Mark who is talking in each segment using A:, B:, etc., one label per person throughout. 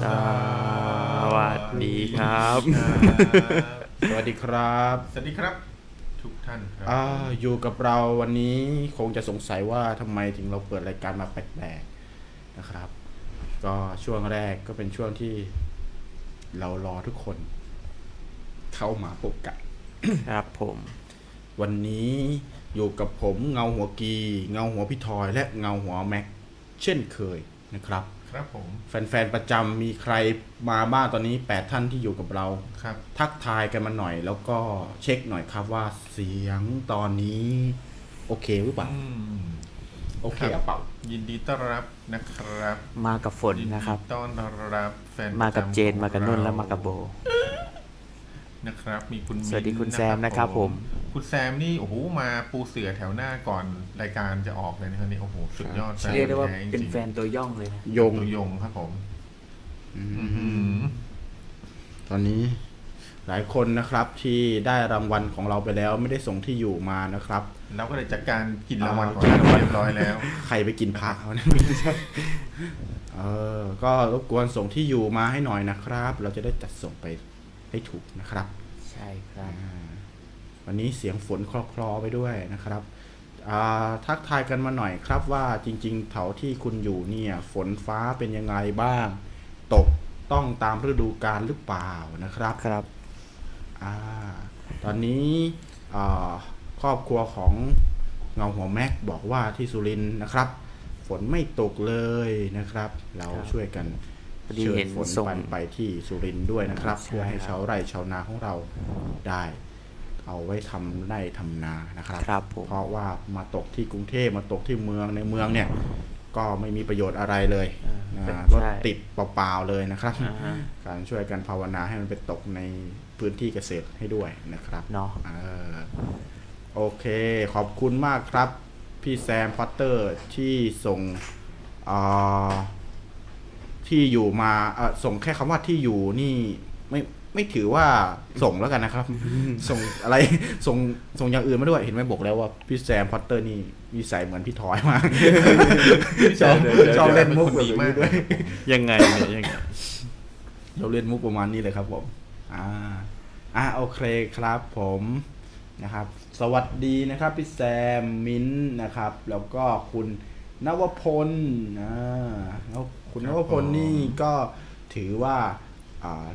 A: สวัสดีครับ
B: สวัสดีครับ
C: สวัสดีครับ ทุกท่านครั
B: อ่าอยู่กับเราวันนี้คงจะสงสัยว่าทำไมถึงเราเปิดรายการมาแปลกๆนะครับ ก็ช่วงแรกก็เป็นช่วงที่เรารอทุกคน เข้ามาพบกัน
A: ครับผม
B: วันนี้อยู่กับผมเงาหัวกี เงาหัวพี่ทอย และเงาหัวแม็ก เช่นเคยนะครับ
C: ครับผม
B: แฟนๆประจำมีใครมาบ้างตอนนี้ 8 ท่านที่อยู่กับเรา
C: ครับ
B: ทักทายกันมาหน่อย แล้วก็เช็คหน่อยครับว่าเสียงตอนนี้ โอเคหรือเปล่า
C: อืม
B: โอเค
C: ค
B: ห
C: รั
B: รื
C: บ
B: อเปล่า
C: ยินดีต้อนรับนะครับ
A: มากับฝน
C: ยิดี
A: นะครับ
C: ต้อนรับแฟน
A: มากับ
C: ประำ
A: เจนมากับ
C: ของ
A: นุ่น
C: เร
A: และมากับโบ
C: นะครับ มีคุณ
A: สวัสดี
C: มิ้น
A: คุณ
C: นะ
A: แซมนะครับผม
C: คุณแซมนี่โอ้โหมาปูเสือแถวหน้าก่อนรายการจะออกเลยนะครับนี่โอ้โหสุดยอดแฟน
D: เรียกได้ว่า
C: ท้จ
D: เป็น
C: ริงๆ
D: แฟนตัวย่องเลยนะ
B: ยง
C: ตัวยงครับผมอื้อหือ
B: ตอนนี้หลายคนนะครับที่ได้รางวัลของเราไปแล้วไม่ได้ส่งที่อยู่มานะครับ
C: เราก็เลยจัดการกินรางวัลของ
B: อ่า
C: เราเรียบร้อยแล้ว
B: ใครไปกินพระเขาเนี่ย เออ ก็รบกวนส่งที่อยู่มาให้หน่อยนะครับ เราจะได้จัดส่งไปให้ถูกนะครับ
D: ใช่ครับ
B: อ่าวันนี้เสียงฝนคลอๆไปด้วยนะครับอ่าทักทายกันมาหน่อยครับว่าจริงๆแถวที่คุณอยู่เนี่ย ฝนฟ้าเป็นยังไงบ้าง ตกต้องตามฤดูกาลหรือเปล่านะครับ
A: ครับ
B: อาตอนนี้อ่าครอบครัวของเงาหัวแม็กบอกว่าที่สุรินทร์นะครับ ฝนไม่ตกเลยนะครับ เราช่วยกัน
A: พอดี
B: เชิญ
A: เห็น
B: ฝน
A: ส่ง
B: ปันไปที่สุรินทร์ด้วยนะครับ
A: ใช่
B: เพื่อให้
A: ครับ
B: ชาวไร่ชาวนาของเราได้ เอาไว้ทำไร่ทำนานะครับ
A: ครับผม
B: เพราะว่ามาตกที่กรุงเทพมาตกที่เมืองในเมืองเนี่ย ก็ไม่มีประโยชน์อะไรเลย
A: อ่า
B: อ่า
A: ใช่
B: รถติดเปล่าๆเลยนะครับ
A: อ่าฮะ
B: การช่วยกันภาวนาให้มันไปตกในพื้นที่เกษตรให้ด้วยนะครับ
A: เนาะ
B: เออโอเค ขอบคุณมากครับ พี่แซมพอตเตอร์ที่ส่งเอ่อที่อยู่มาเอ่อส่งแค่คำว่าที่อยู่นี่ไม่ไม่ถือว่าส่งแล้วกันนะครับ ส่งอะไร ส่งส่งอย่างอื่นมาด้วยเห็นไหมบอกแล้วว่าพี่แซมพอตเตอร์นี่วิสัยเหมือนพี่ทอยมาก ชอบชอบเล่นมุกแบบนี้ด้วย
A: ยังไงเนี่ยยังไง
B: เราเล่นมุกประมาณนี้เลยครับผมอ่าอ่ะโอเคครับผมนะครับ สวัสดีนะครับ พี่แซมมิ้นท์นะครับ แล้วก็คุณนวพลอ่าแล้วคุณนวพลนี่ก็ถือว่าอ่า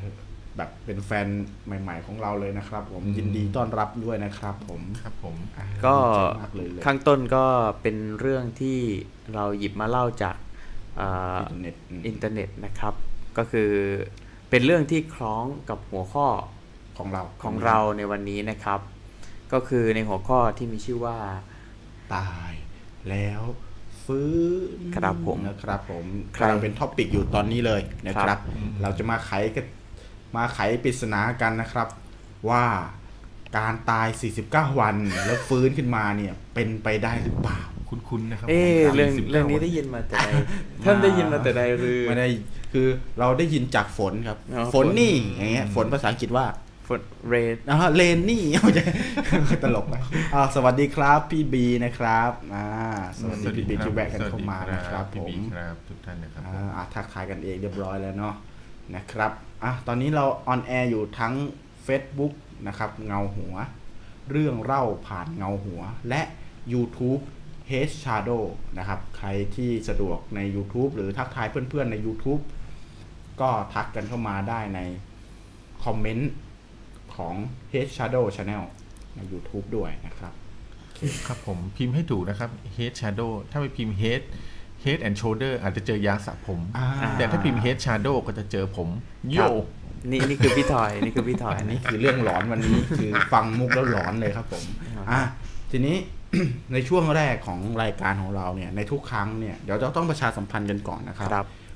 B: แบบเป็นแฟนใหม่ ๆ ของเราเลยนะครับ ผม
C: อืม
B: ยินดีต้อนรับด้วยนะครับ ผม
C: ครับผม
B: อ่า
A: ก็
B: ดีใจมากเลยเลย
A: ข้างต้นก็เป็นเรื่องที่เราหยิบมาเล่าจากเอ่อ
B: อินเทอร์เน็ตอืม
A: อินเทอร์เน็ตนะครับ ก็คือเป็นเรื่องที่คล้องกับหัวข้อ
B: ของเรา
A: ของเราในวันนี้นะครับ ก็คือในหัวข้อที่มีชื่อว่า
B: ตายแล้วฟื้น
A: ครับผม
B: นะครับผม
A: ใคร
B: กำลังเป็นท็อปิกอยู่ตอนนี้เลยนะครับ เราจะมาไขกันมาไขปริศนากันนะครับ ว่าการตาย 49 วันแล้วฟื้นขึ้นมาเนี่ยเป็นไปได้หรือเปล่า
C: คุณคุณนะครับ
A: เอ๊ะ
C: ผม
A: เรื่อง
C: สิบก้า
A: เรื่องนี้
C: วั
A: ได้ยินมาแต่ใดท่านได้ยินมาแต่ใดหรือ
B: ไม่ได้คือเราได้ยินจากฝนครับ
A: อ๋อ
B: ฝ
A: ฝน
B: นนี่อย่างเงี้ยฝนภาษาอังกฤษว่า
A: ฝนเรด
B: อ่าเลนนี่ เอาใจตลกไปอ่าสวัสดีครับพี่บีนะครับอ่าสวัสดีพี่บีที่แวะกันเข้ามานะครับ
C: พี่
B: ผ
C: บี
B: ม
C: ครับทุกท่านนะครับ
B: อ่าอ่ะทักทายกันเองเรียบร้อยแล้วเนาะนะครับอ่ะตอนนี้เราออนแอร์อยู่ทั้ง Facebook นะครับเงาหัว เรื่องเล่าผ่านเงาหัว และ YouTube h e Shadow นะครับ ใครที่สะดวกใน YouTube หรือทักทายเพื่อนๆใน YouTube ก็ทักกันเข้ามาได้ในคอมเมนต์ของ h e Shadow Channel ใน YouTube ด้วยนะครับ
C: ครับผมพิมพ์ให้ถูกนะครับ head shadow ถ้าไปพิมพ์ head head and shoulder อาจจะเจอยาสระผม
B: อ่า
C: แต่ถ้าพิมพ์ head shadow ก็จะเจอผมโย
A: ครับ นี่นี่คือพี่ถอยนี่คือพี่ถอย
B: อัน
A: นี่
B: นี้คือเรื่องหลอนวันนี้ คือฟังมุกแล้วหลอนเลยครับ ผมอ่ะทีนี้ ในช่วงแรกของรายการของเราเนี่ย ในทุกครั้งเนี่ยเดี๋ยวเราต้องประชาสัมพันธ์กันก่อนนะครับ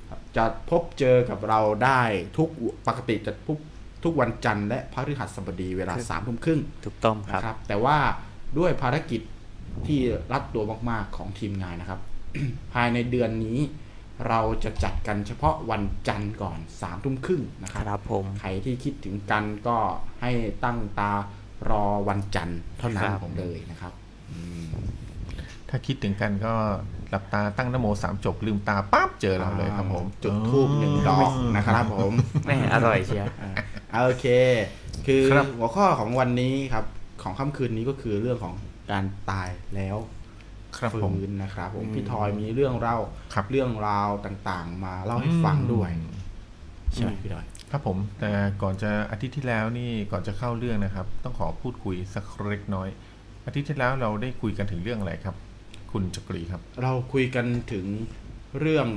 A: ครับ
B: จะพบเจอกับเราได้ทุกปกติจะทุกทุกวันจันทร์และพฤหัสบดีเวลาสามทุ่มครึ่ง
A: ถูกต้องค
B: นะ
A: รับ
B: ครับแต่ว่าด้วยภารกิจที่รัดตัวมาก ๆ ของทีมงานนะครับ ภายในเดือนนี้ เราจะจัดกันเฉพาะวันจันทร์ก่อนสามทุ่มครึ่งนะครับ
A: ครับผม
B: ใครที่คิดถึงกันก็ให้ตั้งตารอวันจันทร์เท่านั้น
A: ครับ
B: เลยนะครับ
C: ถ้าคิดถึงกันก็ ลับตาตั้งนโมสามจบลืมตาปั๊บเจอเราเลยครับผม
B: จุดทูบหนึ่งดอกนะครับผม
A: แม่อร่อยเชียว
B: อ่ะโอเค คือ
C: ครับ
B: หัวข้อของวันนี้ครับ ของค่ำคืนนี้ก็คือเรื่องของการตายแล้ว
C: ครับผม
B: ฟื้นนะครับผมพี่ทอยมีเรื่องเล่า
C: ครับ
B: เรื่องราวต่างๆ มาเล่าให้ฟังด้วย ใช่ไหมพี่ทอย
C: ครับผมแต่ก่อนจะอาทิตย์ที่แล้วนี่ก่อนจะเข้าเรื่องนะครับ ต้องขอพูดคุยสักเล็กน้อย อาทิตย์ที่แล้วเราได้คุยกันถึงเรื่องอะไรครับ คุณจักรีครับ
B: เราคุยกันถึงเรื่อง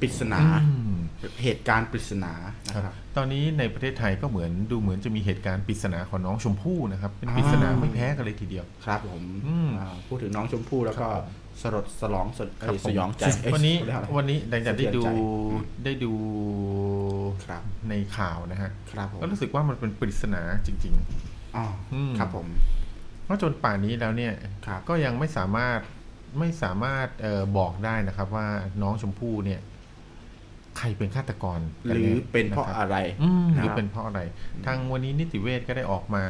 B: ปริศนา
C: อืม
B: เหตุการณ์ปริศนานะครับ
C: ตอนนี้ในประเทศไทยก็เหมือนดูเหมือนจะมีเหตุการณ์ปริศนาของน้องชมพู่นะครับเป็นปริศนา
B: อ่า
C: ไม่แพ้กันเลยทีเดียว
B: ครับผม
C: อืม
B: อ่าพูดถึงน้องชมพู่แล้วก็สลดสลองสลด
C: ครับผม
B: สยองใจเอ้ย
C: วันนี้
B: เขาเรียกอะไร
C: วันนี้หลังจากได้ดู
B: สะเทือนใจอืม
C: ได้ดู
B: ครับ
C: ในข่าวนะฮะ
B: ครับผม
C: ก็รู้สึกว่ามันเป็นปริศนาจริง
B: อ๋ออ
C: ม
B: ครับผม
C: ๆเพราะจนป่านนี้แล้วเนี่ย
B: ครับ
C: ก็ยังไม่สามารถไม่สามารถเออบอกได้นะครับว่าน้องชมพู่เนี่ย ใครเป็นฆาตกรกั
B: หรื
C: แ
B: อเป็นเพราะ
C: คบ
B: อะไร
C: อืม
A: ค
C: ห
A: รับ
C: รือเป็นเพราะอะไร ทางวันนี้นิติเวชก็ได้ออกมา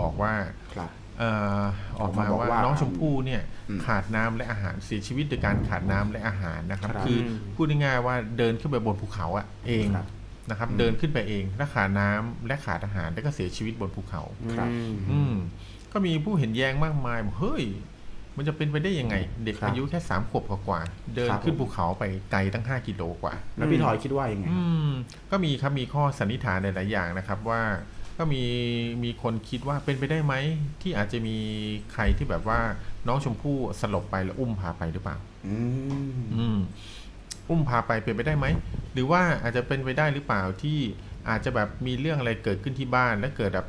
C: บอกว่า
B: ครับ
C: เออออกมา
B: ออกมาบอก
C: ว่า
B: ว่า
C: น้องชมพู่เนี่ย
B: อืม
C: ขาดน้ำและอาหารเสียชีวิตโดยการขาดน้ำและอาหารนะครับ
B: ครับ
C: คือพูดง่ายๆว่าเดินขึ้นไปบนภูเขาอะเอง
B: ครับ
C: นะครับ
B: อืม
C: เดินขึ้นไปเองและขาดน้ำและขาดอาหารแล้วก็เสียชีวิตบนภูเขา
B: ครับ
A: อืม
C: อืมก็มีผู้เห็นแย้งมากมายบอกเฮ้ย มันจะเป็นไปได้ยังไง เด็ก
B: ครับ
C: อายุแค่สามขวบกว่าๆเดิน
B: ครับ
C: ขึ้น
B: ผม
C: ภูเขาไปไกลตั้งห้ากิโลกว่า
B: แล้วพี่ทอยคิดว่ายังไง
C: อืมก็มีครับมีข้อสันนิษฐานหลายๆอย่างนะครับว่าก็มีมีคนคิดว่าเป็นไปได้ไหม ที่อาจจะมีใครที่แบบว่าน้องชมพู่สลบไปแล้วอุ้มพาไปหรือเปล่า
B: อืม
C: อืมอุ้มพาไปเป็นไปได้ไหม หรือว่าอาจจะเป็นไปได้หรือเปล่าที่อาจจะแบบมีเรื่องอะไรเกิดขึ้นที่บ้าน และเกิดแบบ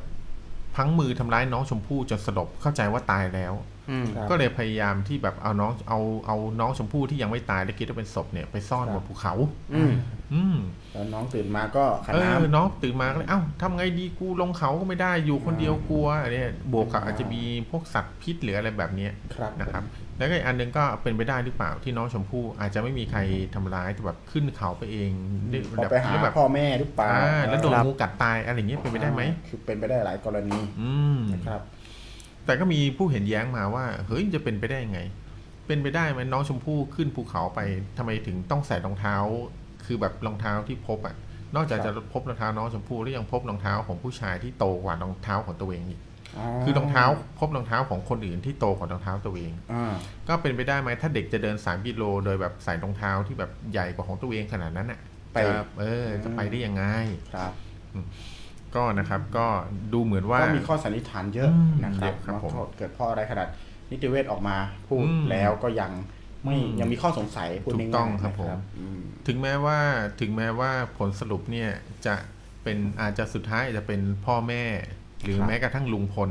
C: พลังมือทำร้ายน้องชมพู่จนสลบเข้าใจว่าตายแล้ว
A: อืม
B: ครับ
C: ก็เลยพยายามที่แบบเอาน้องเอาเอาน้องชมพู่ที่ยังไม่ตายและคิดว่าเป็นศพเนี่ยไปซ่อนบนภูเขา
A: อืม
C: อืม
B: แล้วน้องตื่นมาก็ขัน
C: เอ
B: น้
C: อน้องตื่นมาก็เลยเอ้าทำไงดีกูลงเขาก็ไม่ได้อยู่คนเดียวกลัวอันเนี้ยบวกกับอาจจะมีพวกสัตว์พิษหรืออะไรแบบเนี้ย
B: ำครับ
C: นะครับแล้วก็อีกอันหนึงก็เป็นไปได้หรือเปล่าที่น้องชมพู่อาจจะไม่มีใครทำร้ายแต่แบบขึ้นเขาไปเองด้วย
B: พอไปหา
C: แล้วแบบ
B: พ่อแม่หรือเปล่า
C: อ่าแล้วโดน
A: ครับ
C: งูกัดตายอะไรอย่างเงี้ยเป็นไปได้ไหม
B: คือเป็นไปได้หลายกรณี
C: อืม
B: นะครับ
C: แต่ก็มีผู้เห็นแย้งมาว่า เฮ้ยจะเป็นไปได้ยังไง เป็นไปได้ไหมน้องชมพู่ขึ้นภูเขาไปทำไมถึงต้องใส่รองเท้า คือแบบรองเท้าที่พบอ่ะนอกจากจะพบรองเท้าน้องชมพู่แล้วยังพบรองเท้าของผู้ชายที่โตกว่ารองเท้าของตัวเองอีกคือรองเท้าพบรองเท้าของคนอื่นที่โตกว่ารองเท้าตัวเอง
B: อ่า
C: ก็เป็นไปได้ไหมถ้าเด็กจะเดิน3กิโลโดยแบบใส่รองเท้าที่แบบใหญ่กว่าของตัวเองขนาดนั้นอ่ะ
B: ไป
C: จะเออจะไปได้ยังไง
B: ครับ
C: ก็นะครับก็ดูเหมือนว่า
B: ก็มีข้อสันนิษฐานเยอะ
C: อืม
B: นะครับ
C: เยอะครับ
B: ว่า
C: ผม
B: เกิดเพราะอะไรขนาดนิติเวชออกมาพูด
C: อืม
B: แล้วก็ยังไม่
C: อืม
B: ยังมีข้อสงสัยพูด
C: ถูก
B: ง่ายๆ
C: ต้องครับ
B: นะ
C: ผม
B: อืม
C: ถึงแม้ว่าถึงแม้ว่าผลสรุปเนี่ยจะเป็นอาจจะสุดท้ายอาจจะเป็นพ่อแม่ หรือ
B: ครับ
C: แม้กระทั่งลุงพล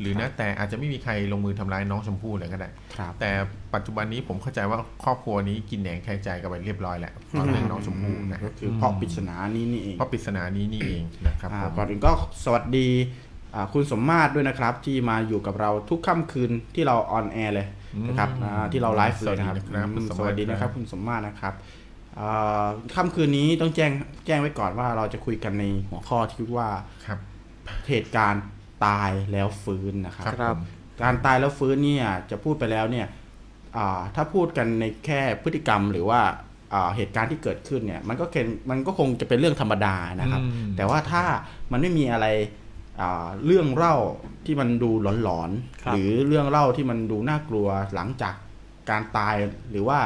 C: หรือนะแต่อาจจะไม่มีใครลงมือทำร้ายน้องชมพู่เลยก็ได้
B: ครับ
C: แต่ปัจจุบันนี้ผมเข้าใจว่าครอบครัวนี้กินแหนงแคลงใจกันไปเรียบร้อยแล้วเพราะเรื่องน้องชมพู่นะ
B: ก็คือเพราะปริศนานี้นี่เอง
C: เพราะปริศนานี้นี่เองนะครับ
B: อ่า
C: ผม
B: ก่อนอื่นก็สวัสดีอ่าคุณสมมาตรด้วยนะครับ ที่มาอยู่กับเราทุกค่ำคืนที่เราออนแอร์เลยนะครับ
C: อืม
B: อ่าที่เราไลฟ์เลยนะครับ
C: สวัสดีนะครับ
B: อืม
C: คุณสมมาตร
B: สวัสดีนะครับ คุณสมมาตรนะครับอ่าค่ำคืนนี้ต้องแจ้งแจ้งไว้ก่อนว่าเราจะคุยกันในหัวข้อที่ว่า
C: ครับ
B: เหตุการณ์ตายแล้วฟื้นนะครับ
A: ครับ
B: การตายแล้วฟื้นเนี่ยจะพูดไปแล้วเนี่ยอ่าถ้าพูดกันในแค่พฤติกรรมหรือว่าอ่าเหตุการณ์ที่เกิดขึ้นเนี่ยมันก็เคนมันก็คงจะเป็นเรื่องธรรมดานะครับ
C: อืม
B: แต่ว่าถ้ามันไม่มีอะไรอ่าเรื่องเล่าที่มันดูหลอน
A: ครับ
B: ๆหรือเรื่องเล่าที่มันดูน่ากลัวหลังจากการตายหรือว่า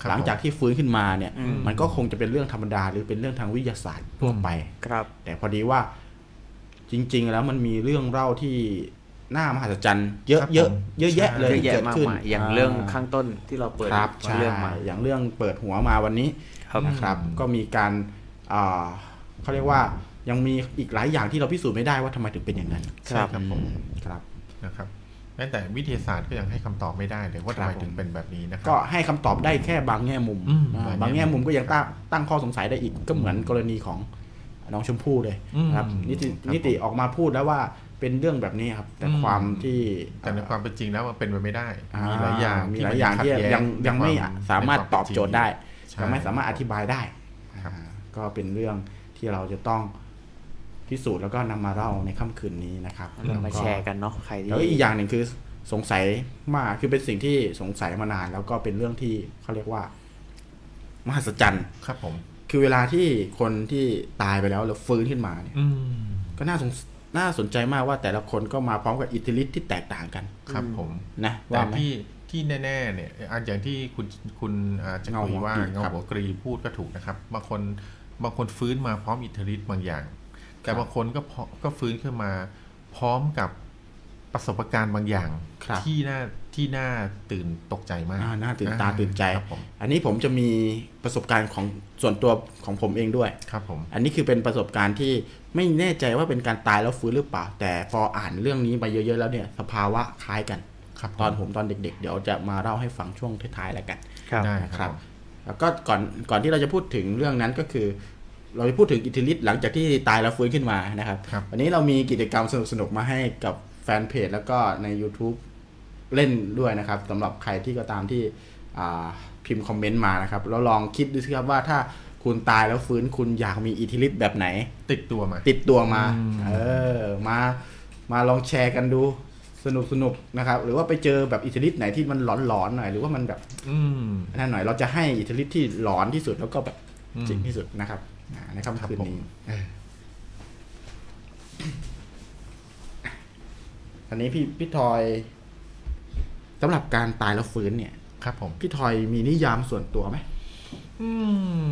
C: ครับ
B: หลังจากที่ฟื้นขึ้นมาเนี่ย
A: อืม
B: มันก็คงจะเป็นเรื่องธรรมดา หรือเป็นเรื่องทางวิทยาศาสตร์ทั่วไป
A: ครับ
B: แต่พอดีว่าจริง ๆ แล้วมันมีเรื่องเล่าที่น่ามหัศจรรย์เยอะ
C: ครับ
B: เยอะ
C: ผม
B: เยอะแยะเลย
A: เยอะ
B: ที่
A: แยะ
B: เกิด
A: มาก
B: ขึ้น
A: มายอย่างเรื่อง
B: า
A: ข้างต้นที่เราเปิด
B: ครับใช่
A: เรื่องใหม่
B: อย่างเรื่องเปิดหัวมาวันนี้
A: ครับ
B: นะครับ ก็มีการอ่าเขาเรียกว่ายังมีอีกหลายอย่างที่เราพิสูจน์ไม่ได้ว่าทำไมถึงเป็นอย่างนั้น
A: ครั
C: ใช่
A: บ
C: ครับผม
B: ครับ
C: นะครับแม้แต่วิทยาศาสตร์ก็ยังให้คำตอบไม่ได้เลยว่า
B: ครั
C: ทำ
B: บ
C: ไม
B: ผม
C: ถึงเป็นแบบนี้นะครั
B: ก็ให้คำตอบได้แค่บางแง่มุม
C: อืม
B: อ่า
C: บา
B: บาง ง
C: แง่
B: แง่
C: มุ
B: มุ
C: ม
B: มก็ยังตั้งตั้งข้อสงสัยได้อีกก็เหมือนกรณีของน้องชมพู่เลยนะครับ
C: อืม
B: นิติ
C: ครับ
B: นิติ
C: ผม
B: ออกมาพูดแล้วว่าเป็นเรื่องแบบนี้ครับ แต่
C: อืม
B: ความที่
C: แต่ในความเป็นจริงแล้วมันเป็นไปไม่ได้
B: อ่
C: มีหลายอย่าง
B: มีหลายอย่างที่
C: ขัดแ
B: ยังยังไม่
C: ในคว
B: สามารถตอบโจทย์ได้
C: ใช่
B: ยังไม่สามารถอธิบายได้
C: ครับ
B: อ่าก็เป็นเรื่องที่เราจะต้องพิสูจน์แล้วก็นำมาเล่าในค่ำคืนนี้นะครับ
A: เรามาแชร์กันเนาะใครที่
B: แล้วอีกอย่างหนึ่งคือ สงสัยมากคือเป็นสิ่งที่สงสัยมานาน แล้วก็เป็นเรื่องที่เขาเรียกว่า มหัศจรรย์
C: ครับผม
B: คือเวลาที่คนที่ตายไปแล้วแล้วฟื้นขึ้นมาเนี่ย
C: อืม
B: ก็น่าสงสน่าสนใจมากว่าแต่ละคนก็มาพร้อมกับอิทธิฤทธิ์ที่แตกต่างกัน
C: ครับผม
B: นะ
C: แต่
B: ว่าไหม
C: ที่ที่แน่ๆเนี่ยอันอย่างที่คุณคุณอ่าจะ
B: เงา
C: คุ
B: หั
C: ยว ว่า
B: ปี
C: เงา
B: ครับ
C: หัวกรีพูดก็ถูกนะครับบางคนบางคนฟื้นมาพร้อมอิทธิฤทธิ์บางอย่าง แต่บางคนก็พอก็ฟื้นขึ้นมาพร้อมกับประสบการณ์บางอย่าง
B: ครับ
C: ที่น่าที่น่าตื่นตกใจมาก
B: อ่าน่าตื่นตา
C: อ่
B: ตื่นใจ
C: ครับผม
B: อันนี้ผมจะมีประสบการณ์ของส่วนตัวของผมเองด้วย
C: ครับผม
B: อันนี้คือเป็นประสบการณ์ที่ไม่แน่ใจว่าเป็นการตายแล้วฟื้นหรือเปล่า แต่พออ่านเรื่องนี้ไปเยอะๆแล้วเนี่ย สภาวะคล้ายกัน
C: ครับผ
B: ตอนผมตอนเด็ก ๆ เดี๋ยวจะมาเล่าให้ฟังช่วงท้ายๆแล้วกัน
A: ครับ
C: ได้
B: นะ
C: ค
B: ค
C: รั
B: รั
C: บบ ผม
B: แล้วก็ก่อนก่อนที่เราจะพูดถึงเรื่องนั้นก็คือ เราจะพูดถึงอิทธิฤทธิ์หลังจากที่ตายแล้วฟื้นขึ้นมานะครับ
C: ครับ
B: วันนี้เรามีกิจกรรมสนุกๆมาให้กับแฟนเพจแล้วก็ใน YouTube เล่นด้วยนะครับสำหรับใครที่ก็ตามที่อ่าพิมพ์คอมเมนต์มานะครับแล้วลองคิดดูสิครับว่าถ้าคุณตายแล้วฟื้นคุณอยากมีอิทธิฤทธิ์แบบไหน
C: ติดตัวมา
B: ติดตัวมา
C: อืม
B: เออ มา มาลองแชร์กันดูสนุกสนุกๆนะครับ หรือว่าไปเจอแบบอิทธิฤทธิ์ไหนที่มันหลอนๆหน่อยหรือว่ามันแบบ
C: อืม
B: นั่นหน่อยเราจะให้อิทธิฤทธิ์ที่หลอนที่สุดแล้วก็แบบ
C: อืม
B: จริงที่สุดนะครับอ่าในค่ำคืน
C: ครับ
B: นี้
C: ผม
B: เออตอนนี้พี่พี่ทอยสำหรับการตายแล้วฟื้นเนี่ย
C: ครับผม
B: พี่ทอยมีนิยามส่วนตัวไหม
C: อื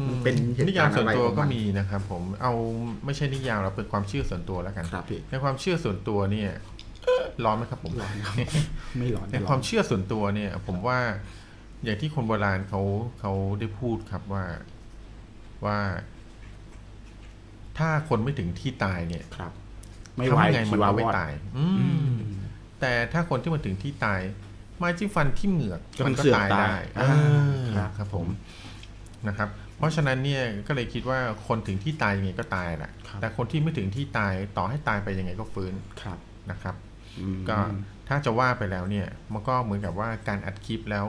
B: มันเป็นเหตุ
C: นิยาม
B: การณ์
C: ส่วนตัว
B: อะไรของ
C: ก็
B: มัน
C: มีนะครับผมเอาไม่ใช่นิยามเราเป็นความเชื่อส่วนตัวแล้วกัน
B: ครับพี่
C: ในความเชื่อส่วนตัวเนี่ยเอ้อร้อนไหมครับผม
B: ไม่หลอน
C: ใน
B: ไม่ห
C: ค
B: ลอ
C: วาน มเชื่อส่วนตัวเนี่ย ผมว่าอย่างที่คนโบราณเขาเขาได้พูดครับว่าว่า ถ้าคนไม่ถึงที่ตายเนี่ย
B: ครับ ไม่ไหว
C: ทำยังงมั
B: ชี
C: น
B: วา
C: ก็
B: ว
C: ไม่
B: อด
C: ตาย อืม
B: อืม
C: แต่ถ้าคนที่มาถึงที่ตาย ไม้จิ้มฟันที่เหงือก
B: ก็มันเสือกตาย
C: เออ
B: อ่าครับ
C: ครับผมนะครับ เพราะฉะนั้นเนี่ยก็เลยคิดว่าคนถึงที่ตายยังไงก็ตายแหละแต่คนที่ไม่ถึงที่ตายต่อให้ตายไปยังไงก็ฟื้น
B: ครับ
C: นะครับ
B: อืม
C: ก็ถ้าจะว่าไปแล้วเนี่ย มันก็เหมือนกับว่าการอัดคลิปแล้ว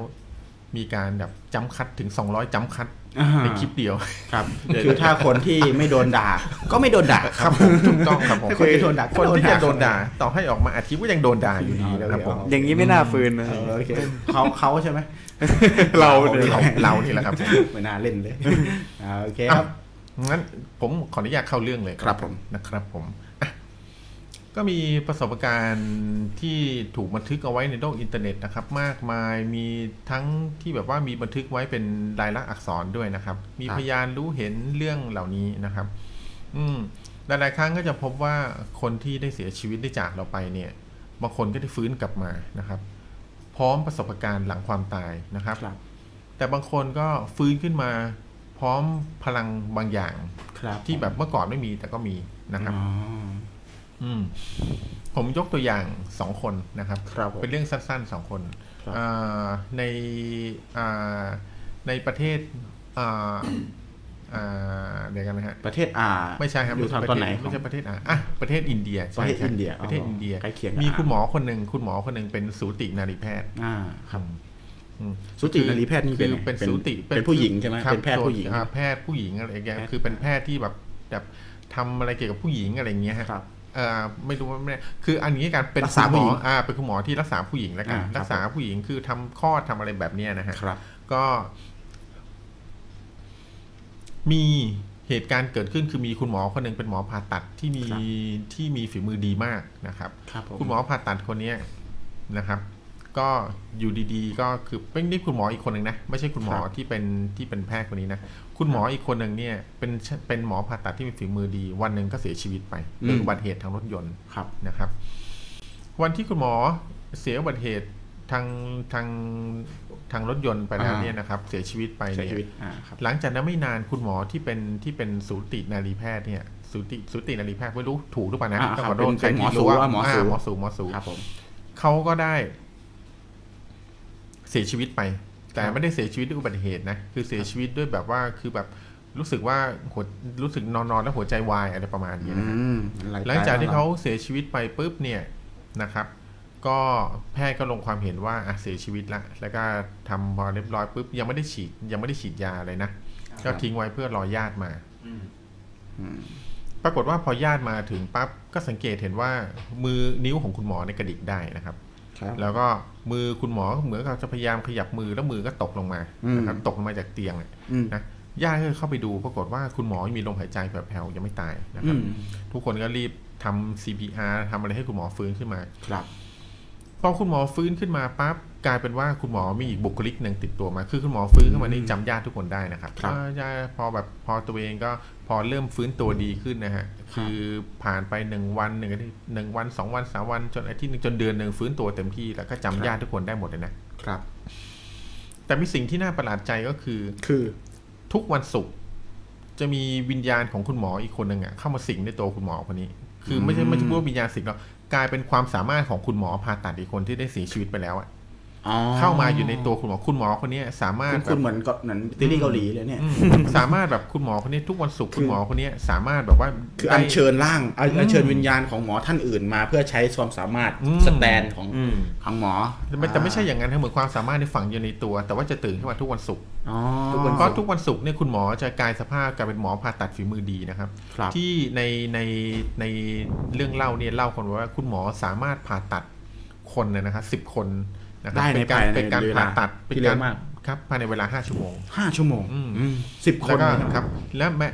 C: มีการแบบจำคัดถึง 200จำคัด
B: อ่า
C: ในคลิปเดียว
B: ครับ คือถ้าคนที่ไม่โดนด่า ก็ไม่โดนด่าค
C: ครั
B: รั
C: บบ ผมถูกต้องครับผม
B: ถ้าคนที่โดนด่าก็
C: คนที่จะโด
B: โด
C: น
B: น
C: ด่า
B: ด่า
C: ต่อให้ออกมาอัดคลิปก็ยังโดนด่าอยู่ดีนะครับผม
A: อย่างนี้ไม่น่าฟื้นนะ
B: เออโอเคเขาเขาใช่ไหม
A: เรา
C: เนี่
A: เนี่ยย
C: เรานี่แหละครับผม
B: ไม่น่าเล่นเลย อ่าโอเค
C: ค
B: ค
C: รั
B: รั
C: บบ งั้นผมขออนุญาตเข้าเรื่องเลย
B: ครับผม
C: นะครับผมอ่ะก็มีประสบการณ์ที่ถูกบันทึกเอาไว้ในโลกอินเทอร์เน็ตนะครับ มากมายมีทั้งที่แบบว่ามีบันทึกไว้เป็นลายลักษณ์อักษรด้วยนะครับ มี
B: ครับ
C: พยานรู้เห็นเรื่องเหล่านี้นะครับ อืมหลายๆครั้งก็จะพบว่าคนที่ได้เสียชีวิตได้จากเราไปเนี่ย บางคนก็ได้ฟื้นกลับมานะครับ พร้อมประสบการณ์หลังความตายนะครับ
B: ครับ
C: แต่บางคนก็ฟื้นขึ้นมา พร้อมพลังบางอย่าง
B: ครับ
C: ที่แบบเมื่อก่อนไม่มีแต่ก็มีนะครับ
B: อ๋อ
C: อืม ผมยกตัวอย่างสองคนนะครับ
B: ครับผม
C: เป็นเรื่องสั้นๆสองคน
B: ครับ
C: อ่าในอ่าในประเทศอ่าอ่าเดี๋ยวกันนะฮะ
B: ประเทศอา
C: ไม่ใช่ครับ
B: อยู่ทางตอนไหน
C: ไม่ใช่ประเทศอ่ะอ่ะประเทศอินเดีย
B: ประ
C: ใช่
B: เทศ
C: ใช่
B: อินเดีย
C: ประเทศอินเดีย
B: ใกล้เคียง
C: มีคุณหมอคนหนึ่งคุณหมอคนหนึ่งเป็นสูตินารีแพทย์
B: อ่า
C: ครับอืม
B: สูตินารีแพทย์นี่
C: คื
B: เป็น
C: อ
B: ไง
C: เป็นสูติ
B: เป็นผู้หญิงใช่ไหม
C: ครับ
B: เป็นแพทย์ผู้หญิง
C: อ่าแพทย์ผู้หญิงอะไรอย่างเงี้ย
B: แพทย์
C: คือเป็นแพทย์ที่แบบแบบทำอะไรเกี่ยวกับผู้หญิงอะไรอย่างเงี้ยฮะ
B: ครับ
C: เอ่อไม่รู้ว่าไม่แน่คืออันนี้การเป็น
B: รักษา
C: คุณหมอ
B: ผู้หญิง
C: อ่าเป็นคุณหมอที่รักษาผู้หญิงแล้วกัน
B: อ่าครับ
C: รักษาผู้หญิงคือทำข้อดทำอะไรแบบเนี้ยนะฮะ
B: ครับ
C: ก็ มีเหตุการณ์เกิดขึ้นคือมีคุณหมอคนหนึ่งเป็นหมอผ่าตัดที่มี
B: ครับ
C: ที่มีฝีมือดีมากนะครับ
B: ครับผม
C: คุณหมอผ่าตัดคนเนี้ยนะครับ ก็อยู่ดีๆ ก็คือเป็นนี่คุณหมออีกคนหนึ่งนะ ไม่ใช่คุณหมอที่เป็นที่เป็นแพทย์คนนี้นะ คุณหมออีกคนหนึ่งเนี่ยเป็นเป็นหมอผ่าตัดที่มีฝีมือดี วันหนึ่งก็เสียชีวิตไปโดยอุบัติเหตุทางรถยนต์
B: ครับ
C: นะครับ วันที่คุณหมอเสียอุบัติเหตุทางทางทางรถยนต์ไปแล้ว
B: อ่า
C: เนี่ยนะครับ เสียชีวิตไป
B: ใช้
C: เนี่
B: ชี
C: ย
B: วิตอ่าครับ
C: หลังจากนั้นไม่นานคุณหมอที่เป็นที่เป็นสูตินารีแพทย์เนี่ยสูติสูตินารีแพทย์ไม่รู้ถูกหรือเปล่านะ
B: อ่า
C: ต้องข
B: ครั
C: อบ โทษ
B: เป็น
C: ใคร
B: เป็นหม
C: ที่
B: อสู
C: รู้ว่า
B: ว่าหมอสู
C: าหมอสูหมอสู
B: ครับผม
C: เขาก็ได้เสียชีวิตไป แต่ไม่ได้เสียชีวิตด้วยอุบัติเหตุนะคือเสียชีวิตด้วยแบบว่าคือแบบรู้สึกว่าหัวรู้สึกนอนนอนๆแล้วหัวใจวายอะไรประมาณนี้นะฮะ
B: อืม
C: หลังจากที่เขาเสียชีวิตไปปุ๊บเนี่ยนะครับ ก็แพทย์ก็ลงความเห็นว่าอ่ะเสียชีวิตละแล้วก็ทำพอเรียบร้อยปุ๊บยังไม่ได้ฉีดยังไม่ได้ฉีดยาเลยนะก็ทิ้งไว้เพื่อรอญาติมา
B: อืม
C: ปรากฏว่าพอญาติมาถึงปั๊บก็สังเกตเห็นว่ามือนิ้วของคุณหมอในยกระดิกได้นะครับ
B: ครับ
C: แล้วก็มือคุณหมอเหมือนกับจะพยายามขยับมือแล้วมือก็ตกลงมา
B: อืม
C: นะครับตกลงมาจากเตียงอะ
B: อืม
C: นะญาติก็เข้าไปดูปรากฏว่าคุณหมอยังมีลมหายใจแบบแผ่วๆยังไม่ตายนะค
B: อื
C: รับ
B: ม
C: ทุกคนก็รีบทำ CPR ทำอะไรให้คุณหมอฟื้นขึ้นมา
B: ครับ
C: พอคุณหมอฟื้นขึ้นมาปั๊บกลายเป็นว่าคุณหมอมีอีกบุคลิกหนึ่งติดตัวมา คือคุณหมอฟื้นขึ้นมานี่จำญาติทุกคนได้นะครับ
B: ครับ
C: อ่าญาติพอแบบพอตัวเองก็พอเริ่มฟื้นตัวดีขึ้นนะฮะคือผ่านไปหนึ่งวันหนึ่งอาทิตย์หนึ่งวันสองวันสามวันจนอาทิตย์หนึ่งจนเดือนหนึ่งฟื้นตัวเต็มที่แล้วก็จำ
B: ครับ
C: ญาติทุกคนได้หมดเลยนะครับ แต่มีสิ่งที่น่าประหลาดใจก็คือ
B: คือ
C: ทุกวันศุกร์จะมีวิญญาณของคุณหมออีกคนหนึ่งอะเข้ามาสิงในตัวคุณหมอคนนี้ คือไม่ใช่ไม่ใช่พูดว่าวิญญาณสิงหรอกกลายเป็นความสามารถของคุณหมอผ่าตัดอีกคนที่ได้เสียชีวิตไปแล้วอะ
B: อ๋อ
C: เข้ามาอยู่ในตัวคุณหมอคุณหมอคนเนี้ยสามารถ
B: คุณ
C: แบ
B: คุ
C: บ
B: ณเหมือนกับเหมือนซีรีส์เกาหลีเลยเนี่ย
C: อืมสามารถแบบคุณหมอคนนี้ทุกวันศุกร์
B: คือ
C: คุณหมอคนเนี้ยสามารถแบบว่า
B: คือ
C: ได้
B: อัญเชิญร่างอัญ
C: อืม
B: อัญเชิญวิญญาณของหมอท่านอื่นมา เพื่อใช้ความสามารถ
C: อืม
B: สแตนของ
A: อืม
B: ของหมอ
C: แต่ไม่แต่ไม่ใช่อย่างนั้นนะเหมือนความสามารถในยฝังอยู่ในตัว แต่ว่าจะตื่นขึ้นมาทุกวันศุกร์
B: อ๋อ
A: ทุกคน
C: เพราะทุกวันศุกร์เนี่ยคุณหมอจะกลายสภาพกลายเป็นหมอผ่าตัดฝีมือดีนะครับ
B: ครับ
C: ที่ในในในเรื่องเล่าเนี่ยเล่าคนไว้ว่าคุณหมอสามารถผ่าตัดคนเนยนะครับสิบคนนะครั
B: ได้ใน
C: เป็นการ
B: ภายใน
C: เป็นการ
B: เวลา
C: ผ่าตัด
B: ที่
C: เป็น
B: เร็ว
C: การ
B: มาก
C: ครับภายในเวลาห้าชั่วโมง
B: ห้าชั่วโมง
C: อืม
B: อืมสิบค
C: แล้ว
B: น
C: ก็
B: นะ
C: ครับและแม้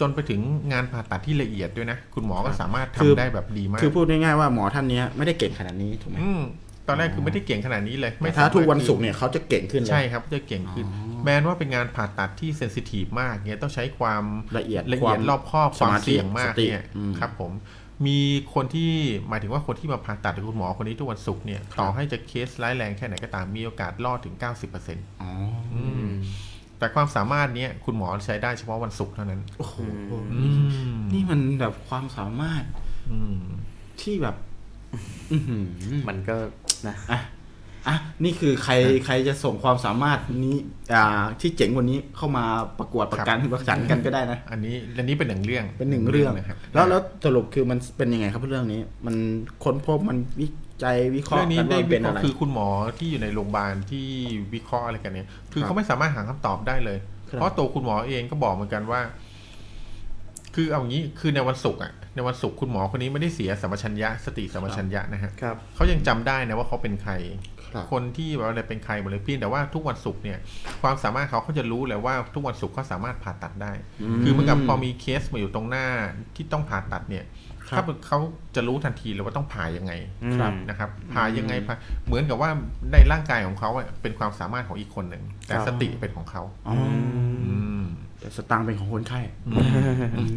C: จนไปถึงงานผ่าตัดที่ละเอียดด้วยนะ คุณหมอก็สามารถทำ
B: คือ
C: ได้แบบดีมาก
B: คือพูดง่ายๆว่าหมอท่านเนี้ยไม่ได้เก่งขนาดนี้ถูกไหม
C: อืมตอนแรกคือไม่ได้เก่งขนาดนี้เลย ไม่
B: แต่
C: สม
B: ถ้า
C: รถ
B: ทุกวันศุกร์เนี่ยเขาจะเก่งขึ้นเลย
C: ใช่ครับจะเก่งขึ้น
B: อ๋อ
C: แม้ว่าเป็นงานผ่าตัดที่เซนซิทีฟมากเนี่ยต้องใช้ความ
B: ละเอียด
C: ละเอียด
B: ความ
C: รอบคอบความ
B: สาม ธิ
C: เสี่ยงมากเนี่ย
B: สติอืม
C: ครับผมมีคนที่หมายถึงว่าคนที่มาผ่าตัดกับคุณหมอคนนี้ทุกวันศุกร์เนี่ยต่อให้จะเคสร้ายแรงแค่ไหนก็ตามมีโอกาสรอดถึง 90%
B: อ๋อ
C: อืมแต่ความสามารถเนี้ยคุณหมอใช้ได้เฉพาะวันศุกร์เท่านั้น
B: โอ้โห
C: อืม
B: นี่มันแบบความสามารถ
C: อืม
B: ที่แบบ อื้อหือ
A: มันก็นะ
B: อ่ะอ่ะนี่คือใครใครจะส่งความสามารถนี้ อ่า ที่เจ๋งกว่านี้เข้ามาประกวดประกันประกันกันก็ได้นะ
C: อันนี้อันนี้เป็นหนึ่งเรื่อง
B: เป็นหนึ่งเรื่อง
C: นะครับ
B: แล้วแล้วสรุปคือมันเป็นยังไงครับเรื่องนี้ มันค้นพบมันวิจัยวิเคราะ
C: เรื่อ
B: ห์
C: งนี้
B: กัน
C: ได้
B: ว่ามัน
C: วิ
B: เป็น
C: เคราะ
B: อะไร
C: ห์คือคุณหมอที่อยู่ในโรงพยาบาลที่วิเคราะห์อะไรกันเนี่ย คือ
B: ครับ
C: เขาไม่สามารถหาคำตอบได้เลย
B: ครับ
C: เพราะตัวคุณหมอเองก็บอกเหมือนกันว่า คือเอางี้คือในวันศุกร์อ่ะในวันศุกร์คุณหมอคนนี้ไม่ได้เสียสัมปชัญญะสติสัมปชัญญะนะฮะ
A: ครับ
C: เขายังจำได้นะว่าเขาเป็นใคร
B: ครับ
C: คนที่แบบอะไรเป็นใครหมดเลยเพี่แต่ว่าทุกวันศุกร์เนี่ย ความสามารถเขาเขาจะรู้เลยว่าทุกวันศุกร์เขาสามารถผ่าตัดได้
B: อืม
C: คือเหมื่อนกับพอมีเคสมาอยู่ตรงหน้าที่ต้องผ่าตัดเนี่ย
B: ครับ
C: ถ้าเขาจะรู้ทันทีเลยว่าต้องผ่ายังไง
B: ครับ
C: นะครับผ่ายังไงผ่าเหมือนกับว่าในร่างกายของเขาอะเป็นความสามารถของอีกคนหนึ่งแต่
B: ครับ
C: สติเป็นของเขา
B: อ๋อ
C: อืม
B: แต่สตางค์เป็นของคนไข้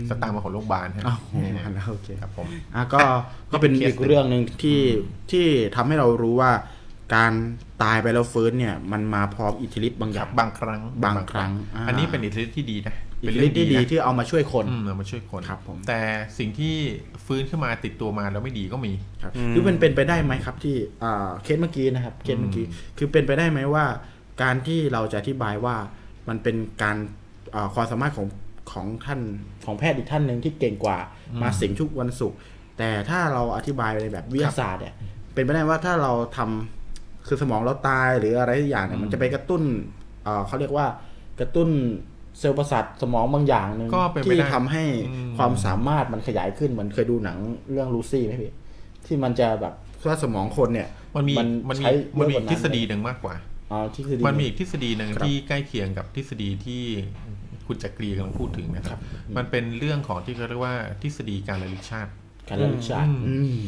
C: สตางค์มาของโรงพยาบาลฮะ
B: อ้าวโอเค
C: ครับผม
B: อ่ะก็ก็เป็น
C: เป็นเคส
B: อีกเรื่องหนึ่งที่ที่ทำให้เรารู้ว่า การตายไปแล้วฟื้นเนี่ย มันมาพร้อมอิทธิฤทธิ์บางอย่าง
C: บางครั้ง
B: บางครั้งอ่า
C: อันนี้เป็นอิทธิฤทธิ์ที่ดีนะ
B: อิ
C: เป็
B: ท
C: น
B: ธิ
C: เรื่
B: ฤ
C: อง
B: ทธิ์ที่ดี
C: นะ
B: ที่เอามาช่วยคน
C: อืมเอามาช่วยคน
B: ครับผม
C: แต่สิ่งที่ฟื้นขึ้นมาติดตัวมาแล้วไม่ดีก็มี
B: ครับ
A: อืม
B: คือมันเป็นไปได้ไหมครับที่อ่าเคสเมื่อกี้นะครับเคสเมื่อกี้คือเป็นไปได้ไหมว่า การที่เราจะอธิบายว่ามันเป็นการอ่าความสามารถของของท่านของแพทย์อีกท่านหนึ่งที่เก่งกว่ามาสิงทุกวันศุกร์แต่ถ้าเราอธิบายในแบบวิทยาศาสตร์เนี่ยเป็นไปได้ว่าถ้าเราทำคือสมองเราตายหรืออะไรสักอย่างเนี่ยมันจะไปกระตุ้นเอ่อเขาเรียกว่ากระตุ้นเซลล์ประสาทสมองบางอย่างหนึ่ง
C: ก็เป็นไปได้
B: ที่ทำให้
C: อืม
B: ความสามารถมันขยายขึ้นเหมือนเคยดูหนังเรื่องลูซี่ไหมพี่ ที่มันจะแบบถ้าสมองคนเนี่ย
C: มันมีมันมี
B: ใช้
C: มันมี
B: เยอะกว่า
C: ทฤษฎีหนึ่งมากกว่า
B: อ๋อทฤษฎี
C: มันมีอีกทฤษฎีหนึ่ง
B: ครับ
C: ที่ใกล้เคียงกับทฤษฎีที่คุณจักรีกำลังพูดถึงนะครับ
B: อืม
C: มันเป็นเรื่องของที่เขาเรียกว่าทฤษฎีการระลึกชาติ
B: การระลึกชาติ
C: อื
B: อืม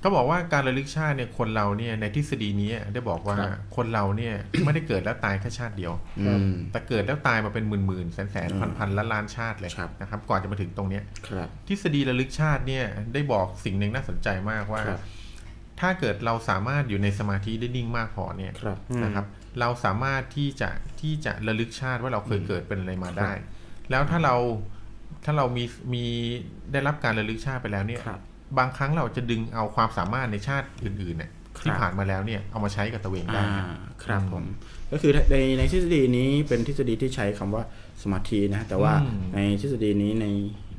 C: เขาบอกว่าการระลึกชาติเนี่ยคนเราเนี่ยในทฤษฎีนี้ได้บอกว่า
B: ครับ
C: คนเราเนี่ย ไม่ได้เกิดแล้วตายแค่ชาติเดียว
B: อืม
C: แต่เกิดแล้วตายมาเป็นหมื่นๆแสนๆพันๆล้านล้านๆชาติเลย
B: ครับ
C: นะครับ ก่อนจะมาถึงตรงเนี้ย
B: ครับ
C: ทฤษฎีระลึกชาติเนี่ยได้บอกสิ่งหนึ่งน่าสนใจมากว่า
B: ครับ
C: ถ้าเกิดเราสามารถอยู่ในสมาธิได้นิ่งมากพอเนี่ย
B: ครับ
C: นะครับ เราสามารถที่จะที่จะระลึกชาติว่าเราเคยเกิดเป็นอะไรมาได้ แล้วถ้าเราถ้าเรามีมีได้รับการระลึกชาติไปแล้วเนี่ย
B: ครับ
C: บางครั้งเราจะดึงเอาความสามารถในชาติอื่นๆเนี่ย
B: ครับ
C: ที่ผ่านมาแล้วเนี่ยเอามาใช้กับตัวเองได้
B: อ่าครับผม ก็คือในในทฤษฎีนี้เป็นทฤษฎีที่ใช้คำว่าสมาธินะ แต่ว่า
C: อืม
B: ในทฤษฎีนี้ใน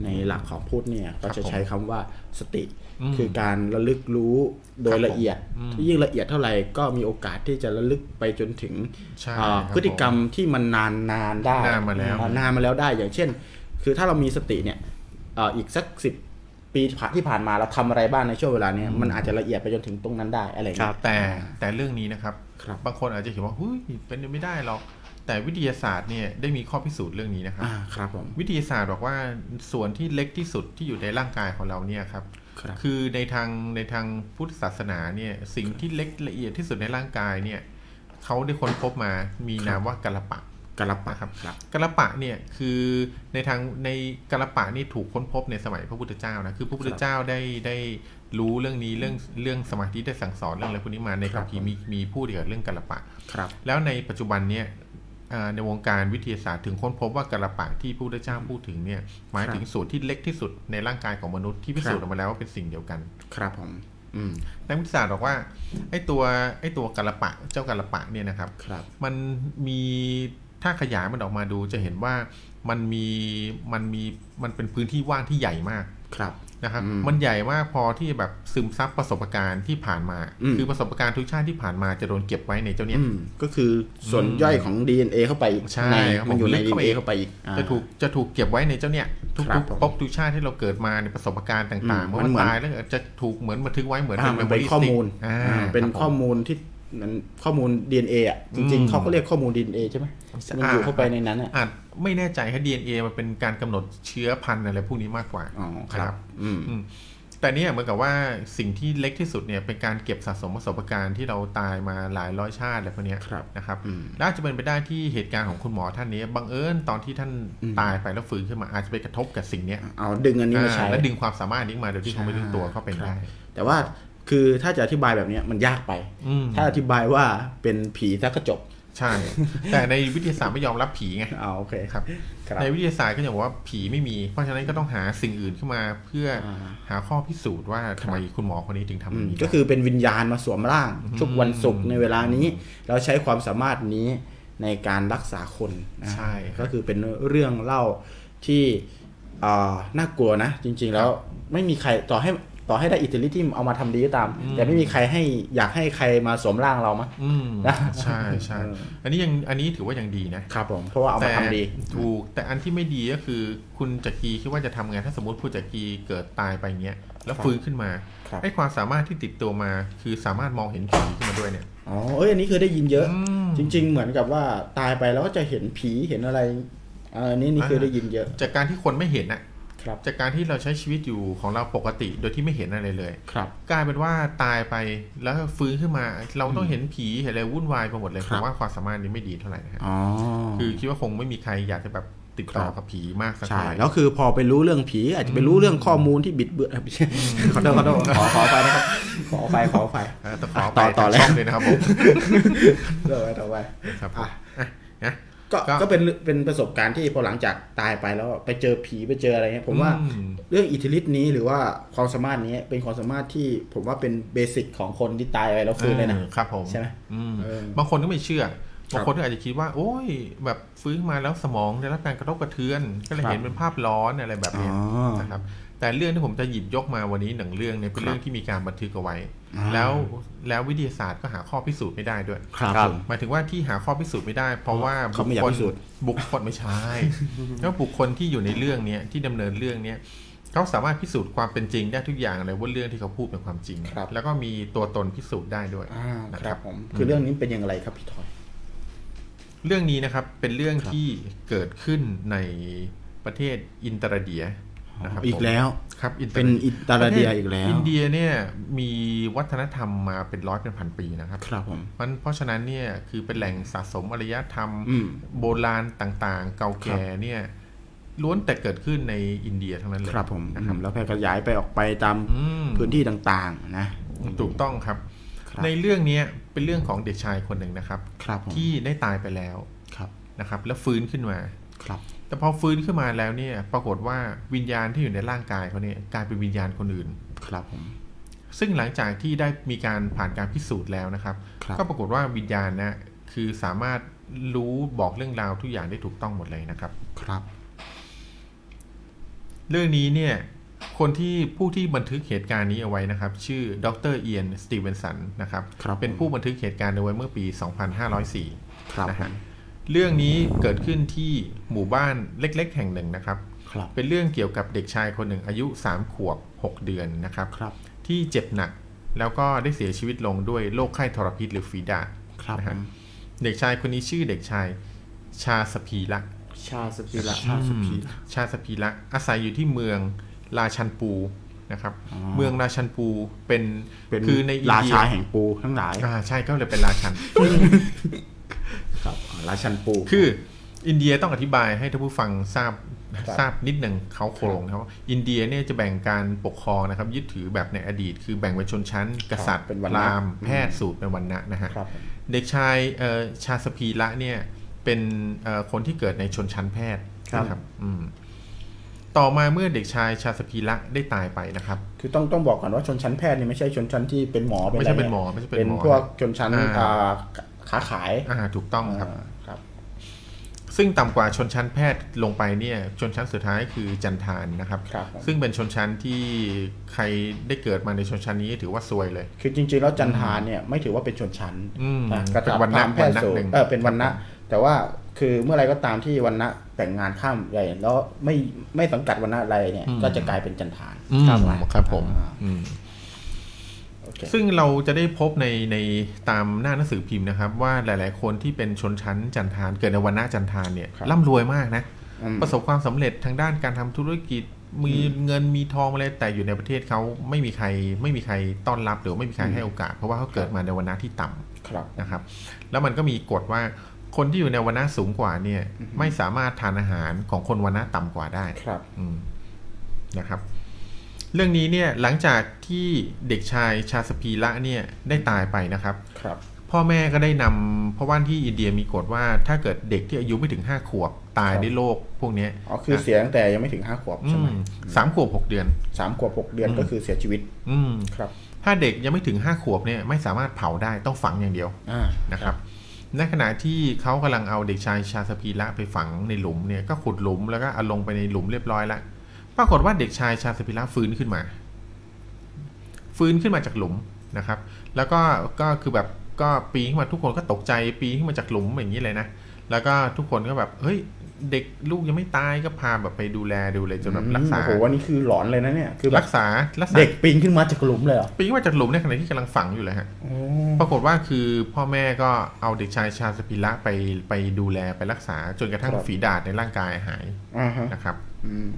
B: ในหลักของพุทธเนี่ยก็จะใช้คำว่าสติ
C: อืม
B: คือการระลึกรู้โดยละเอียด
C: อืม
B: ยิ่งละเอียดเท่าไหร่ก็มีโอกาสที่จะระลึกไปจนถึง
C: ใช่
B: อ่า
C: ครับ
B: พฤติกรรมที่มันนานนานๆได้
C: นานมาแล้ว
B: อ่นานมาแล้วได้อย่างเช่น คือถ้าเรามีสติเนี่ยอ่าอีกสักสิบ ปีผ่านที่ผ่านมาเราทำอะไรบ้างในช่วงเวลาเนี้ยมันอาจจะละเอียดไปจนถึงตรงนั้นได้อะไรอย่าง
A: ครั
B: เงี้
A: บ
B: ย
C: แต่แต่เรื่องนี้นะครับ
B: ครับ
C: บางคนอาจจะเห็นว่าเฮ้ยเป็นไปไม่ได้หรอก แต่วิทยาศาสตร์เนี่ยได้มีข้อพิสูจน์เรื่องนี้นะครับ
B: อ่าครับผม
C: วิทยาศาสตร์บอกว่าส่วนที่เล็กที่สุดที่อยู่ในร่างกายของเราเนี่ยครับ
B: ครับ
C: คือในทางในทางพุทธศาสนาเนี่ยสิ่งที่เล็กละเอียดที่สุดในร่างกายเนี่ยเขาได้ค้นพบมามีนามว่ากะละปะ
B: กระปะ
C: นะครับ
B: ครับ
C: กะละปะเนี่ยคือในทางในกะละปะนี่ถูกค้นพบในสมัยพระพุทธเจ้านะคือพระพุทธเจ้าได้ได้รู้เรื่องนี้เรื่องเรื่องสมาธิได้สั่งสอนเรื่องอะไรพวกนี้มาในคัมภีร์มีมีพูดเกี่ยวกับเรื่องกะละปะ
B: ครับ
C: แล้วในปัจจุบันเนี่ยเอ่อในวงการวิทยาศาสตร์ถึงค้นพบว่ากระปะที่พระพุทธเจ้าพูดถึงเนี่ยหมายถึงส่วนที่เล็กที่สุดในร่างกายของมนุษย์ที่พิสูจน์ออกมาแล้วว่าเป็นสิ่งเดียวกัน
B: ครับผมอืม
C: นักวิทยาศาสตร์บอกว่าไอ้ตัวไอ้ตัวกระปะเจ้ากระปะเนี่ยนะครับ
B: ครับ
C: มันมีถ้าขยายมันออกมาดูจะเห็นว่ามันมีมันมีมันเป็นพื้นที่ว่างที่ใหญ่มาก
B: ครับ
C: นะครับ
B: อืม
C: มันใหญ่มากพอที่แบบซึมซับประสบการณ์ที่ผ่านมา
B: อืม
C: คือประสบการณ์ทุกชาติที่ผ่านมาจะโดนเก็บไว้ในเจ้าเนี่ย
B: อืมก็คือส่วนย่อยของ DNA เข้าไปอีก
C: ใช่
B: ใน
C: ครับ
B: มันอยู่ใน
C: ผมลึกเข้าไป
B: DNA เข้าไปอีกอ่า
C: จะถูกจะถูกเก็บไว้ในเจ้าเนี่ยทุก
B: ครับ
C: ๆ
B: ผม
C: ภพทุกชาติที่เราเกิดมาในประสบการณ์ต่าง
B: อื
C: ๆ
B: ม
C: เมื่อ
B: มัน
C: วัน
B: เหมือน
C: ตายแล้วจะถูกเหมือนบันทึกไว้เหมือน
B: อ่ามันเป็น
C: โรี่
B: ข้อ
C: สติ๊ก
B: มูล
C: อ่า
B: อ่าเป็น
C: ครับผม
B: ข้อมูลที่มันข้อมูล DNA อ่ะจริง
C: อืม
B: ๆเขาก็เรียกข้อมูล DNA ใช่ไหมมันอยู่
C: อ่า
B: เข้าไปในนั้นอ่ะ
C: อาจไม่แน่ใจครับ DNA มันเป็นการกำหนดเชื้อพันธุ์อะไรพวกนี้มากกว่า
B: อ๋อครับ อืม
C: อืมแต่เนี่ยเหมือนกับว่าสิ่งที่เล็กที่สุดเนี่ยเป็นการเก็บสะสมประสบการณ์ที่เราตายมาหลายร้อยชาติอะไรพวกเนี้ย
B: ครับ
C: นะครับ
B: อืม
C: น่าจะเป็นไปได้ที่เหตุการณ์ของคุณหมอท่านนี้บังเอิญตอนที่ท่าน
B: อืม
C: ตายไปแล้วฟื้นขึ้นมาอาจจะไปกระทบกับสิ่งเนี้ย
B: เอาดึงอันนี้มาใช้
C: อ่าและดึงความสามารถนี้มาโดยที่เขาไม่รู้ตัวเขาเป็นได้
B: แต่ว่าคือถ้าจะอธิบายแบบเนี้ยมันยากไป
C: อืม
B: ถ้าอธิบายว่าเป็นผีซะก็จบ
C: ใช่ แต่ในวิทยาศาสตร์ไม่ยอมรับผีไง
B: เอาโอเค
C: ครับ
B: ครับ
C: ในวิทยาศาสตร์ก็จะบอกว่าผีไม่มี เพราะฉะนั้นก็ต้องหาสิ่งอื่นขึ้นมาเพื่ออา หาข้อพิสูจน์ว่าทำไมคุณหมอคนนี้ถึงทำ
B: อื
C: แบบ
B: ม
C: นี้
B: ก็
C: ได้
B: คือเป็นวิญญาณมาสวมร่าง ทุกวันศุกร์ในเวลานี้ เราใช้ความสามารถนี้ในการรักษาคนนะ
C: ใช่ครับ
B: ก็คือเป็นเรื่องเล่าที่เอ่อน่ากลัวนะ จริง ๆ แล้วไม่มีใครต่อให้ต่อให้ได้อิทธิฤทธิ์ที่เอามาทำดีก็ตาม แต่ไม่มีใครให้อยากให้ใครมาสวมร่างเรามั้ย
C: อืม
B: นะ
C: ใช่ใช่อันนี้ยังอันนี้ถือว่ายังดีนะ
B: ครับผมเพราะว่าเอามาทำดี
C: แต่ถูกแต่อันที่ไม่ดีก็คือ คุณจักรีคิดว่าจะทำไงถ้าสมมติคุณจักรีเกิดตายไปเงี้ย แล้วฟื้นขึ้นมา
B: ครับ
C: ไอ้ความสามารถที่ติดตัวมา คือสามารถมองเห็นผีขึ้นมาด้วยเนี่ย
B: อ๋อเอ้ยอันนี้เคยได้ยินเยอะ
C: อืม
B: จริง ๆ เหมือนกับว่าตายไปแล้วก็จะเห็นผีเห็นอะไรเอออันนี้นี่เคยได้ยินเยอะ
C: จากการที่คนไม่เห็นอะ
B: ครับ
C: จากการที่เราใช้ชีวิตอยู่ของเราปกติโดยที่ไม่เห็นอะไรเลย
B: ครับ
C: กลายเป็นว่าตายไปแล้วฟื้นขึ้นมา เราต้องเห็นผีเห็นอะไรวุ่นวายไปหมดเลย
B: ค
C: ผ
B: รับ
C: มว่าความสามารถนี้ไม่ดีเท่าไหร่นะครับ
B: อ๋อ
C: คือคิดว่าคงไม่มีใครอยากจะแบบติดต่อ
B: ครับ
C: กับผีมากสัก
B: ใช่
C: เท่าไหร่
B: แล้วคือพอไปรู้เรื่องผี อาจจะไปรู้เรื่องข้อมูลที่บิดเบือนอ่ะไม่ใช่ ขอโทษขอโทษขอขอไปนะครับขอไปขอไป
C: อ่ะต้องขอไป
B: ต่อต่อเลย
C: ช่องเลยนะครับผม
B: ต่อไปต่อไป
C: ครับผม
B: อ่ะ
C: อ่ะนะ
B: ก็
C: ก็
B: ก็เป็นเป็นประสบการณ์ที่พอหลังจากตายไปแล้วไปเจอผีไปเจออะไรเงี้ยผมว่า
C: อืม
B: เรื่องอิทธิฤทธิ์นี้หรือว่าความสามารถนี้เป็นความสามารถที่ผมว่าเป็นเบสิกของคนที่ตายไปแล้วฟื้นเลยนะ
C: ออครับผม
B: ใช่ไหม
C: อืม
B: เออบ
C: างคนก็ไม่เชื่อ บางคนก็อาจจะคิดว่า โอ้ย แบบฟื้นมาแล้วสมองได้รับการกระทบกระเทือน ก็เลย
B: ครับ
C: เห็นเป็นภาพร้อนอะไรแบบเนี้ย
B: อ๋อ
C: นะครับ แต่เรื่องที่ผมจะหยิบยกมาวันนี้หนึ่งเรื่องเนี่ยเป็นเรื่องที่มีการบันทึกเอาไว้
B: อ่า
C: แล้วแล้ววิทยาศาสตร์ก็หาข้อพิสูจน์ไม่ได้ด้วย
A: ครับ
B: ผม
C: หมายถึงว่าที่หาข้อพิสูจน์ไม่ได้ เพราะว่า
B: เขาไม่อยาก
C: บุคคล
B: พิสูจน์
C: บุคคลไม่ใช่ แล้วบุคคลที่อยู่ในเรื่องเนี้ยที่ดำเนินเรื่องเนี้ยเขาสามารถพิสูจน์ความเป็นจริงได้ทุกอย่างเลยว่าเรื่องที่เขาพูดเป็นความจริง แล้วก็มีตัวตนพิสูจน์ได้ด้วย
B: อ่า
C: นะ
B: ค
C: ค
B: รั
C: รั
B: บบ ผมคือเรื่องนี้เป็นอย่างไรครับพี่ทอย
C: เรื่องนี้นะครับเป็นเรื่องที่เกิดขึ้นในประเทศอินเตอร์เดียนะครับ
B: อีกแล้ว
C: ผมครับอินเตอ
B: เป็น
C: ร์
B: อิตาเดียอีกแล้ว
C: อินเดียเนี่ยมีวัฒนธรรมมาเป็นร้อยเป็นพันปีนะครับ
B: ครับผม
C: มันเพราะฉะนั้นเนี่ยคือเป็นแหล่งสะสมอารยธรรม
B: อืม
C: โบราณต่างๆ เก่าแก่เนี่ยล้วนแต่เกิดขึ้นในอินเดียทั้งนั้นเลย
B: ครับผม
C: นะครับ
B: แล้วแพร่ขยายไปออกไปตาม
C: อืม
B: พื้นที่ต่างๆ นะ
C: ถูกต้องครับ
B: ครับ
C: ในเรื่องเนี้ยเป็นเรื่องของเด็กชายคนหนึ่งนะครับ
B: ครับผม
C: ที่ได้ตายไปแล้ว
B: ครับ
C: นะครับ แล้วฟื้นขึ้นมา
B: ครับ
C: แต่พอฟื้นขึ้นมาแล้วเนี่ย ปรากฏว่าวิญญาณที่อยู่ในร่างกายเขาเนี่ยกลายเป็นวิญญาณคนอื่น
B: ครับผม
C: ซึ่งหลังจากที่ได้มีการผ่านการพิสูจน์แล้วนะครับ
B: ครับ
C: ก็ปรากฏว่าวิญญาณนะคือสามารถรู้บอกเรื่องราวทุกอย่างได้ถูกต้องหมดเลยนะครับ
B: ครับ
C: เรื่องนี้เนี่ย คนที่ผู้ที่บันทึกเหตุการณ์นี้เอาไว้นะครับ ชื่อดรเอียนสตีเวนสันนะครับ
B: ครับ
C: เป็น
B: ผม
C: ผู้บันทึกเหตุการณ์เอาไว้เมื่อปี 2504
B: ครับ
C: นะ
B: ผ
C: ฮะ
B: ม
C: เรื่องนี้เกิดขึ้นที่หมู่บ้านเล็ก ๆ แห่งหนึ่งนะครับ
B: ค
A: ครับ
C: เป็นเรื่องเกี่ยวกับเด็กชายคนหนึ่งอายุ 3 ขวบ 6 เดือนนะครับ
B: ครับ
C: ที่เจ็บหนักแล้วก็ได้เสียชีวิตลงด้วยโรคไข้ทรพิษหรือฝีดาด
B: ครับ
C: นะฮะ เด็กชายคนนี้ชื่อเด็กชายชาสพีละ
A: ชาสปิระ
B: ชาสุพี
C: ชาสพีละอาศัยอยู่ที่เมืองราชันปูนะครับ
B: า
C: เมืองราชันปูเป็น
B: เป็น
C: คือในอิน
B: รา
C: เดีย
B: ชาแห่งปูทั้งหลาย
C: อ่าใช่ก็เลยเป็นราชัน
B: ครับราชันปู
C: คืออินเดียต้องอธิบายให้ท่านผู้ฟังทราบทราบนิดหนึ่งเขาโครงนะครับว่าอินเดียเนี่ยจะแบ่งการปกครองนะครับ ยึดถือแบบในอดีต คือแบ่งเป็นชนชั้น กษัตริย์พราหมณ์แพทย์สูตรเป็นวรรณะนะฮะ
B: ครับผม
C: เด็กชายเอ่อชาสพีละเนี่ยเป็นเอ่อคนที่เกิดในชนชั้นแพทย์นะครับอืมต่อมาเมื่อเด็กชายชาสพีละได้ตายไปนะครับ
B: คือต้องต้องบอกก่อนว่าชนชั้นแพทย์นี่ไม่ใช่ชนชั้นที่เป็นหมอ
C: ไม่ใช่
B: ะระ
C: เป็นหมอไม่ใช่เป็น
B: เป็น
C: หมอ
B: พวกชนชั้น
C: อ่า
B: อ่าค้าขาย
C: อ่าถูกต้องครับ
B: อ่าครับ
C: ซึ่งต่ำกว่าชนชั้นแพทย์ลงไปเนี่ยชนชั้นสุดท้ายคือจันทานนะครับ
B: ครับผม
C: ซึ่งเป็นชนชั้นที่ใครได้เกิดมาในชนชั้นนี้ถือว่าซวยเลย
B: คือจริงๆแล้วจันทานเนี่ยไม่ถือว่าเป็นชนชั้น
C: อืม
B: นะกระ
C: เป็น
B: ทำ
C: วรรณะ
B: ตามแพทย์สู
C: วรรณะหนึ่
B: ง
C: ง
B: เออเป็นวันนะครับ แต่ว่าคือเมื่อไรก็ตามที่วันนะแต่งงานข้ามใหญ่แล้วไม่ไม่สังกัดวันนะอะไรเนี่ย ก็จะกลายเป็นจันทานไหม
C: ครับผม
B: อ่า
C: อืม
B: โอเค
C: ซึ่งเราจะได้พบในในตามหน้าหนังสือพิมพ์นะครับ ว่าหลาย ๆ คนที่เป็นชนชั้นจันทาน เกิดในวันหน้าจันทานเนี่ย
B: ครับ
C: ร่ำรวยมากนะ
B: อืม
C: ประสบความสำเร็จทางด้านการทำธุรกิจมีเงินมีทองอะไรแต่อยู่ในประเทศเขาไม่มีใครไม่มีใครต้อนรับหรือไม่มีใครให้โอกาส เพราะว่าเขาเกิดมาในวันหน้าที่ต่ำ
B: ครับ
C: นะครับแล้วมันก็มีกฎว่าคนที่อยู่ในวันนะสูงกว่าเนี่ยไม่สามารถทานอาหารของคนวันนะต่ำกว่าได้
B: ครับ
C: อืมนะครับ เรื่องนี้เนี่ยหลังจากที่เด็กชายชาสพีละเนี่ยได้ตายไปนะครับ
B: ครับ
C: พ่อแม่ก็ได้นำเพราะว่าที่อินเดียมีกฎว่าถ้าเกิดเด็กที่อายุไม่ถึงห้าขวบตาย
B: ครับ
C: ด้วยโรคพวกเนี้ย
B: อ๋อคือเสียตั้งแต่ยังไม่ถึงห้าขวบ
C: อื
B: ใช่ไหม
C: มสามขวบหกเดือน
B: สามขวบหกเดือนก็คือเสียชีวิต
C: อืม
B: ครับ
C: ถ้าเด็กยังไม่ถึงห้าขวบเนี่ยไม่สามารถเผาได้ต้องฝังอย่างเดียว
B: อ่า
C: นะครับ ในขณะที่เขากำลังเอาเด็กชายชาสพีละไปฝังในหลุมเนี่ยก็ขุดหลุมแล้วก็เอาลงไปในหลุมเรียบร้อยละปรากฏว่าเด็กชายชาสพีละฟื้นขึ้นมา ฟื้นขึ้นมาจากหลุมนะครับ แล้วก็ก็คือแบบก็ปีนขึ้นมาทุกคนก็ตกใจปีนขึ้นมาจากหลุมอย่างนี้เลยนะ แล้วก็ทุกคนก็แบบเฮ้ยเด็กลูกยังไม่ตายก็พาแบบไปดูแลดูเลยจนแบบรักษา
B: โอ้โหวันนี้คือหลอนเลยนะเนี่ย คือแบ
C: รับ กษารักษา
B: เด็กปีนขึ้นมาจากหลุมเลยเหรอ
C: ปีนขึ้นมาจากหลุมในขณะที่กำลังฝังอยู่เลยฮะ
B: อ
C: ปรากฏว่าคือพ่อแม่ก็เอาเด็กชายชาสปิระไปไปดูแลไปรักษาจนกระทั่งฝีดาษในร่างกายหาย
B: อ่าฮะ
C: นะครับ
B: อืม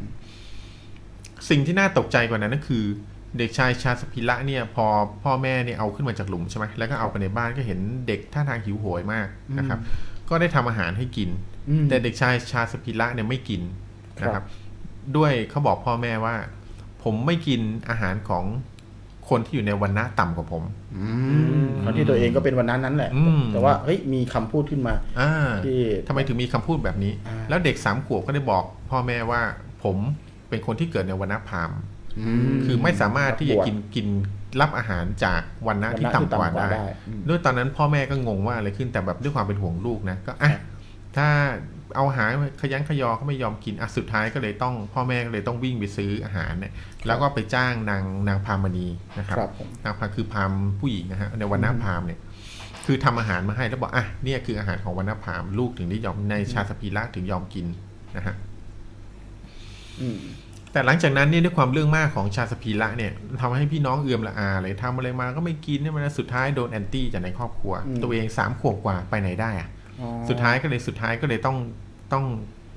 C: สิ่งที่น่าตกใจกว่านั้นก็คือ เด็กชายชาสปิระเนี่ยพอพ่อแม่เนี่ยเอาขึ้นมาจากหลุมใช่ไหมแล้วก็เอาไปในบ้านก็เห็นเด็กท่าทางหิวโหยมากนะครับ ก็ได้ทำอาหารให้กิน
B: อืม
C: แต่เด็กชายชาสปิระเนี่ยไม่กินนะครับ ด้วยเขาบอกพ่อแม่ว่า ผมไม่กินอาหารของคนที่อยู่ในวันนะต่ำกว่าผม
B: ทั้งที่ตัวเองก็เป็นวันนั้นนั้นแหละ
C: อืม
B: แต่ว่าเฮ้ยมีคำพูดขึ้นมา
C: อ่า
B: ที่
C: ทำไมถึงมีคำพูดแบบนี้
B: อ่า
C: แล้วเด็กสามขวบก็ได้บอกพ่อแม่ว่าผมเป็นคนที่เกิดในวันณะพราหมณ์คือไม่สามารถที่จะกินกินรับอาหารจากวันณะ
B: วันณะที่
C: ที่ต่ำกว่า
B: ต่ำกว่าได้
C: ได้
B: อืม
C: ด้วยตอนนั้นพ่อแม่ก็งงว่าอะไรขึ้นแต่แบบด้วยความเป็นห่วงลูกนะก็อ่ะถ้าเอาอาหารขยันขยอก็ไม่ยอมกินอ่ะสุดท้ายก็เลยต้องพ่อแม่ก็เลยต้องวิ่งไปซื้ออาหารเนี่ยแล้วก็ไปจ้างนางนางพามณีนะครับ
B: ครับผม
C: นางพาคือพราหมณ์ผู้หญิงนะฮะในวันนาพราหมณ์เนี่ยคือทำอาหารมาให้แล้วบอกอ่ะเนี่ยคืออาหารของวันนาพราหมณ์ลูกถึงได้ยอมในชาสปีระถึงยอมกินนะฮะ
B: อืม
C: แต่หลังจากนั้นเนี่ยด้วยความเรื่องมากของชาสปีระเนี่ยทำให้พี่น้องเอือมละอาเลยทำอะไรมาก็ไม่กินเนี่ยมันสุดท้ายโดนแอนตี้จากในครอบครัว ตัวเองสามขวบกว่าไปไหนได้อะ
B: อ๋อ
C: สุดท้ายก็เลยสุดท้ายก็เลยต้องต้อง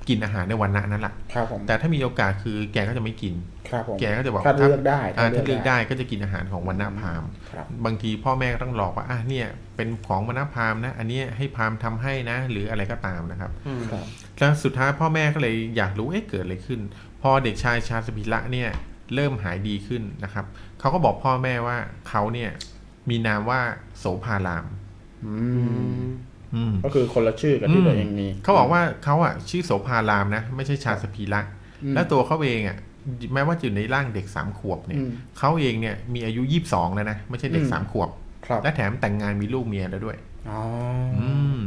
C: กินอาหารในวันนะนั้นแหละ
B: ครับผม
C: แต่ถ้ามีโอกาสคือแกก็จะไม่กิน
B: ครับผม
C: แกก็จะบอก
B: ถ้าเลือกได้
C: อ่าถ้าเลือกได้ก็จะกินอาหารของวันนาพราหมณ์
B: ครับ
C: บางทีพ่อแม่ก็ต้องหลอกว่าอ่ะเนี่ยเป็นของมณพราหมณ์นะ อันเนี้ยให้พราหมณ์ทำให้นะ หรืออะไรก็ตามนะครับ
A: อืม
B: ครับ
C: แล้วสุดท้ายพ่อแม่ก็เลยอยากรู้เอ๊ะเกิดอะไรขึ้น พอเด็กชายชาสพิระเนี่ยเริ่มหายดีขึ้นนะครับเขาก็บอกพ่อแม่ว่าเขาเนี่ยมีนามว่าโสภาราม
B: อื
A: อื
B: ม
A: ม
C: อืม
B: ก็คือคนละชื่อกับที่
C: อืม
B: ตัวเองมี
C: เขาบอกว่าเขาอ่ะชื่อโสภารามนะ ไม่ใช่ชาสพิระและตัวเขาเองอ่ะแม้ว่าจะอยู่ในร่างเด็กสามขวบเนี่ย
B: อืม
C: เขาเองเนี่ยมีอายุยี่สิบสองแล้วนะไม่ใช่เด็ก
B: อืม
C: สามขวบ
B: ครับ
C: และแถมแต่งงานมีลูกเมียแล้วด้วย
B: อ๋อ
C: อืม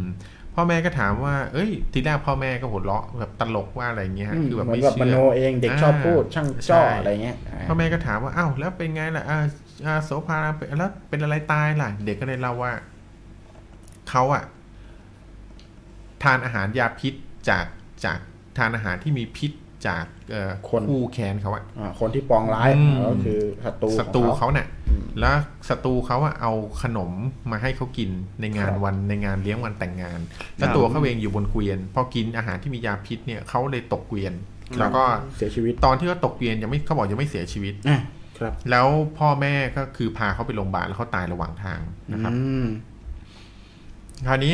C: พ่อแม่ก็ถามว่า เอ้ย ทีแรกพ่อแม่ก็หัวเราะแบบตลกว่าอะไรเงี้ย
B: อืม
C: คือแบบ
B: เหมือ
C: ไม่
B: นแบบม
C: เชื่
B: โน
C: อ
B: เองเด็กชอบ
C: อ่า
B: พูดช่างจ้อ
C: ใช่
B: อะไรเงี้ยอ่า
C: พ่อแม่ก็ถามว่า อ้าว แล้วเป็นไงล่ะอ่าอ่าโสภาเป็นแล้วเป็นอะไรตายล่ะ เด็กก็เลยเล่าว่า เขาอะทานอาหารยาพิษจากจากทานอาหารที่มีพิษจาก เอ่อ
B: คน
C: คู่แขนเขาอะ
B: อ่าคนที่ปองร้าย
C: อืม
B: ก็คือศัตรู
C: ศัตรู
B: ของเขา
C: เขาเนี่ยแล้วศัตรูเขาอะเอาขนมมาให้เขากินในงาน
B: ครับ
C: วันในงานเลี้ยงวันแต่งงานแล้ว
B: ครับ
C: ตัวเขาเองอยู่บนเกวียน พอกินอาหารที่มียาพิษเนี่ยเขาเลยตกเกวียน แล้วก็
B: เสียชีวิต
C: ตอนที่เขาตกเกวียนยังไม่เขาบอกยังไม่เสียชีวิต
B: อ่ะครับ
C: แล้วพ่อแม่ก็คือพาเขาไปโรงพยาบาลแล้วเขาตายระหว่างทางนะครับ
B: อืม
C: คราวนี้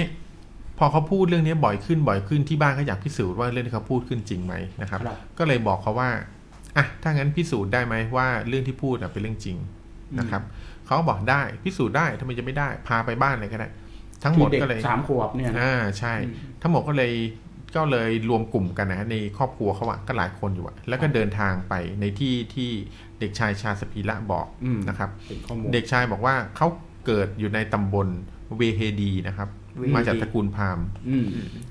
C: พอเขาพูดเรื่องนี้บ่อยขึ้นบ่อยขึ้นที่บ้านก็อยากพิสูจน์ว่าเรื่องที่เขาพูดขึ้นจริงไหมนะครับ
B: ครับ
C: ก็เลยบอกเขาว่าอ่ะถ้างั้นพิสูจน์ได้ไหมว่าเรื่องที่พูดน่ะเป็นเรื่องจริงนะครับเขาก็บอกได้พิสูจน์ได้ทำไมจะไม่ได้พาไปบ้านเลยก็ได้ ทั้งหมด
B: คือเด็ก
C: ก็เลย
B: สามขวบเนี่ยนะ
C: อ่าใช่ ทั้งหมดก็เลยก็เลยรวมกลุ่มกันนะในครอบครัวเขาอะก็หลายคนอยู่อะแล้วก็เดินทางไปในที่ที่เด็กชายชาสพีละบอก
B: อืม
C: นะครับ
B: เป็นข้อมูล
C: เด็กชายบอกว่าเขาเกิดอยู่ในตำบลเวเฮดีนะครับ
A: เวเฮดี
C: มาจากตระกูลพราหมณ์
B: อืม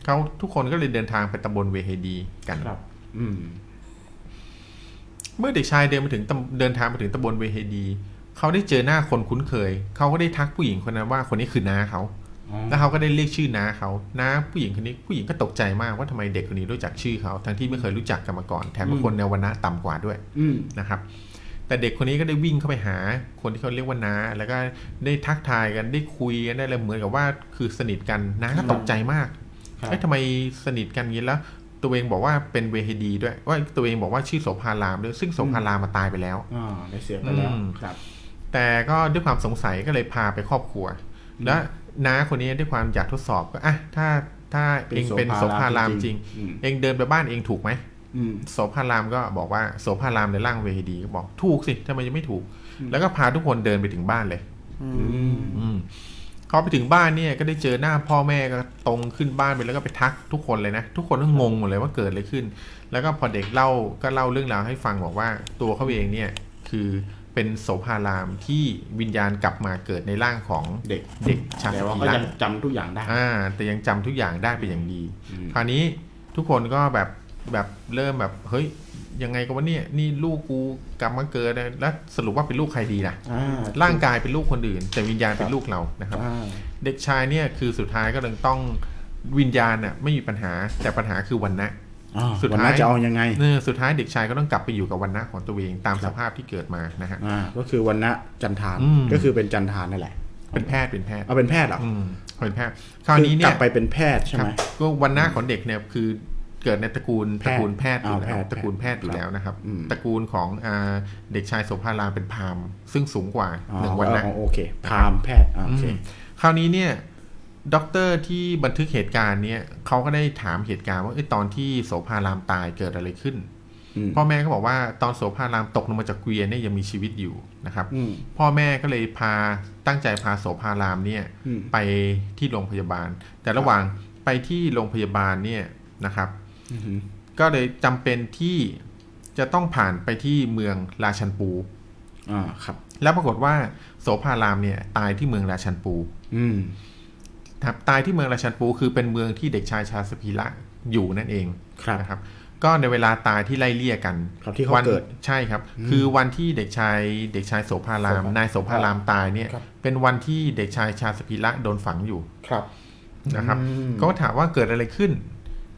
C: เขาทุกคนก็เลยเดินทางไปตำบลเวเฮดีกัน
B: ครับ อืม
C: เมื่อเด็กชายเดินมาถึงตำเดินทางมาถึงตำบลเวเฮดี เขาได้เจอหน้าคนคุ้นเคย เขาก็ได้ทักผู้หญิงคนนั้นว่าคนนี้คือน้าเขา
B: อ๋อ
C: แล้วเขาก็ได้เรียกชื่อน้าเขาน้าผู้หญิงคนนี้ผู้หญิงก็ตกใจมากว่าทำไมเด็กคนนี้รู้จักชื่อเขาทั้งที่ไม่เคยรู้จักกันมาก่อน แถมเป็นคนในวรรณะต่ำกว่าด้วย
B: อืม
C: นะครับ แต่เด็กคนนี้ก็ได้วิ่งเข้าไปหา คนที่เขาเรียกว่าน้า แล้วก็ได้ทักทายกัน ได้คุยกันได้อะไรเหมือนกับว่าคือสนิทกันน้าก็ตกใจมาก
B: ครับ
C: เอ้ยทำไมสนิทกันงี้แล้ว ตัวเองบอกว่าเป็นเวเฮดีด้วยว่าตัวเองบอกว่าชื่อโสภารามด้วยซึ่งโสภารามมาตายไปแล้ว
B: อ่าได้เสียไปแล้ว
C: อืม
B: ครับ
C: แต่ก็ด้วยความสงสัยก็เลยพาไปครอบครัว และน้าคนนี้ด้วยความอยากทดสอบก็อ่ะถ้าถ้าเองเป็นโสภารามจริง
B: อืม
C: เองเดินไปบ้านเองถูกไหม
B: อืม
C: โสภารามก็บอกว่าโสภารามในร่างเวทีดีก็บอกถูกสิทำไมยังไม่ถูก แล้วก็พาทุกคนเดินไปถึงบ้านเลย
A: อื
B: อื
A: ม
B: ม
C: อืมเขาไปถึงบ้านเนี่ยก็ได้เจอหน้าพ่อแม่ก็ตรงขึ้นบ้านไปแล้วก็ไปทักทุกคนเลยนะ ทุกคนก็งงหมดเลยว่าเกิดอะไรขึ้น แล้วก็พอเด็กเล่าก็เล่าเรื่องราวให้ฟังบอกว่าตัวเขาเองเนี่ยคือเป็นโสภารามที่วิญญาณกลับมาเกิดในร่างของ
B: เด็ก
C: เด็กชา
B: แต่
C: ส
B: ว่า
C: กี
B: ก็
C: รัก
B: ยังจำทุกอย่างได้
C: อ่าแต่ยังจำทุกอย่างได้เป็นอย่างดี
B: อืม
C: คราวนี้ทุกคนก็แบบแบบเริ่มแบบเฮ้ยยังไงก็วะเนี่ยนี่ลูกกูกลับมาเกิดนะแล้วสรุปว่าเป็นลูกใครดีนะ
B: อ่า
C: ร่างกายเป็นลูกคนอื่น แต่วิญญาณเป็นลูกเรานะครับ
B: อ่า
C: เด็กชายเนี่ยคือสุดท้ายก็เลยต้องวิญญาณน่ะไม่มีปัญหาแต่ปัญหาคือวันนะ
B: อ่า
C: สุด
B: วัน
C: ท้าย
B: หน้าจะเอายังไง
C: เออสุดท้ายเด็กชายก็ต้องกลับไปอยู่กับวันนะของตัวเองตามสภาพที่เกิดมานะฮะ
B: อ่า ก็คือวันนะจันทาน
C: อืม
B: ก็คือเป็นจันทานนั่นแหละ
C: เป็นแพทย์เป็นแพทย์
B: เอาเป็นแพทย์เหรอ
C: อืมเป็นแพทย์คราวนี้
B: ก
C: เนี่
B: ลั
C: ย
B: บไปเป็นแพทย์ใช่
C: ครับ
B: ไหม
C: ก็วันหน้าของเด็กเนี่ยคือเกิดในตระกูล
B: แพ
C: ตระ
B: ทย์
C: กูลแพทย์อยู่
B: อ่า
C: แล้ว
B: แพทย์
C: ตระกูลแพทย์อยู่แล้วนะครับ
B: อืม
C: ตระกูลของอ่าเด็กชายโสภารามเป็นพราหมณ์ซึ่งสูงกว่า
B: อ๋อ
C: หนึ่งวันนะ
B: อ๋อโอเค พามแพทย์อ่าโอเค
C: อืมคราวนี้เนี่ยด็อกเตอร์ที่บันทึกเหตุการณ์เนี่ยเขาก็ได้ถามเหตุการณ์ว่าเอ้ยตอนที่โสภารามตายเกิดอะไรขึ้น
B: อืม
C: พ่อแม่ก็บอกว่าตอนโสภารามตกลงมาจากเกวียนเนี่ยยังมีชีวิตอยู่นะครับ
B: อืม
C: พ่อแม่ก็เลยพาตั้งใจพาโสภารามเนี่ย
B: อืม
C: ไปที่โรงพยาบาล แต่ระหว่างไปที่โรงพยาบาลเนี่ยนะครับ
B: อืม
C: ก็เลยจำเป็นที่จะต้องผ่านไปที่เมืองราชันปู
B: อ่า ครับ
C: แล้วปรากฏว่าโสภารามเนี่ยตายที่เมืองราชันปู
B: อืม
C: ครับตายที่เมืองราชันปูคือเป็นเมืองที่เด็กชายชาสพีละอยู่นั่นเอง
B: ครับ
C: นะครับ ก็ในเวลาตายที่ไล่เลี่ยกัน
B: ครับที่เขา
C: วัน
B: เกิด
C: ใช่ครับ คือวันที่เด็กชายเด็กชายโสภาราม
B: โสภาราม
C: นายโสภารามตายเนี่ย
B: ครับ
C: เป็นวันที่เด็กชายชาสพีละโดนฝังอยู่
B: ครับ
C: นะครับ
B: อืม
C: ก็ถามว่าเกิดอะไรขึ้น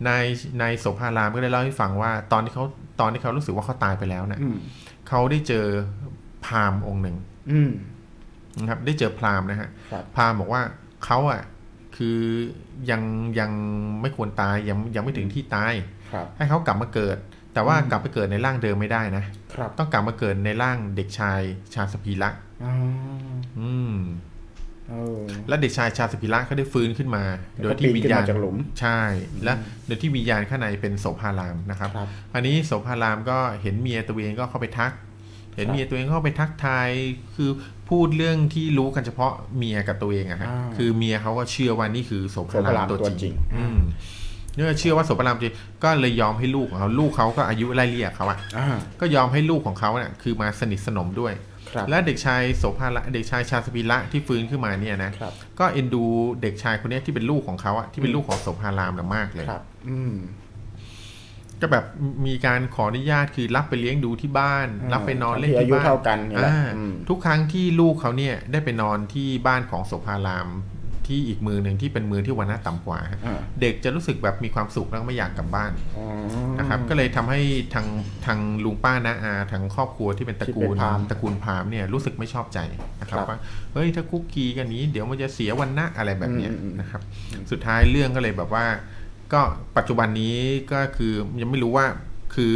C: นายนายโสภารามก็ได้เล่าให้ฟังว่าตอนที่เขาตอนที่เขารู้สึกว่าเขาตายไปแล้วเนี่ย
B: อืม
C: เขาได้เจอพราหมณ์องค์หนึ่ง
B: อืม
C: นะครับได้เจอพราหมณ์นะฮะ
B: ครับ
C: พราหมณ์บอกว่าเขาอ่ะคือยังยังไม่ควรตายยังยังไม่ถึงที่ตาย
B: ครับ
C: ให้เขากลับมาเกิด แต่ว่ากลับไปเกิดในร่างเดิมไม่ได้นะครับ ต้องกลับมาเกิดในร่างเด็กชายชาสพีละ
B: อ๋อ
C: อืม
B: เออ
C: และเด็กชายชาสพีละก็ได้ฟื้นขึ้นมา โดยที่วิญญาณ
B: จากหลุม
C: ใช่ และโดยที่วิญญาณข้างในเป็นโสภารามนะครับ
B: ครับ
C: อันนี้โสภารามก็เห็นเมียตัวเองก็เข้าไปทัก เห็น
B: ครับ
C: เมียตัวเองเข้าไปทักทาย คือพูดเรื่องที่รู้กันเฉพาะเมียกับตัวเองอะฮะ
B: อ่า
C: คือเมียเขาก็เชื่อว่านี่คือโสภาราม
B: โสภารามตั
C: ตัว ว
B: จริง
C: จริงอืมเนื่อเชื่อว่าโสภารามจริง ก็เลยยอมให้ลูกของเขา ลูกเขาก็อายุไล่เลี่ยเขาอะ
B: อ่า
C: ก็ยอมให้ลูกของเขาเนี่ยคือมาสนิทสนมด้วย
B: ครับ
C: และเด็กชายโสภาระเด็กชายชาสปีระที่ฟื้นขึ้นมาเนี่ยนะ
B: ครับ
C: ก็เอ็นดูเด็กชายคนเนี้ยที่เป็นลูกของเขาอะที่เป็นลูกของโสภารามนะมากเลย
B: ครับ อืม
C: ก็แบบมีการขออนุญาตคือรับไปเลี้ยงดูที่บ้าน
B: อ่า
C: รับไปนอนเล่น
B: ทั้ง
C: ที่
B: ที่อายุ
C: บ้าน
B: เท่ากันเนี่ยแหละ
C: อ่า
B: อืม
C: ทุกครั้งที่ลูกเขาเนี่ยได้ไปนอนที่บ้านของโสภาราม ที่อีกมือหนึ่งที่เป็นมือที่วันนะต่ำกว่าฮะ
B: อ่า
C: เด็กจะรู้สึกแบบมีความสุขแล้วก็ไม่อยากกลับบ้าน
B: อ๋อ
C: นะครับ ก็เลยทำให้ทางทางลุงป้านาอาทางครอบครัวที่เป็นตระกูล
B: ที่เป็นพราหมณ์
C: ตระกูลพราหมณ์เนี่ยรู้สึกไม่ชอบใจนะครับ
B: ครับ
C: ว่าเฮ้ยถ้าคุกคีกันนี้เดี๋ยวมันจะเสียวันนะอะไรแบบเนี้ย
B: อืมอืมอืม
C: นะครับ สุดท้ายเรื่องก็เลยแบบว่า ก็ปัจจุบันนี้ก็คือยังไม่รู้ว่าคือ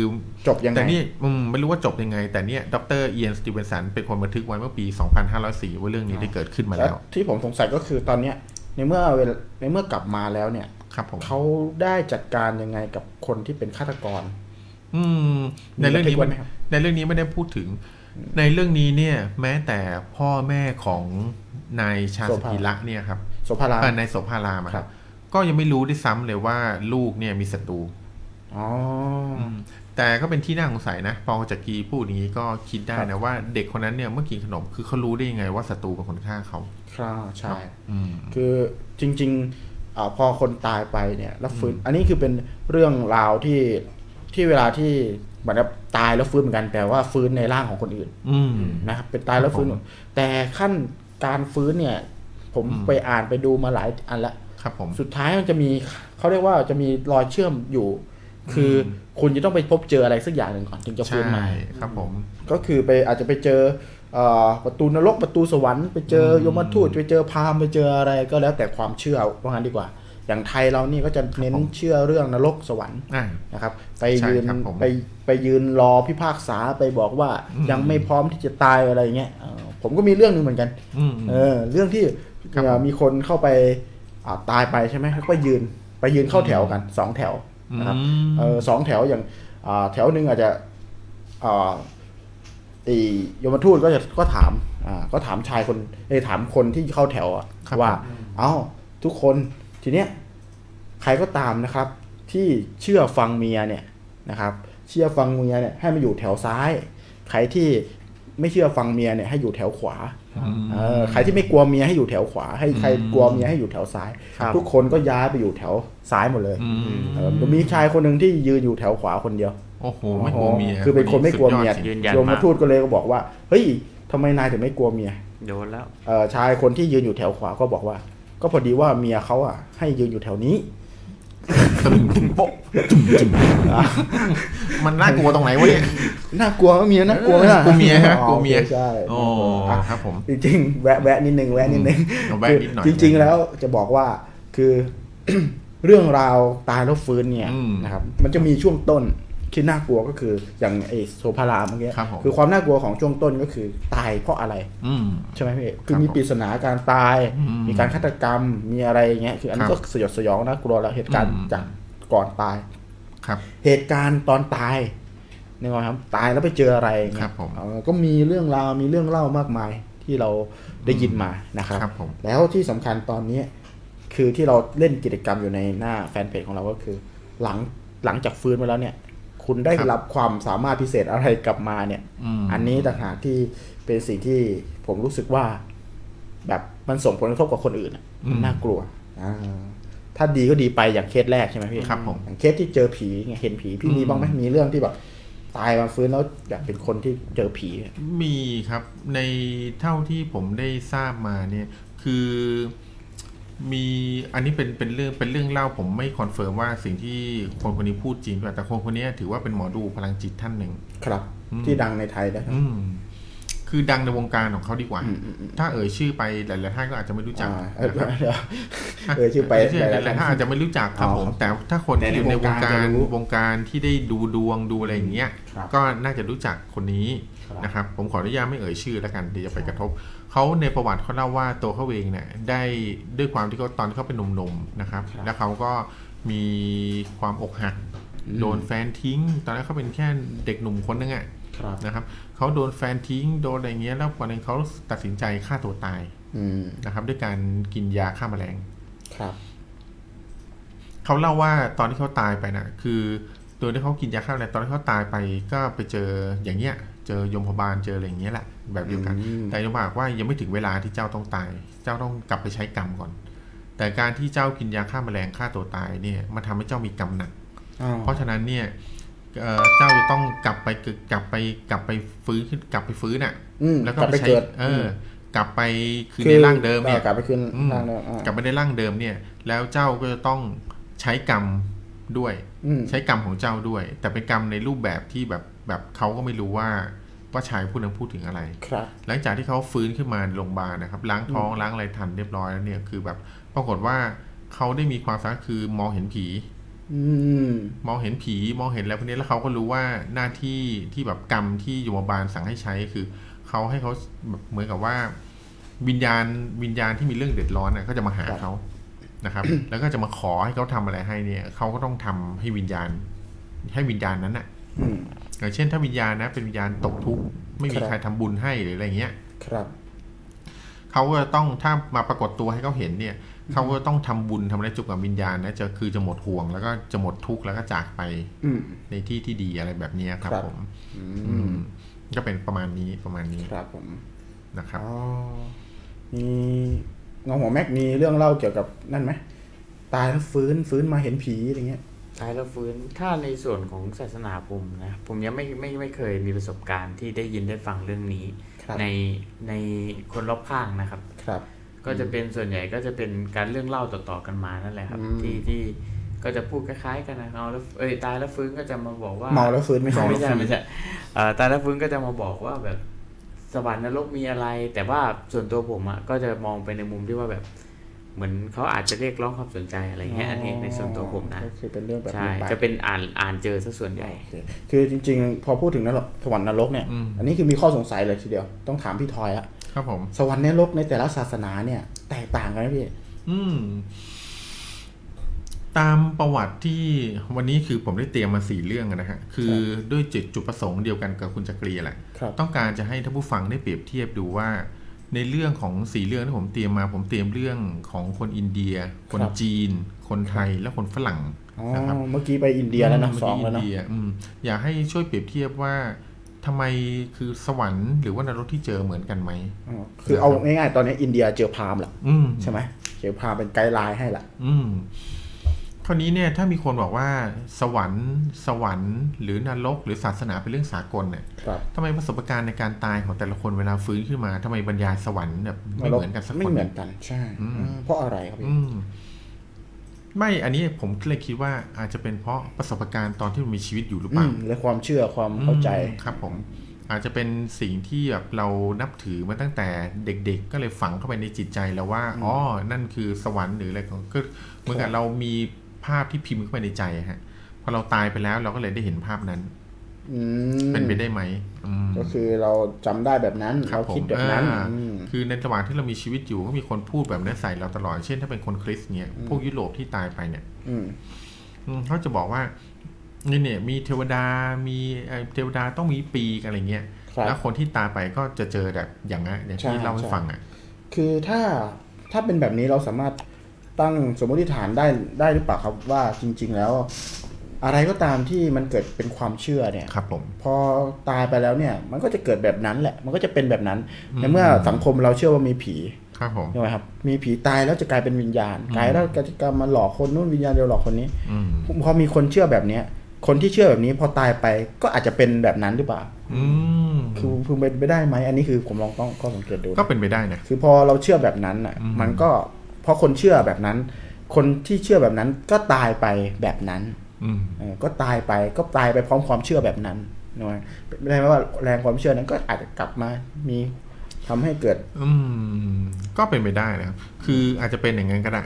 B: จบยังไง
C: แต่นี่อืมไม่รู้ว่าจบยังไง แต่เนี่ยดรเอียนสตีเวนสันเป็นคนบันทึกไว้เมื่อปี 2504 ว่าเรื่องนี้ได้เกิดขึ้นมา
B: และ
C: แล้ว
B: ที่ผมสงสัยก็คือตอนเนี้ยในเมื่อเวลาในเมื่อกลับมาแล้วเนี่ย
C: ครับผม
B: เขาได้จัดการยังไงกับคนที่เป็นฆาตกร
C: อืมในเรื่องนี้
B: มีบันทึกไว้ไหมครับ
C: ในเรื่องนี้ไม่ได้พูดถึง ในเรื่องนี้เนี่ยแม้แต่พ่อแม่ของนายชาสกิระเนี่ยครับ
B: โสภารา
C: เอ่อนายโสภารามอะค
B: ครั
C: รับ บ ก็ยังไม่รู้ด้วยซ้ำเลยว่าลูกเนี่ยมีศัตรู
B: อ๋อ
C: อืมแต่ก็เป็นที่น่าสงสัยนะพอจากกีพูดอย่างนี้ก็คิดได้
B: ครั
C: นะ
B: บ
C: ว่าเด็กคนนั้นเนี่ยเมื่อกินขนมคือเขารู้ได้ยังไงว่าศัตรูเป็นคนฆ่าเขา
B: ครับใช่
C: อืม
B: คือจริงๆอาพอคนตายไปเนี่ยแล้วฟื้น อันนี้คือเป็นเรื่องราวที่ที่เวลาที่เหมือนกับตายแล้วฟื้นเหมือนกันแต่ว่าฟื้นในร่างของคนอื่น
C: อืม
B: นะครับเป็นตายแล้วฟื้น
C: ครับผม
B: แต่ขั้นการฟื้นเนี่ย ผม
C: อืม
B: ไปอ่านไปดูมาหลายอันละ
C: ครับผม
B: สุดท้ายมันจะมีเขาเรียกว่าจะมีรอยเชื่อมอยู่ คืออคุณจะต้องไปพบเจออะไรสักอย่างหนึ่งก่อนถึงจะฟื้นมา
C: ใช่ครับผม
B: ก็คือไปอาจจะไปเจอเอ่อประตูนรกประตูสวรรค์ไปเจออยมทูตไปเจอพราหมณ์ไปเจออะไรก็แล้วแต่ความเชื่อว่างั้นดีกว่า อย่างไทยเรานี่ก็จะเน้นเชื่อเรื่องนรกสวรรค์
C: อ่า
B: นะครับ ไป
C: ใช่
B: ยืน
C: ครับผม
B: ไปไปยืนรอพิพากษาไปบอกว่า
C: อืม
B: ยังไม่พร้อมที่จะตายอะไรเงี้ยเอ่อผมก็มีเรื่องหนึงเหมือนกัน
C: อืม
B: เออเรื่องที่
C: ครับ
B: เอ่อมีคนเข้าไปอ่าตายไปใช่ไหมเขาก็ยืนไปยืนเข้าแถวกันสองแถวนะครับ
C: ม
B: เออสองแถวอย่างอ่าแถวหนึ่งอาจจะอ่าอียมทูตก็จะก็ถามอ่าก็ถามชายคนเอยถามคนที่เข้าแถวอะ
C: ครับ
B: ว่า เอ้าทุกคนทีเนี้ยใครก็ตามนะครับ ที่เชื่อฟังเมียเนี่ยนะครับ เชื่อฟังเมียเนี่ยให้มาอยู่แถวซ้าย ใครที่ไม่เชื่อฟังเมียเนี่ยให้อยู่แถวขวา
C: อืม
B: เออใครที่ไม่กลัวเมียให้อยู่แถวขวา ให้ใคร
C: อืม
B: กลัวเมียให้อยู่แถวซ้าย
A: ครับ
B: ทุกคนก็ย้ายไปอยู่แถวซ้ายหมดเลย
C: อืม
B: เออมีชายคนหนึ่งที่ยืนอยู่แถวขวาคนเดียว
C: โอ้โห ไม่กลัวเมีย
B: คือเป็นคนไม่กลัวเมีย
A: ยืนยัน
B: โยม
A: มาก
B: ทูตก็เลยก็บอกว่า เฮ้ยทำไมนายถึงไม่กลัวเมีย
A: โดนแล้ว
B: เอ่อชายคนที่ยืนอยู่แถวขวาก็บอกว่า ก็พอดีว่าเมียเขาอ่ะให้ยืนอยู่แถวนี้
C: ตึงตึงโป๊ะจุ่มจุ่ม มันน่ากลัวตรงไหนวะเนี่ย
B: น่ากลัวไหมเมียน่ากลัวไหมล่ะ
C: กลัวเมียฮะ
B: อ๋อก
C: ลัวเมีย
B: โอคใช่
C: โอ้
B: อ่ะ
C: ครับผม
B: จริงๆแวะแวะนิดนึงแวะนิดนึง
C: อืมเอาแวะนิดหน่อย
B: จริง ๆ แล้วจะบอกว่า คือ เรื่องราวตายแล้วฟื้นเนี่ย
C: อืม
B: นะครับ มันจะมีช่วงต้นที่น่ากลัวก็คืออย่างไอโซพารามเมื่อกี้
C: ครับผม
B: คือความน่ากลัวของช่วงต้นก็คือตายเพราะอะไร
C: อืม
B: ใช่ไหมพี่เอกคือ
C: ครับ
B: มีปริศนาการตาย
C: อืม
B: มีการฆาตกรรม มีอะไรอย่างเงี้ย คืออันนี้
C: ครั
B: ก็
C: บ
B: สยดสยองน่ากลัวแล้วเหตุการณ์
C: อืม
B: จากก่อนตาย
C: ครับ
B: เหตุการณ์ตอนตายนึกออกไหมครับ ตายแล้วไปเจออะไรอย่างเงี้ย
C: ครับผม
B: เออก็มีเรื่องราว มีเรื่องเล่ามากมายที่เราได้ยินมานะครับ
C: ครับผม
B: แล้วที่สำคัญตอนนี้ คือที่เราเล่นกิจกรรมอยู่ในหน้าแฟนเพจของเราก็คือ หลังหลังจากฟื้นมาแล้วเนี่ย คุณได้รับความสามารถพิเศษอะไรกลับมาเนี่ย
C: อืม
B: อันนี้ต่างหากที่เป็นสิ่งที่ผมรู้สึกว่า แบบมันส่งผลกระทบกับคนอื่นอะ
C: อืม
B: น่ากลัวอ่าถ้าดีก็ดีไปอย่างเคสแรกใช่ไหมพี่
C: ครับผม
B: อย่างเคสที่เจอผีไงเห็นผีพี่มี
C: อืม
B: บ้างไหมมีเรื่องที่แบบตายมาฟื้นแล้วอยากเป็นคนที่เจอผีอะ
C: มีครับในเท่าที่ผมได้ทราบมาเนี่ยคือมีอันนี้เป็นเป็นเรื่องเป็นเรื่องเล่าผมไม่คอนเฟิร์มว่าสิ่งที่คนคนนี้พูดจริงหรือเปล่าแต่คนคนนี้ถือว่าเป็นหมอดูพลังจิตท่านหนึ่ง
B: ครับ
C: อืม
B: ที่ดังในไทยนะครับ
C: อืมคือดังในวงการของเขาดีกว่า
B: อืมอืมอืม
C: ถ้าเอ่ยชื่อไปหลายๆท่านก็อาจจะไม่รู้จัก
B: อ่าเออ
C: นะครับ
B: เดี๋ยวเออชื่อไป
C: เชื่อ
B: ห
C: ห
B: ลายๆ
C: ลายๆ
B: ท่า
C: ท่าน
B: น
C: อาจจะไม่รู้จักครับ
B: อ๋อ
C: ผมแต่ถ้าคน
B: แต่
C: ที่
B: ใน
C: อยู่ในวงการ
B: วงการจะรู้
C: วงการที่ได้ดูดวงดูอะไรอย่างเงี้ย
B: ครับ
C: ก็น่าจะรู้จักคนนี้
B: ครับ
C: นะครับผมขออนุญาตไม่เอ่ยชื่อแล้วกันเดี๋ยวจะไปกระทบเขาในประวัติเขาเล่าว่าตัวเขาเองเนี่ยได้ด้วยความที่เขาตอนที่เขาเป็นหนุ่มๆนะครับ แล้วเขาก็มีความอกหัก โดนแฟนทิ้ง ตอนแรกเขาเป็นแค่เด็กหนุ่มคนนึงอะ
B: ครับ
C: นะครับเขาโดนแฟนทิ้งโดนอะไรเงี้ยแล้ววันนั้นเขาตัดสินใจฆ่าตัวตาย
B: อืม
C: นะครับด้วยการกินยาฆ่าแมลง
B: ครับ
C: เขาเล่าว่าตอนที่เขาตายไปนะคือโดยที่เขากินยาฆ่าแมลงตอนที่เขาตายไปก็ไปเจออย่างเงี้ยเจอยมพบาลเจออะไรอย่างเงี้ยแหละแบบเดียวกัน
B: อืม
C: แต่ยมพบาลบอกว่ายังไม่ถึงเวลาที่เจ้าต้องตาย เจ้าต้องกลับไปใช้กรรมก่อน แต่การที่เจ้ากินยาฆ่าแมลงฆ่าตัวตายเนี่ยมันทำให้เจ้ามีกรรมหนัก
B: อ้าว
C: เพราะฉะนั้นเนี่ยเอ่อเจ้าจะต้องกลับไปกลับไปกลับไปฟื้นขึ้นกลับไปฟื้นอ่ะ
B: อืม
C: แล้วก็
B: กลับ
C: ไป
B: ไป
C: ใช้
B: เกิด
C: เอออ กลับไปคืนในร่างเดิมเนี่ย
B: กลับไปคืน
C: อืม
B: ร่างเดิมอ่ะ
C: กลับไปในร่างเดิมเนี่ย แล้วเจ้าก็จะต้องใช้กรรมด้วย
B: อืม
C: ใช้กรรมของเจ้าด้วย แต่เป็นกรรมในรูปแบบที่แบบแบบเขาก็ไม่รู้ว่าว่าชายผู้นั้นพูดถึงอะไร
B: ครับ
C: หลังจากที่เขาฟื้นขึ้นมาโรงพยาบาลนะครับ ล้างท้องล้างอะไรทันเรียบร้อยแล้วเนี่ยคือแบบปรากฏว่าเขาได้มีความสามารถคือมองเห็นผี
B: อืม
C: มองเห็นผีมองเห็นอะไรพวกนี้แล้วเขาก็รู้ว่าหน้าที่ที่แบบกรรมที่โยมบาลสั่งให้ใช้คือเขาให้เขาแบบเหมือนกับว่า วิญญาณวิญญาณที่มีเรื่องเดือดร้อนน่ะก็จะมาหาเขานะครับ แล้วก็จะมาขอให้เขาทำอะไรให้เนี่ยเขาก็ต้องทำให้วิญญาณ ให้วิญญาณนั้นน่ะ
B: อืม
C: อย่างเช่น ถ้าวิญญาณนะเป็นวิญญาณตกทุกข์ไม่มี
B: ครับ
C: ใครทำบุญให้หรืออะไรเงี้ย
B: ครับ
C: เขาก็จะต้องถ้ามาปรากฏตัวให้เขาเห็นเนี่ยเขาก็ต้องทำบุญทำอะไรจุกกับวิญญาณนะจะคือจะหมดห่วง แล้วก็จะหมดทุกข์แล้วก็จากไป
B: อืม
C: ในที่ที่ดีอะไรแบบเนี้ยครับ
B: ครับ
C: ผม
B: อื
C: อื
B: ม
C: มก็เป็นประมาณนี้ประมาณนี้
B: ครับผม
C: นะครับ
B: อ๋อมีเงาหัวแม็กมีเรื่องเล่าเกี่ยวกับนั่นไหมตายแล้วฟื้นฟื้นมาเห็นผีอะไรเงี้ย
A: ตายแล้วฟื้นถ้าในส่วนของศาสนาผมนะ ผมยังไม่ไม่ไม่เคยมีประสบการณ์ที่ได้ยินได้ฟังเรื่องนี้
B: ครับ
A: ในในคนรอบข้างนะครับ
B: ครับ
A: ก็จะเป็นส่วนใหญ่ก็จะเป็นการเรื่องเล่าต่อๆกันมานั่นแหละครับ
B: อืม
A: ที่ที่ก็จะพูดคล้ายๆกันนะเมาแล้วเอ้ยตายแล้วฟื้นก็จะมาบอกว่า
B: เมาแล้วฟื้นไม่
A: ไม่
B: ใช่
A: ใช่
B: หรอ
A: ไม่ใช่ไม่ใช่เอ่อตาละฟื้นก็จะมาบอกว่าแบบสวรรค์นรกมีอะไร แต่ว่าส่วนตัวผมอ่ะก็จะมองไปในมุมที่ว่าแบบ เหมือนเขาอาจจะเรียกร้องความสนใจอะไรเงี้ยอันนี้ในส่วนตัวผมนะ
B: ก็คือเป็นเรื่องแบบ
A: ใช่
B: นี้ไป
A: จะเป็นอ่านอ่านเจอซะส่วนใหญ่
B: โอเคคือจริงๆ พอพูดถึงนรกสวรรค์นรกเนี่ย
C: อืม
B: อันนี้คือมีข้อสงสัยเลยทีเดียว ต้องถามพี่ทอยละ
C: ครับผม
B: สวรรค์นรกในแต่ละศาสนาเนี่ย แตกต่างกันไหมพี่
C: อืม ตามประวัติที่วันนี้คือผมได้เตรียมมาสี่เรื่องนะฮะคือด้วยจุดจุดประสงค์เดียวกันกับคุณจักรีแหละ
B: ครับ
C: ต้องการจะให้ท่านผู้ฟังได้เปรียบเทียบดูว่า ในเรื่องของสี่เรื่องที่ผมเตรียมมา ผมเตรียมเรื่องของคนอินเดีย คน
B: ครับ
C: จีน คนไทยและคนฝรั่ง
B: อ๋อ
C: นะครับ
B: เมื่อกี้ไปอินเดียแล้วนะ
C: ม
B: สองแล้ว
C: มื่
B: เนาะ
C: กี้อิเดียอืมอยากให้ช่วยเปรียบเทียบว่าทำไมคือสวรรค์หรือว่านรกที่เจอเหมือนกันไหม
B: อ๋อ คือเอาง่ายๆ ตอนนี้อินเดียเจอพราหมณ์ละ
C: อืม
B: ใช่ไหมเจอพราหมณ์เป็นไกด์ไลน์ให้ละ
C: อืมคราวนี้เนี่ยถ้ามีคนบอกว่า สวรรค์ สวรรค์ หรือนรกหรือศาสนาเป็นเรื่องสากลเนี่ย
B: ครับ
C: ทำไมประสบการณ์ในการตายของแต่ละคนเวลาฟื้นขึ้นมาทำไมบรรยายสวรรค์แบบไม่เหมือนกันสักคน
B: ไม่เหมือนกัน ใช่
C: อืม
B: อืมเพราะอะไรครับพี่
C: อืมไม่อันนี้ผมเลยคิดว่าอาจจะเป็นเพราะประสบการณ์ตอนที่มันมีชีวิตอยู่หรือเป
B: อื
C: ล่า
B: มและความเชื่อความเข้าใจ
C: อืมครับผมอาจจะเป็นสิ่งที่แบบเรานับถือมาตั้งแต่เด็กๆ ก็เลยฝังเข้าไปในจิตใจแล้วว่าอ๋อนั่นคือสวรรค์หรืออะไรของก็เหมือนกับเรามีภาพที่พิมพ์เข้าไปในใจอะฮะพอเราตายไปแล้วเราก็เลยได้เห็นภาพนั้น
B: อืม
C: เป็นไปได้ไหมอืม
B: ก็คือเราจำได้แบบนั้น
C: รั
B: เรา
C: ผม
B: คิดแบบนั้น
C: อ่า
B: อืม
C: คือในระหว่างที่เรามีชีวิตอยู่ก็มีคนพูดแบบนั้นใส่เราตลอด เช่นถ้าเป็นคนคริสต์เนี่ยพวกยุโรปที่ตายไปเนี่ย
B: อืม
C: อืมเขาจะบอกว่านี่เนี่ยมีเทวดามีเอ่อเทวดาต้องมีปีกอะไรเงี้ย
B: ครับ
C: แล้วคนที่ตายไปก็จะเจอแบบอย่างนั้นอย่างที่
B: ใช่
C: เล่าให้
B: ใช่
C: ฟังอ่ะ
B: คือถ้าถ้าเป็นแบบนี้เราสามารถตั้งสมมติฐานได้ได้หรือเปล่าครับว่าจริง ๆ แล้ว อะไรก็ตามที่มันเกิดเป็นความเชื่อเนี่ย
C: ครับผม
B: พอตายไปแล้วเนี่ย มันก็จะเกิดแบบนั้นแหละ มันก็จะเป็นแบบนั้นในเมื่อสังคมเราเชื่อว่ามีผี
C: ครับผม
B: ใช่ไหมครับ มีผีตายแล้วจะกลายเป็นวิญญาณกลายแล้วจะกลายมาหลอกคนนู่นวิญญาณเดียวหลอกคนนี้
C: อืม
B: พอมีคนเชื่อแบบเนี้ยคนที่เชื่อแบบนี้ พอตายไปก็อาจจะเป็นแบบนั้นหรือเปล่า
C: อืม
B: คือคือเป็นไปได้ไหมอันนี้คือผมลองต้องก็สังเกตดู
C: ก็เป็นไปได้นะ
B: คือพอเราเชื่อแบบนั้นอ่ะ
C: อืม
B: มันก็เพราะคนเชื่อแบบนั้น คนที่เชื่อแบบนั้นก็ตายไปแบบนั้น
C: อืม
B: เออก็ตายไปก็ตายไปพร้อมความเชื่อแบบนั้นนะว่าไม่ได้ไหมว่าแรงความเชื่อนั้นก็อาจจะกลับมามีทำให้เกิด
C: อืม ก็เป็นไปได้นะครับ คืออาจจะเป็นอย่างนั้นก็ได้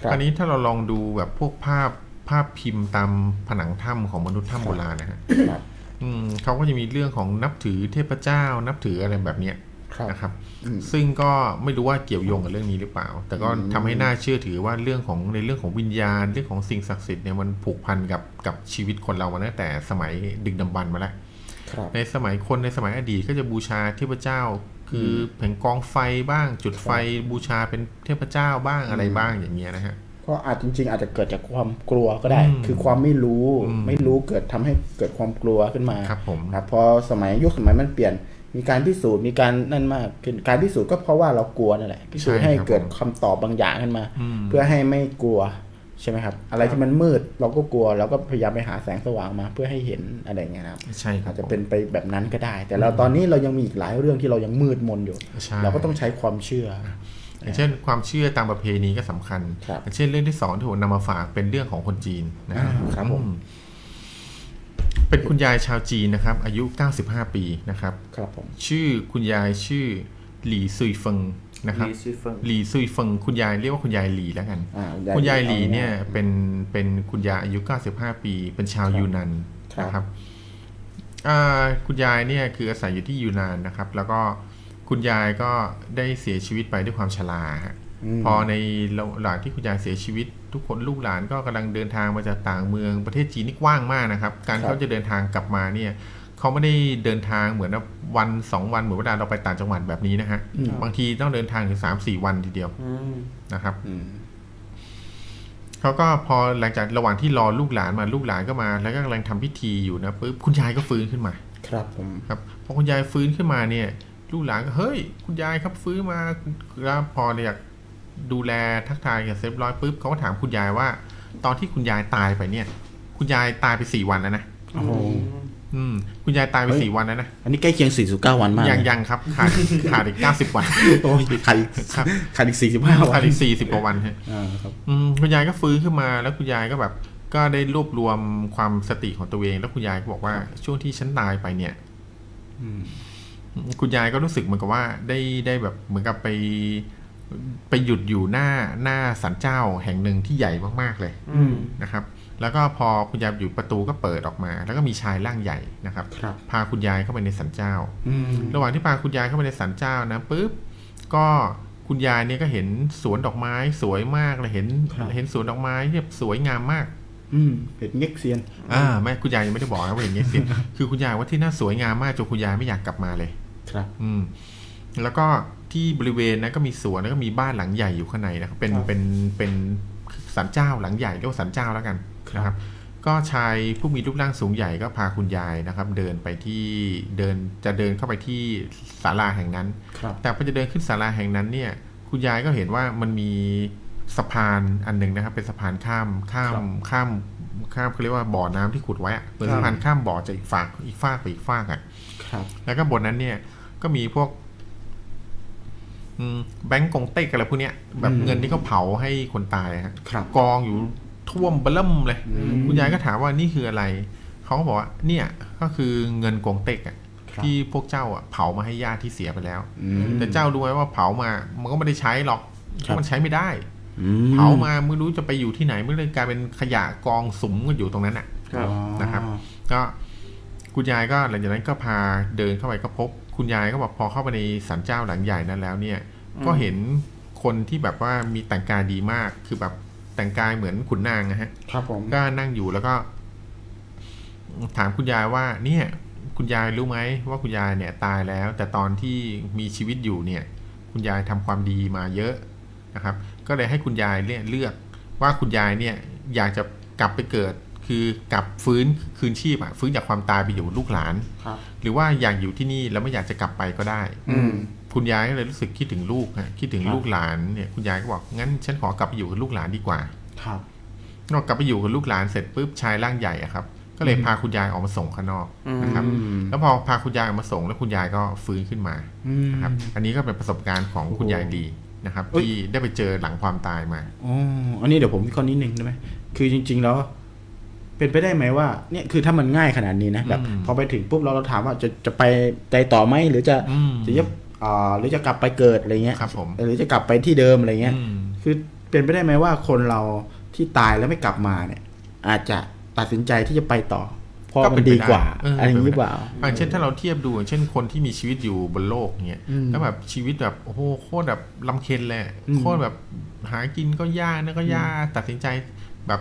B: ครับ
C: คราวนี้ถ้าเราลองดูแบบพวกภาพภาพพิมพ์ตามผนังถ้ำของมนุษย์ถ้ำโบราณนะฮะ
B: ครับ
C: อืมเขาก็จะมีเรื่องของนับถือเทพเจ้า นับถืออะไรแบบเนี้ย
B: ครับ
C: นะครับ
B: อืม
C: ซึ่งก็ไม่รู้ว่าเกี่ยวโยงกับเรื่องนี้หรือเปล่า แต่ก็ทำให้น่าเชื่อถือว่าเรื่องของในเรื่องของวิญญาณ เรื่องของสิ่งศักดิ์สิทธิ์เนี่ยมันผูกพันกับกับชีวิตคนเรามาตั้งแต่สมัยดึกดำบรรพ์มาแล้ว
B: ครับ
C: ในสมัยคนในสมัยอดีตก็จะบูชาเทพเจ้า คือแผงกองไฟบ้าง จุดไฟบูชาเป็นเทพเจ้าบ้างอะไรบ้างอย่างเงี้ยนะฮะ
B: ก็อาจจริง ๆ อาจจะเกิดจากความกลัวก็ได้
C: อืม
B: คือความไม่รู้
C: อืม
B: ไม่รู้เกิดทำให้เกิดความกลัวขึ้นมา
C: ครับผม
B: ครับพอสมัยยุคสมัยมันเปลี่ยน มีการพิสูจน์มีการนั่นมากขึ้นการพิสูจน์ก็เพราะว่าเรากลัวนั่นแหละพิสูจน์ให้เกิดคำตอบบางอย่างขึ้นมา
C: อืม
B: เพื่อให้ไม่กลัว ใช่ไหมครับ อะไรที่มันมืดเราก็กลัวเราก็พยายามไปหาแสงสว่างมาเพื่อให้เห็นอะไรอย่างเงี้ยนะครับ
C: ใช่ครั
B: อา
C: บ
B: จจะเป็นไปแบบนั้นก็ได้ แต่เราตอนนี้เรายังมีอีกหลายเรื่องที่เรายังมืดมนอยู่
C: ใช่
B: เราก็ต้องใช้ความเชื่อ
C: อย่างเช่นความเชื่อตามประเพณีก็สำคัญ
B: ครับ
C: อย่างเช่นเรื่องที่สองที่ผมนำมาฝากเป็นเรื่องของคนจีนนะ
B: อ่าครับผม
C: อืเป็นคุณยายชาวจีนนะครับ อายุ 95 ปีนะครับ
B: ครับผม
C: ชื่อคุณยายชื่อหลี่ซุยเฟิงนะครับ
A: มีซีเฟิง
C: หลี่ซุยเฟิงคุณยายเรียกว่าคุณยายหลี่แล้วกัน
B: อ่า
C: คุณยายหลีเนี่ยเป็นเป็นคุณยายอายุ 95 ปี เป็นชาวยูนาน
B: ครับ
C: นะครับอ่าคุณยายเนี่ยคืออาศัยอยู่ที่ยูนานนะครับ แล้วก็คุณยายก็ได้เสียชีวิตไปด้วยความชราฮะ
B: ม
C: พอในระหลังที่คุณยายเสียชีวิต ทุกคนลูกหลานก็กำลังเดินทางมาจากต่างเมืองประเทศจีนนี่กว้างมากนะครับ การเขาจะเดินทางกลับมาเนี่ยเขาไม่ได้เดินทางเหมือนว่าวันสองวันเหมือนเวลาเราไปต่างจังหวัดแบบนี้นะฮะบางทีต้องเดินทางถึงสามสี่วันทีเดียว
A: อืม
C: นะครับ
B: อืม
C: เขาก็พอหลังจากระหว่างที่รอลูกหลานมาลูกหลานก็มา แล้วก็กำลังทำพิธีอยู่นะปุ๊บคุณยายก็ฟื้นขึ้นมา
B: ครับผม
C: ครับพอคุณยายฟื้นขึ้นมาเนี่ย ลูกหลานก็เฮ้ย คุณยายครับฟื้นมาแล้วพออยากดูแลทักทายกันเสร็จเรียบร้อยปุ๊บเขาก็ถามคุณยายว่า ตอนที่คุณยายตายไปเนี่ย คุณยายตายไปสี่วันแล้วนะ
B: โอ้โห
C: อืม คุณยายตายไปสี่วันแล้วนะ
B: อันนี้ใกล้เคียง 49 วันมาก
C: ยังยังครับขาดขาดอีกเก้าสิบวัน
B: โอ้ยขาดอีก
C: ครับ
B: ขาดอีก 45 วั
C: ขาด
B: น
C: อีกสี่สิบกว่าวันฮะ
B: อ่าครับ
C: อืมคุณยายก็ฟื้นขึ้นมาแล้วคุณยายก็แบบก็ได้รวบรวมความสติของตัวเอง แล้วคุณยายก็บอกว่าช่วงที่ฉันตายไปเนี่ย
B: อืม
C: คุณยายก็รู้สึกเหมือนกับว่าได้ได้แบบเหมือนกับไปไปหยุดอยู่หน้าหน้าสันเจ้าแห่งหนึ่งที่ใหญ่มากๆเลย
A: อืม
C: นะครับ แล้วก็พอคุณยายอยู่ประตูก็เปิดออกมา แล้วก็มีชายร่างใหญ่นะครับ
B: ครับ
C: พาคุณยายเข้าไปในสันเจ้า
B: อืม
C: ระหว่างที่พาคุณยายเข้าไปในศาลเจ้านะปุ๊บก็คุณยายเนี่ยก็เห็นสวนดอกไม้สวยมากเลยเห็นเห็นสวนดอกไม้ที่แบบสวยงามมาก
B: อืมเห็นเง็กเซียน
C: อ่าไม่คุณยายยังไม่ได้บอกนะว่าอย่างเงี้ยสิ คือคุณยายว่าที่น่าสวยงามมากจนคุณยายไม่อยากกลับมาเลย
B: ครับ
C: อืมแล้วก็ที่บริเวณนะก็มีสวนแล้วก็มีบ้านหลังใหญ่อยู่ข้างในนะครับเป็น
B: ครับ
C: เป็นเป็นสันเจ้าหลังใหญ่เรียกว่าสันเจ้าแล้วกัน
B: ครับ
C: นะครับ ก็ชายผู้มีรูปร่างสูงใหญ่ก็พาคุณยายนะครับ เดินไปที่เดินจะเดินเข้าไปที่ศาลาแห่งนั้น
B: ครับ
C: แต่พอจะเดินขึ้นศาลาแห่งนั้นเนี่ย คุณยายก็เห็นว่ามันมีสะพานอันหนึ่งนะครับ เป็นสะพานข้ามข้ามข้ามข้ามเขาเรียกว่าบ่อน้ำที่ขุดไว้อะเหมือน
B: ครับ
C: สะพานข้ามบ่อจากอีกฝั่งอีกฝากไปอีกฝากอ่ะ
B: ครับ
C: แล้วก็บนนั้นเนี่ยก็มีพวกอืมแบงก์กงเต็กอะไรพวกเนี้ยแบบ
B: อืม
C: เงินที่เขาเผาให้คนตายฮะ
B: ครับ
C: กองอยู่ท่วมเบล่มเลย
B: อืม
C: คุณยายก็ถามว่านี่คืออะไร เขาก็บอกว่า เนี่ยก็คือเงินกงเต็กอะ
B: ครับ
C: ที่พวกเจ้าอะเผามาให้ญาติที่เสียไปแล้ว
B: อืม
C: แต่เจ้ารู้ไหมว่าเผามา มันก็ไม่ได้ใช้หรอกเพ
B: ครับ
C: ราะมันใช้ไม่ได้
B: อื
C: เผามาไม่รู้จะไปอยู่ที่ไหนไม่เลยกลายเป็นขยะกองสุมกันอยู่ตรงนั้นอ่ะ
A: ครับ
B: อ๋อ
C: นะครับ ก็คุณยายก็หลังจากนั้นก็พาเดินเข้าไปก็พบ คุณยายก็บอกพอเข้าไปในศาลเจ้าหลังใหญ่นั้นแล้วเนี่ย ก็เห็นคนที่แบบว่ามีแต่งกายดีมาก คือแบบแต่งกายเหมือนขุนนางนะฮะ
B: ครับผม
C: ก็นั่งอยู่แล้วก็ ถามคุณยายว่า เนี่ย คุณยายรู้ไหมว่าคุณยายเนี่ยตายแล้ว แต่ตอนที่มีชีวิตอยู่เนี่ย คุณยายทำความดีมาเยอะนะครับ ก็เลยให้คุณยายเนี่ยเลือกว่าคุณยายเนี่ย อยากจะกลับไปเกิด คือกลับฟื้นคืนชีพอะฟื้นจากความตายไปอยู่ลูกหลาน
B: ครับ
C: หรือว่าอยากอยู่ที่นี่แล้วไม่อยากจะกลับไปก็ได้
B: อืม
C: คุณยายก็เลยรู้สึกคิดถึงลูกฮะคิดถึง
B: ครับ
C: ลูกหลานเนี่ยคุณยายก็บอกงั้นฉันขอกลับไปอยู่กับลูกหลานดีกว่า
B: ครับ
C: นอกกลับไปอยู่กับลูกหลานเสร็จปุ๊บชายร่างใหญ่อะครับ ก็เลยพาคุณยายออกมาส่งข้างนอกนะครับ
B: อืม
C: แล้วพอพาคุณยายออกมาส่งแล้วคุณยายก็ฟื้นขึ้นมา
B: อืม
C: นะครับ อันนี้ก็เป็นประสบการณ์ของคุณยายดีนะครับ
B: เอ้ย
C: ที่ได้ไปเจอหลังความตายมา
B: อ๋อ อันนี้เดี๋ยวผมวิเคราะห์นิดนึงได้ไหม คือจริง ๆ แล้ว เป็นไปได้ไหมว่า เนี่ย คือถ้ามันง่ายขนาดนี้นะ แบบ
C: อืม
B: พอไปถึงปุ๊บเราเราถามว่าจะจะไปใจต่อไหมหรือจะ
C: อืม
B: จะยับอ่าหรือจะกลับไปเกิดอะไรเงี้ย
C: ครับผม
B: หรือจะกลับไปที่เดิมอะไรเงี้ย
C: อืม
B: คือเป็นไปได้ไหมว่าคนเราที่ตายแล้วไม่กลับมาเนี่ย อาจจะตัดสินใจที่จะไปต่อ เพราะ
C: ก็
B: มั
C: เป็น นไป
B: ดีกว่า
C: ได้เอออ
B: อะไรอย่างนี้หรือเปล่า
C: อย่างเช่นถ้าเราเทียบดูอย่างเช่นคนที่มีชีวิตอยู่บนโลกเนี่ย
B: อืม
C: แล้วแบบชีวิตแบบโอ้โหโคตรแบบลำเค็ญเลย
B: อืม
C: โคตรแบบหากินก็ยากนะก็ยากตัดสินใจแบบ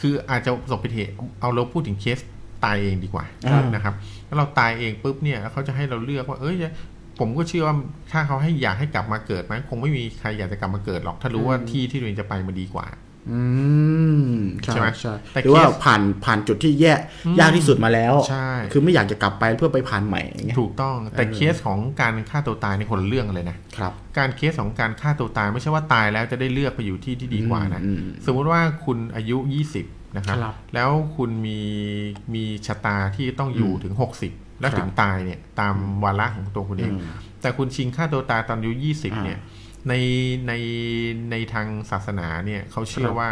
C: คืออาจจะประสบอุบัติเหตุเอาเราพูดถึงเคสตายเองดีกว่า
B: อ่าน
C: นะครับถ้าเราตายเองปุ๊บเนี่ยเขาจะให้เราเลือกว่าเอ้ยจะผมก็เชื่อว่าถ้าเขาให้อยากให้กลับมาเกิดไหมคงไม่มีใครอยากจะกลับมาเกิดหรอก ถ้ารู้ว่าที่ที่ตัวเองจะไปมันดีกว่า
B: อืมใช่
C: ใช่ไหม
B: ใช่
C: แต่
B: หรือว่า
C: เคส
B: ผ่านผ่านจุดที่แย่
C: อืม
B: ยากที่สุดมาแล้ว
C: ใช่
B: คือไม่อยากจะกลับไปเพื่อไปผ่านใหม่อย่างเงี้ย
C: ถูกต้องแต่เคสของการฆ่าตัวตายในคนละเรื่องเลยนะ
B: ครับ
C: การเคสของการฆ่าตัวตายไม่ใช่ว่าตายแล้วจะได้เลือกไปอยู่ที่ที่ดีกว่านะ
B: อืมอืม
C: สมมุติว่าคุณอายุ 20 นะครับ
A: ครับ
C: แล้วคุณมีมีชะตาที่ต้องอยู่ถึง 60 แล้วถึงตายเนี่ยตามวาระของตัวคุณเอง
B: อืม
C: แต่คุณชิงฆ่าตัวตายตอนอายุ 20
B: อ่า
C: เนี่ยในในในทางศาสนาเนี่ยเขาเชื่อว่า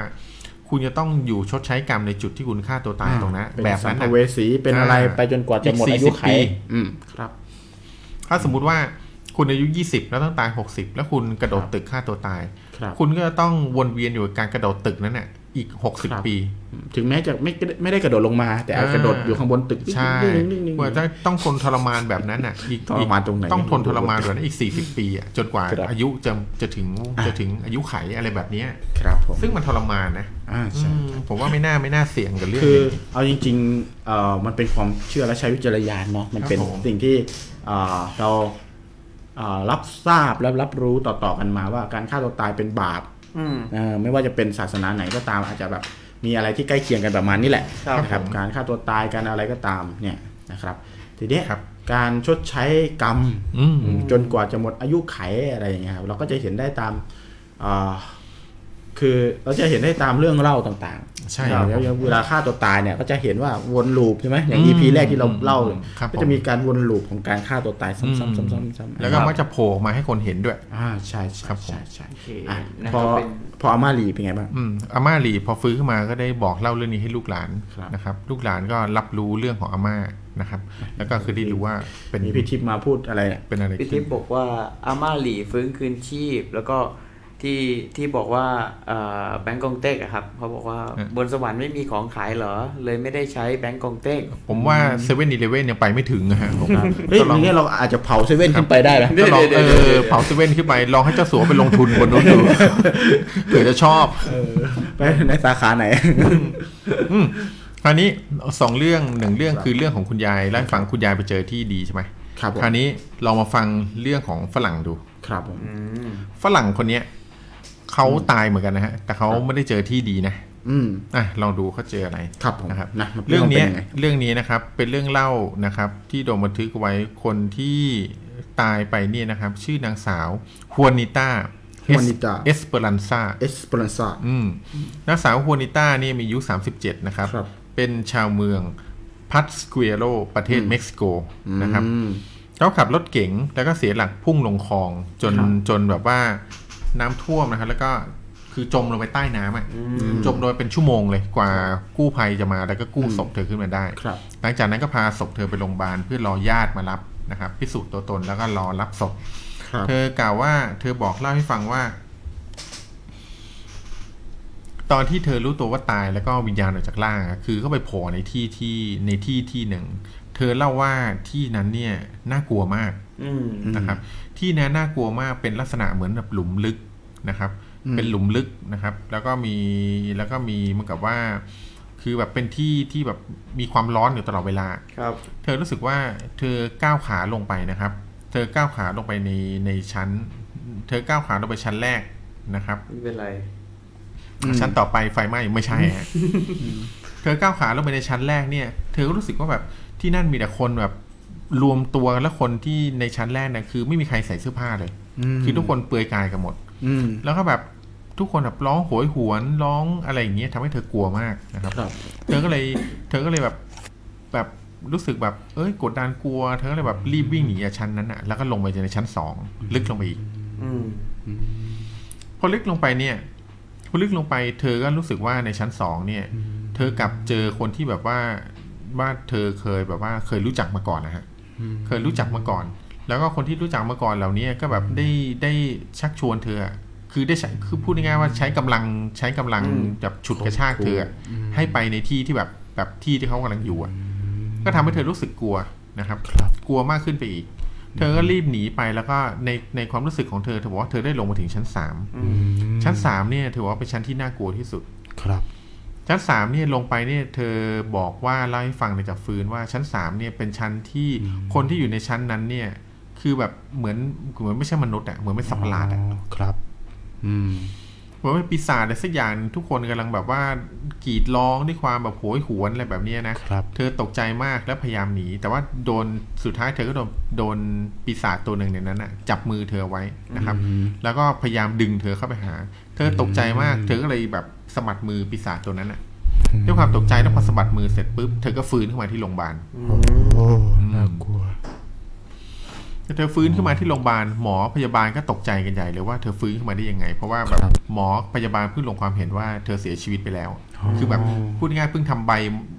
C: คุณจะต้องอยู่ชดใช้กรรมในจุดที่คุณฆ่าตัวตายตรงนั้น
B: เป็น
C: แบบ
B: สัม
C: นั้น
B: ภ
C: น่ะ
B: เวสีเป็นอะไรไปจนกว่าจะหมดอายุไข
C: อีกสี่สิบปี
B: อืมครับ
C: ถ้าสมมุติว่าคุณอายุ 20 แล้วต้องตาย 60 แล้วคุณกระโดดตึกฆ่าตัวตาย
B: ครับ
C: คุณก็จะต้องวนเวียนอยู่กับการกระโดดตึกนั้นน่ะอีก
B: ครับ
C: 60 ปี
B: ถึงแม้จะไม่ไม่ได้กระโดดลงมา แต่อาจ
C: อ่า
B: กระโดดอยู่ข้างบนตึก
C: ใช่
B: นิ่งๆนิ่งๆนิ่งๆ
C: กว่าจะต้องทนทรมานแบบนั้นน่ะอีก
B: ทรมานตรงไหน
C: ต้องทนทรมานแบบนั้นอีก 40 ปีอ่ะจนกว่า
B: ครับ
C: อายุจะจะถึง
B: อ่ะ
C: จะถึงอายุไขอะไรแบบเนี้ย
B: ครับผม
C: ซึ่งมันทรมานนะ
B: อ่าใช่
C: อืมผมว่าไม่น่าไม่น่าเสี่ยงกับเรื่อง
B: คือ
C: นี้
B: เอาจริงๆเอ่อมันเป็นความเชื่อและใช้วิจารณญาณเนาะมันเป็น
C: ครับผม
B: สิ่งที่เอ่อเราเอ่อรับทราบและรับรู้ต่อๆกันมาว่าการฆ่าตัวตายเป็นบาป
A: อืม
B: เอ่อไม่ว่าจะเป็นศาสนาไหนก็ตามอาจจะแบบมีอะไรที่ใกล้เคียงกันประมาณนี้แหละ
A: ครับ
B: นะครับ
C: ผม
B: การฆ่าตัวตายการอะไรก็ตามเนี่ยนะครับทีเนี้ย
C: ครับ
B: การชดใช้กรรม
C: อืม
B: จนกว่าจะหมดอายุไขอะไรอย่างเงี้ยครับเราก็จะเห็นได้ตามเอ่อคือเราจะเห็นได้ตามเรื่องเล่าต่างๆ
C: ใช่ค
B: แล้
C: รับ
B: วอย่างเวลาฆ่าตัวตายเนี่ยก็จะเห็นว่าวนลูปใช่ไหมอย่าง
C: อืม
B: EP แรกที่เราเล่า
C: ครับผม
B: ก็จะมีการวนลูปของการฆ่าตัวตายซ้ำๆซ้ำๆซ้ำๆ
C: แล้วก็มักจะโผล่ออกมาให้คนเห็นด้วย
B: อ่าใช่ใช่
C: ครับผม
B: ใช่ใช่
A: โอเค
B: อ่ะ
A: นะ
B: พอ
A: ครับเป็น
B: พออาม่าหลีเป็นไงบ้าง
C: อืมอาม่าหลีพอฟื้นขึ้นมาก็ได้บอกเล่าเรื่องนี้ให้ลูกหลาน
B: ครับ
C: นะครับลูกหลานก็รับรู้เรื่องของอาม่านะครับ แล้วก็คือได้รู้ว่าเป็น
B: มีพี่ทิพย์มาพูดอะไรเนี่ย
C: เป็นอะไร
A: พี่
C: ขึ้
A: ทิ
C: น
A: พย์บอกว่าอาม่าหลีฟื้นคืนชีพ แล้วก็ที่ที่บอกว่าเอ่อแบงก์กงเต็กอะครับเขาบอกว่า
C: อ่ะ
A: บนสวรรค์ไม่มีของขายเหรอ เลยไม่ได้ใช้แบงก์กงเต็ก
C: ผมว่าเซเว่นอีเลเว่นยังไปไม่ถึงนะฮะผม
B: เฮ้ย
C: ก็ลอง
B: ทีนี้เราอาจจะเผาเซเว่นขึ้นไปได้นะ
A: เดี๋
C: ก็
A: ยว
C: ลอง
A: เดี๋
C: เอ
A: ยวเดี๋
C: อ
A: ยว
C: เผาเซเว่นขึ้นไปลองให้เจ้าสัวไปลงทุนบนนู้ นดู เผื่อจะชอบ
B: เออไปในสาขาไหน
C: อืมคราวนี้สองเรื่องหนึ่งเรื่อง
B: ครับ
C: คือเรื่องของคุณยายแล้วให้ฟังคุณยายไปเจอที่ดีใช่ไหม
B: ครับผม
C: คราวนี้ลองมาฟังเรื่องของฝรั่งดู
B: ครับผม
A: อืม
C: ฝรั่งคนเนี้ยเขาตายเหมือนกันนะฮะ แต่เขาไม่ได้เจอที่ดีนะ
B: อืม
C: อ่ะลองดูเขาเจออะไร
B: ครับผม
C: นะครับ
B: นะ
C: เรื่องเนี้ย
B: ป็ยัไ
C: เรื่องนี้นะครับเป็นเรื่องเล่านะครับ ที่โดนบันทึกไว้คนที่ตายไปเนี่ยนะครับ ชื่อนางสาวฮวานิต้า
B: Juanita
C: เอสเปรันซา
B: เอสเปรนซ่า
C: อืมนางสาวฮวานิต้านี่มีอายุ 37 นะครับ
B: ครับ
C: เป็นชาวเมืองพัตสเกโรประเทศเม็กซิโก
B: นะ
C: นะครับเขาขับรถเก๋งแล้วก็เสียหลักพุ่งลงคลองจนจนแบบว่าน้ำท่วมนะครับ แล้วก็คือจมลงไปใต้น้ำอะจมลงไปเป็นชั่วโมงเลยกว่ากู้ภัยจะมาแล้วก็กู้ศพเธอขึ้นมาได้
B: ครับ
C: หลังจากนั้นก็พาศพเธอไปโรงพยาบาลเพื่อรอญาติมารับนะครับ พิสูจน์ตัวตนแล้วก็รอรับศพ
B: ครับ
C: เธอกล่าวว่าเธอบอกเล่าให้ฟังว่า ตอนที่เธอรู้ตัวว่าตายแล้วก็วิญญาณออกจากร่างอะคือก็ไปโผล่ในที่ที่ในที่ที่หนึ่ง เธอเล่าว่าที่นั้นเนี่ยน่ากลัวมาก
A: อืม
C: นะครับ ที่นั้นน่ากลัวมากเป็นลักษณะเหมือนแบบหลุมลึกนะครับ เป็นหลุมลึกนะครับ แล้วก็มีแล้วก็มีเหมือนกับว่า คือแบบเป็นที่ที่แบบมีความร้อนอยู่ตลอดเวลา
A: ครับ
C: เธอรู้สึกว่าเธอก้าวขาลงไปนะครับ เธอก้าวขาลงไปในในชั้น เธอก้าวขาลงไปชั้นแรกนะครับ
A: ไม่เป็นไร
B: อืม
C: ชั้นต่อไปไฟไหม้ไม่ใช่ฮะเธอก้าวขาลงไปในชั้นแรกเนี่ย เธอก็รู้สึกว่าแบบที่นั่นมีแต่คนแบบรวมตัวและคนที่ในชั้นแรกเนี่ยคือไม่มีใครใส่เสื้อผ้าเลย
B: ม
C: คือทุกคนเปลือยกายกันหมด
B: อืม
C: แล้วก็แบบทุกคนแบบร้องโหยหวนร้องอะไรอย่างเงี้ยทำให้เธอกลัวมากนะครับ
B: ครับ
C: เธอก็เลย เธอก็เลยแบบแบบรู้สึกแบบ เอ้ยกดดันกลัว เธอก็เลยแบบรีบวิ่งหนีจากชั้นนั้นอ่ะ แล้วก็ลงไปในชั้นสองลึกลงไปอีก
A: อืม
C: พอลึกลงไปเนี่ยพอลึกลงไปเธอก็รู้สึกว่าในชั้นสองเนี่ย เธอกลับเจอคนที่แบบว่าว่าเธอเคยแบบว่าเคยรู้จักมาก่อนนะฮะเคยรู้จักมาก่อน แล้วก็คนที่รู้จักมาก่อนเหล่านี้ก็แบบได้ได้ชักชวนเธออะคือได้ใช้คือพูดง่ายๆว่าใช้กำลังใช้กำลัง
A: อืม
C: แบบฉุดกระชากเธออะให้ไปในที่ที่แบบแบบที่ที่เขากำลังอยู่อะก็ทำให้เธอรู้สึกกลัวนะครับ
B: ครับ
C: กลัวมากขึ้นไปอีก เธอก็รีบหนีไปแล้วก็ในในความรู้สึกของเธอเธอบอกว่าเธอได้ลงมาถึงชั้นสาม
A: อืม
C: ชั้นสามเนี่ยถือว่าเป็นชั้นที่น่ากลัวที่สุด
B: ครับ
C: ชั้นสามเนี่ยลงไปเนี่ยเธอบอกว่าเล่าให้ฟังในจากฟื้นว่าชั้นสามเนี่ยเป็นชั้นที่คนที่อยู่ในชั้นนั้นเนี่ยคือแบบเหมือนเหมือนไม่ใช่มนุษย์อะเหมือนเป็นสัตว์ประหลาดอะ
B: ครับ อืม
C: เหมือนเป็นปีศาจอะไรสักอย่างทุกคนกำลังแบบว่ากรีดร้องด้วยความแบบโหยหวนอะไรแบบเนี้ยนะ
B: ครับ
C: เธอตกใจมากและพยายามหนี แต่ว่าโดนสุดท้ายเธอก็โดนโดนปีศาจตัวหนึ่งในนั้นน่ะจับมือเธอไว้นะครับ
B: อืม
C: แล้วก็พยายามดึงเธอเข้าไปหา เธอตกใจมาก เธอก็เลยแบบสะบัดมือปีศาจตัวนั้นน่ะด้วยความตกใจแล้วพอสะบัดมือเสร็จปุ๊บเธอก็ฟื้นขึ้นมาที่โรงพยาบาล
B: โอ้น่ากลัว
C: เธอฟื้นขึ้นมาที่โรงพยาบาลหมอพยาบาลก็ตกใจกันใหญ่เลยว่าเธอฟื้นขึ้นมาได้ยังไง เพราะว่าแบบ
B: ครับ
C: หมอพยาบาลเพิ่งลงความเห็นว่าเธอเสียชีวิตไปแล้ว คือแบบพูดง่ายๆเพิ่งทำใบ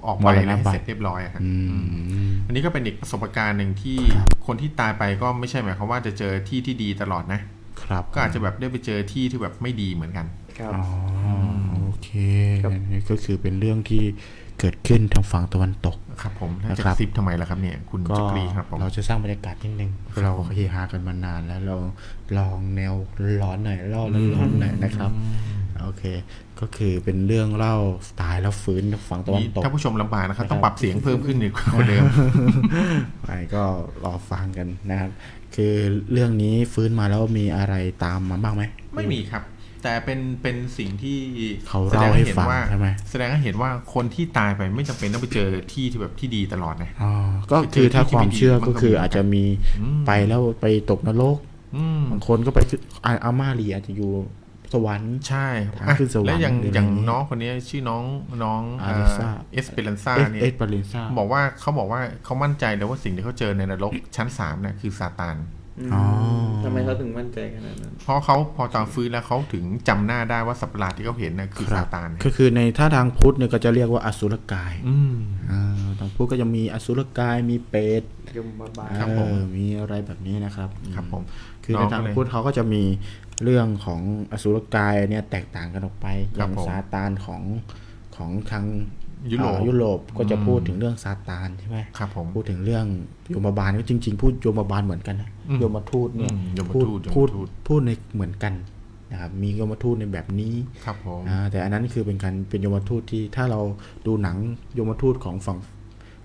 C: ออกใบอะไรให้
B: มรณบัตร
C: เสร็จเรียบร้อยอะฮะ
B: อืม
C: อันนี้ก็เป็นอีกประสบการณ์หนึ่งที่คนที่ตายไปก็ไม่ใช่หมายความว่าจะเจอที่ที่ดีตลอดนะ
B: ครับ
C: ก็อาจจะแบบได้ไปเจอที่ที่แบบไม่ดีเหมือนกัน
A: ครับ
B: อ๋อโอเค
A: ครับ
B: งั้นนี่ก็คือเป็นเรื่องที่เกิดขึ้นทางฝั่งตะวันตก
C: ครับผมแล้วจะ
B: ครับ
C: ซิปทำไมล่ะครับเนี่ยคุณ
B: ก็
C: จักรีครับผม
B: เราจะสร้างบรรยากาศนิดนึงเราเฮฮากันมานานแล้วเราลองแนวร้อนหน่อยล่อแล้วร้อนหน่อยนะครับ โอเค ก็คือเป็นเรื่องเล่าตายแล้วฟื้นทางฝั่งตะวัน
C: นี่
B: ตก
C: ถ้าผู้ชมลำบากนะครับ
B: นะครับ
C: ต้องปรับเสียงเพิ่มขึ้นอีก กว่าเดิม
B: ไปก็รอฟังกันนะครับ คือเรื่องนี้ฟื้นมาแล้วมีอะไรตามมาบ้างไหม
C: ไม่มีครับ แต่เป็นเป็นสิ่งที่
B: เขา
C: แสด
B: เล่าง ให้
C: ให้เห็น
B: ฟัง
C: ว่า
B: ใช่ไหม
C: แสดงให้เห็นว่าคนที่ตายไปไม่จำเป็นต้องไปเจอที่ที่แบบที่ดีตลอดนะ
B: อ๋อก็คือถ้าความเชื่อก็คืออาจจะมี
C: อืม
B: ไปแล้วไปตกนรก
C: อืม
B: บางคนก็ไปขึ้นอาอาม่าลีอาจจะอยู่สวรรค์
C: ใช่ครับ
B: ทาง
C: อ่ะ
B: ขึ้นสวรรค์
C: และอย่าง
B: หรื
C: อ
B: ออะไร
C: ย่าง
B: อย่างนี้
C: น้องคนนี้ชื่อน้องน้องเ
B: อาริซา
C: อสเปรันซา
B: เอส
C: เนี่ย
B: เอสปาเลนซ่า
C: บอกว่าเขาบอกว่าเขามั่นใจเลยว่าสิ่งที่เขาเจอในนรกชั้นสามน่ะคือซาตาน
A: ม
B: อ๋อ
A: ทำไมเขาถึงมั่นใจขนาดนั้น
C: เพราะเขาพอตอนฟื้นแล้วเขาถึงจำหน้าได้ว่าสัตว์ประหลาดที่เขาเห็นน่ะคือซาตาน
B: ก็คือในถ้าทางพุทธเนี่ยก็จะเรียกว่าอสุรกาย
C: อืม
B: อ่าทางพุทธก็จะมีอสุรกายมีเปรต
A: ยมบาล
C: ครับผม
B: เออมีอะไรแบบนี้นะครับ
C: ครับผม
B: คือ
C: น้
B: ใน
C: อง
B: ทาง
C: ก็เลย
B: พุทธเขาก็จะมีเรื่องของอสุรกายเนี่ยแตกต่างกันออกไปอ
C: ครั
B: ย่า
C: บ
B: ง
C: ผม
B: ซาตานของของทาง
C: ยุโรป
B: อ่ายุโรปก็จะพูดถึงเรื่องซาตานใช่ไหม
C: ครับผม
B: พูดถึงเรื่องโยมบาลก็จริง ๆ พูดโยมบาลเหมือนกันนะ
C: อืม
B: โยมทูตเนี่ย
C: อืมโยม
B: พูด
C: ทูตโยม
B: พูด
C: ทูต
B: พูดในเหมือนกันนะครับมีโยมทูตในแบบนี้
C: ครับผม
B: อ่าแต่อันนั้นคือเป็นการเป็นโยมทูตที่ถ้าเราดูหนังโยมทูตของฝั่ง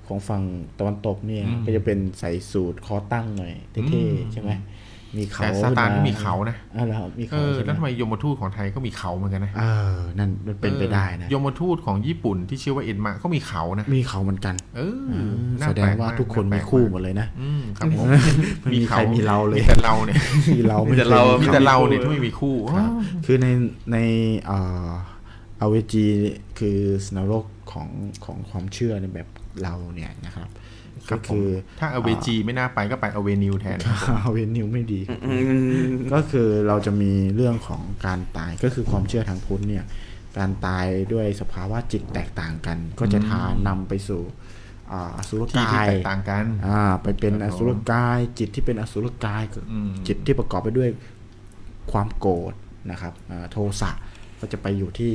B: ของฝั่งตะวันตกเนี่ย
C: อืม
B: ก็จะเป็นใส่สูตรคอตั้งหน่อย
C: อื
B: เท่
C: ม
B: ๆใช่ไหมมีเขา
C: แต่ซาตานก็มีเขานะ
B: อ่าแล้วมี
C: เอ
B: เขา
C: อ
B: ใช่ไห
C: แล้วทำ
B: ม
C: ไมยมทูตของไทยก็มีเขาเหมือนกันนะ
B: เออนั่นมันเป็นไปได้นะ
C: เออยมทูตของญี่ปุ่นที่ชื่อว่าเอ็นมะก็มีเขานะ
B: มีเขาเหมือนกัน
C: เออ
B: อ่า
C: น่
B: แสด
C: ปล
B: ง
C: ม
B: ว่าทุกคน
C: แปล
B: มีคู่
C: าก
B: หมดเลยนะ
C: อืมครับผม
B: ไม่มีใครมีเราเลย
C: มีแต่เราเนี่ย
B: มีเรา
A: มีแต่
B: คย
A: เรา
C: มีแต่เราเนี่ยที่ไม่มีคู่
B: ครับ
C: อ๋อ
B: คือในในเอ่อาเวจีคือสนรกของของความเชื่อในแบบเราเนี่ยนะครับ
C: รั
B: ก็
C: บผม
B: คือ
C: ถ้าเอเวจีไม่น่าไปก็ไปเอเวนิวแทน
B: เอาเวนนิวไม่ดี ก็คือเราจะมีเรื่องของการตายก็คือความเชื่อทางพุทธเนี่ยการตายด้วยสภาวะจิตแตกต่างกัน ก็จะทานำไปสู่อ่าอสุร
C: ที่
B: กา
C: ที่
B: ย
C: แตกต่างกัน
B: อ่าไปเป็น
C: ค
B: อ
C: รับผม
B: สุรกาย จิตที่เป็นอสุรกายก็
C: อืม
B: จิตที่ประกอบไปด้วย ความโกรธนะครับอ่าโทสะก็จะไปอยู่ที่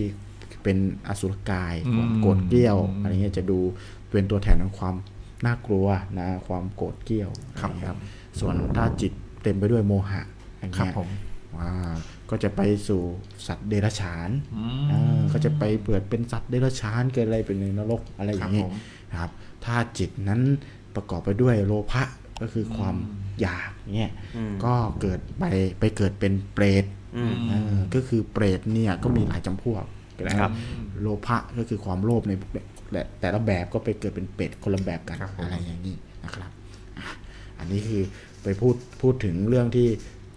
B: เป็นอสุรกาย
C: อืม
B: ความโกรธเกรี้ยว
C: อืม
B: อะไรเงี้ยจะดูเป็นตัวแทนของความน่ากลัวนะความโกรธเกรี้ยว
C: ครับ
B: นะส่วนถ้าจิตเต็มไปด้วยโมหะอย่าง
C: ครั
B: เงี้
C: บ
B: ย
C: ผม
B: อ่าก็จะไปสู่สัตว์เดรัจฉาน
C: อืม
B: อ่าก็จะไปเปิดเป็นสัตว์เดรัจฉานเกิดอะไรเป็นในนรกอะไรอย่างนี้
C: ครับผม
B: นะครับถ้าจิตนั้นประกอบไปด้วยโลภะก็คือความอยากเงี้ย
A: อืม
B: ก็เกิดไปไปเกิดเป็นเปรต
A: อืม
B: เออก็คือเปรตเนี่ยก็มีหลายจำพวกนะครับ โลภะก็คือความโลภในแต่แต่ละแบบก็ไปเกิดเป็นเปรตคนละแบบกัน
C: ครับผม
B: อะไรอย่างนี้นะครับอ่ะอันนี้คือไปพูดพูดถึงเรื่องที่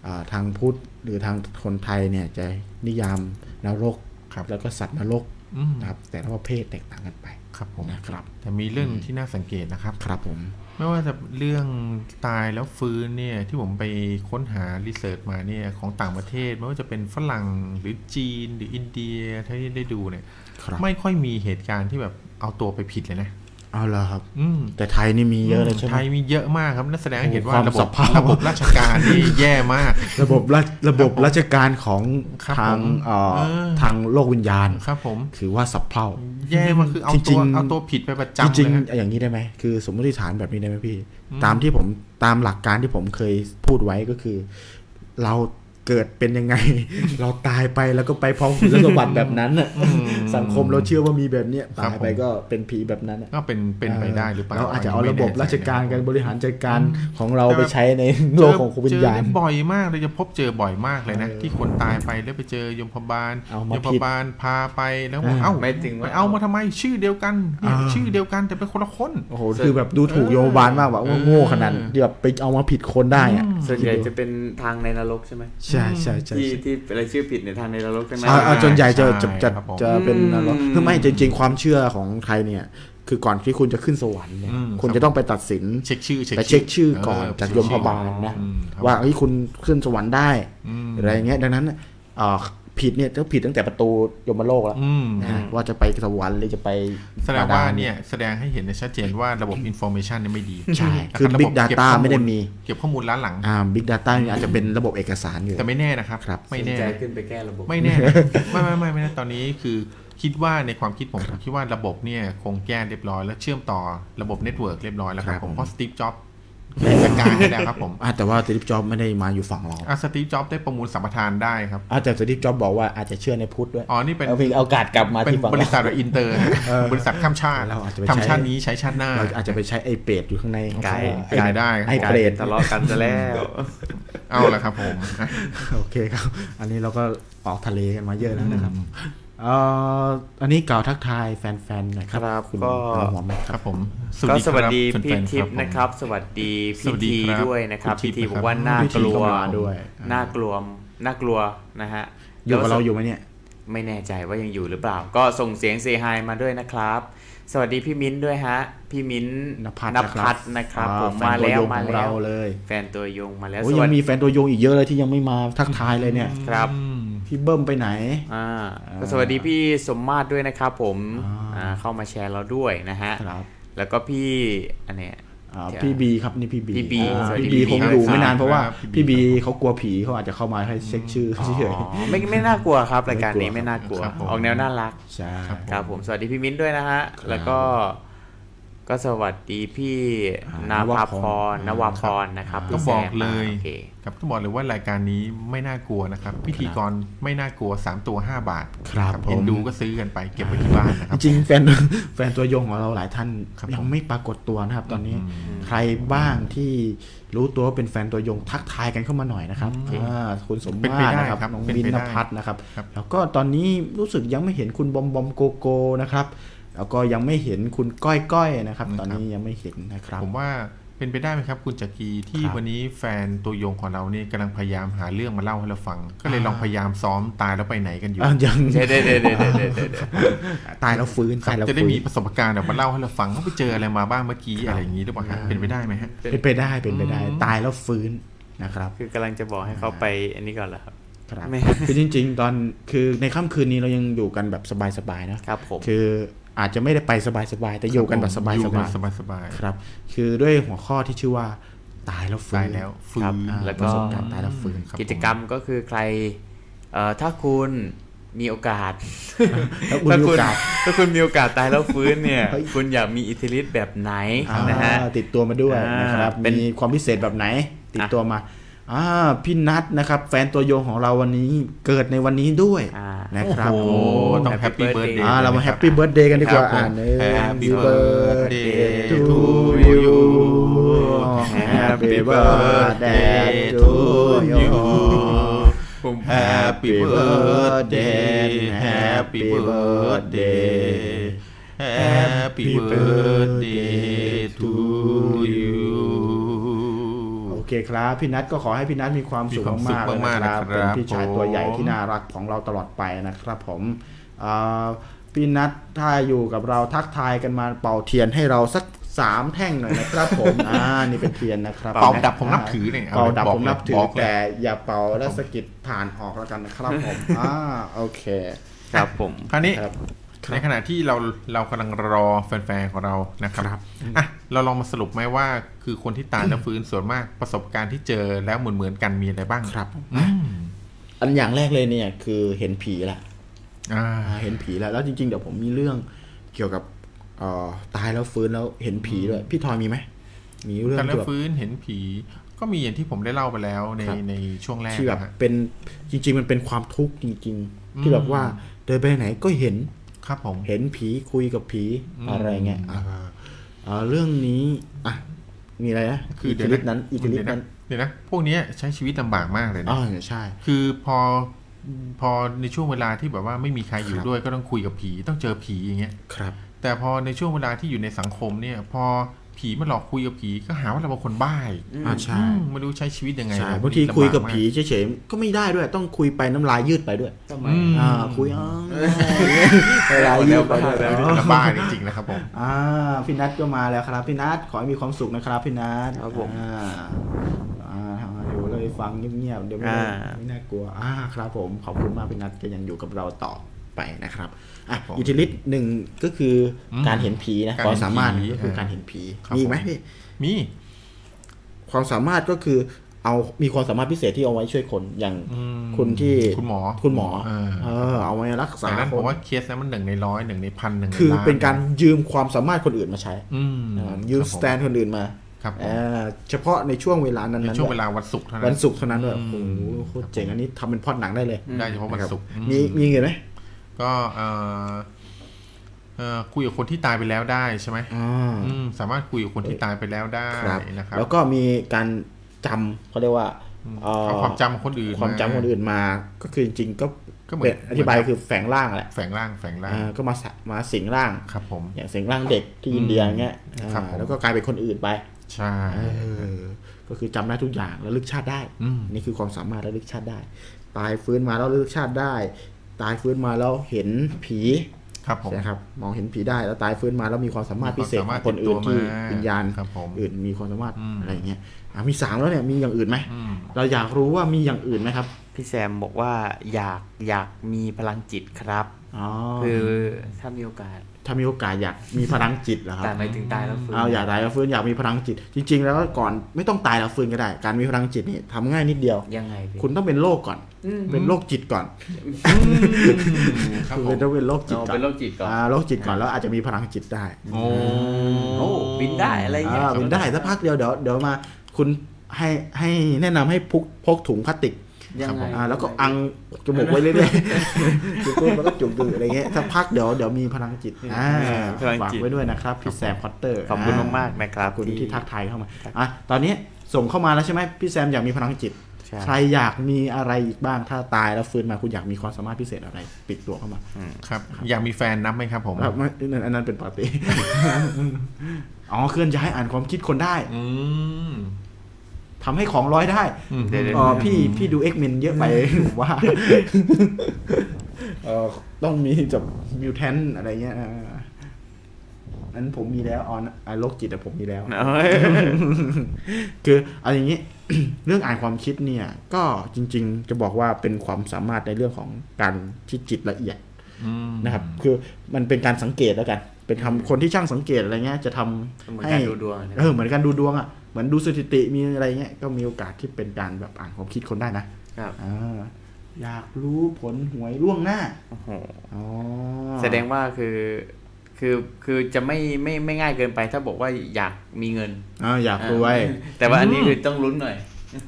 B: อ่าทางพุทธหรือทางคนไทยเนี่ยจะนิยามนรก
C: ครับ
B: แล้วก็สัตว์นรก
C: อืม
B: นะครับแต่ละประเภทแตกต่างกันไป
C: ครับผม
B: นะครับ
C: แต่มีเรื่องหนึ่งที่น่าสังเกตนะครับ
B: ครับผม
C: ไม่ว่าจะเรื่องตายแล้วฟื้นเนี่ยที่ผมไปค้นหารีเสิร์ชมาเนี่ยของต่างประเทศ ไม่ว่าจะเป็นฝรั่งหรือจีนหรืออินเดียเท่าที่ได้ดูเนี่ย
B: ครับ
C: ไม่ค่อยมีเหตุการณ์ที่แบบเอาตัวไปผิดเลยนะ
B: เอาละครับ
C: อืม
B: แต่ไทยนี่มีเยอะเลยใช่ไห
C: ไท
B: ม
C: ยมีเยอะมากครับนั่นแสดงให้เห็นว่า
B: ความ
C: ระบบ
B: สภาพ
C: ระบบราชการนี่แย่มาก
B: ระบบราชระบบราชการของ
C: ครับ
B: ทาง
C: ผม
B: เอ่อ
C: เออ
B: ทางโลกวิญญาณ
C: ครับผม
B: ถือว่าสับเพร่า
C: แย่มากคือเอา
B: จริ
C: ตั
B: ง
C: ว
B: ๆ
C: เอาตัวผิดไปประ
B: จ
C: จำ
B: ริง
C: เลยนะ
B: ๆอย่างนี้ได้ไหมคือ สมมติฐานแบบนี้ได้ไหมพี่ ตามที่ผมตามหลักการที่ผมเคยพูดไว้ก็คือ เรา เกิดเป็น ยังไง เราตายไปแล้วก็ไปพร้อมคุณสมบัติแบบนั้นน่ะ
C: อืม
B: สังคมเราเชื่อว่ามีแบบเนี้ย
C: ครั
B: ตา
C: บ
B: ย
C: ผม
B: ไปก็เป็นผีแบบนั้นน่ะ
C: ก็เป็นเป็นไปได้หรือเปล่า
B: เราอาจจะเอา
C: นนี้
B: ระ
C: ไม่
B: บ
C: แน่
B: บ
C: ใจ
B: ราชการการบริหารจัดการของเราไปใช้ใน
C: เจ
B: โลกของคุณวิญญาณ
C: เจอได้บ่อยมากเลยจะพบเจอบ่อยมากเลยนะ
B: เออ
C: ที่คนตายไปแล้วไปเจอยมพบาล
B: เอามาย
C: มพบาลพาไปแล้ว
B: อ่า
C: เอ้า
A: ไม่ถึงว่า
C: ไปเอามาทำไมชื่อเดียวกันเนี่ย
B: อ่า
C: ชื่อเดียวกันแต่เป็นคนละคน
B: โอ้โหคือแบบดูถูกโยมบาลมากแบบว่าโง่ขนาดที่แบบไปเอามาผิดคนได้อะ
C: อืม
A: ส่วนใหญ่จะเป็นทางในนรกใช่ไหม
B: ใช่ใช่ใช่
A: ที่
B: ใช่
A: ที่อะไรชื่อผิดในยทางในนรกใช่ไหม
B: เอาเอาจนใหญ่จะจะ
C: ใช่
B: จะ
C: ครับผม
B: จะเป็นนรก
A: อืม
B: คือไม่จริง ๆ ความเชื่อของไทยเนี่ย คือก่อนที่คุณจะขึ้นสวรรค์เนี่ย
C: อืม
B: คุณจะต้องไปตัดสิน
C: เช็คชื่อ
B: แต่เช็คชื่อก่อนจาก
C: เเช็
B: ย
C: ค
B: มพ
C: ชื่อ
B: บาลนะ
C: อืมครับ
B: ว่าเฮ้ยคุณขึ้นสวรรค์ได้
C: อืม
B: อะไรอย่างเงี้ยดังนั้นเอ่อผิดเนี่ยต้องผิดตั้งแต่ประตูยมโลกแล้ว
C: อืม
B: นะว่าจะไปสวรรค์หรือจะไป
C: แสดงว่า
B: บดล
C: เนี่ยแสดงให้เห็นได้ชัดเจนว่าระบบ information เนี่ยไม่ดี
B: ใช่
C: นะ
B: คือ
C: รับ
B: Big
C: ระบบเก็
B: Data
C: ข้อล
B: ไม่ได้มี
C: เก็บข้อมูลล้านหลัง
B: อ่าบิ๊กดาต้าอาจจะเป็นระบบเอกสารอยู่
C: แต่ไม่แน่นะครับ
B: ครับ
C: ไม่
A: ส
C: แน่
A: นใจขึ้นไปแก้ระบบ
C: ไม่แน่ นะไม่ไม่ไม่ไม่แน่ตอนนี้คือคิดว่าในความคิดผมผมคิดว่าระบบเนี่ยคงแก้เรียบร้อยแล้วเชื่อมต่อระบบเน็ตเวิร์กเรียบร้อยแล้วครั
B: ครับ บ
C: ผ
B: ผม ม
C: เพราะสตีฟจ็อบจัดการให้แล้วครับผม
B: อ่ะแต่ว่าสตีฟจ็อบไม่ได้มาอยู่ฝั่งเรา
C: อ่ะสตีฟจ็อบได้ประมูลสัมปทานได้ครับ
B: อ่ะแต่สตีฟจ็อบบอกว่าอาจจะเชื่อในพุทธด้วย
C: อ๋อนี่เป็น
B: เอาเอาโอกาสกลับมา
C: เป็น
B: ที่ฝั่ง
C: บริ
B: เรา
C: ษัทอินเตอร์นะ
B: เออบ
C: ริษัทข้ามชาติ
B: เราอาจจะไป
C: ทำ
B: ใช้
C: ชาตินี้ใช้ชาติหน้า
B: เราอาจจะไปใช้ไอเปรตอยู่ข้างใน
A: ไก่
B: เอ
C: เป็น
B: อ
C: ไปได้ครับ
B: ไอ้
A: กลาย
B: เปร
A: เป็
B: ต
A: นทะเลาะกันซะแล้ว
C: เอาละครับผมอ่ะ
B: โอเคครับ อันนี้เราก็ออกทะเลกันมาเยอะแล้วนะครับเอ่ออันนี้กล่าวทักทายแฟนๆหน่อยครับ
A: ครับ
B: คุณ
A: ก็
B: เราหัวไหมค
C: ครับ รับผม
A: ก็สวัสดี
C: ครับ
A: พี่
C: แฟๆ
A: ทิพ
C: ผม
A: ย์นะครับ สวัสดี
C: ส
A: พี่
C: วัสดี
A: ที
C: ครับ
A: ด้วยนะครับ
C: คุณทิพย์
A: พี่ที
C: นะครับ
A: บอกว่าน่ากลั
B: พี่ที
A: ว
B: ก็มาด้วย
A: น่ากลัวน่ากลัวนะฮะ
B: อยู่กับ
A: แล้ว
B: เราอยู่ไหมเนี่ย
A: ไม่แน่ใจว่ายังอยู่หรือเปล่า ก็ส่งเสียงเซฮายมาด้วยนะครับ สวัสดีพี่มิ้นท์ด้วยฮะ พี่มิ้นท์
B: นภัส
A: น
B: นะครับ
A: ภัสนะครับ
B: อ่
A: ผม
B: แฟ
A: มา
B: ตั
A: แล้ว
B: ยง
A: มา
B: ของ
A: แล้
B: เรา
A: ว
B: เลย
A: แฟนตัวยงมาแล้ว
B: โอ้ย
A: ส
B: ยั
A: วัส
B: งมี
A: ดี
B: แฟนตัวยงอีกเยอะเลยที่ยังไม่มาทักทายเลยเนี่ย
C: ครับ
B: พี่เบิ้มไปไหน
A: อ่า
B: อ่า
A: ก็สวัสดีพี่สมมาตรด้วยนะครับผม
B: อ่า
A: อ่าเข้ามาแชร์เราด้วยนะฮะ
B: ครับ
A: แล้วก็พี่อันเนี้ย
B: อ่าพี่บีครับนี่พี่บี
A: พี่บี
B: อ่า
A: สวัสดี
B: พี่บี
A: พี่
B: ค
A: บี
B: งอยู่
A: ครับ
B: ไม่นานเพราะว่า
C: ครับพี่
B: พี่
C: บี
B: บีเขากลัวผีเขาอาจจะเข้ามาให้เช็คชื่อ
A: อ๋อ
B: เฉย
A: ไม่ไม่น่ากลัวครับรายการนี้
B: ไม่
A: ไม่
B: น่า
A: น่าก กลั
B: ลัว
A: ว
C: ครับผม
A: ออกแนวน่ารัก
B: ๆใช่
C: ครับ
A: ครับผมสวัสดีพี่มิ้นท์ด้วยนะฮะ แล้วก็ ก็สวัสดีพี่
B: อ่าน
A: นาภาพร
B: น
A: น
B: ว
A: วา
B: พ
A: พ
B: ร
A: รนะครับ
C: ต้อ
A: พี่
C: งบ
A: แซ
C: อก
A: ม
C: เล
A: มาย โอเค
C: ครับต้องบอกเลยว่ารายการนี้ไม่น่ากลัวนะครับ พิธีกรไม่น่ากลัว 3 ตัว 5 บาท
B: ครับผม
C: เห็นดูก็ซื้อกันไปเก็บไว้ที่บ้านนะค
B: จ
C: รับ
B: ริงๆแฟน แฟนตัวยงของเราหลายท่าน
C: ครับ
B: ยั
C: ผ
B: ง
C: ม
B: ไม่ปรากฏตัวนะครับ ตอนนี้
A: อืม
B: ใครบ้างที่รู้ตัวว่าเป็นแฟนตัวยงทักทายกันเข้ามาหน่อยนะครับอ่าคุณสม
C: เป็นไป
B: มาตร
C: ได้
B: นะครับ
C: ครับ
B: น้อง
C: เป็น
B: บิน
C: ไป
B: น
C: ได้
B: ภัทรนะครับ
C: ครับ
B: แล้วก็ตอนนี้รู้สึกยังไม่เห็นคุณบอมบอมโกโกนะครับ แล้วก็ยังไม่เห็นคุณก้อยก้อยนะครับ ตอนนี้ยังไม่เห็นนะครับ
C: ผมว่าเป็นไปได้ไหมครับ คุณจักรีที่
B: ครับ
C: วันนี้แฟนตัวยงของเราเนี่ยกำลังพยายามหาเรื่องมาเล่าให้เราฟัง ก็เลยลองพยายามซ้อมตายแล้วไปไหนกันอยู่
B: ะยัง
A: เดี๋ยวเดี๋ยวเดี๋ยวเดี๋ยวเดี๋ยวเดี๋ยวเดี๋ยว
B: ตายแล้วฟื้น
C: ครับ
B: ตายแล้ว
C: จะได้
B: ฟื้
C: มี
B: น
C: ประสบการณ์แบบมาเล่าให้เราฟังว่าไปเจออะไรมาบ้างเมื่อกี้อะไรอย่างนี้หรือเปล่าฮะเป็นไปได้ไหมฮะ
B: เป็นไปได้เป็นไปได้ ตายแล้วฟื้นนะครับ
A: คือกำลังจะบอกให้เขาไปอันนี้ก่อนแล้วครับ
B: ครับ
A: ไม่
B: คือจริง ๆ ตอนคือในค่ำคืนนี้เรายังอยู่กันแบบสบายๆนะครับ
A: ผม
B: คืออาจจะไม่ได้ไปสบายๆแต่อยู่กันแบบสบาย
C: อยู่กัน
B: ๆ
C: สบาย
B: ครับ คือด้วยหัวข้อที่ชื่อว่าตายแล้ว
C: ๆ
B: ฟื้
C: ตาน ยแล้วฟื้น
A: ครับ
B: อ่า
A: แล้วก็
B: ประสบการณ์ตายแล้วฟื้น
C: ครับ
A: กิจกรรมก็คือใครเอ่อถ้าคุณมีโอกา ส
B: แล้วคุณ
A: ถ้า
B: มี
A: คุณ
B: โอกาส
A: ถ้าคุณมีโอกาสตายแล้วฟื้นเนี่ย
B: เฮ้ย
A: คุณอยากมีอิทธิฤทธิ์แบบไหน
B: อ่า
A: นะฮะ
B: ติดตัวมาด้วย
A: อ่าน
B: นะครับ
A: เป็น
B: มีความพิเศษแบบไหน ติดตัวมาอ่าพี่นัทนะครับ แฟนตัวยงของเราวันนี้เกิดในวันนี้ด้วย
A: อ่า
B: นะครับ
C: โอ้โหต้อง
A: Happy
C: Happy Birthday
A: Birthday
B: อ่าเรามา
C: นะ
B: แฮ
C: ครับ
B: ปปี้เบิร์ดเดย์กันดีกว่า
C: ครับผม
B: อ่านเลย
C: Happy Birthday to you
B: Happy birthday to you
C: Happy birthday Happy birthday Happy birthday to you
B: โอเคครับ พี่นัทก็ขอให้พี่นัทมีความสุข
C: มีความสุข
B: มากๆ
C: มากๆ
B: นะครับ
C: นะครับ
B: เป็นพี่ชายตัวใหญ่
C: ผม
B: ที่น่ารักของเราตลอดไปนะครับผมอ่าพี่นัทถ้าอยู่กับเราทักทายกันมาเป่าเทียนให้เราสักสามแท่งหน่อยนะครับผม อ่านี่เป็นเทียนนะครับ
C: เป่าดับผมนับถือเนี่ยเอา
B: เป่าดับ
C: บอก
B: ผมนับถือ
C: บอกเลย
B: แต่อย่าเป่าแล้วสะกิดผ่านออกแล้วกันนะครับ ผมอ่าโอเค
A: ครับผม
C: คราวนี้
B: ครับ
C: ในขณะที่เราเรากำลังรอแฟนๆของเรานะครับ
B: ครับ
C: อ่ะเราลองมาสรุปไหมว่า คือคนที่ตายแล้วฟื้นส่วนมากประสบการณ์ที่เจอแล้วเหมือนเหมือนๆกันมีอะไรบ้าง
B: ครับ
C: อืม
B: อันอย่างแรกเลยเนี่ยคือเห็นผีละ
C: อ่า
B: อ่าเห็นผีแล้วแล้วจริงๆ เดี๋ยวผมมีเรื่องเกี่ยวกับเอ่อตายแล้วฟื้นแล้วเห็นผีด้วย พี่ทอยมีไหม มีเรื่อง
C: การ
B: เกี่
C: ละ
B: ยวกับ
C: ฟื้นเห็นผี ก็มีอย่างที่ผมได้เล่าไปแล้วใน
A: ครับ
C: ในช่วงแรก
B: ที่แบบ
C: นะฮะ
B: เป็นจริง ๆ มันเป็นความทุกข์จริง
C: อืม
B: ๆ ที่แบบว่าเดินไปไหนก็เห็น
C: ครับผม
B: เห็นผีคุยกับผี
C: ม
B: อะไรเงี้ยอ่ะ
C: อ่า
B: อ่าเรื่องนี้อ่ะมีอะไรนะ
C: คือ
B: ท
C: เดี๋ยวนะ
B: ธิฤทธิ์นั้นอิทธิฤทธิ์นั้น
C: เดี๋ยวนะพวกเนี้ยใช้ชีวิตลำบากมากเลยนะ
B: อ๋อใช่
C: คือพอพอในช่วงเวลาที่แบบว่าไม่มีใครอยู่
B: ครับ
C: ด้วยก็ต้องคุยกับผีต้องเจอผีอย่างเงี้ย
B: ครับ
C: แต่พอในช่วงเวลาที่อยู่ในสังคมเนี่ย พอผีมาหลอกคุยกับผีก็หาว่าเราเป็นคนบ้าอีก
A: อืม
B: อ่าใช่
C: อืมไม่รู้ใช้ชีวิตยังไง
B: ใช่
C: นะ
B: บางทีคุยกับ
C: ลำามา
B: ผีเฉยๆก็ไม่ได้ด้วยต้องคุยไปน้ำลายยืดไปด้วย
A: ทำไม
C: อืม
B: อ่าคุยอ๋อน้ำลายยืดไปด้วย
A: แล้ว
B: อ๋อ
C: ลำบ้ากจริงๆนะครับผม
B: อ่าพี่นัทก็มาแล้วครับพี่นัทขอให้มีความสุขนะครับพี่นัท
A: ครับผม
B: อ่าอ่าทำไมอยู่เลยฟังเงียบๆเดี๋ยวไม่
A: อ่า
B: ไม่น่ากลัวอ่าครับผมขอบคุณมากพี่นัทจะยังอยู่กับเราต่อไปนะครับอ่ะ
C: ครับผม
B: อิทธิฤทธิ์หนึ่งก็คืออ
C: ม
B: การเห็นผีนะ
C: การ
B: ความ
C: เห็น
B: สามารถ
C: ผี
B: ก็คือ
C: เออ
B: การเห็นผี
C: ครับ
B: มีอีกไหม
C: ผม
B: พี่
C: มี
B: ความสามารถก็คือเอามีความสามารถพิเศษที่เอาไว้ช่วยคนอย่าง
C: อืม
B: คุณที่
C: คุณหมอ
B: คุณหมอ
C: เออ
B: เออเอาไว้รักษา
C: แต่นั้น
B: ค
C: ผม
B: น
C: ว่าเคสนั้นมันหนึ่งในร้อยหนึ่งในพันหนึ่งใน
B: คือ
C: ล้าน
B: เป็นการยืมความสามารถคนอื่นมาใช้
C: อืม
B: อ่ายืม
C: ครับผ
B: สแตนคนอื่นมา
C: ครับผม
B: เออเฉพาะในช่วงเวลานั้น
C: ใน
B: ๆ
C: ช่วงเว
B: ด้วย
C: ลาวันศุกร์เท่านั้น
B: วันศุกร์เท่านั้นด้วย
C: อื
B: โอ้
C: ม
B: โหโคตรเจ๋งอันนี้ทำเป็นพล็อดหนังได้เลย
C: ได้เฉพาะวันศุกร์
B: มี
C: อื
B: มีเงินไหม
C: ก็เอ่อเอ่อคุยกับคนที่ตายไปแล้วได้ใช่ไหม
B: อ่า
C: อืมสามารถคุยกับคนที่ตายไปแล้วได้
B: ครับ
C: นะครับ
B: แล้วก็มีการจำเขาเรียกว่าเอ่อ
C: เอาความจำของคนอื่น
B: ความจำคนอื่นมา ก็คือจริงๆก็
C: ก็เหมือน
B: เป็นอธิบายคือแฝงร่างแหละ
C: แฝงร่างแฝงร่าง
B: อ่าก็มาสะมาสิงร่าง
C: ครับผม
B: อย่างสิงร่างเด็กที่อินเดียอย่างเงี้ยอ่า
C: ครับผม
B: แล้วก็กลายเป็นคนอื่นไป
C: ใช่
B: เออก็คือจำได้ทุกอย่างแล้วลึกชาติได้
C: อืม
B: นี่คือความสามารถและลึกชาติได้ ตายฟื้นมาแล้วระลึกชาติได้ ตายฟื้นมาแล้วเห็นผี
C: ครับผม
B: นะครับมองเห็นผีได้แล้วตายฟื้นมาแล้วมีความสามารถพิเศษ
C: มี
B: ข
C: วา
B: อ
C: ม
B: งคนอื่นที่
C: ติดตัวมา
B: วิญญาณ
C: ครับผม
B: อื่นมีความสามารถ
C: อืม
B: อะไรอย่างเงี้ยอ่ะมีสามแล้วเนี่ยมีอย่างอื่นไหม
C: อืม
B: เราอยากรู้ว่ามีอย่างอื่นไหมครับ
A: พี่แซมบอกว่าอยากอยากมีพลังจิตครับ
B: อ๋อ
A: คือถ้ามีโอกาส
B: ถ้ามีโอกาสอยากมีพลังจิตเหรอครับ
A: แต่หมายถึงตายแล้วฟื้น
B: เอาอยากตายแล้วฟื้นอยากมีพลังจิต จริง ๆ แล้วก่อนไม่ต้องตายแล้วฟื้นก็ได้ การมีพลังจิตนี่ทำง่ายนิดเดียว
A: ยังไงพี่
B: คุณต้องเป็นโรคก่อน
A: อืม
B: เป็นโรคจิตก่อน
C: ครับ
B: คุณ
C: ผม
B: ต้องเป็นโรคจิต
A: เรา
B: ก่อ
A: เป็น
B: น
A: โรคจิตก่อน
B: อ่าโรคจิตก่อนแล้วอาจจะมีพลังจิตได้
C: โอ้
A: โอ้บินได้อะไรเงี้ย
B: อ่าเป็นได้สักพักเดียวเดี๋ยวเดี๋ยวมาคุณให้ให้แนะนำให้พกพกถุงพลาสติก
A: ยังไง
B: อ่าแล้วก็อังจมูกไว้เรื่อยๆ จุกๆแล้วก็จุกดืออะไรเงี้ยสักพักเดี๋ยวเดี๋ยวมีพลังจิตอ่า
A: พลัง
B: ฝาก
A: จิต
B: ไว้ด้วยนะครับพี่แซมคอตเตอร์
A: ขอบคุณมากๆนะครับ
B: ขอบคุณที่ทักทายเข้ามา อ่ะ ตอนนี้ส่งเข้ามาแล้วใช่ไหมพี่แซมอยากมีพลังจิต
A: ใช่
B: ใครอยากมีอะไรอีกบ้าง ถ้าตายแล้วฟื้นมาคุณอยากมีความสามารถพิเศษอะไร ปิดตัวเข้ามา
C: ครับอยากมีแฟนนับไหมครับผม
B: แบบไม่นั่นอันนั้นเป็นป กติ อ๋อ เคลื่อนย้ายอ่านความคิดคนได้
C: อืม
B: ทำให้ของร้อยได้
C: อืม
A: เดี๋ยว
B: อ๋อพี่พี่ดูเอ็กเมนเยอะไป ผม ว่าเออต้องมีจับมิวแทนอะไรเงี้ยอ่าอันผมมีแล้วออนอ่ะโรคจิตอะผมมีแล้ว
A: เอ้ย
B: คือเอาอย่างนี้ เรื่องอ่านความคิดเนี่ย ก็จริง ๆ จะบอกว่าเป็นความสามารถในเรื่องของการที่จิตละเอียด
C: อืม
B: นะครับ คือมันเป็นการสังเกตแล้วกัน เป็นทำคนที่ช่างสังเกตอะไรเงี้ยจะทำ
A: เหมือน
B: ให้
A: การดูดวงนะ
B: เออเหมือนการดูดวงอ่ะเหมือนดูสถิติมีอะไรเงี้ยก็มีโอกาสที่เป็นการแบบอ่านความคิดคนได้นะครับ อ่าอยากรู้ผลหวยล่วงหน้า
A: โอ้โห
B: อ๋อ
A: แสดงว่าคือคือคือจะไม่ไม่ไม่ง่ายเกินไปถ้าบอกว่าอยากมีเงิน
B: อ่าอยากรวย
A: แต่ว่าอันนี้
C: อืม
A: คือต้องลุ้นหน่อย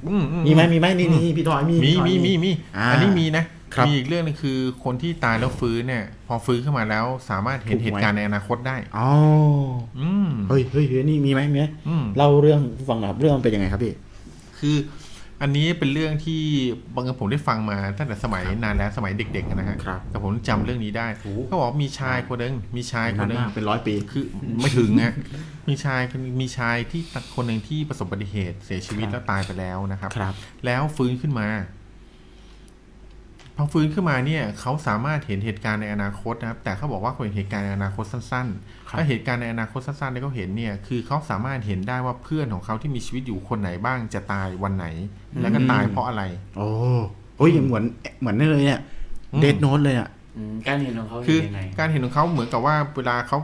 C: อือื
B: มีไหมมีไหมนี่นี่พี่ทอยมี
C: มี
B: พี่ทอย
C: มีมีมี
B: อ่า
C: อันนี้มีนะครับ มีอีกเรื่องหนึงคือคนที่ตายแล้วฟื้นเนี่ย พอฟื้นขึ้นมาแล้วสามารถเห็น
B: ถูกไหม
C: เหตุการณ์ในอนาคตได้
B: อ๋อ
C: อืม
B: เฮ้ยเฮ้ยเฮ้ยนี่มีไหมมีไหม
C: อืม
B: เล่าเรื่องให้ฟังหน่อยครับเรื่องมันเป็นยังไงครับพี่
C: คืออันนี้เป็นเรื่องที่บางเอิญผมได้ฟังมาตั้งแต่สมัยนานแล้วสมัยเด็กๆนะฮะ
B: ครับ
C: แต่ผมจำเรื่องนี้ได้เขาบอกว่ามีชายคนหนึ่งมีชายคน
B: าน
C: หนึ่ง
B: มากเป็นร้อยปี
C: คือไม่ถึงฮะ มีชายคนมีชายที่คนหนึ่งที่ประสบอุบัติเหตุเสียชีวิต
B: ครับ
C: แล้วตายไปแล้วนะครับ
B: ครับ
C: แล้วฟื้นขึ้นมา พอฟื้นขึ้นมาเนี่ย เขาสามารถเห็นเหตุการณ์ในอนาคตนะครับ แต่เขาบอกว่าเขาเห็นเหตุการณ์ในอนาคตสั้น
B: ครั
C: ๆ
B: บ
C: ถ้าเหตุการณ์ในอนาคตสั้นๆที่เขาเห็นเนี่ย คือเขาสามารถเห็นได้ว่าเพื่อนของเขาที่มีชีวิตอยู่คนไหนบ้างจะตายวันไหน แล้วก็ตายเพราะอะไร
B: โอ้โอ้ยเหมือนเหมือนนั่นเลยเนี่ย
C: อืม
B: เดดโน e เลยอ่ะ
A: อืมการเห็นของเขา
C: คื
A: เห็
C: อน
A: ยังไง
C: การเห็นของเขาเหมือนกับว่าเวลาเขา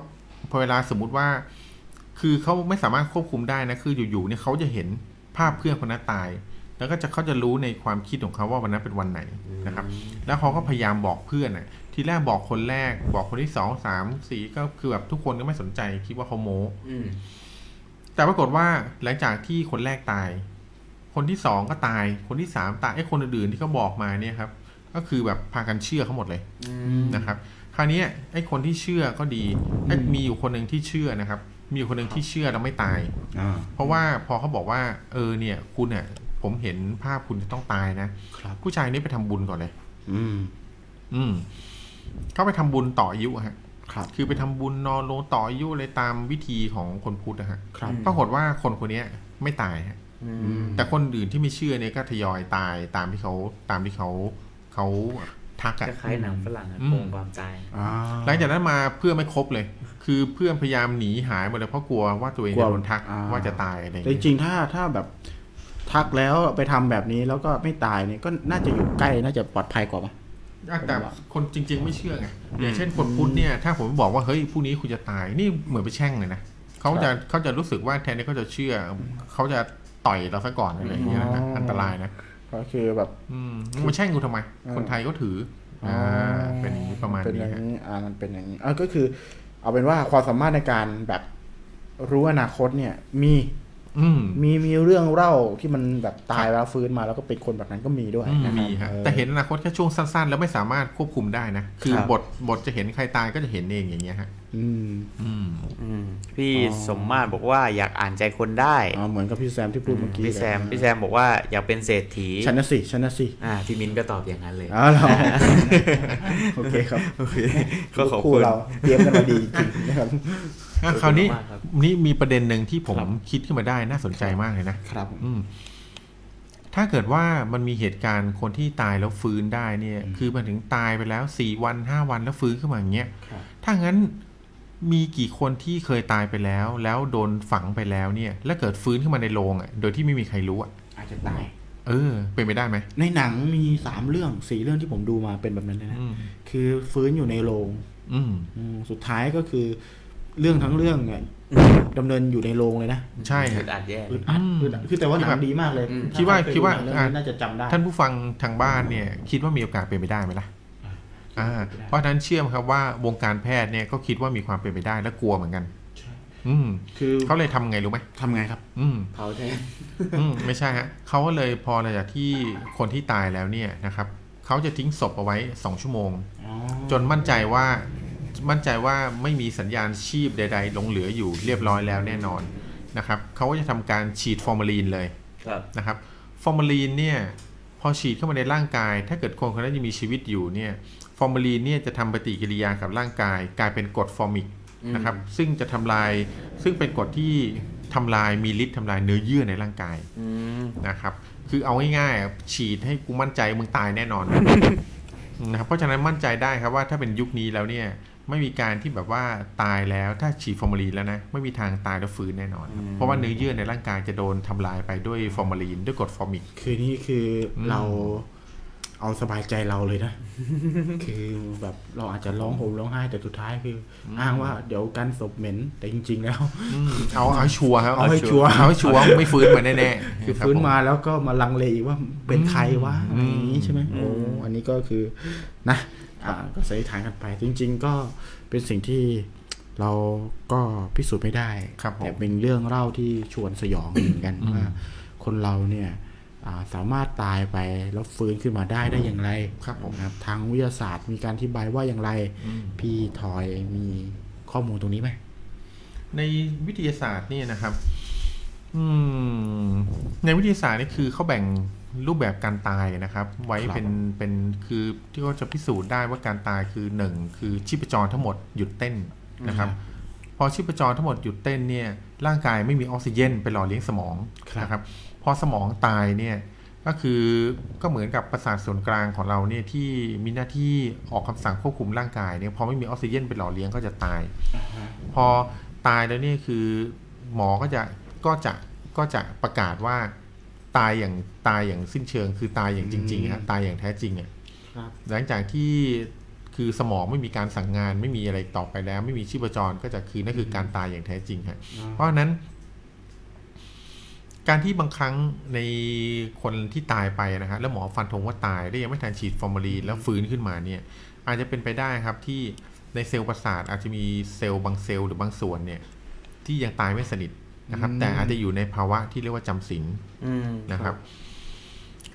C: พอเวลาสมมติว่า คือเขาไม่สามารถควบคุมได้นะ คืออยู่ๆเนี่ยเขาจะเห็นภาพเพื่อนคนนั้นตาย แล้วก็จะเขาจะรู้ในความคิดของเขาว่าวันนั้นเป็นวันไหนนะครับ แล้วเขาก็พยายามบอกเพื่อนอ่ะ ทีแรกบอกคนแรก บอกคนที่สองสามสี่ก็คือแบบทุกคนก็ไม่สนใจคิดว่าเขาโม้
A: อืม
C: แต่ปรากฏว่าหลังจากที่คนแรกตาย คนที่สองก็ตาย คนที่สามตายไอ้คนอื่นๆที่เขาบอกมาเนี่ยครับ ก็คือแบบพากันเชื่อเขาหมดเลย
A: อืม
C: นะครับคราวเนี้ยไอ้คนที่เชื่อก็ดีไอ้
B: อืม
C: มีอยู่คนหนึ่งที่เชื่อนะครับ มีอยู่คนหนึ่งที่เชื่อแล้วไม่ตาย
B: อ่า
C: เพราะว่าพอเขาบอกว่าเออเนี่ยคุณเนี่ยผมเห็นภาพคุณจะต้องตายนะครับ ผู้ชายนี้ไปทำบุญก่อนเลย
B: อืม
C: อืมเขาไปทำบุญต่ออายุอะฮะ
B: ครับ
C: คือไปทำบุญนอนลงต่ออายุเลยตามวิธีของคนพุทธนะฮะ
B: ครับ
A: ม
C: ปรากฏว่าคนคนเนี้ยไม่ตายฮะ
A: อืม
C: แต่คนอื่นที่ไม่เชื่อเนี่ยก็ทยอยตายตามที่เขาตามที่เขาเขาทัก
A: ค
C: อะ
A: ล้ายๆหนังฝรั่งอะ
C: อืม
A: โกงความตาย
B: อ่า
C: หลังจากนั้นมาเพื่อนไม่ครบเลย คือเพื่อนพยายามหนีหายหมดเลยเพราะกลัวว่าตัวเอง
B: กลัว
C: จะโดนทัก
B: อ่า
C: ว่าจะตายอะไรอย่าง
B: แต่จ
C: เงี้ย
B: ริงๆถ้าถ้าแบบทักแล้วไปทำแบบนี้แล้วก็ไม่ตายเนี่ยก็น่าจะอยู่ใกล้น่าจะปลอดภัยกว่าปะ
C: อ่ะแต่คนจริง ๆ ไม่เชื่อไงอย่างเช่นคนพุทธเนี่ยถ้าผมบอกว่าเฮ้ยพรุ่งนี้คุณจะตายนี่เหมือนไปแช่งเลยนะเขาจะเขาจะรู้สึกว่าแทนที่เขาจะเชื่อเขาจะต่อยเราซะก่อนอะไรอย่างเงี้ยนะ
B: อ๋ออั
C: อันตรายนะ
B: ก็คือแบบ
C: อืมมาแช่งกูทำไม
B: อ่า
C: คนไทยก็ถืออ่าเป็นอย่างนี้ประมาณ
B: เป็นอ
C: นี้
B: ย่าง
C: ฮะ
B: นี้อ่ามันเป็นอย่างนี้อ่าก็คือ เอาเป็นว่าความสามารถในการแบบรู้อนาคตเนี่ย มี
C: อืม
B: มีมีเรื่องเล่าที่มันแบบตายแล้วฟื้นมาแล้วก็เป็นคนแบบนั้นก็มีด้วย
C: อืม
B: นะครับ
C: มีฮะ
B: ออ
C: แต่เห็นอนาคตแค่ช่วงสั้น ๆ แล้วไม่สามารถควบคุมได้นะคือ
B: ครับ
C: บทบทจะเห็นใครตายก็จะเห็นเองอย่างเงี้ยฮะ
B: อืม
C: อืม
A: อืมพี่
B: อ๋อ
A: สมมาตรบอกว่าอยากอ่านใจคนได้
B: อ่าเหมือนกับพี่แซมที่พูดเมื่อกี้
A: พี่แซมพี่แซมบอกว่าอยากเป็นเศรษฐี
B: ชนะสิชนะสิ
A: อ่าพี่มินก็ตอบอย่างนั้นเลย
B: อ๋อเหรอ โอเคครับ
A: ก็ขอบ
B: คู่
A: คุณ
B: เราเตรียมกันมาดีจริงๆนะครับ
C: อ่ะคราวนี้
A: ขอบคุณมากครับ
C: นี่มีประเด็นหนึ่งที่ผมคิดขึ้นมาได้น่าสนใจมากเลยนะครับ
B: ผม
C: อืมถ้าเกิดว่ามันมีเหตุการณ์คนที่ตายแล้วฟื้นได้เนี่ย คือมันถึงตายไปแล้วสี่วันห้าวันแล้วฟื้นขึ้นมาอย่างเงี้ย
B: ครับ
C: ถ้างั้นมีกี่คนที่เคยตายไปแล้ว แล้วโดนฝังไปแล้วเนี่ย แล้วเกิดฟื้นขึ้นมาในโรงอ่ะ โดยที่ไม่มีใครรู้อ่ะ
B: อาจจะตาย
C: เออ เป็นไปได้ไหม
B: ในหนังมีสามเรื่องสี่เรื่องที่ผมดูมาเป็นแบบนั้นเลยนะ
C: อืม
B: คือฟื้นอยู่ในโรง
C: อืม
B: อืมสุดท้ายก็คือ เรื่องทั้งเรื่องเนี่ยดำเนินอยู่ในโรงเลยนะ
C: ใช่ฮะ
A: อึดอัดแย่
B: อึดอัด
C: อืม
B: อึดอัดคือแต่ว่าหนังดีมากเลย
A: อืม
B: ถ้
C: คิดว่า
B: ใรเย
C: คิดว่า
B: หนังเรื่อง
C: อ่ะ
B: นี้น่าจะจำได้
C: ท่านผู้ฟังทางบ้านเนี่ย คิดว่ามีโอกาสเป็นไปได้ไหมล่ะ อ่า เพราะฉะนั้นเชื่อไหมครับว่าวงการแพทย์เนี่ยก็คิดว่ามีความเป็นไปได้และกลัวเหมือนกัน
B: ใช่
C: อืม
B: คือ
C: เขาเลยทำไงรู้ไหม
B: ทำไงครับ
C: อืม
A: เผาแทน
C: อืม ไม่ใช่ฮะเขาก็เลยพอหลังจากที่คนที่ตายแล้วเนี่ยนะครับเขาจะทิ้งศพเอาไว้สองชั่วโมง
B: อ๋อ
C: จนมั่นใจว่ามั่นใจว่าไม่มีสัญญาณชีพใด ๆ หลงเหลืออยู่เรียบร้อยแล้วแน่นอนนะครับเขาก็จะทำการฉีดฟอร์มาลีนเลย
A: ครับ
C: นะครับฟอร์มาลีนเนี่ยพอฉีดเข้ามาในร่างกาย ถ้าเกิดคนคนนั้นยังมีชีวิตอยู่เนี่ยฟอร์มาลีนเนี่ยจะทำปฏิกิริยากับร่างกาย กลายเป็นกรดฟอร์มิก
A: อืม
C: นะครับซึ่งจะทำลายซึ่งเป็นกรดที่ทำลายมีฤทธิ์ทำลายเนื้อเยื่อในร่างกาย
A: อืม
C: นะครับคือเอาง่ายๆอ่ะฉีดให้กูมั่นใจมึงตายแน่นอน นะครับเพราะฉะนั้นมั่นใจได้ครับว่าถ้าเป็นยุคนี้แล้วเนี่ยไม่มีการที่แบบว่าตายแล้วถ้าฉีดฟอร์มาลีนแล้วนะไม่มีทางตายแล้วฟื้นแน่นอนครับเพราะว่าเนื้อเยื่อในร่างกายจะโดนทำลายไปด้วยฟอร์มาลีนด้วยกรดฟอร์มิก
B: คือนี่คืออ
C: ม
B: เราเอาสบายใจเราเลย นะ คือแบบเราอาจจะร้องห่มร้องไห้แต่สุดท้ายคือออ้างว่าเดี๋ยวกันศพเหม็นแต่จริง ๆ แล้ว
C: อืมเอาเอาให้ชัวร์ครับ
B: เอาให้ชัวร์
C: เอาให้ชัวร์ไม่ฟื้นมาแน่ๆ
B: คือ
C: รับ
B: ฟื้น
C: ผ
B: มาแล้วก็มาลังเลอีกว่าเป็นใครวะ
C: อื
B: อะไร
C: ม
B: อย่างนี้ใช่ไหมโอ้อันนี้ก็คือนะอ่าก็สันนิษฐานกันไป จริง ๆ ก็เป็นสิ่งที่เราก็พิสูจน์ไม่ได้
C: ครับผม
B: แต่เป็นเรื่องเล่าที่ชวนสยองเหมือนกันว่า คนเราเนี่ยอ่าสามารถตายไปแล้วฟื้นขึ้นมาได้ได้อย่างไร
C: ครับผม
B: นะครับทางวิทยาศาสตร์มีการอธิบายว่าอย่างไร พี่ทอยมีข้อมูลตรงนี้ไหม
C: ในวิทยาศาสตร์เนี่ยนะครับ อืม ในวิทยาศาสตร์นี่คือเขาแบ่งรูปแบบการตายนะครับ ไว้เป็นเป็นคือที่เขาจะพิสูจน์ได้ว่าการตายคือหนึ่งคือชีพจรทั้งหมดหยุดเต้นนะครับ พอชีพจรทั้งหมดหยุดเต้นเนี่ยร่างกายไม่มีออกซิเจนไปหล่อเลี้ยงสมองนะครับ พอสมองตายเนี่ยก็คือก็เหมือนกับประสาทส่วนกลางของเราเนี่ยที่มีหน้าที่ออกคำสั่งควบคุมร่างกายเนี่ยพอไม่มีออกซิเจนไปหล่อเลี้ยงก็จะตาย พอตายแล้วเนี่ยคือหมอก็จะก็จะก็จะประกาศว่าตายอย่างตายอย่างสิ้นเชิง คือตายอย่างจริงๆครับตายอย่างแท้จริงอ่ะ
B: ครับ
C: หลังจากที่คือสมองไม่มีการสั่งงานไม่มีอะไรต่อไปแล้ว ไม่มีชีพจรก็จะคือนั่นคือการตายอย่างแท้จริงฮะ
B: อ่า
C: เพราะฉะนั้น การที่บางครั้งในคนที่ตายไปนะฮะแล้วหมอฟันธงว่าตายแล้วยังไม่ทันฉีดฟอร์มาลีนแล้วฟื้นขึ้นมาเนี่ย อาจจะเป็นไปได้ครับที่ในเซลล์ประสาทอาจจะมีเซลล์บางเซลล์หรือบางส่วนเนี่ย ที่ยังตายไม่สนิท นะครับ
B: อืม
C: แต่อาจจะอยู่ในภาวะที่เรียกว่าจำศีล
A: อืม
C: นะครับ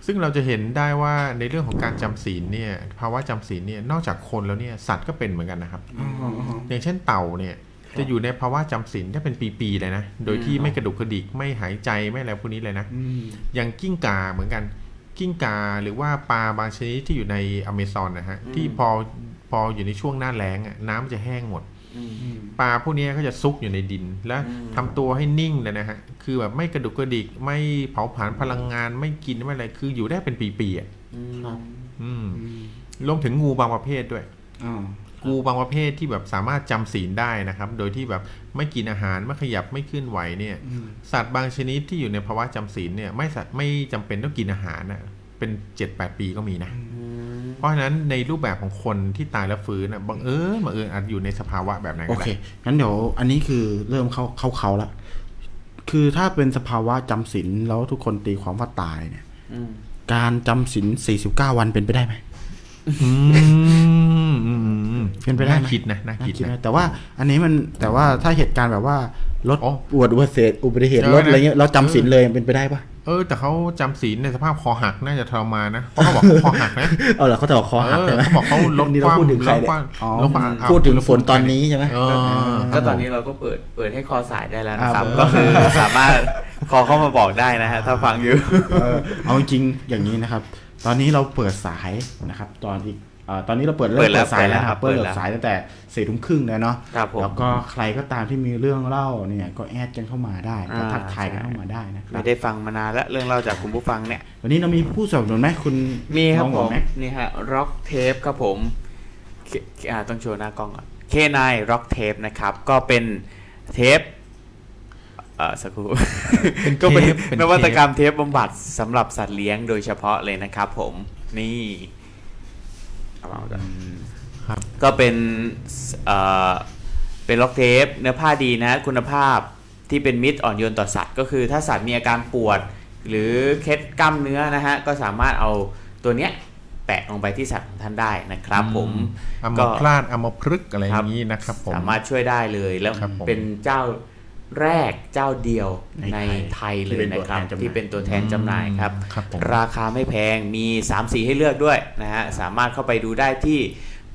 C: ซึ่งเราจะเห็นได้ว่าในเรื่องของการจำศีลเนี่ย ภาวะจำศีลเนี่ยนอกจากคนแล้วเนี่ยสัตว์ก็เป็นเหมือนกันนะครับ
B: อ๋ออ๋ออ๋อ
C: อย่างเช่นเต่าเนี่ย
B: ครับ
C: จะอยู่ในภาวะจำศีลได้เป็นปีๆเลยนะ โดยที่ไม่กระดุกกระดิกไม่หายใจไม่อะไรพวกนี้เลยนะ
B: อืม
C: อย่างกิ้งก่าเหมือนกัน กิ้งก่าหรือว่าปลาบางชนิดที่อยู่ในอเมซอนนะฮะที่พอพออยู่ในช่วงหน้าแล้งอะน้ำจะแห้งหมด
A: อืม
B: อืม
C: ปลาพวกเนี้ยก็จะซุกอยู่ในดิน และ
A: อืม
C: ทำตัวให้นิ่งเลยนะฮะคือแบบไม่กระดุกกระดิกไม่เผาผลาญพลังงานไม่กินไม่อะไรคืออยู่ได้เป็นปีๆอ่ะ
A: อืม
B: ครับ
C: อืม
B: อืม
C: รวมถึงงูบางประเภทด้วย
B: อ๋อ
C: งูบางประเภทที่แบบสามารถจำศีลได้นะครับ โดยที่แบบไม่กินอาหารไม่ขยับไม่เคลื่อนไหวเนี่ย
B: อืม
C: สัตว์บางชนิดที่อยู่ในภาวะจำศีลเนี่ยไม่สัตว์ไม่จำเป็นต้องกินอาหารนะเป็นเจ็ดแปดปีก็มีนะ
A: อืม
C: เพราะฉะนั้นในรูปแบบของคนที่ตายแล้วฟื้นนะบังเอิญบังเอิญอาจอยู่ในสภาวะแบบนั้น
B: โอ
C: ก็
B: เค
C: ได้
B: งั้นเดี๋ยวอันนี้คือเริ่มเข้าเข้าเขาละ คือถ้าเป็นสภาวะจำศีลแล้วทุกคนตีความว่าตายเนี่ย
A: อืม
B: การจำศีล49 วันเป็นไปได้ไหม
C: อืมอืมอืม
B: เป็นไปได้ไหม
C: าคิดนะน่า
B: น่า
C: คิด
B: คิด
C: นะ
B: นะแต่ว่าอันนี้มันแต่ว่าถ้าเหตุการณ์แบบว่ารถ
C: อ๋อ
B: อุบัติเหตุอุบัติเหตุ
C: เจอ
B: รถอะไร
C: นะ
B: เงี้ยเราจำศีล
C: เออ
B: เลยเป็นไปได้ปะ
C: เออ แต่เขาจำศีลในสภาพคอหักน่าจะทรมานนะเพราะเขาบอกคอหักนะ
B: เอาล่ะเขาจะบอกคอหัก
C: เออ
B: ใช่ไหม
C: เขาบอกเขาลด
B: นี่
C: ค
B: เรา
C: วาม
B: พูดถึงใครเนี่
C: ลดค
B: ย
C: วาม
B: อ๋อ
C: ลดความอ่ะ
B: พูดถึง
C: ลด
B: ฝนตอนนี้ใช่ไหม
C: เออ
A: ก็ตอนนี้เราก็เปิดเปิดให้คอสายได้แล้วนะครับ
B: ครับผม
A: ก็คือสามารถคอเข้ามาบอกได้นะฮะถ้าฟังอยู่
B: เออเอาจริงๆอย่างนี้นะครับ ตอนนี้เราเปิดสายนะครับ ตอนอีกอ่าตอนนี้เราเปิด
A: เปิดแล้ว
B: สายแล้ว
A: เปิดแล้ว
B: นะครับเปิ
A: เปิ
B: ด
A: ดแล้ว
B: สายตั้งแต่สี่ทุ่มครึ่งแล้วเนาะ
A: ครับผม
B: แล้วก็ใครก็ตามที่มีเรื่องเล่าเนี่ยก็แอดกันเข้ามาได้ก็
A: อ่า
B: ทักทายกันเข้ามาได้นะครั
A: ไม่
B: บ
A: ได้ฟังมานานแล้วเรื่องเล่าจากคุณผู้ฟังเนี่ย
B: วันนี้เรามีผู้สนับสนุนไหมคุณ
A: มีครับ
B: น้อง
A: ผ
B: หวัง
A: ม
B: ไห
A: นี่ฮะร็อกเทปครับผมเคอ่าต้องโชว์หน้ากล้องก่อนเคนายร็อกเทปนะครับ ก็เป็นเทปเอ่อสักครู่
C: เป็นเทป
A: ก็เป็น
C: เป็นเทป
A: นวัตกรรมเทปบำบัดสำหรับสัตว์เลี้ยงโดยเฉพาะเลยนะครับผมนี่เอามาก่อน
C: ครับ
A: ก็เป็นเอ่อเป็นล็อกเทปเนื้อผ้าดีนะ คุณภาพที่เป็นมิตรอ่อนโยนต่อสัตว์ ก็คือถ้าสัตว์มีอาการปวด หรือเคล็ดกล้ามเนื้อนะฮะ ก็สามารถเอาตัวเนี้ยแปะลงไปที่สัตว์ของท่านได้นะครับผม
C: อัม
A: ก็
C: พลาดอัมพฤกษ์อะไรอ
A: ครับ
C: ย่างนี้นะครับผม
A: สามารถช่วยได้เลยแล้ว
C: ครับผม
A: เป็นเจ้าแรกเจ้าเดียว
B: ใน
A: ใน
B: ไท
A: ไท
B: ย
A: ย
B: ที่
A: เลย
B: เป็น
A: นะ
B: ตัว
A: ครับ
B: แทนจำหน่าย
A: ที่เป็นตัวแทนจำหน่ายครับ
C: ครับผม
A: ราคาไม่แพงมี 3 สีให้เลือกด้วยนะฮะ สามารถเข้าไปดูได้ที่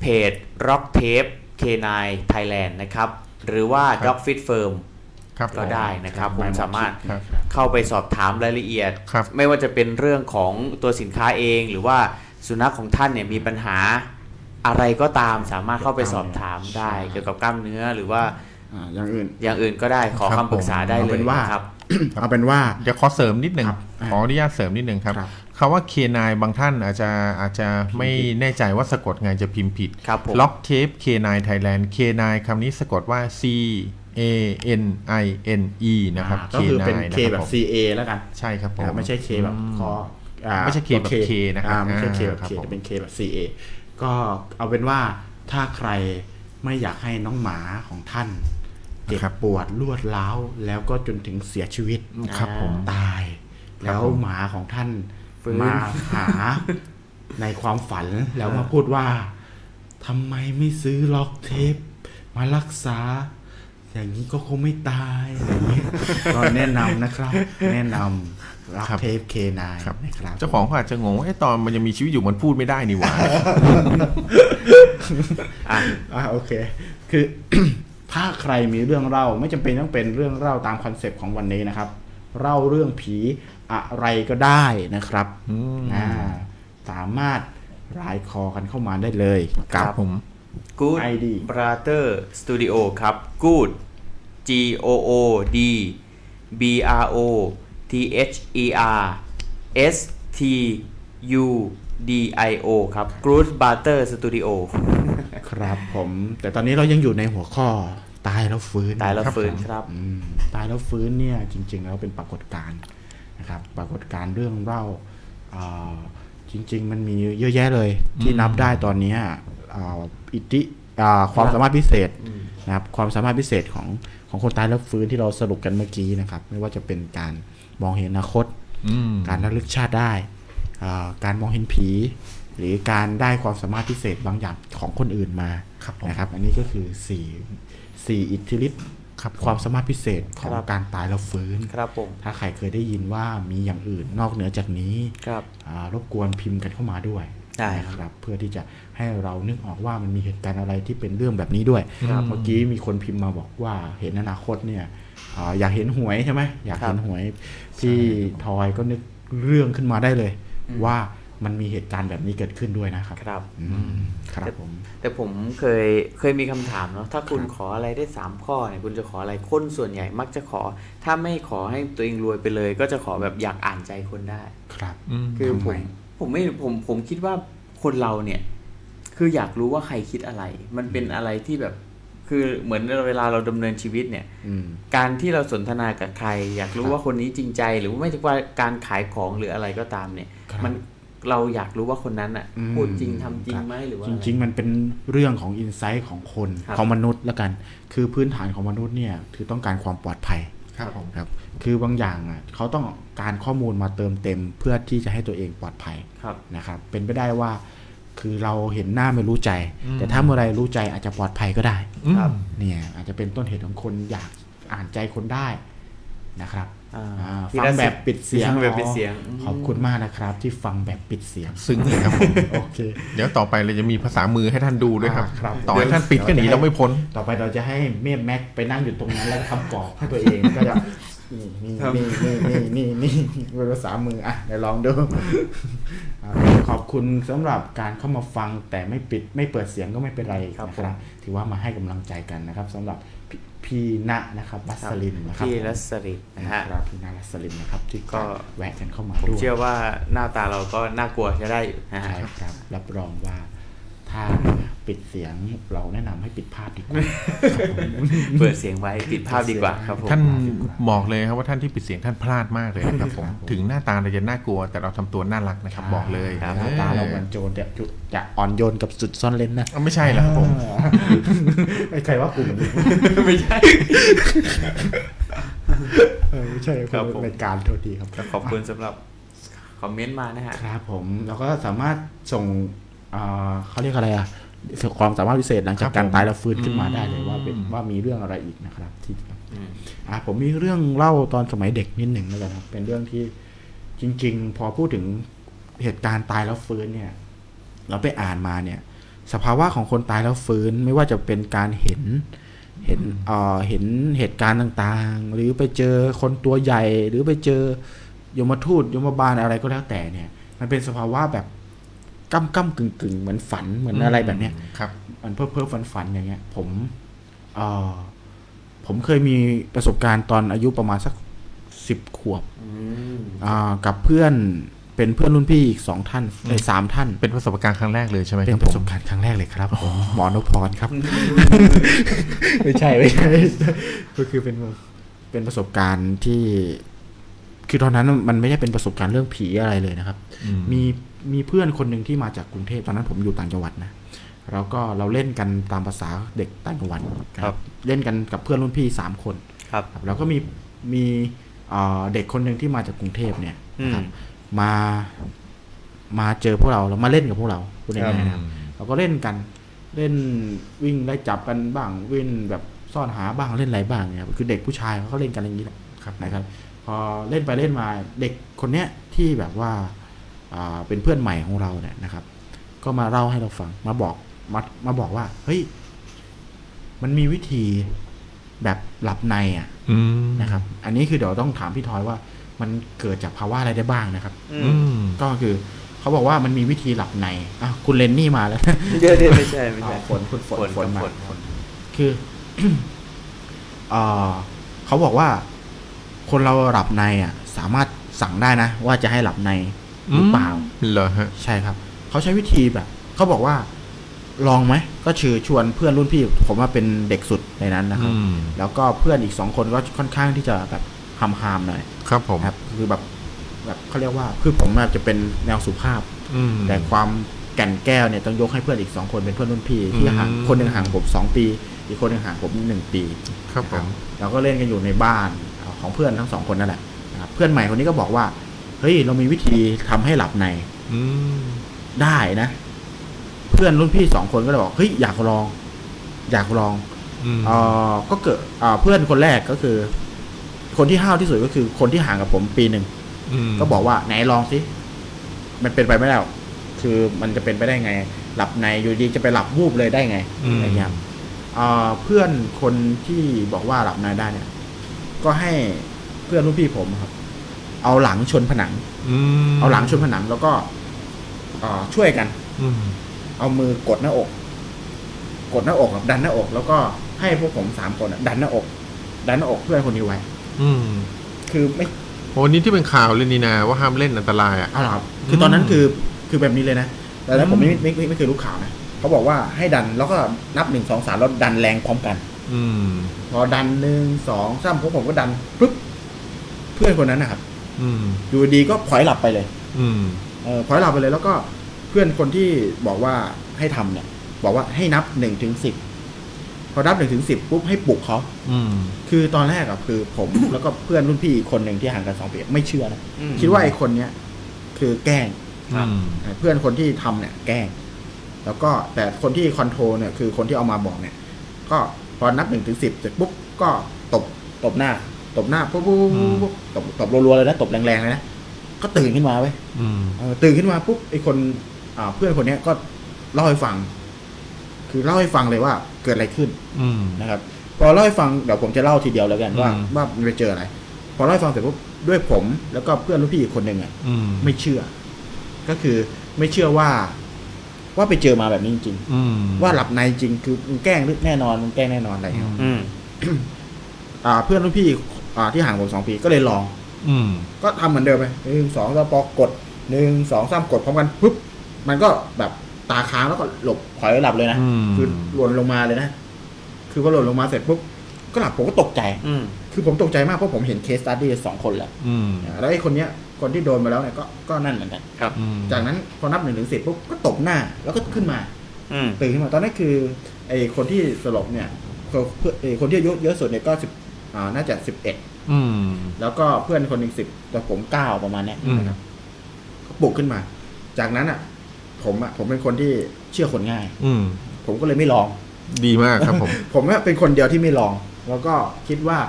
A: เพจ Rock Tape K9 Thailand นะครับ หรือว่า Dog Fit Firm
C: ครับ
A: ก็
C: ผม
A: ได้นะครับผมสามารถ
C: ครับ
A: เข้าไปสอบถามรายละเอียด
C: ครับ
A: ไม่ว่าจะเป็นเรื่องของตัวสินค้าเอง หรือว่าสุนัขของท่านเนี่ยมีปัญหาอะไรก็ตามสามารถเข้าไปสอบถามได้ เกี่ยวกับกล้ามเนื้อหรือว่า
B: อ่าอย่างอื่น
A: อย่างอื่นก็ได้ขอ
C: ครับ
A: คำปรึกษาได้
B: เอา
A: เล
B: เป็
A: ย
B: นว่า
A: ครับ
B: เอาเป็นว่า
C: เดี๋ยวขอเสริมนิดหนึ่ง
B: ครับ
C: ขออนุญาตเสริมนิดหนึ่งครับ
B: ครับ
C: คำว่าเคนายบางท่านอาจจะอาจจะไม่แน่ใจว่าสะกดไงจะพิมพ์ผิด
A: ครับผม
C: ล็อกเทปเคนายไทยแลนด์เคนายคำนี้สะกดว่า C A N I N E นะครับ
B: ก็คือเป็น
C: นะ
B: เคแบบ
C: ผม
B: CA แล้วกัน
C: ใช่ครับผม
B: นะครับไม่ใช่เคแบบคออ่า
C: ไม่ใช่ K แบบ K นะครับ
B: อ่าไม่ใช่เคแบบ
C: อ่าครับ
B: เค
C: ผม
B: แต่เป็นเคแบบ CA ก็เอาเป็นว่าถ้าใครไม่อยากให้น้องหมาของท่านเจ็บปวดรวดร้าวแล้วก็จนถึงเสียชีวิต
C: ครับผม
B: ตาย แล้วหมาของท่าน
A: ฟื้น
B: มาหาในความฝันแล้วมาพูดว่าทำไมไม่ซื้อล็อกเทป มารักษา อย่างนี้ก็คงไม่ตายอะไรอย่างนี้ ก็แนะนำนะครับ แนะนำรับเทปเคนาย
C: ครับ
B: นะครับ
C: เจ้าของเขาอาจจะงงว่าเอ๊ะตอนมันยังมีชีวิตอยู่มันพูดไม่ได้ นี่หว่า
A: อ่ะ
B: อ่ะโอเค คือ ถ้าใครมีเรื่องเล่าไม่จำเป็นต้องเป็นเรื่องเล่าตามคอนเซปต์ของวันนี้นะครับ เล่าเรื่องผีอะไรก็ได้นะครับ
C: อืม
B: อ่าสามารถรายคอกันเข้ามาได้เลยกับ
C: ผม
A: Good
B: ID
A: Brother Studio ครับ Good G O O D B R O T H E R S T U D I O ครับ Good Brother Studio
B: ครับผม แต่ตอนนี้เรายังอยู่ในหัวข้อตายแล้วฟื้น
A: ตายแล้วฟื้นครับ
B: อืมตายแล้วฟื้นเนี่ยจริง ๆ แล้วเป็นปรากฏการณ์นะครับ ปรากฏการณ์เรื่องเล่าเอ่อจริง ๆ มันมีเยอะแยะเลย ที่นับได้ตอนเนี้ยเอ่ออิทธิเอ่อความสามารถพิเศษนะครับความสามารถพิเศษของของคนตายแล้วฟื้นที่เราสรุปกันเมื่อกี้นะครับ ไม่ว่าจะเป็นการมองเห็นอนาคต
C: อืม
B: การระลึกชาติได้เอ่อการมองเห็นผี หรือการได้ความสามารถพิเศษบางอย่างของคนอื่นมา
C: ครับผม
B: นะครับ อันนี้ก็คือ4่อิทธิฤทธิ์ ครับความสามารถพิเศษของ
A: ครับ
B: การตายแล้วฟื้น
A: ครับผม
B: ถ้าใครเคยได้ยินว่ามีอย่างอื่นนอกเหนือจากนี้
A: ครับ
B: อ่ารบกวนพิมพ์กันเข้ามาด้วย
A: ได้
B: นะครับ ครับ เพื่อที่จะให้เรานึกออกว่ามันมีเหตุการณ์อะไรที่เป็นเรื่องแบบนี้ด้วย
A: ครับ
B: เมื่อกี้มีคนพิมพ์มาบอกว่าเห็นอนาคตเนี่ยอ่าอยากเห็นหวยใช่ไหมอยากเห็น
A: ครับ
B: หวย พี่ทอยก็นึกเรื่องขึ้นมาได้เลย
A: อืม
B: ว่ามันมีเหตุการณ์แบบนี้เกิดขึ้นด้วยนะครับ
A: ครับ
B: อืมครับผม
A: แต่ผมเคยเคยมีคำถามเนาะถ้าคุณ
B: ครับ
A: ขออะไรได้ 3 ข้อเนี่ยคุณจะขออะไรคนส่วนใหญ่มักจะขอ ถ้าไม่ขอให้ตัวเองรวยไปเลย ก็จะขอแบบอยากอ่านใจคนได้
B: ครับ
C: อืม
A: คือผ
B: ทำไม
A: มผมไม่ผมผมคิดว่าคนเราเนี่ย คืออยากรู้ว่าใครคิดอะไร มันเป็นอะไรที่แบบ คือเหมือนเวลาเราดำเนินชีวิตเนี่ย
B: อืม
A: การที่เราสนทนากับใคร อยากรู้
B: ครับ
A: ว่าคนนี้จริงใจ หรือว่าไม่ว่าการขายของหรืออะไรก็ตามเนี่ย
B: ครับ
A: มันเราอยากรู้ว่าคนนั้นอ่ะ
B: อืม
A: พูดจริงทำจริ
B: ค
A: ง
B: รับ
A: ไหมหรือว่า
B: จ
A: อะไ
B: ริง ๆ มันเป็นเรื่องของอินไซต์ของคน
A: ครับ
B: ของมนุษย์ละกัน คือพื้นฐานของมนุษย์เนี่ยคือต้องการความปลอดภัย
C: ครับผม
B: ครับ คือบางอย่างอ่ะเขาต้องการข้อมูลมาเติมเต็มเพื่อที่จะให้ตัวเองปลอดภัย
A: ครับ
B: นะครับ เป็นไปได้ว่า คือเราเห็นหน้าไม่รู้ใจ
C: อืม
B: แต่ถ้าเมื่อไรรู้ใจอาจจะปลอดภัยก็ได้
C: อืม
A: ครับ
B: เนี่ยอาจจะเป็นต้นเหตุของคนอยากอ่านใจคนได้นะครับ
A: อ่า
B: อ่า
A: พี่
B: ฟัง
A: รัส
B: แบบปิดเสียง
A: ฟังแบบปิดเสียง
B: อ๋อขอบคุณมากนะครับ ที่ฟังแบบปิดเสียง
C: ซึ้งเลยครับผม
B: โอเค
C: เดี๋ยวต่อไปเราจะมีภาษามือให้ท่านดูด้วยครับ
B: อ่าครับ
C: ต่อให้ท่านปิดก็หนีเราไม่พ้น
B: ต่อไปเราจะให้เมียแม็กไปนั่งอยู่ตรงนั้นแล้วทำกรอบให้ตัวเอง ก็จะนี่นี่นี่นี่นี่นี่นี่เป็นภาษามืออ่ะเดี๋ยวลองดูอ่าขอบคุณสำหรับการเข้ามาฟังแต่ไม่ปิดไม่เปิดเสียงก็ไม่เป็นไรนะครับ ถือว่ามาให้กำลังใจกันนะครับสำหรับพี่พี่ณนะครับบัส
A: ครับ
B: ลินนะครับ
A: พี่รัสริตนะฮะ
B: ครับพี่ณบัสลินนะครับที่
A: ก็
B: ก็แวะกันเข้ามา
A: ผม
B: ด้วย
A: เชื่อว่าหน้าตาเราก็น่ากลัวจะได้อยู่นะฮะ
B: ใช่ครับ รับรองว่าถ้าปิดเสียงเราแนะนำให้ปิดภาพดีกว่า
A: เปิดเสียงไว้ปิดภาพดีกว่าครับผม
C: ท่านบอกเลยครับว่าท่านที่ปิดเสียงท่านพลาดมากเลยนะครับผม ถึงหน้าตาเราจะน่ากลัว แต่เราทำตัวน่ารักนะครับ บอกเลย
B: หน้าตาเรามันโจรแต่จะจะอ่อนโยนกับจุดซ่อนเลนนะ
C: เออไม่ใช่เหรอครับผม
B: ไอ้ใครว่ากลุ่มนี้
A: ไม่ใช่
B: เออไม่ใช่
A: ครับผม
B: รายการโทษทีครับ
A: ขอบคุณสำหรับคอมเมนต์มานะฮะ
B: ครับผมแล้วก็สามารถส่งอ่าเขาเรียกอะไรอะความสามารถพิเศษหลังจาก
C: ครับ
B: การ
C: ผม
B: ตายแล้วฟื้นขึ้นมาได้เลยว่าเป็น
C: อืม
B: ว่ามีเรื่องอะไรอีกนะครับที่
A: อืม
B: อ่าผมมีเรื่องเล่าตอนสมัยเด็กนิดหนึ่งแล้วกันครับเป็นเรื่องที่จริง ๆ พอพูดถึงเหตุการณ์ตายแล้วฟื้นเนี่ย เราไปอ่านมาเนี่ย สภาวะของคนตายแล้วฟื้นไม่ว่าจะเป็นการเห็น เห็นเอ่อเห็นเหตุการณ์ต่างๆ หรือไปเจอคนตัวใหญ่ หรือไปเจอยมทูตยมบาลอะไรก็แล้วแต่เนี่ย มันเป็นสภาวะแบบก้ำก้ำกึ่งกึ่งๆ เหมือนฝันเหมือนอะไรแบบเนี้ย
C: ครับ
B: มันเพ้อเพ้อฝันฝันๆอย่างเงี้ย ผมเอ่อผมเคยมีประสบการณ์ตอนอายุประมาณสักสิบขวบ
A: อืม
B: อ่ากับเพื่อนเป็นเพื่อนรุ่นพี่อีกสองท่านเอ้ยสามท่าน
C: เป็นประสบการณ์ครั้งแรกเลยใช่ไหมค
B: เป็
C: รั
B: น
C: บ
B: ป
C: ผ
B: ระส
C: ม
B: บการณ์ครั้งแรกเลยครับผมหมอนพรครับ ไม่ใช่ไม่ใช่ ก็คือเป็นเป็นประสบการณ์ที่ คือตอนนั้นมันไม่ได้เป็นประสบการณ์เรื่องผีอะไรเลยนะครับ
C: อืม
B: มีมีเพื่อนคนหนึ่งที่มาจากกรุงเทพตอนนั้นผมอยู่ต่างจังหวัดนะแล้วก็เราเล่นกันตามภาษาเด็กต่างจังหวัดนะครับ เล่นกันกับเพื่อนรุ่นพี่สามคน
A: ครับ
B: ครับแล้วก็มีมีเอ่อเด็กคนหนึ่งที่มาจากกรุงเทพเนี่ยนะครับ
A: อืม
B: มามาเจอพวกเราแล้วมาเล่นกับพวกเราคุณเอง
C: ครับ
B: นะครับเราก็เล่นกันเล่นวิ่งไล่จับกันบ้างวิ่งแบบซ่อนหาบ้างเล่นอะไรบ้างเนี่ยครับคือเด็กผู้ชายเขาก็เล่นกันอย่างนี้แหละ
C: ครับ
B: นะครับ พอเล่นไปเล่นมาเด็กคนเนี้ยที่แบบว่าอ่าเป็นเพื่อนใหม่ของเราเนี่ยนะครับ ก็มาเล่าให้เราฟังมาบอกมามาบอกว่าเฮ้ยมันมีวิธีแบบหลับในอ่ะ
C: อืม
B: นะครับ อันนี้คือเดี๋ยวต้องถามพี่ทอยว่ามันเกิดจากภาวะอะไรได้บ้างนะครับ
A: อื
C: อื
A: ม
C: ม
B: ก็คือเขาบอกว่ามันมีวิธีหลับในอ่ะคุณเลนนี่มาแล้ว
A: เดี๋ยวเดี๋ยวไม่ใช่ไม่ใช่
B: เอาฝนคุณฝน
A: ฝน
B: ฝนมา
A: ฝนฝน
B: คือ เอ่อเขาบอกว่า คนเราหลับในอ่ะ สามารถสั่งได้นะ ว่าจะให้หลับในหรือเปล่า
C: เหรอฮะ
B: ใช่ครับ เขาใช้วิธีแบบ เขาบอกว่า ลองไหม ก็ชือชวนเพื่อนรุ่นพี่ ผมว่าเป็นเด็กสุดในนั้นนะครับ
C: อืม
B: แล้วก็เพื่อนอีกสองคนก็ค่อนข้างที่จะแบบหามหามๆหน่อย
C: ครับผม
B: ครับคือแบบแบบเขาเรียกว่าคือผมอาจจะเป็นแนวสุภาพ
C: อืม
B: แต่ความแก่นแก้วเนี่ยต้องยกให้เพื่อนอีกสองคนเป็นเพื่อนรุ่นพี่ที่
C: อืม
B: ห่างคนหนึ่งห่างผมสองปี อีกคนหนึ่งห่างผมหนึ่งปี
C: ครับผม
B: นะครับเราก็เล่นกันอยู่ในบ้านของเพื่อนทั้งสองคนนั่นแหละนะครับเพื่อนใหม่คนนี้ก็บอกว่าเฮ้ยเรามีวิธีทำให้หลับใน
C: อืม
B: ได้นะ เพื่อนรุ่นพี่สองคนก็เลยบอกเฮ้ยอยากลอง อยากลอง
C: อืม
B: เอ่อก็เกิดอ่าเพื่อนคนแรกก็คือ คนที่ห้าวที่สุดก็คือคนที่ห่างกับผมปีหนึ่ง
C: ม
B: ก็บอกว่าไหนลองสิมันเป็นไปไม่ได้หรอกคือมันจะเป็นไปได้ไง หลับในอยู่ดีจะไปหลับวูบเลยได้ไงอะไรเงี้ยเอ่อเพื่อนคนที่บอกว่าหลับในได้เนี่ย ก็ให้เพื่อนรุ่นพี่ผมครับ เอาหลังชนผนัง
C: ม
B: เอาหลังชนผนังแล้วก็เอ่อช่วยกัน
C: อืม
B: เอามือกดหน้าอก กดหน้าอกครับดันหน้าอก แล้วก็ให้พวกผมสามคนอะดันหน้าอก ดันหน้าอกเพื่อนคนนี้ไว้
C: อืม
B: คือไม่
C: วันนี้ที่เป็นข่าวเลยนี่นะว่าห้ามเล่นอันตรายอ่ะ
B: เอาหรอกครับคือตอนนั้น
C: อืม
B: คือคือแบบนี้เลยนะ แต่แล้วผม
C: อืม
B: ไม่ไม่ไม่ไม่เคยรู้ข่าวนะเขาบอกว่าให้ดันแล้วก็นับหนึ่งสองสามแล้วดันแรงพร้อมกัน
C: อืม
B: พอดันหนึ่งสองสามพวกผมก็ดันปึ๊บเพื่อนคนนั้นนะครับ
C: อืม
B: อยู่ดีก็พลอยหลับไปเลย
C: อืม
B: เออพลอยหลับไปเลยแล้วก็เพื่อนคนที่บอกว่าให้ทำเนี่ย บอกว่าให้นับหนึ่งถึงสิบพอนับหนึ่งถึงสิบปุ๊บให้ปลุกเขา
C: อืม
B: คือตอนแรกอะคือผม แล้วก็เพื่อนรุ่นพี่อีกคนหนึ่งที่ห่างกันสองปีไม่เชื่อนะ
A: อืม
B: คิดว่าไอ้คนเนี้ยคือแกล้ง
A: ครับ
C: อืม
B: เพื่อนคนที่ทำเนี่ยแกล้ง แล้วก็แต่คนที่คอนโทรลเนี่ยคือคนที่เอามาบอกเนี่ย ก็พอนับหนึ่งถึงสิบเสร็จปุ๊บก็ตบตบหน้า ตบหน้าปุ๊บปุ๊บ
C: อืม
B: ปุ๊บตบตบรัวๆเลยนะตบแรงๆเลยนะก็ตื่นขึ้นมาเว้ย
C: อืม
B: เออตื่นขึ้นมาปุ๊บไอ้คนอ่าเพื่อนคนเนี้ยก็เล่าให้ฟัง คือเล่าให้ฟังเลยว่าเกิดอะไรขึ้น
C: อืม
B: นะครับพอเล่าให้ฟังเดี๋ยวผมจะเล่าทีเดียวแล้วกันว่า
C: อืม
B: ว่ามันไปเจออะไร พอเล่าให้ฟังเสร็จปุ๊บด้วยผมแล้วก็เพื่อนรุ่นพี่อีกคนหนึ่งอ่ะ
C: อืม
B: ไม่เชื่อ ก็คือไม่เชื่อว่า ว่าไปเจอมาแบบนี้จริง
C: อืม
B: ๆว่าหลับในจริงคือมึงแกล้งหรือแน่นอนมึงแกล้งแน่นอนอะไรเงี้ย
C: อืม
A: อืม
B: อ่า เพื่อนรุ่นพี่อ่าที่ห่างผมสองปีก็เลยลอง
C: อืม
B: ก็ทำเหมือนเดิมไปหนึ่งสองแล้วปอกดหนึ่งสองสามกดพร้อมกันปุ๊บมันก็แบบตาค้างแล้วก็หลบถอยหลับเลยนะ
C: อืม
B: คือหล่นลงมาเลยนะคือพอหล่นลงมาเสร็จปุ๊บก็หลับผมก็ตกใจ
A: อืม
B: คือผมตกใจมากเพราะผมเห็นเคสตัดดี้สองคนแล้ว
C: อืม
B: แล้วไอ้คนเนี้ยคนที่โดนมาแล้วเนี่ยก็ก็นั่นเหมือนกัน
C: อืม
B: จากนั้นพอนับหนึ่งถึงสิบปุ๊บก็ตบหน้าแล้วก็ขึ้นมา
A: อืม
B: ตื่นขึ้นมาตอนนั้นคือไอ้คนที่สลบเนี่ยคนเพื่อนไอ้คนที่อายุเยอะสุดเนี่ยก็สิบอ่าน่าจะสิบเอ็ด
C: อืม
B: แล้วก็เพื่อนคนหนึ่งสิบแต่ผมเก้าประมาณเนี้ย
C: อืม
B: นะครับก็ปลุกขึ้นมา จากนั้นอ่ะ ผมอ่ะผมเป็นคนที่เชื่อคนง่าย
C: อืม
B: ผมก็เลยไม่ลอง
C: ดีมากครับผม
B: ผมเนี่ยเป็นคนเดียวที่ไม่ลอง แล้วก็คิดว่า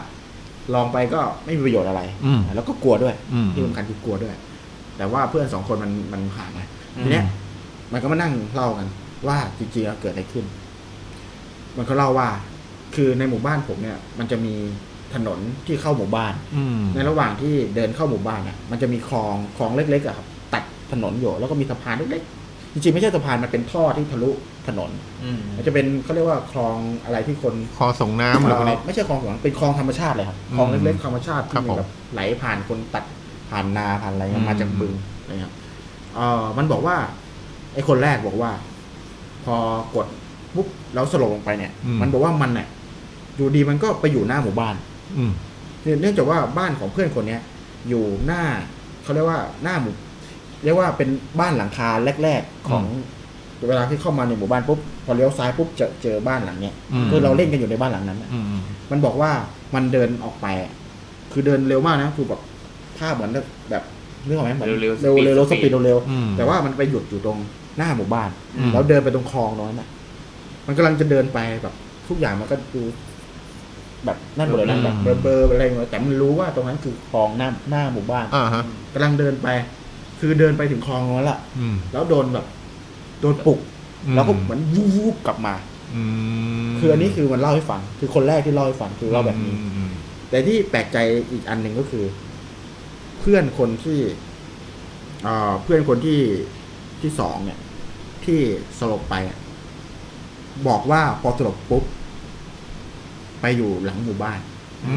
B: ลองไปก็ไม่มีประโยชน์อะไร
C: อืม
B: แล้วก็กลัวด้วย
C: อืม
B: ที่สำคัญคือกลัวด้วย แต่ว่าเพื่อนสองคนมันมันห่างไง
A: อืม
B: ทีเนี้ย มันก็มานั่งเล่ากัน ว่าจริงๆแล้วเกิดอะไรขึ้น มันก็เล่าว่า คือในหมู่บ้านผมเนี่ย มันจะมีถนนที่เข้าหมู่บ้าน
C: อืม
B: ในระหว่างที่เดินเข้าหมู่บ้านอ่ะ มันจะมีคลองคลองเล็กๆอะครับ ตัดถนนอยู่แล้วก็มีสะพานเล็กๆจริงๆไม่ใช่สะพานมันเป็นท่อที่ทะลุถนน
A: อืม
B: มันจะเป็นเขาเรียกว่าคลองอะไรที่คน
C: คอส่งน้ำหรือพวกนี้
B: ไม่ใช่คลองหลวงเป็นคลองธรรมชาติเลยครับ
C: อืม
B: คลองเล็กๆธรรมชาติ
C: ครั
B: ที่
C: บ
B: มี
C: ผม
B: แบบไหลผ่านคนตัดผ่านนาผ่านอะไรเงี้ย
C: อืม
B: มาจากบึงอะไรครับเออมันบอกว่า ไอ้คนแรกบอกว่า พอกดปุ๊บแล้วสลบลงไปเนี่ย
C: อืม
B: มันบอกว่ามันเนี่ยอยู่ดีมันก็ไปอยู่หน้าหมู่บ้าน
C: อืม
B: เนื่องจากว่าบ้านของเพื่อนคนเนี้ย อยู่หน้าเขาเรียกว่าหน้าหมู่เรียกว่าเป็นบ้านหลังคาแรก ๆ ของเวลาที่เข้ามาในหมู่บ้านปุ๊บพอเลี้ยวซ้ายปุ๊บเจอเจอบ้านหลังเนี้ย
C: อืม
B: คือเราเล่นกันอยู่ในบ้านหลังนั้นน่ะ
C: อืม
B: มันบอกว่ามันเดินออกไปอะคือเดินเร็วมากนะคือแบบภาพเหมือนแบบนึกออกไหมเหมือน
A: เร็วๆ
B: เร็ว
A: speed
B: ๆเร็วๆส
A: speed
B: ปีดเร็ว
C: อืม
B: ๆแต่ว่ามันไปหยุดอยู่ตรงหน้าหมู่บ้าน
C: อืม
B: แล้วเดินไปตรงคลองนั้นน่ะ มันกำลังจะเดินไปแบบ ทุกอย่างมันก็ดูแบบนั่นหมดเลยนะแบบเบลอๆอะไรหมดแต่มันรู้ว่าตรงนั้นคือคลองหน้าหน้าหมู่บ้าน
C: อ่าฮะ
B: กำลังเดินไป คือเดินไปถึงคลองนั้นแหละ
C: อืม
B: แล้วโดนแบบ โดนปลุก
C: อืม
B: แล้วก็เหมือนวูบๆกลับมา
C: อืม
B: คืออันนี้คือมันเล่าให้ฟัง คือคนแรกที่เล่าให้ฟังคือเล่าแบบนี้
C: อืมอืม
B: แต่ที่แปลกใจอีกอันหนึ่งก็คือ เพื่อนคนที่เอ่อเพื่อนคนที่ที่สองเนี่ย ที่สลบไปอะบอกว่าพอสลบปุ๊บ ไปอยู่หลังหมู่บ้าน
C: อื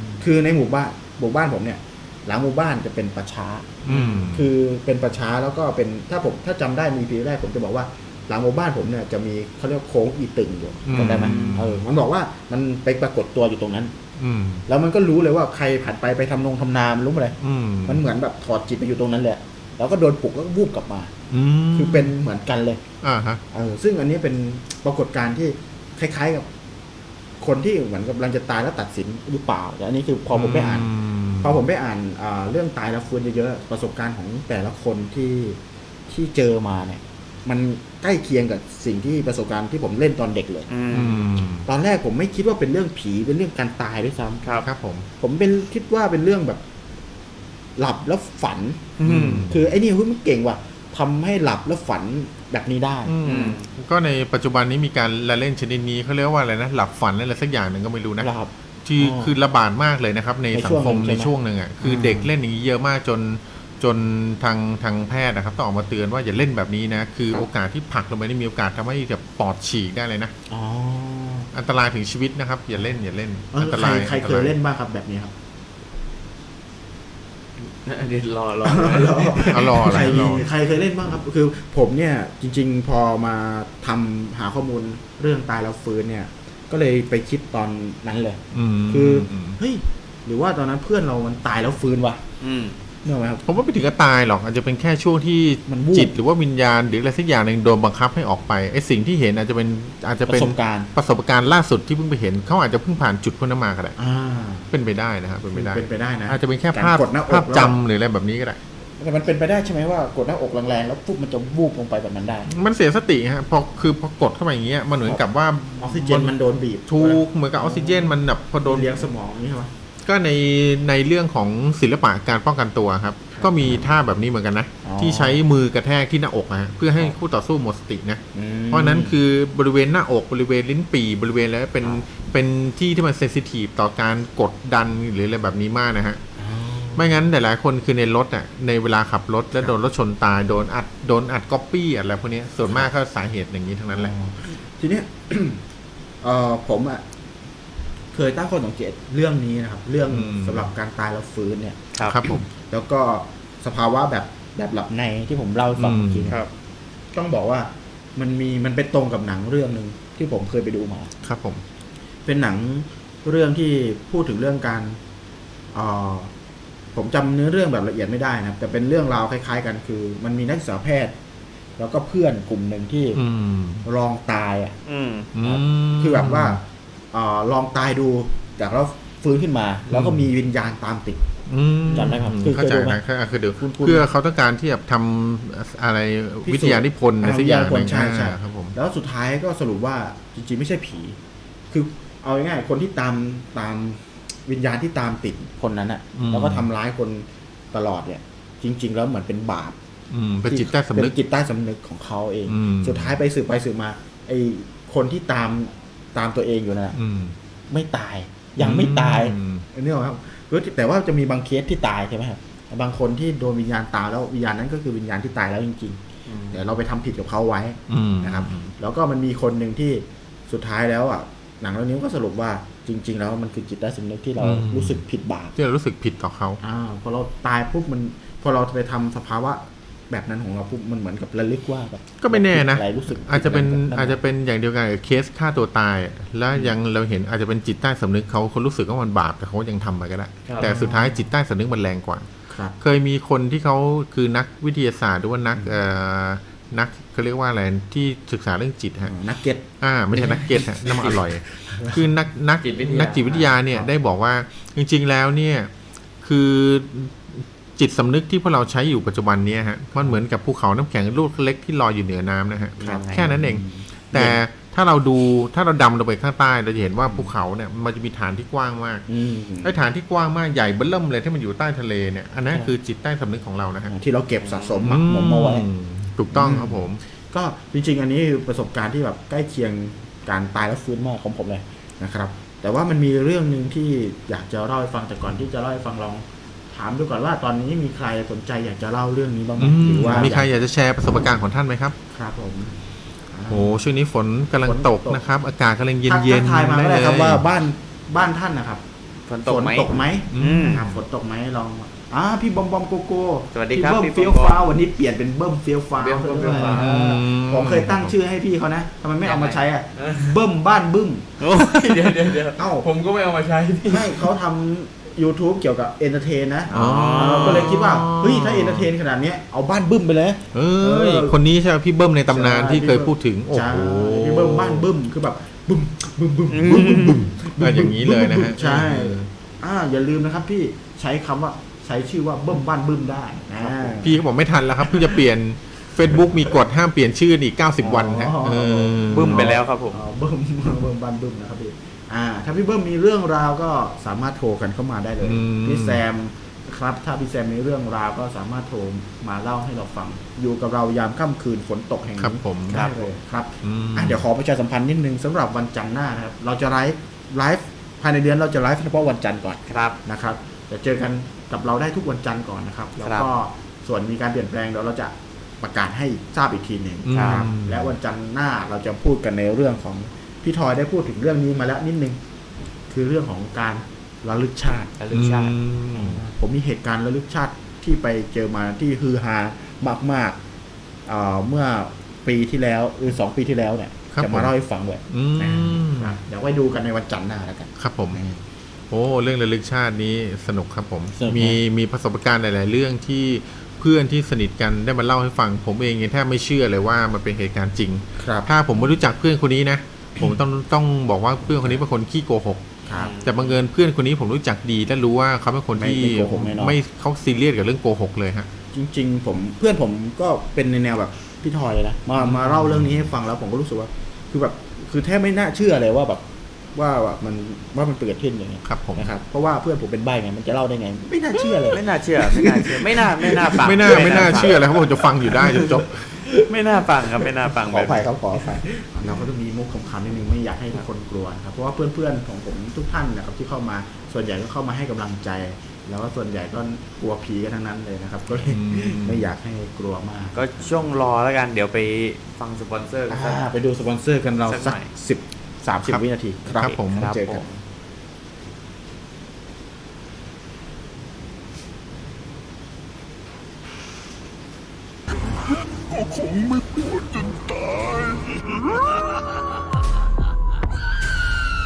C: ม
B: คือในหมู่บ้านหมู่บ้านผมเนี่ย หลังหมู่บ้านจะเป็นประช้า
C: อืม
B: คือเป็นประช้าแล้วก็เป็นถ้าผมถ้าจำได้มีปีแรกผมจะบอกว่า หลังหมู่บ้านผมเนี่ยจะมีเขาเรียกว่าโค้งอีตึงอยู่จำได้ไหมเออมันบอกว่ามันไปปรากฏตัวอยู่ตรงนั้น
C: อืม
B: แล้วมันก็รู้เลยว่าใครผ่านไปไปทำนงทำนามนรู้อะไร
C: อืม
B: มันเหมือนแบบถอดจิตไปอยู่ตรงนั้นแหละ แล้วก็โดนปลุกแล้วก็วูบกลับมา
C: ม
B: คือเป็นเหมือนกันเลย
C: อ่าฮะ
B: เออซึ่งอันนี้เป็นปรากฏการณ์ที่คล้าย ๆกับ คนที่เหมือนกำลังจะตายแล้วตัดสินหรือเปล่าแต่อันนี้คือพอผมไปอ่าน พอผมไปอ่านอ่าเรื่องตายแล้วฟื้นเยอะๆประสบการณ์ของแต่ละคนที่ที่เจอมาเนี่ย มันใกล้เคียงกับสิ่งที่ประสบการณ์ที่ผมเล่นตอนเด็กเลย
A: อืม
C: อืม
B: ตอนแรกผมไม่คิดว่าเป็นเรื่องผีเป็นเรื่องการตายด้วยซ้
A: ครับ
C: ครับผม
B: ำผมเป็นคิดว่าเป็นเรื่องแบบ หลับแล้วฝัน
A: อืม
B: คือไอ้นี่เฮ้ยมันเก่งว่ะทำให้หลับแล้วฝันแบบนี้ได้
C: อืมก็ในปัจจุบันนี้มีการละเล่นชนิดนี้เขาเรียกว่าอะไรนะหลับฝันอะไรสักอย่างหนึ่งก็ไม่รู้นะ
B: ครับ
C: ที่
B: อ๋อ
C: คือระบาดมากเลยนะครับ ใน
B: ใน
C: สั
B: ช่
C: ง
B: วง
C: คม
B: หนึ่งใช่ไหม
C: ในช่วงหนึ่งอ่ะคืออ
B: ม
C: เด็กเล่นอย่างนี้เยอะมากจนจนทางทางแพทย์นะครับต้องออกมาเตือนว่าอย่าเล่นแบบนี้นะ คือโอกาสที่ผลักลงไปนี่มีโอกาสทำให้แบบปอดฉีกได้เลยนะ
B: อ๋อ
C: อันตรายถึงชีวิตนะครับ อย่าเล่นอย่าเล่น
B: เออ
C: อันต
B: ใคร
C: ราย
B: ใครเคยเล่นบ้างครับแบบนี้ครับ
A: เดี๋ยวรอรอ
C: เอา รออะไร
B: ใคร
C: ร
B: มี
C: อ
B: ใครเคยเล่นบ้างครับ คือผมเนี่ยจริง ๆ พอมาทำหาข้อมูลเรื่องตายแล้วฟื้นเนี่ย ก็เลยไปคิดตอนนั้นเลย
C: ม
B: คืออ
C: ม
B: เฮ้ยหรือว่าตอนนั้นเพื่อนเรามันตายแล้วฟื้นวะ
A: อืม
B: เนกอะไหมครับ
C: ผมว่าไม่ถึงกับตายหรอก อาจจะเป็นแค่ช่วงที่
B: มันวูบ
C: จิตหรือว่าวิญญาณหรืออะไรสักอย่างหนึ่งโดนบังคับให้ออกไปไอ้สิ่งที่เห็นอาจจะเป็นอาจจะ
B: ป
C: เป็น
B: ระสบการณ์
C: ประสบการณ์ล่าสุดที่เพิ่งไปเห็นเขาอาจจะเพิ่งผ่านจุดพวกนั้นมาก็ได้
B: อ่า
C: เป็นไปได้นะครับเป็นไปได้
B: เป็นไปได้นะ
C: อาจจะเป็นแค่ภาพ
B: กรกดหน้อก
C: ภาพจำ
B: แ
C: หรืออะไรแบบนี้ก็ได้
B: ล้วแต่มันเป็นไปได้ใช่ไหมว่ากดหน้าอกแรงๆแล้วปุ๊บมันจะวูบลงไปแบบนั้นได้
C: มันเสียสติฮะพอคือพอกดเข้าไปอย่างเงี้ยมันเหมือนกับว่า
B: ออกซิเจนมันโดนบีบ
C: ถูกเหมือนกับออกซิเจนมันแบบพอ
B: โด
C: โด
B: น
C: น
B: เลี้ยงสมองอย่างนี่ใช่ไหม
C: ก็ในในเรื่องของศิลปะการป้องกันตัวครับ ก็มีท่าแบบนี้เหมือนกันนะ
B: อ๋อ
C: ที่ใช้มือกระแทกที่หน้าอกนะฮะเพื่อให้คู่ต่อสู้หมดสตินะ
B: อืม
C: เพราะฉะนั้นคือบริเวณหน้าอกบริเวณลิ้นปี่บริเวณแล้วเป็น
B: ครับ
C: เป็นที่ที่มันเซนซิทีฟต่อการกดดันหรืออะไรแบบนี้มากนะฮะ ไม่งั้นหลายๆคนคือในรถอ่ะในเวลาขับรถแล้วโดนรถชนตายโดนอัดโดนอัดก๊อปปี้อะไรพวกเนี้ยส่วนมากก็สาเหตุอย่างนี้ทั้งนั้นแหละ
B: ทีเนี้ย เอ่อผมอ่ะเคยตั้งข้อสังเกตเรื่องนี้นะครับ เรื่อง
C: อืม
B: สำหรับการตายแล้วฟื้นเนี่ย
C: ครับผม
B: แล้วก็สภาวะแบบแบบหลับในที่ผมเล่าให้ฟัง
C: อืม
B: เมื่อกี้เนี่ย
A: ครับ
B: ต้องบอกว่า มันมีมันเป็นตรงกับหนังเรื่องหนึ่งที่ผมเคยไปดูมา
C: ครับผม
B: เป็นหนังเรื่องที่พูดถึงเรื่องการเอ่อผมจำเนื้อเรื่องแบบละเอียดไม่ได้นะครับ แต่เป็นเรื่องราวคล้าย ๆ กันคือ มันมีนักศึกษาแพทย์ แล้วก็เพื่อนกลุ่มหนึ่งที่
C: อืม
B: ลองตายอ่ะ
A: อืม
C: อืม
B: คือแบบว่าเออลองตายดูแต่เราฟื้นขึ้นมา แล้วก็มีวิญญาณตามติด
C: อืม
B: จำได้ครับคือ
C: เข้าใจ
B: เคยดูไหม
C: นะคือคือเดี๋ยว
B: คุณคุณ
C: เพื่อเขาต้องการที่จะทำอะไร
B: พิ
C: วิ
B: สูจน์
C: ทยานิพนธ์อะไรสักอย่างหนึ่ง
B: อ่าวิทยานิพนธ์ใช่ใช่
C: อ่าครับผม
B: แล้วสุดท้ายก็สรุปว่าจริงๆไม่ใช่ผี คือเอาง่ายๆคนที่ตามตามวิญญาณที่ตามติดคนนั้นอะแล้วก็ทำร้ายคนตลอดเนี่ย จริง ๆ แล้วเหมือนเป็นบาป
C: อืมเป็นจิตใต้สำนึก
B: เป็นจิตใต้สำนึกของเขาเอง
C: อืม
B: สุดท้ายไปสืบไปสืบมาไอคนที่ตามตามตัวเองอยู่นั่นน่ะ
C: อืม
B: ไม่ตายยังไม่ตาย
C: อืม
B: เนี่ยครับคือแต่ว่าจะมีบางเคสที่ตายใช่ไหมครับบางคนที่โดนวิญญาณตามแล้ววิญญาณนั้นก็คือวิญญาณที่ตายแล้วจริง
A: อืม
B: ๆ เดี๋ยวเราไปทำผิดกับเขาไว้
C: อืม
B: นะครับแล้วก็มันมีคนหนึ่งที่สุดท้ายแล้วอ่ะหนังเรื่องนี้ก็สรุปว่าจริง ๆ แล้วมันคือจิตใต้สำนึกที่เรา
C: อืม
B: รู้สึกผิดบาป
C: ที่เรารู้สึกผิดต่อเขา
B: อ่าพอเราตายปุ๊บมันพอเราไปทำสภาวะแบบนั้นของเราปุ๊บมันเหมือนกับระลึกว่าแบบ
C: ก็ไม่แน่นะ
B: อไรรู้สึก
C: อาจจะเป็น
B: แบบ
C: อาจจะเป็นอย่างเดียวกันกับเคสฆ่าตัวตาย แล้วยังเราเห็นอาจจะเป็นจิตใต้สำนึกเขาเขารู้สึกว่ามันบาปแต่เขายังทำไปก็ได้
A: ครับ
C: แต่สุดท้ายจิตใต้สำนึกมันแรงกว่า
B: ครับ
C: เคยมีคนที่เขาคือนักวิทยาศาสตร์หรือว่านักเอ่อนักเขาเรียกว่าอะไรที่ศึกษาเรื่องจิตฮะ
B: นักเก็ต
C: อ่าไม่ใช่นักเก็ตฮะน้ำมันอร่อย คือนักนัก
A: จิตวิทยานั
C: นักจิตวิทยาเนี่ยได้บอกว่าจริงๆแล้วเนี่ยคือจิตสำนึกที่พวกเราใช้อยู่ปัจจุบันเนี้ยฮะมันเหมือนกับภูเขาน้ำแข็งลูกเล็กที่ลอยอยู่เหนือน้ำนะฮะ
A: ครับ
C: แค่นั้นเอง แต่ถ้าเราดูถ้าเราดำลงไปข้างใต้เราจะเห็นว่าภูเขาเนี่ยมันจะมีฐานที่กว้างมาก
B: อืม
C: ไอ้ฐานที่กว้างมากใหญ่เบื้อเริ่มเลยที่มันอยู่ใต้ทะเลเนี่ยอันนั้นคือจิตใต้สำนึกของเรานะฮะ
B: ที่เราเก็บสะสมหมักหมมเอาไว้
C: อืมถูกต้องครับผม
B: ก็จริงๆ อันนี้คือประสบการณ์ที่แบบใกล้เคียงการตายแล้วฟื้นมากของผมเลยนะครับ แต่ว่ามันมีเรื่องหนึ่งที่อยากจะเล่าให้ฟังแต่ก่อนที่จะเล่าให้ฟังลอง ถามดูก่อนว่าตอนนี้มีใครสนใจอยากจะเล่าเรื่องนี้บ้างไหม
C: อืม
B: หรือว่า
C: มี
B: มี
C: ใครอยากจะแชร์ประสบการณ์ของท่านไหมครับ
B: ครับผม
C: โอ้ช่วงนี้ฝนกำลังตกนะครับ อากาศกำลังเย็นเย็
B: ทั
C: น
B: กทายมาก็ได้ครับว่าบ้านบ้านท่านนะครับ
A: ฝนตก
B: ฝน
A: ไหม
B: ตกไหม
C: อืม
B: นะครับฝนตกไหมลองอ่าพี่บอมบอมโกโก้
A: สวัสดีครับ
B: พี่เบิ้ม
A: พี่
B: เฟี้ยว
A: บอมบอม
B: ฟ้าววันนี้เปลี่ยนเป็นเบิ้มเฟี้ยวฟ้าว
A: เบิ้มเฟี้ยวฟ้าว
B: เออผมเคยตั้งชื่อให้พี่เขานะทำไมไม่เอามาใช้อ่ะ เบิ้มบ้านบึ้ม
A: โอ้ยเดี๋ยวเดี๋ยวเดี๋ยว
B: เอ้า
A: ผมก็ไม่เอามาใช้พี่
B: ไม่เขาทำ YouTube เกี่ยวกับเอนเตอร์เทนนะ
C: อ๋อ
B: เราก็เลยคิดว่า เฮ้ย ถ้าเอนเตอร์เทนขนาดเนี้ยเอาบ้านบึ้มไปเลย
C: เอ้ย
B: เออ
C: คนนี้ใช่ไหมพี่เบิ้มในตำนานที่เคยพูดถึง โอ้
B: ใช่
C: โห
B: พี่เบิ้มบ้านบึ้มคือแบบบึ้มบึ้มบึ้มบึ้มบึ้มบึ้มบึ้ม
C: อ่ะอย่างนี้เลยนะฮะ
B: บึ้มบึ้มใช่
C: เออ
B: อ่าอย่าลืมนะครับพี่ใช้คำว่าใช้ชื่อว่าเบิ้มบ้านบึ้มได้นะ
C: พี่เขาบอกไม่ทันแล้วครับเพิ่งจะเปลี่ยน Facebook มีกฎห้ามเปลี่ยนชื่ออีก 90 วันฮะเออ
A: บึ้มไปแล้วครับผม
B: อ๋อเบิ้ม เบิ้มบันเบิ้มนะครับพี่อ่า ถ้าพี่เบิ้มมีเรื่องราวก็สามารถโทรกันเข้ามาได้เลย
C: อืม
B: พี่แซมครับถ้าพี่แซมมีเรื่องราวก็สามารถโทรมาเล่าให้เราฟัง อยู่กับเรายามค่ำคืนฝนตกแห่ง
C: ครับ
B: นี้
C: ผม
B: ได้เลยครับ
C: อืม
B: อ่ะเดี๋ยวขอประชาสัมพันธ์นิดนึงสำหรับวันจันทร์หน้านะครับ เราจะไลฟ์ไลฟ์ภายในเดือนเราจะไลฟ์เฉพาะวันจันทร์ก่อน
A: ครับ
B: นะครับจะเจอกันกับเราได้ทุกวันจันทร์ก่อนนะครับ แล้วก็ส่วนมีการเปลี่ยนแปลงเดี๋ยวเราจะประกาศให้ทราบอีกทีหนึ่ง
A: ครับ
B: และวันจันทร์หน้าเราจะพูดกันในเรื่องของพี่ทอยได้พูดถึงเรื่องนี้มาแล้วนิดนึง คือเรื่องของการระลึกชาติ
A: ระลึกชาติ
C: อืม
B: ผมมีเหตุการณ์ระลึกชาติที่ไปเจอมาที่ฮือฮามากๆเอ่อเมื่อปีที่แล้วหรือสองปีที่แล้วเนี่ย
C: ครับผม
B: จะาม เล่าให้ฟังเลย
C: อืม
B: นะเดี๋ยวไว้ดูกันในวันจันทร์หน้าแล้วกัน
C: ครับผม โอ้เรื่องระลึกชาตินี้สนุกครับผม
B: สนุกไหม
C: มีมีประสบการณ์หลาย ๆ เรื่องที่เพื่อนที่สนิทกันได้มาเล่าให้ฟัง ผมเองยังแทบไม่เชื่อเลยว่ามันเป็นเหตุการณ์จริง
B: ครับ
C: ถ้าผมไม่รู้จักเพื่อนคนนี้นะ ผมต้องต้องบอกว่าเพื่อนคนนี้เป็นคนขี้โกหก
B: ครับ
C: แต่บังเอิญเพื่อนคนนี้ผมรู้จักดีและรู้ว่าเขาเป็นคนที่
B: ไม่ไม่โกหกแน่นอน
C: ไม่เขาซีเรียสกับเรื่องโกหกเลยฮะ
B: จริงๆ ผมเพื่อนผมก็เป็นในแนวแบบพี่ทอยเลยนะมามาเล่าเรื่องนี้ให้ฟังแล้วผมก็รู้สึกว่า คือแบบคือแทบไม่น่าเชื่อเลยว่าแบบว่าแบบมันว่ามันเกิดขึ้นอย่างเงี้ย
C: ครับผม
B: นะครับเพราะว่าเพื่อนผมเป็นใบ้ไงมันจะเล่าได้ไง ไม่น่าเชื่อเลย
A: ไม่น่าเชื่อ ไม่น่าเชื่อ ไม่น่า ไม่น่าฟัง
C: ไม่น่าไม่น่าเชื่อเลยครับผมจะฟังอยู่ได้จนจบ
A: ไม่น่าฟังครับ ไม่น่าฟัง
B: ขออ
A: แบ
B: ภัย
A: บ
B: ครับขออภัยเราก็ต้องมีมุกคำคำนิดนึงไม่อยากให้ทุกคนกลัวนะครับเพราะว่าเพื่อนๆของผมทุกท่านนะครับที่เข้ามาส่วนใหญ่ก็เข้ามาให้กำลังใจ แล้วก็ส่วนใหญ่ก็กลัวผีกันทั้งนั้นเลยนะครับ ก็เลย
C: อืม
B: ไม่อยากให้กลัวมาก
A: ก็ช่วงรอแล้วกัน เดี๋ยวไปฟังสปอนเซอร์กันสัก
B: อ่าไปดูสปอนเซอร์กันเรา
A: สักหน่อ
B: สัก
A: ย
B: สิบสามสิบ
C: ครับ
B: วินาทีค
C: ค
B: รั
C: รั
B: บบ
C: ผม
A: ครับ
B: เจอ
A: ผ
B: กัน
A: ม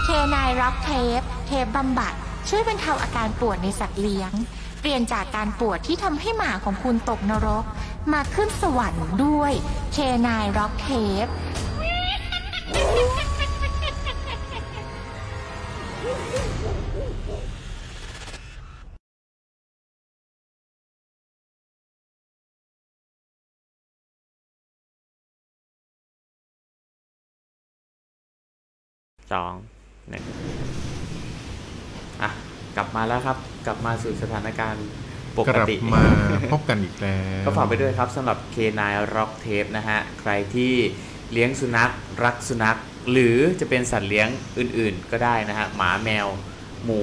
D: เคนายร็อกเทปเทปบำบัด ช่วยบรรเทาอาการปวดในสัตว์เลี้ยง เปลี่ยนจากการปวดที่ทำให้หมาของคุณตกนรก มาขึ้นสวรรค์ด้วยเคนายร็อกเทป
A: สองหนึ่งอ่ะ กลับมาแล้วครับ กลับมาสู่สถานการณ์ป
C: ก
A: ก
C: ลับ
A: ติ
C: มาพบกันอีกแล้ว
A: ก็ฝากไปด้วยครับสำหรับ K9 Rock Tape นะฮะ ใครที่เลี้ยงสุนัข รักสุนัข หรือจะเป็นสัตว์เลี้ยงอื่นๆ ก็ได้นะฮะ หมาแมว หมู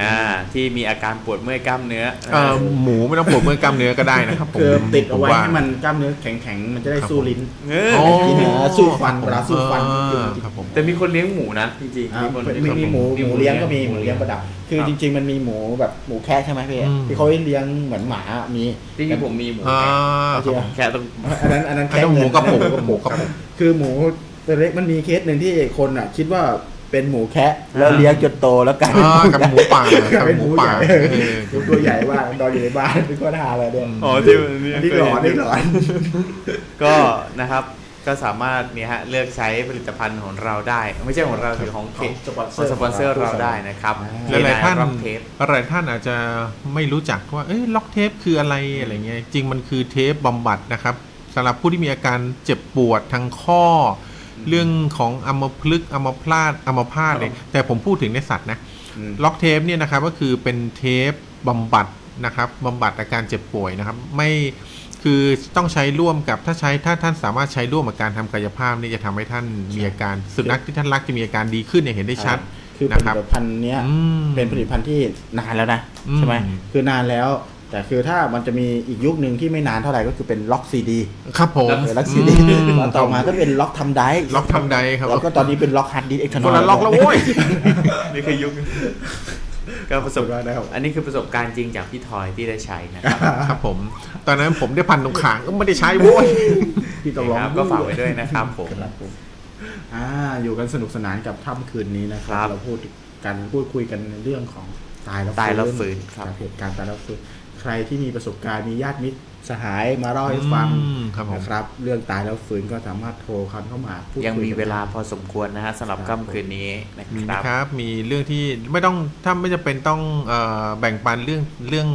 A: อ่าที่มีอาการปวดเมื่อยกล้ามเนื้อ
C: เอ่อหมูไม่ต้องปวดเมื่อยกล้ามเนื้อก็ได้นะครับผม
B: คือติดเอาไว้
C: ผ
B: ให้มันกล้ามเนื้อแข็งๆ มันจะได้
C: ครับ
B: สู้ลิ้น
A: เออ
C: โอ้
B: กินเนื้อสู้ฟันเวลาสู้ฟัน
C: เออ
B: กิน
C: ครับผม
A: แต่มีคนเลี้ยงหมูนะ จริงๆ
B: อ่า
A: คน
B: มีมีหมูหมูเลี้ยงก็มีหมูเลี้ยงประดับ คือ
A: รับ
B: จริง ๆ มันมีหมูแบบหมูแคะใช่ไหมพี่
C: อืม
B: ที่เขาเลี้ยงเหมือนหมา มี
A: จริงๆผมมีหมู
C: อ่าค
B: โอเครับ
A: แค่ต้อง
B: อันนั้นอันนั้น
C: อันนั้
B: แคะ
C: นหมูกระปุก
B: เงินอันนั้นหมูกระปุกคือหมูตัวเล็กมันมีเคสหนึ่งที่คนอ่ะ คิดว่าเป็นหมูแคะแล้วเลี้ยงจนโตแล้วกลายเป็น
C: อ่า
B: หมู
C: กับหมูป่าก
B: ลายเป็นหมูป่า
C: กับหมูป่าเออ
B: หมูตัวใหญ่ว่ากนอนอยู่ในบ้านเป็นข้อทาอะไรเนี่ย
A: อ๋อที่มัน
B: อัน
A: นี่
B: นี่หลอนนี่หลอน
A: ก็ นะครับ ก็สามารถเนี่ยฮะเลือกใช้ผลิตภัณฑ์ของเราได้ ไม่ใช่ของเราคือของเค
B: ของสปอนเซอ
A: ขอ
B: ร์
A: งสปอนเซอร์เราได้นะครับ
C: หลายๆท่าน
A: รับเทป
C: หลายท่านอาจจะไม่รู้จักว่า เอ้ยล็อกเทปคืออะไรอะไรเงี้ย จริงมันคือเทปบำบัดนะครับสำหรับผู้ที่มีอาการเจ็บปวดทางข้อ เรื่องของอัมพฤกษ์อัมพาตอัมพาตเลยแต่ผมพูดถึงในสัตว์นะ ล็อกเทปเนี่ยนะครับก็คือเป็นเทปบำบัดนะครับบำบัดอาการเจ็บป่วยนะครับ ไม่คือต้องใช้ร่วมกับถ้าใช้ถ้าท่านสามารถใช้ร่วมกับการทำกายภาพนี่จะทำให้ท่านมีอาการสุนัขที่ท่านรักจะมีอาการดีขึ้นเนี่ยเห็นได้ชัด
B: คือผ
C: นะครั
B: ลิ
C: บ
B: ตภัณฑ์เนี้ย
C: อืม
B: เป็นผลิตภัณฑ์ที่นานแล้วนะ
C: อืม
B: ใช่ไหมคือนานแล้ว แต่คือถ้ามันจะมีอีกยุคหนึ่งที่ไม่นานเท่าไหร่ก็คือเป็นล็อกซีดี
C: ครับผม
B: เออล็อกซีดี
C: อื
B: แล้วต่อมาก็เป็นล็อกทำได้
C: ล็อกทำใดครับ
B: แล้วก็ตอนนี้เป็นล็อกฮาร์ดดิสก์เอ็กซ์
C: คนละล็อกแล้วโว้ย
A: นี่คือยุคก็ประสบ
B: ได้แล้ว
A: อันนี้คือประสบการณ์จริงจากพี่ทอยที่ได้ใช้นะครับ
C: ครับผม ตอนนั้นผมได้พันตรงขางก็ไม่ได้ใช้โว้ย
B: พี่ต้องร้อง
A: ครับก็ฝากไว้ด้วยนะครับผม
B: ครับผมอ่าอยู่กันสนุกสนานกับค่ำคืนนี้นะค
A: ครั
B: รับบ เราพูดกันพูดคุยกันในเรื่องของตายแล้ว
A: ตายแล้วฟื้นค
B: ค
A: รั
B: รับ บเหตุการณ์ตายแล้วฟื้นใครที่มีประสบการณ์มีญาติมิตรสหายมาเล่าให้ฟัง
C: อืมครับผม
B: นะครับเรื่องตายแล้วฟื้นก็สามารถโทรคันเข้ามาพูด
A: ยัง
B: คุ
A: มี
B: กัน
A: เวลาพอสมควรนะฮะสำหรับค่ำคืนนี้นะ
C: มี
A: ค
C: นะ
A: รับ
C: ครับมีเรื่องที่ไม่ต้องถ้าไม่จำเป็นต้องเออแบ่งปันเรื่องเรื่อง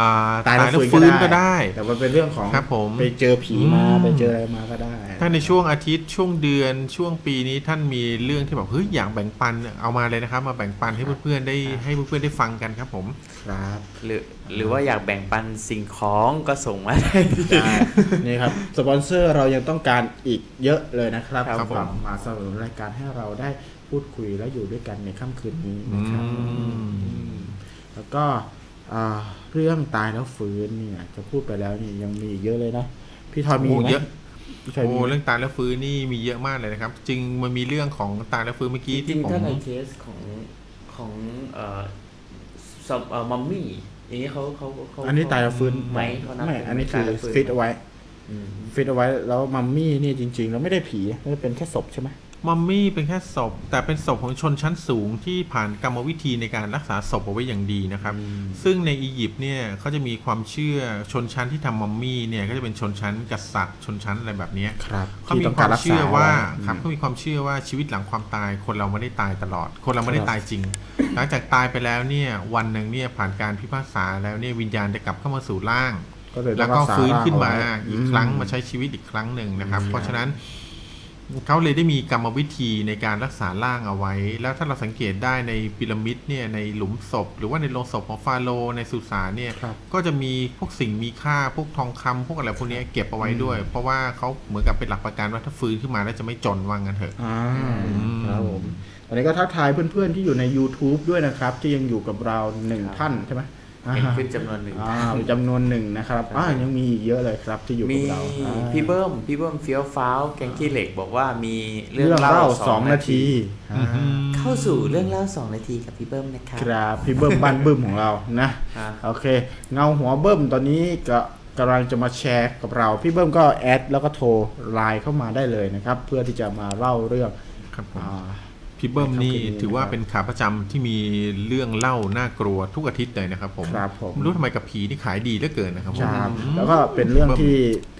C: อ่า
B: ตายแล้ว
C: ฟื้
B: ฟื้
C: นก็ได้
B: แต่มันเป็นเรื่องของ
C: ครับผม
B: ไปเจอผีมา
C: อืม
B: ไปเจออะไรมาก็ได้
C: ถ้าในช่วงอาทิตย์ช่วงเดือนช่วงปีนี้ท่านมีเรื่องที่แบบเฮ้ยอยากแบ่งปันเอามาเลยนะครับ มาแบ่งปันให้เพื่อนๆได้ให้เพื่อนๆได้ฟังกันครับผม
B: ครับ
A: หรือหรือว่าอยากแบ่งปันสิ่งของก็ส่งมาได้
B: ได้นี่ครับสปอนเซอร์เรายังต้องการอีกเยอะเลยนะครับ
C: ครับผม
B: มาสนับสนุนรายการให้เราได้พูดคุยและอยู่ด้วยกันในค่ำคืนนี้
C: อื
B: นะครับ
C: ม
B: อืมแล้วก็อ่าเรื่องตายแล้วฟื้นเนี่ย จะพูดไปแล้วนี่ยังมีอีกเยอะเลยนะพี่ทอยมี
C: โอ้
B: ไหม
C: เยอะ
B: พี่ทอย
C: โอ้
B: มีไหม
C: เรื่องตายแล้วฟื้นนี่มีเยอะมากเลยนะครับ จริงมันมีเรื่องของตายแล้วฟื้นเมื่อ
A: จ
C: กี้
A: ริ
C: ที่
A: ง
C: ผ
A: ๆถ้าม ในเคสของของเอ่อสอบเอ่อมัมมี่อย่างนี้เขาเขาเขา
B: อันนี้ตายแล้วฟื้น
A: ไหมเขานับ
B: ไม่
A: เป็
B: อันนี้
A: ตา
B: คื
A: ย
B: อ
A: แล้วฟื้น
B: ฟิตเอาไว้
A: อืม
B: ฟิตเอาไว้แล้วมัมมี่นี่จริงๆ แล้วไม่ได้ผีมันเป็นแค่ศพใช่ไหม
C: มัมมี่เป็นแค่ศพแต่เป็นศพของชนชั้นสูงที่ผ่านกรรมวิธีในการรักษาศพเอาไว้อย่างดีนะครับ ซึ่งในอียิปต์เนี่ยเขาจะมีความเชื่อชนชั้นที่ทำมัมมี่เนี่ยก็จะเป็นชนชั้นกษัตริย์ ชนชั้นอะไรแบบเนี้ย
B: ครับ
C: เขามีความเชื่อว่าครับ
B: อื
C: เขา
B: ม
C: มีความเชื่อว่าชีวิตหลังความตาย คนเราไม่ได้ตายตลอด คนเราไม่ได้ตายจริง หลังจากตายไปแล้วเนี่ยวันหนึ่งเนี่ยผ่านการพิพากษาแล้วเนี่ยวิญญาณจะกลับเข้ามาสู่ร่าง
B: ก็เลยต้
C: แล้ว
B: อง
C: ก็
B: รัษ
C: ฟื้น
B: ร่ง
C: ขึ้นมา
B: เไว้
C: อีกครั้ง
B: อื
C: มาใช้ชีวิตอีกครั้งหนึ่งนะครับ
B: อืม
C: เพราะฉะนั้นเขาเลยได้มีกรรมวิธีในการรักษาร่างเอาไว้ แล้วถ้าเราสังเกตได้ในพีระมิดเนี่ยในหลุมศพ หรือว่าในโลงศพของฟาโรห์ในสุสานเนี่ย
B: ครับ
C: ก็จะมีพวกสิ่งมีค่าพวกทองคำพวกอะไรพวกเนี้ยเก็บเอาไว้ด้วย เพราะว่าเขาเหมือนกับเป็นหลักประกันว่าถ้าฟื้นขึ้นมาแล้วจะไม่จนว่างั้นเถอะ
B: อ่า
C: อืม
B: ครับผมตอนนี้ก็ทักทายเพื่อนๆที่อยู่ใน YouTube ด้วยนะครับ ที่ยังอยู่กับเราหนึ่ง
A: ครับ
B: ท่านใช่ไหมอ่า
A: เห็นขึ้นจำนวนหนึ่ง
B: อ่ามีจำนวนหนึ่งนะครับอ่ายังมีอีกเยอะเลยครับที่อยู่กั
A: มี
B: บเราอ่า
A: พี่เบิ้มพี่เบิ้มเฟี้ยวฟ้าวแกงขี้เหล็กบอกว่ามี
B: เรื่องเล่าสองนาทีอ่า
A: เข้าสู่เรื่องเล่าสองนาทีกับพี่เบิ้มนะครั
B: ครับพี่เบิ้มบ้านเบิ้มของเรานะครับ โอเคเงาหัวเบิ้มตอนนี้ก็กำลังจะมาแชร์กับเรา พี่เบิ้มก็แอดแล้วก็โทรไลน์เข้ามาได้เลยนะครับ เพื่อที่จะมาเล่าเรื่อง
C: ครับผม
B: อ่า
C: พี่เบิ้มนี่
B: ครับคืนนี้
C: ถือว่าเป็นขาประจำที่มีเรื่องเล่าน่ากลัวทุกอาทิตย์เลยนะครับผม
B: ครับผม
C: ไรู้ทำไมกับผีนี่ขายดีเหลือเกินนะครับผม
B: ครับแล้วก็เป็นเรื่องที่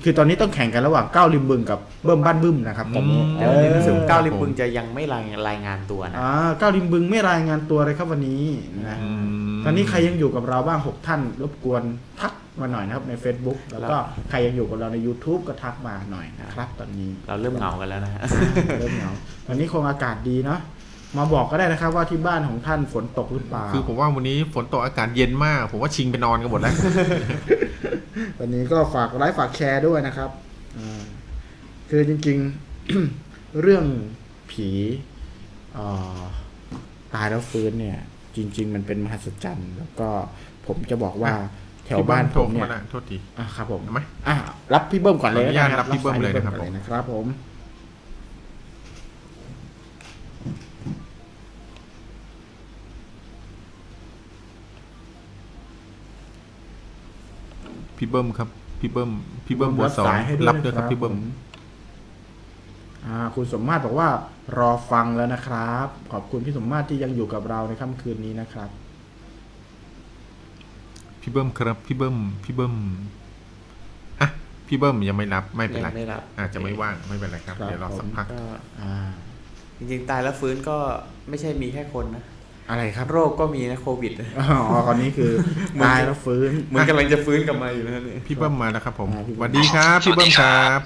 B: คือตอนนี้ต้องแข่งกันระหว่างก้าวริมบึงกับเบิ้มบ้านบึ้มนะครับตอนนี้
C: อืม
A: แต่วันนี้รู้สึก
B: เออ
A: เก้าวลิมบึงจะยังไม่รายรายงานตัวนะ
B: อ่าก้าวริมบึงไม่รายงานตัวเลยครับวันนี้นะ
C: อืม
B: ตอนนี้ใครยังอยู่กับเราบ้าง 6 ท่าน รบกวนทักมาหน่อยนะครับใน Facebook แล้วก็ใครยังอยู่กับเราใน YouTube ก็ทักมาหน่อยนะครับ ตอนนี้
A: เราเริ่มเหงากันแล้วนะฮะ
B: เริ่มเหงา ตอนนี้คงอากาศดีเนาะมาบอกก็ได้นะครับว่าที่บ้านของท่านฝนตกหรือเปล่า
C: คือผมว่าวันนี้ฝนตกอากาศเย็นมาก ผมว่าชิงไปนอนกันหมดแล้ว
B: ตอนนี้ก็ฝากไลค์ฝากแชร์ด้วยนะครับอ่าคือจริงๆ เรื่องผีเอ่อตายแล้วฟื้นเนี่ย จริง ๆ มันเป็นมหัศจรรย์แล้วก็ผมจะบอกว่าแถวบ้านผมเนี่ย
C: พี่โทรข้าาะโทษที
B: อ่ะครับผม
C: เห็นไหม
B: อ่ะรับพี่เบิ้มก่อนเลย
C: ขออนุญาต
B: ะ
C: รับพี่เบิ้มเลยนะครับ
B: สาก่อนนะครับ ผม
C: พี่เบิ้มครับ พี่เบิ้ม พี่เบิ้มหัวสอง
B: สายให้ด้วย
C: รับด้วยครับ
B: นะ
C: พี่เบิ้ม
B: ผอ่า คุณสมมาตรบอกว่ารอฟังแล้วนะครับ ขอบคุณพี่สมมาตรที่ยังอยู่กับเราในค่ำคืนนี้นะครับ
C: พี่เบิ้มครับ พี่เบิ้ม พี่เบิ้มอ่ะพี่เบิ้มยังไม่รับ ไม่เป็นไร
A: ยังไม่รับ
C: อาจจะไม่ว่าง ไม่เป็นไรครับ
B: ครับ
C: เดี๋ยวรอสักพัก
A: ก็
B: อ่า
A: จริงๆตายแล้วฟื้นก็ไม่ใช่มีแค่คนนะ
B: อะไรครับ
A: โรคก็มีนะโควิดนะ
B: อ๋อคนนี้คือ
A: เหมือน
B: ตายแล้วฟื้น
A: เหมือนกำลังจะฟื้นกลับมาอยู่นะเนี่ย
C: พี่เบิ้มมาแล้วครับผม
B: อ่าพี่
C: ส
B: เบิ้ม
C: วัสดีครับ พี่เบิ้มครับ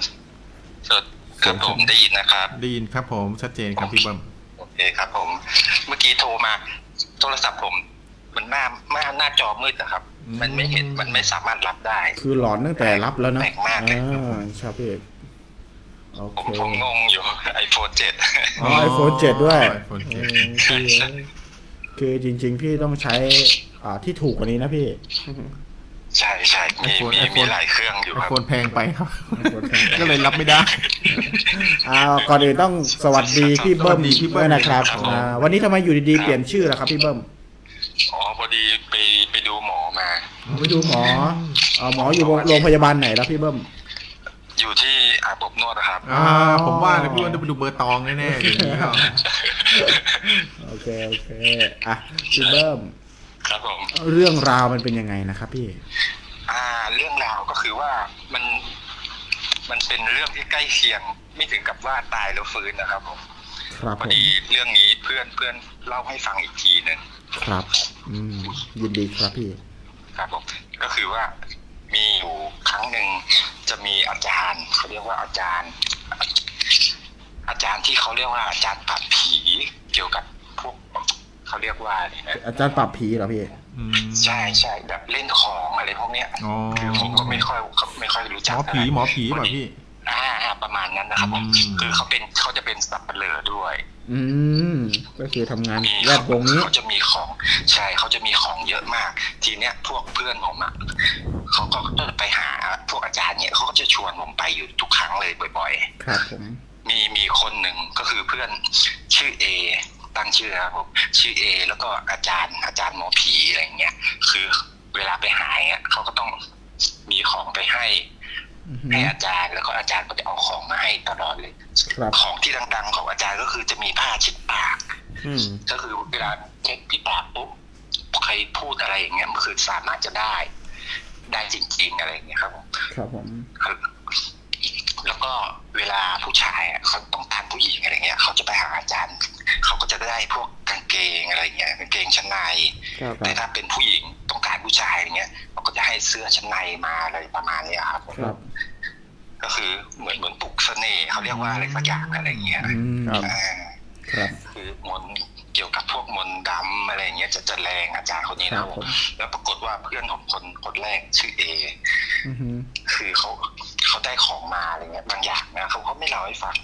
E: สดครับผมได้ยินนะครับ
C: ได้ยินครับผม ชัดเจนครับพี่เบิ้ม
E: โอเคครับผม เมื่อกี้โทรมา โทรศัพท์ผม มันหน้าหน้าหน้าจอมืดนะครับ
C: อืม
E: มันไม่เห็นมันไม่สามารถรับได้
B: คือหลอนตั้งแต่รับแล้วนะ
E: แปลกมากเลย
B: อ่าชาวเพจโอ
E: ผม
B: เค
E: ผมงงอยู่ iPhone 7
B: อ๋อไอโฟนเจ็ดด้วย
C: iPhone 7
B: เออคือคือจริง ๆ พี่ต้องใช้ อ่าที่ถูกกว่านี้นะพี่
E: ใช่ใช่มี
C: iPhone
E: มี
C: iPhone
E: มีหลายเครื่องอยู่
C: ไอ
E: ครับ
C: โฟนแพงไปครับ ก็เลยรับไม่ได้
B: อ่าก่อนอื่นต้องสวัสดีพี่เบิ้ม
C: สวัสดีพี่เบิ้ม
B: ด้วยนะครับ
E: ครับ
B: อ่าวันนี้ทำไมอยู่ดีๆเปลี่ยนชื่อล่ะครับพี่เบิ้ม
E: อ๋อพอดีไปไปดูหมอมา
B: ไปดูหมออ่าหมออยู่โรงพยาบาลไหนล่ะพี่เบิ้ม
E: อยู่ที่อาบอบนวดนะครับ
C: อ่า ผมว่าเลยพี่เบิ้มต้องไปดูเบอร์ตองแน่ๆอย่างนี้ก็
B: โอเคโอเคอ่ะพี่เบิ้ม
E: ครับผม
B: เรื่องราวมันเป็นยังไงนะครับพี่
E: อ่าเรื่องราวก็คือว่ามันมันเป็นเรื่องที่ใกล้เคียงไม่ถึงกับว่าตายแล้วฟื้นนะครับผม
B: ครับ
E: พอ
B: ผม
E: ดีเรื่องนี้เพื่อนเพื่อนเล่าให้ฟังอีกทีหนึ่ง
B: ครับ อืมยินดีครับพี่
E: ครับผม ก็คือว่ามีอยู่ครั้งหนึ่งจะมีอาจารย์เขาเรียกว่าอาจารย์ อาจารย์ที่เขาเรียกว่าอาจารย์ปราบผีเกี่ยวกับพวกเขาเรียกว่าอะไรนะ
B: อาจารย์ปราบผีเหรอพี่
C: อืม
E: ใช่ใช่แบบเล่นของอะไรพวกเนี้ย
C: อ๋อ
E: คือผมก็ไม่ค่อยไม่ค่อยรู้จั
C: ห
E: ก
C: มอผี
E: เท่าไห
C: มอผี
E: ร่
C: ป่ะพี่
E: อ่าอ่าประมาณนั้นนะครับผม
C: อืม
E: คือเขาเป็นเขาจะเป็นสับเปลือด้วย
B: อืม ก็คือทำงาน
E: มี
B: แวดวงนี้
E: เขาจะมีของใช่เขาจะมีของเยอะมาก ทีเนี้ยพวกเพื่อนผมอะเขาก็ไปหาพวกอาจารย์เนี่ยเขาก็จะชวนผมไปอยู่ทุกครั้งเลยบ่อย
B: ครับผม
E: ๆ มีมีคนหนึ่งก็คือเพื่อนชื่อเอตั้งชื่อครับผมชื่อเอแล้วก็อาจารย์ อาจารย์หมอผีอะไรเงี้ยคือเวลาไปหาเนี่ยเขาก็ต้องมีของไปให้
B: อือหือ
E: ให้อาจารย์แล้วก็อาจารย์ก็จะเอาของมาให้ตลอดเลย
B: ครับ
E: ของที่ดัง ๆ ของอาจารย์ก็คือจะมีผ้าเช็ดปาก
A: อืม
E: ก็คือเวลาเช็ดที่ปากปุ๊บใครพูดอะไรอย่างเงี้ยมันคือสามารถจะได้ ได้จริง ๆ อะไรอย่างเงี้ยครับผม
B: ครับผม
E: แล้วก็เวลาผู้ชายอะเขาต้องการผู้หญิงอะไรเงี้ยเขาจะไปหาอาจารย์เขาก็จะได้พวกกางเกงอะไรเงี้ยกางเกงชั้นใน
A: ครับ
E: แต่ถ้าเป็นผู้หญิงต้องการผู้ชายอย่างเงี้ยเขาก็จะให้เสื้อชั้นในมาอะไรประมาณเนี้ยครับผม
B: ครับ
E: ก็คือเหมือนเหมือนปลุกเสน่ห์เขาเรียกว่าอะไรสักอย่างอะไรอย่างเงี้ย
B: อืม
A: ครับ
E: อ่า
B: ครับ
E: คือมนต์เกี่ยวกับพวกมนต์ดำอะไรอย่างเงี้ยจะจะแรงอาจารย์คนนี้
B: ค
E: นะ
B: รับผม
E: แล้วปรากฏว่าเพื่อนผมคนคนแรกชื่อเอ
B: อือหือ
E: คือเขาเขาได้ของมาอะไรเงี้ยบางอย่างนะเขาก็ไม่เล่าให้ฟัง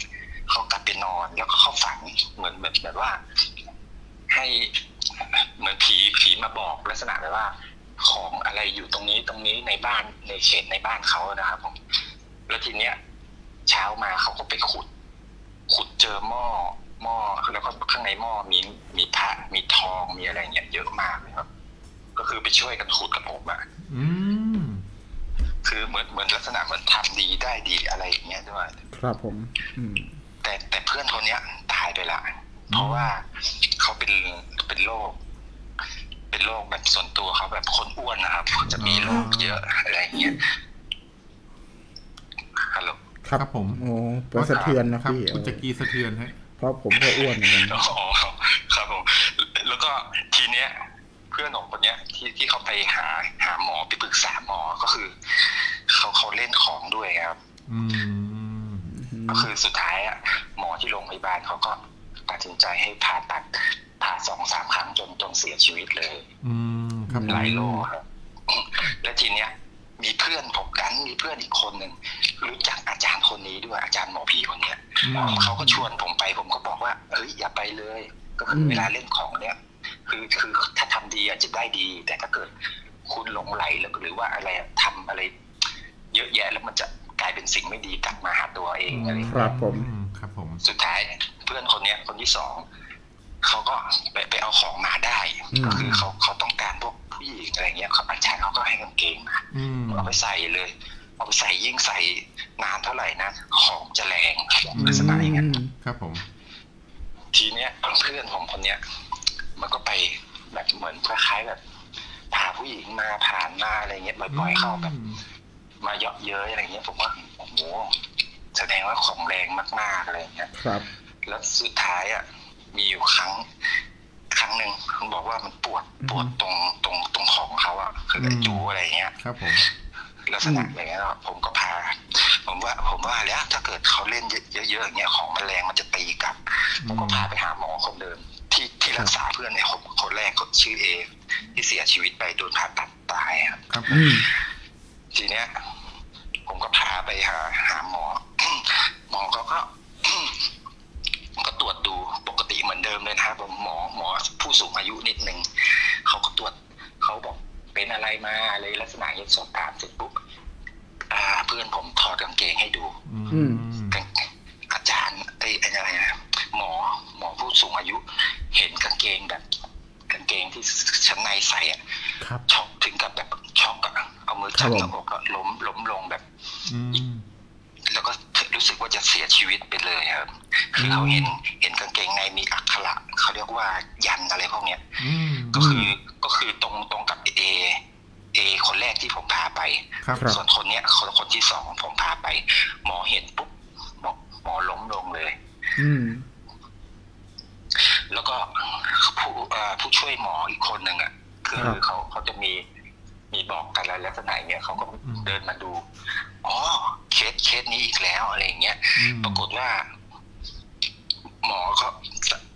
E: เขากลับไปนอนแล้วก็เข้าฝันเหมือนแบบแบบว่า ให้เหมือนผีผีมาบอกลักษณะแบบว่า ของอะไรอยู่ตรงนี้ตรงนี้ในบ้านในเขตในบ้านเขานะครับผม แล้วทีเนี้ย เช้ามาเขาก็ไปขุด ขุดเจอหม้อหม้อแล้วก็ข้างในหม้อมีมีพระมีทองมีอะไรเงี้ยเยอะมากเลยครับ ก็คือไปช่วยกันขุดกับผมอะ
C: อืม
E: คือเหมือนเหมือนลักษณะเหมือนทำดีได้ดีอะไรอย่างเงี้ยด้วย
B: ครับผม อืม
E: แต่แต่เพื่อนคนเนี้ยตายไปละ เพราะว่าเขาเป็นเป็นโรคเป็นโรคแบบส่วนตัวเขาแบบคนอ้วนนะครับเขาจะมีโรคเยอะอะไรอย่างเงี้ยฮัลโหล
B: ครับ
C: ครับผม
B: โอ้เปิดสะเทือนนะ
C: รับ
B: พี่
C: คุณจะกีสะเทือนฮะ
B: เพราะผมก็อ้วนเหมือนกัน
E: อ๋อครับผมแล้วก็ทีเนี้ย เพื่อนของคนเนี้ย ที่ที่เขาไปหาหาหมอไปปรึกษาหมอก็คือเขาเขาเล่นของด้วยครับ
C: อืม
B: อืม
E: ก็คือสุดท้ายอ่ะหมอที่โรงพยาบาลเขาก็ตัดสินใจให้ผ่าตัดผ่าสองสามครั้งจนจนเสียชีวิตเลย
C: อืม ครับผม
E: หลายโลครับ และทีเนี้ย มีเพื่อนผมกันมีเพื่อนอีกคนหนึ่งรู้จักอาจารย์คนนี้ด้วยอาจารย์หมอผีคนเนี้ย
C: อืม
E: เขาก็ชวนผมไปผมก็บอกว่า เอ้ยอย่าไปเลย ก็คือเวลาเล่นของเนี่ย คือคือถ้าทำดีอาจจะได้ดี แต่ถ้าเกิดคุณหลงไหลแล้วหรือว่าอะไรทำอะไร เยอะแยะแล้วมันจะกลายเป็นสิ่งไม่ดีกลับมาหาตัวเองอะไรอย่างเงี้ย
B: ครับผม
C: อืมครับผม
E: สุดท้ายเพื่อนคนเนี้ย คนที่สองเขาก็ไปไปเอาของมาได้
B: อืม
E: ก็คือเขาเขาต้องการพวกผู้หญิงอะไรเงี้ยเขาอาจารย์เขาก็ให้กางเกงมา
C: อืม
E: เอาไปใส่เลย เอาไปใส่ยิ่งใส่นานเท่าไหร่นะ ของจะแรง
C: อืม
E: ลักษณะอย่างนั้น
C: ครับผม
E: ทีเนี้ยเพื่อนของคนเนี้ย มันก็ไปแบบเหมือนคล้ายๆแบบพาผู้หญิงมาผ่านมาอะไรเงี้ยบ่อยๆเข้าแบบมาเยาะเย้ยอะไรเงี้ยผมว่าโอ้โหแสดงว่าของแรงมากๆอะไรเงี้ย
B: ครับ
E: แล้วสุดท้ายอ่ะมีอยู่ครั้ง ครั้งหนึ่งมันบอกว่ามันปวดปวดตรงตรงตรงของเขาอ่ะคือไอ้จูอะไรเงี้ย
C: ครับผม
E: ลักษณะอย่างเงี้ยเนอะผมก็พา ผมว่า ผมว่าแล้วถ้าเกิดเขาเล่นเยอะๆอย่างเงี้ยของมันแรงมันจะตีกลับ ผมก็พาไปหาหมอคนเดิม ที่ที่รักษาเพื่อนเนี่ยคนคนแรกคนชื่อเอที่เสียชีวิตไปโดนผ่าตัดตายอะ
C: ครับผ
B: อื
C: ม
B: ม
E: ทีเนี้ย ผมก็พาไปหาหาหมอ หมอเขาก็ ก็ตรวจดูปกติเหมือนเดิมเลยนะครับผมหมอหมอผู้สูงอายุนิดนึงเขาก็ตรวจเขาบอกเป็นอะไรมาอะไรลักษณะอยังสอบถามเสร็จปุ๊บอ่า เพื่อนผมถอดกางเกงให้ดู
C: อืม
E: อาจารย์ไอ้ไอ้อะไรนะหมอหมอผู้สูงอายุ เห็นกางเกงแบบ กางเกงที่ชั้นในใส่อะ
B: ครับ
E: ช็อกถึงกับแบบช็อกอะเอามือจับ
B: ครับผม
E: หน้าอกก็ล้มล้มลงแบบ
C: อืม
E: แล้วก็รู้สึกว่าจะเสียชีวิตไปเลยครับคือเขาเห็นเห็นกางเกงในมีอักขระเขาเรียกว่ายันต์อะไรพวกเนี้ย
C: อืม
E: ก็คือก็คือตรงตรงกับเอเอคนแรกที่ผมพาไป
C: ครับ
B: ครับ
E: ส่วนคนเนี้ยคนคนที่สองผมพาไป หมอเห็นปุ๊บหมอหมอล้มลงเลย
B: อืม
E: แล้วก็ผู้เอ่อผู้ช่วยหมออีกคนหนึ่งอ่ะ คือ
B: ครับ
E: เขาเขาจะมี มีบอกกันแล้วลักษณะอย่างเงี้ยเขาก็
C: อืม
E: เดินมาดูอ๋อเคสเคสนี้อีกแล้วอะไรอย่างเงี้ย
C: อืม
E: ปรากฏว่า หมอเขา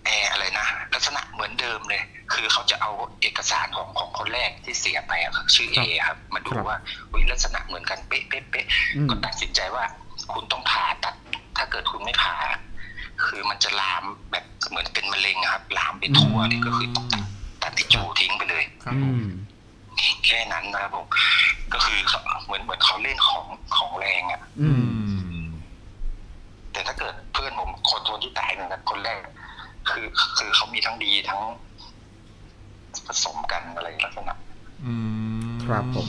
E: แอร์อะไรนะลักษณะเหมือนเดิมเลย คือเขาจะเอาเอกสารของของคนแรกที่เสียไปอะครับชื่อเอครับ มาดูว่าอุ๊ยลักษณะเหมือนกันเป๊ะเป๊ะเป๊ะ
B: อืม
E: ก็ตัดสินใจว่า คุณต้องผ่าตัด ถ้าเกิดคุณไม่ผ่า คือมันจะลามแบบเหมือนเป็นมะเร็งอะครับ ลามไปทั่วเลยก็คือต้องตัดตัดที่จูทิ้งไปเลย
C: ครับผ
B: อื
C: ม
B: ม
E: แค่นั้นนะครับผมก็คือเขาเหมือนเหมือนเขาเล่นของของแรงอะ
B: อืม
C: ม
E: แต่ถ้าเกิดเพื่อนผมคนคนที่ตายเหมือนกันคนแรก คือคือเขามีทั้งดีทั้ง ผสมกันอะไรลักษณะ
C: อืม
B: ครับผม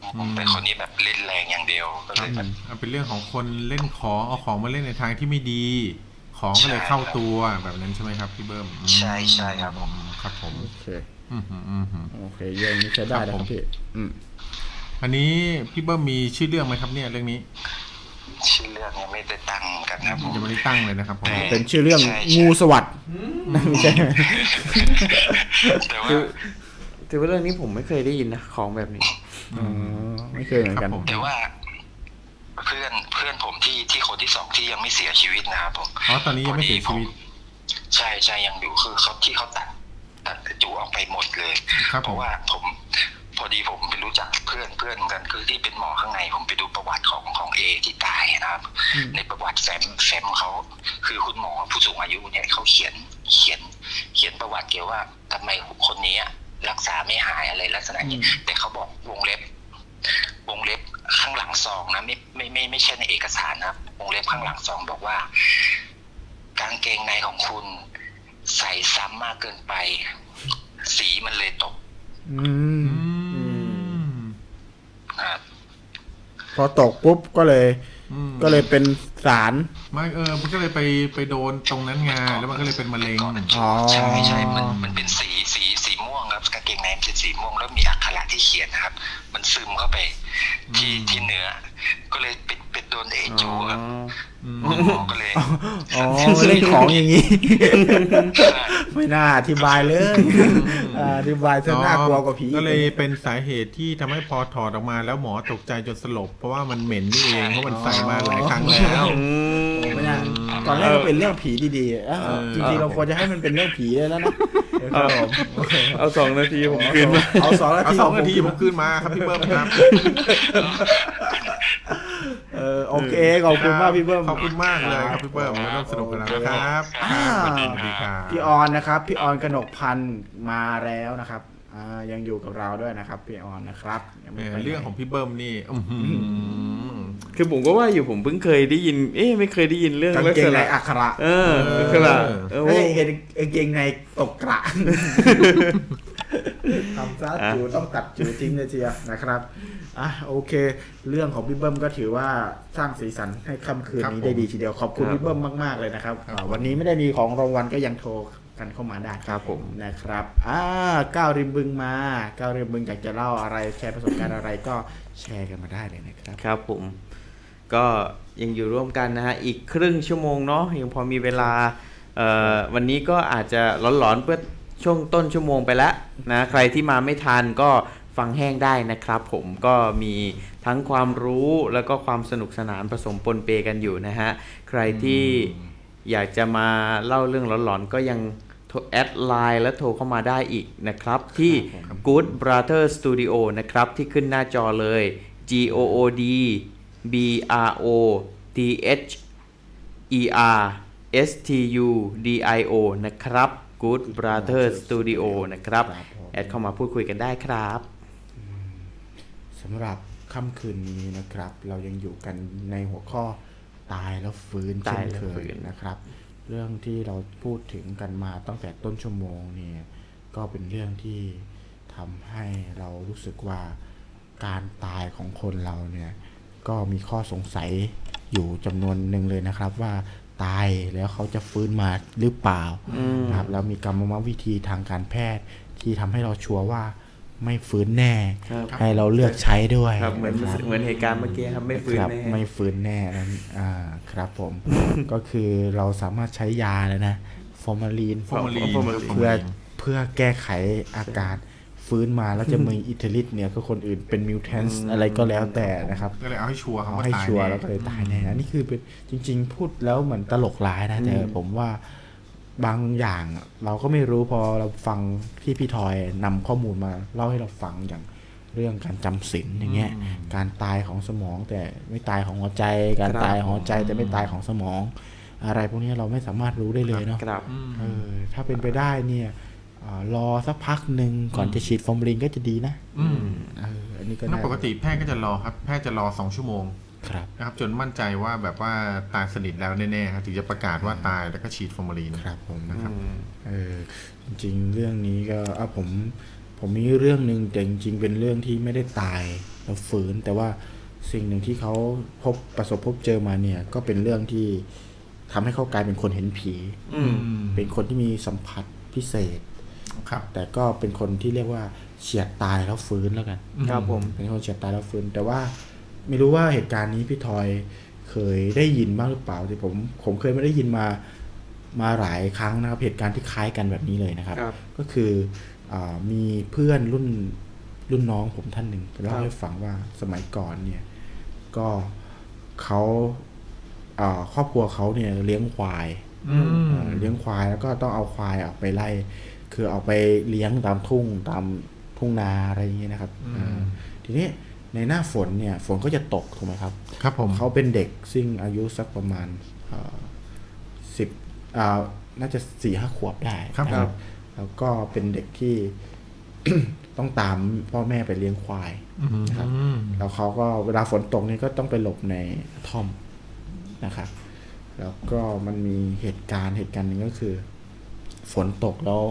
C: อืม
E: แต่คนนี้แบบเล่นแรงอย่างเดียวก็เลยแบบ
C: อ่ะเป็นเรื่องของคนเล่นของเอาของมาเล่นในทางที่ไม่ดี ของก็เลย
E: ใช่
C: เข้าตัวแบบนั้นใช่ไหมครับพี่เบิ้มอืม
E: ใช่ใช่ครับผม
C: ครับผม
B: โอเค
C: อืมอืมอืมอืม
B: โอเค เรื่องนี้ใช้ได้นะ
C: ครั
B: ครับบ
C: ผม
B: พี่อืม
C: อันนี้พี่เบิ้มมีชื่อเรื่องไหมครับเนี่ยเรื่องนี้
E: ชื่อเรื่องยังไม่ได้ตั้งกันนะครับผม
C: ยังไม่ได้ตั้งเลยนะครับผม
E: แต่
B: เป็นชื่อเรื่อง
E: ใช่ใช่
B: งูสวัสด์ไม่ใช่
E: แต่ว่า
A: คือถือว่าเรื่องนี้ผมไม่เคยได้ยินนะของแบบนี้
B: อ๋อ ไม่เคยเหมือนกัน
C: ผม
E: แต่ว่า เพื่อนเพื่อนผมที่ที่คนที่สองที่ยังไม่เสียชีวิตนะครับผม
C: อ๋อตอนนี้ยังไม่เสียชีวิต
E: ใช่ใช่ยังอยู่คือเขาที่เขาตัดตัดกระจูออกไปหมดเลย
C: ครับ
E: เพ
C: ผม
E: ราะว่าผมพอดีผมไปรู้จักเพื่อนเพื่อนกันคือที่เป็นหมอข้างในผมไปดูประวัติของของเอที่ตายนะครับ
B: อืม
E: ในประวัติแฟมแฟมเขาคือคุณหมอผู้สูงอายุเนี่ยเขาเขียนเขียน เขียนประวัติเกี่ยวว่าทำไมคนนี้รักษาไม่หายอะไรลักษณะนี้ แต่เขาบอกวงเล็บ วงเล็บข้างหลังซองนะไม่ไม่ไม่ไม่ใช่ในเอกสารนะครับวงเล็บข้างหลังซองบอกว่า กางเกงในของคุณ ใส่ซ้ำมากเกินไป สีมันเลยตก
B: อืม
C: อืม
E: นะครับ
B: พอตกปุ๊บก็เลย
C: อืม
B: ก็เลยเป็นสาร
C: ไม่เออมันก็เลยไปไปโดนตรงนั้นไงแล้วมันก็เลยเป็นมะเร็ง
B: อ๋อ
E: ใช่ใช่มันมันเป็นสีสีสีม่วงครับกางเกงในเป็นสีม่วงแล้วมีอักขระที่เขียนนะครับ มันซึมเข้าไปที่ที่เนื้อ ก็เลยเป็นเป็นโดนเอจูครับ
C: อืม
E: หมอก็เลย
B: อ๋อเรื่องของอย่างนี้ ไม่น่าอธิบายเลยอ่าอธิบายซะน่ากลัวกว่าผี
C: ก็เลยเป็นสาเหตุที่ทำให้พอถอดออกมาแล้วหมอตกใจจนสลบ เพราะว่ามันเหม็นนี่เองเพราะมันใส่มาหลายครั้งแล้ว
B: โอ้ไม่น่าตอนแรกก็เป็นเรื่องผีดีๆเอ้า
C: เออ
B: จริงๆเราควรจะให้มันเป็นเรื่องผีได้แล้วนะ
A: เออ เอาสองนาทีผมคืนมา
B: เอาสองนา
C: เอา
B: ที
C: สองนาที
B: ข
C: ผ
B: ผม
C: มคืนมาครับพี่เบิ้มครับ
B: เออโอเคขอบคุณมากพี่เบิ้ม
C: ขอบคุณมากเลยครับพี่เบิ้มแล้วร่วมสนุกกันแล้วนะครับ
B: อ่า
C: สวัสดีครับ
B: พี่ออนนะครับ พี่ออนกนกพันธ์มาแล้วนะครับอ่ายังอยู่กับเราด้วยนะครับ พี่ออนนะครับยังไม่
C: แห
B: ไป
C: ม
B: ไหน
C: เรื่องของพี่เบิ้มนี่อื้อหือ
A: คือผมก็ว่าอยู่ผมเพิ่งเคยได้ยิน เอ๊ะไม่เคยได้ยินเรื่อง
B: กาง
A: ลัก
B: เกง
A: ษ
B: ใน
A: ณะ
B: อักขระ
A: เออลักษณะเออ
B: เฮ้ยเห็นกางเกงในตกก ระทำซะจูต้องตัดจูทิ้งเลยเชียวนะครับอ่ะโอเค เรื่องของพี่เบิ้มก็ถือว่าสร้างสีสันให้ค่ำคืน
C: ครับผ
B: นี้
C: ม
B: ได้ดีทีเดียวขอบคุณพี่เบิ้มมากๆเลยนะครับ
C: ครับ
B: อ่าวันนี้ไม่ได้มีของรางวัลก็ยังโทรกันเข้ามาได้
A: ครับผม
B: นะครับอ่าก้าวริมบึงมาก้าวริมบึงอยากจะเล่าอะไรแชร์ประสบการณ์อะไรก็แชร์กันมาได้เลยนะครับ
A: ครับผม ก็ยังอยู่ร่วมกันนะฮะ อีกครึ่งชั่วโมงเนาะยังพอมีเวลาเอ่อวันนี้ก็อาจจะหลอนๆเพื่อช่วงต้นชั่วโมงไปแล้วนะใครที่มาไม่ทันก็ฟังแห้งได้นะครับผมก็มีทั้งความรู้แล้วก็ความสนุกสนานผสมปนเปกันอยู่นะฮะ ใครที่อยากจะมาเล่าเรื่องหลอนๆ ก็ยังโทรแอดไลน์และโทรเข้ามาได้อีกนะครับ ที่ Good Brother Studio นะครับ ที่ขึ้นหน้าจอเลย G O O D B R O T H E R S T U D I O นะครับ Good Brother Studio นะครับ
B: ครับผม
A: แอดเข้ามาพูดคุยกันได้ครับ
B: สำหรับค่ำคืนนี้นะครับ เรายังอยู่กันในหัวข้อตายแล้วฟื้น
A: ตายแล้
B: เช่น
A: ว
B: เค
A: ฟื้
B: ย
A: น
B: นะครับ เรื่องที่เราพูดถึงกันมาตั้งแต่ต้นชั่วโมงเนี่ยก็เป็นเรื่องที่ทำให้เรารู้สึกว่าการตายของคนเราเนี่ยก็มีข้อสงสัยอยู่จำนวนหนึ่งเลยนะครับ ว่าตายแล้วเขาจะฟื้นมาหรือเปล่านะครับแล้วมีกรรมวิธีทางการแพทย์ที่ทำให้เราชัวร์ว่าไม่ฟื้นแน่
A: ครับ
B: ให้เราเลือกใช้ด้วย
A: ครับเหมือน
B: นะ
A: เหมือนเหตุการณ์เมื่อกี้ครับ ไม่ฟื้น
B: ครับ
A: แน่
B: ไม่ฟื้นแน่นะอ่าครับผม ก็คือเราสามารถใช้ยาแล้วนะฟอร์มาลีน
C: ฟอร์มาลีน
A: ฟอร์มาลีน
B: เพื่อเพื่อแก้ไขอาการ ฟื้นมาแล้วจะมีอิทธิฤทธิ์เหนือก็คนอื่นเป็นมิวแทนส์อะไรก็แล้วแต่นะครับ
C: ก็เลยเอาให้ชัวร์ครับ
B: เอา
C: ว่า
B: ให้
C: ตาย
B: ชัวร์
C: น่
B: แล้วก็เลยตายแน่นะนี่คือเป็นจริง ๆ พูดแล้วเหมือนตลกร้ายนะแต่
A: อืม
B: ผมว่าบางอย่างเราก็ไม่รู้พอเราฟังที่พี่ทอยนำข้อมูลมาเล่าให้เราฟังอย่างเรื่องการจำศีลอย่างเงี้ย
C: อืม
B: การตายของสมองแต่ไม่ตายของหัวใจ การตายของหัวใจแต่ไม่ตายของสมอง อะไรพวกนี้เราไม่สามารถรู้ได้เลยเนาะ
A: ครับ
C: อืม
B: เออถ้าเป็นไปได้เนี่ยเอ่อรอสักพักหนึ่งก่อน
C: อืม
B: จะฉีดฟอร์มลินก็จะดีนะ
C: อืม
B: เอออันนี้ก็
C: นั่น
B: น่า
C: ปกติแพทย์ก็จะรอครับ แพทย์จะรอสองชั่วโมง
B: ครับ
C: นะครับ จนมั่นใจว่าแบบว่าตายสนิทแล้วแน่ๆครับถึงจะประกาศว่าตายแล้วก็ฉีดฟอร์มาลีน
B: ครับผม
C: นะ ครับ
B: เออจริงๆเรื่องนี้ก็อ่ะผมผมมีเรื่องหนึ่งแต่จริงๆเป็นเรื่องที่ไม่ได้ตายแล้วฝืน แต่ว่าสิ่งหนึ่งที่เขาพบประสบพบเจอมาเนี่ย ก็เป็นเรื่องที่ทำให้เขากลายเป็นคนเห็นผี
A: อืม
B: เป็นคนที่มีสัมผัสพิเศษ
C: ครับ
B: แต่ก็เป็นคนที่เรียกว่าเฉียดตายแล้วฟื้นแล้วกัน
A: ครับผม
B: เป็นคนเฉียดตายแล้วฟื้นแต่ว่าไม่รู้ว่าเหตุการณ์นี้พี่ทอยเคยได้ยินบ้างหรือเปล่าที่ผมผมเคยไม่ได้ยินมามาหลายครั้งนะครับเหตุการณ์ที่คล้ายกันแบบนี้เลยนะครับ
A: ครับ
B: ก็คืออามีเพื่อนรุ่นรุ่นน้องผมท่านหนึ่งเล่าให้ฟังว่าสมัยก่อนเนี่ยก็เขาอ่าครอบครัวเขาเนี่ยเลี้ยงควาย
C: อืม
B: เอ่อเลี้ยงควายแล้วก็ต้องเอาควายออกไปไล่ คือเอาไปเลี้ยงตามทุ่งตามทุ่งนาอะไรอย่างเงี้ยนะครับ
C: อืม
B: เออทีนี้ในหน้าฝนเนี่ยฝนก็จะตกถูกไหมครับ
C: ครับผม
B: เขาเป็นเด็กซึ่งอายุสักประมาณสิบน่าจะสี่ห้าขวบได้
C: ครับ
B: นะ
C: ครับ
B: แล้วก็เป็นเด็กที่ ต้องตามพ่อแม่ไปเลี้ยงควาย
C: อืม
B: นะครับ แล้วเขาก็เวลาฝนตกนี่ก็ต้องไปหลบในกระท่อมนะครับ แล้วก็มันมีเหตุการณ์เหตุการณ์หนึ่งก็คือ ฝนตกแล้ว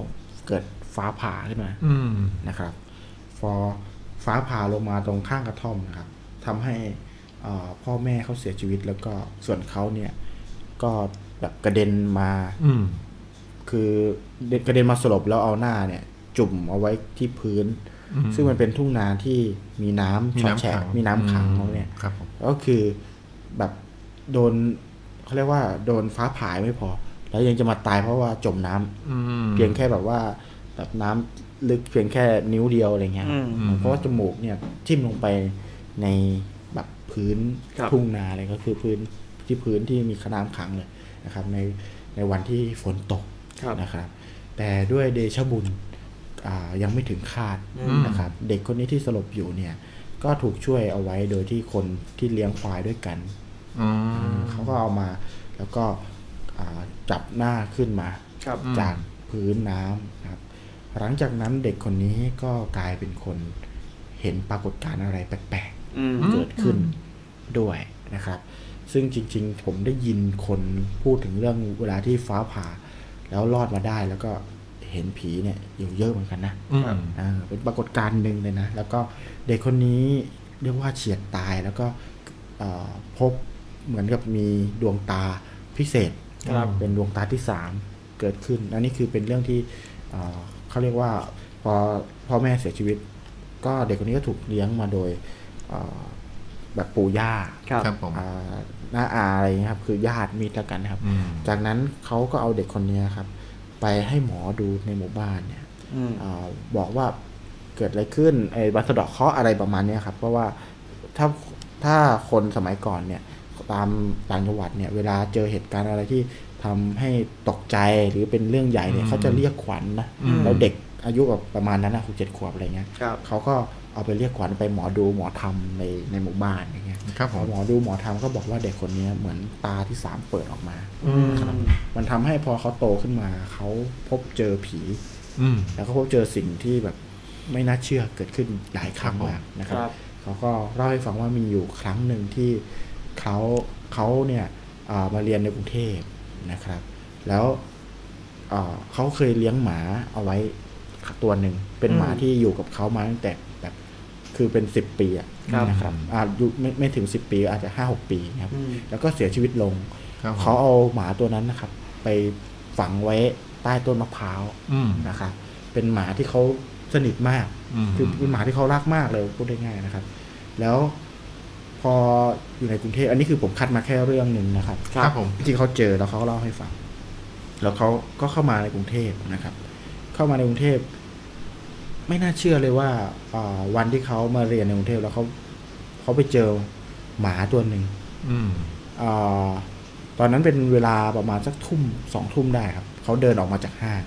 B: เกิดฟ้าผ่าขึ้นมา
C: อืม
B: นะครับพอฟ้าผ่าลงมาตรงข้างกระท่อมนะครับทำให้เอ่อพ่อแม่เขาเสียชีวิตแล้วก็ส่วนเขาเนี่ยก็แบบกระเด็นมา
C: อืม
B: คือกระเด็นมาสลบแล้วเอาหน้าเนี่ย จุ่มเอาไว้ที่พื้น
C: อืม
B: ซึ่งมันเป็นทุ่งนาที่มีน้ำ
C: มี
B: ช็อต
C: น้ำ
B: แฉะ
C: ขัง
B: มีน้ำขังเขาเนี่ย
C: ครับผม
B: ก็คือแบบโดนเขาเรียกว่าโดนฟ้าผ่าไม่พอ แล้วยังจะมาตายเพราะว่าจมน้ำ
C: อืม
B: เพียงแค่แบบว่าแบบน้ำลึกเพียงแค่นิ้วเดียวอะไรเงี้ย
A: อืม
B: เพราะว่าจมูกเนี่ยทิ่มลงไปในแบบพื้น
A: ครับ
B: ทุ่งนาเลยก็คือพื้นที่พื้นที่มีน้ำขังเลยนะครับ ในในวันที่ฝนตก
A: ครับ
B: นะครับแต่ด้วยเดชะบุญอ่ายังไม่ถึงคาด
A: อืม
B: นะครับเด็กคนนี้ที่สลบอยู่เนี่ยก็ถูกช่วยเอาไว้โดยที่คนที่เลี้ยงควายด้วยกัน
C: อืม
B: เขาก็เอามาแล้วก็อ่าจับหน้าขึ้นมา
A: ครับ
C: อืม
B: จากพื้นน้ำนะครับหลังจากนั้นเด็กคนนี้ก็กลายเป็นคนเห็นปรากฏการณ์อะไรแปลกๆ
A: อืม
C: อืม
B: เกิดขึ้นด้วยนะครับ ซึ่งจริงๆ ผมได้ยินคนพูดถึงเรื่องเวลาที่ฟ้าผ่า แล้วรอดมาได้แล้วก็เห็นผีเนี่ยอยู่เยอะเหมือนกันนะ
C: อืม
B: เออเป็นปรากฏการณ์หนึ่งเลยนะ แล้วก็เด็กคนนี้เรียกว่าเฉียดตายแล้วก็เอ่อพบเหมือนกับมีดวงตาพิเศษ
C: ครับ
B: เป็นดวงตาที่สามเกิดขึ้นอันนี้คือเป็นเรื่องที่เอ่อเขาเรียกว่าพอพ่อแม่เสียชีวิต ก็เด็กคนนี้ก็ถูกเลี้ยงมาโดย เอ่อแบบปู่ย่า
A: ครับ
C: ครับผม
B: อ่าน้าอาอะไรอย่างเงี้ยครับ คือญาติมิตรแล้วกันนะครับ
C: อืม
B: จากนั้นเขาก็เอาเด็กคนเนี้ยครับ ไปให้หมอดูในหมู่บ้านเนี่ย
A: อืม
B: เออบอกว่าเกิดอะไรขึ้นไอ้บัสะเดอกเคราะห์อะไรประมาณเนี้ยครับ เพราะว่าถ้าถ้าคนสมัยก่อนเนี่ย ตามต่างจังหวัดเนี่ย เวลาเจอเหตุการณ์อะไรที่ทำให้ตกใจหรือเป็นเรื่องใหญ่เนี่ย
C: อืม
B: เขาจะเรียกขวัญนะ
A: อืม
B: แล้วเด็กอายุแบบประมาณนั้นนะหกเจ็ดขวบอะไรเงี้ย
A: ครับ
B: เขาก็เอาไปเรียกขวัญไปหมอดูหมอธรรมในในหมู่บ้านอย่างเงี้ย
C: ครับผม
B: หมอดูหมอธรรมก็บอกว่าเด็กคนเนี้ยเหมือนตาที่สามเปิดออกมา
A: อืม
B: มันทำให้พอเขาโตขึ้นมา เขาพบเจอผี
C: อืม
B: แล้วก็พบเจอสิ่งที่แบบไม่น่าเชื่อเกิดขึ้นหลายครั้งมากนะครับ
A: ครับ
B: เขาก็เล่าให้ฟังว่ามีอยู่ครั้งหนึ่งที่เขาเขาเนี่ยเอ่อมาเรียนในกรุงเทพนะครับ แล้วเอ่อเขาเคยเลี้ยงหมาเอาไว้ตัวหนึ่งเป็นหมา
A: อืม
B: ที่อยู่กับเขามาตั้งแต่แบบคือเป็นสิบปีอะ
A: ครับ
B: นะครับอายุไม่ไม่ถึงสิบปีอาจจะห้าหกปีนะครับ
A: อืม
B: แล้วก็เสียชีวิตลง
C: ครับผม
B: เขาเอาหมาตัวนั้นนะครับ ไปฝังไว้ใต้ต้นมะพร้าว
C: อืม
B: นะครับ เป็นหมาที่เขาสนิทมาก
C: ม
B: คือเป็นหมาที่เขารักมากเลยพูดได้ง่ายนะครับ แล้วพออยู่ในกรุงเทพอันนี้คือผมคัดมาแค่เรื่องหนึ่งนะครับ
C: ครับผม
B: ที่เขาเจอแล้วเขาก็เล่าให้ฟัง แล้วเขาก็เข้ามาในกรุงเทพนะครับ เข้ามาในกรุงเทพ ไม่น่าเชื่อเลยว่าอ่าวันที่เขามาเรียนในกรุงเทพแล้วเขาเขาไปเจอหมาตัวหนึ่ง
C: อืม
B: อาตอนนั้นเป็นเวลาประมาณสักทุ่มสองทุ่มได้ครับเขาเดินออกมาจากห้าง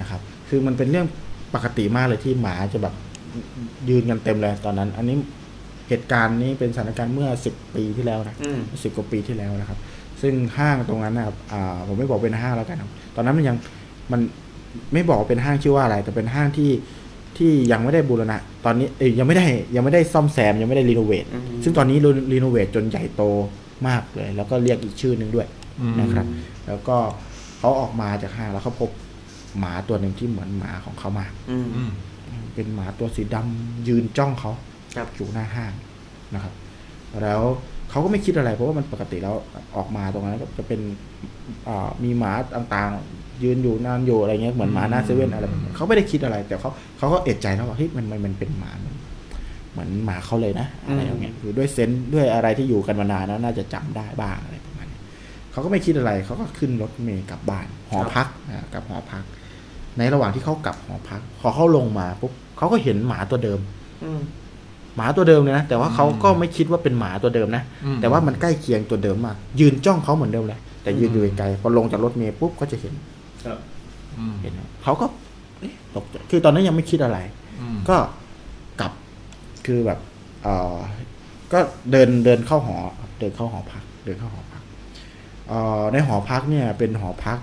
B: นะครับ คือมันเป็นเรื่องปกติมากเลยที่หมาจะแบบยืนกันเต็มเลยตอนนั้น อันนี้เหตุการณ์นี้เป็นสถานการณ์เมื่อสิบปีที่แล้วนะ
A: อืม
B: สิบกว่าปีที่แล้วนะครับ ซึ่งห้างตรงนั้นนะครับอ่าผมไม่บอกเป็นห้างแล้วกันครับตอนนั้นมันยังมันไม่บอกว่าเป็นห้างชื่อว่าอะไร แต่เป็นห้างที่ที่ยังไม่ได้บูรณะ ตอนนี้เอ้ยยังไม่ได้ยังไม่ได้ซ่อมแซมยังไม่ได้รีโนเวท
A: อืม
B: ซึ่งตอนนี้รีโนเวทจนใหญ่โตมากเลย แล้วก็เรียกอีกชื่อหนึ่งด้วย
C: อืม
B: นะครับ แล้วก็เขาออกมาจากห้างแล้วเขาพบหมาตัวหนึ่งที่เหมือนหมาของเขามาก
A: อืม
C: อืม
B: เป็นหมาตัวสีดำยืนจ้องเขา
A: ครับ
B: อยู่หน้าห้างนะครับ แล้วเขาก็ไม่คิดอะไร เพราะว่ามันปกติแล้วออกมาตรงนั้นก็จะเป็นอ่ามีหมาต่างๆ ยืนอยู่นานอยู่อะไรเงี้ยเหมือนหมาหน้าเซเว่นอะไรแบบนี้เขาไม่ได้คิดอะไร แต่เขาเขาก็เอะใจนะว่าเฮ้ยมันมันมันเป็นหมา เหมือนหมาเขาเลยนะอะไรอย่างเงี้ยคือด้วยเซนส์ด้วยอะไรที่อยู่กันมานานแล้วน่าจะจำได้บ้างอะไรประมาณนี้เขาก็ไม่คิดอะไรเขาก็ขึ้นรถเมย์กลับบ้านหอ
A: ครับ
B: พักอ่ากลับหอพัก ในระหว่างที่เขากลับหอพักพอเขาลงมาปุ๊บเขาก็เห็นหมาตัวเดิม
A: อืม
B: หมาตัวเดิมเลยนะแต่ว่าเขา
C: อืม
B: ก็ไม่คิดว่าเป็นหมาตัวเดิมนะ
C: อืม
B: แต่ว่ามันใกล้เคียงตัวเดิมมาก ยืนจ้องเขาเหมือนเดิมเลยแต่ยืนอยู่ไกลๆพอลงจากรถเมล์ปุ๊บก็จะเห็น
A: ครับ
C: อืม
B: เห็นเขาก็เอ๊ะตกใจคือตอนนั้นยังไม่คิดอะไร
C: อืม
B: ก็กลับคือแบบเออก็เดินเดินเข้าหอเดินเข้าหอพัก เดินเข้าหอพักเอ่อในหอพักเนี่ยเป็นหอพัก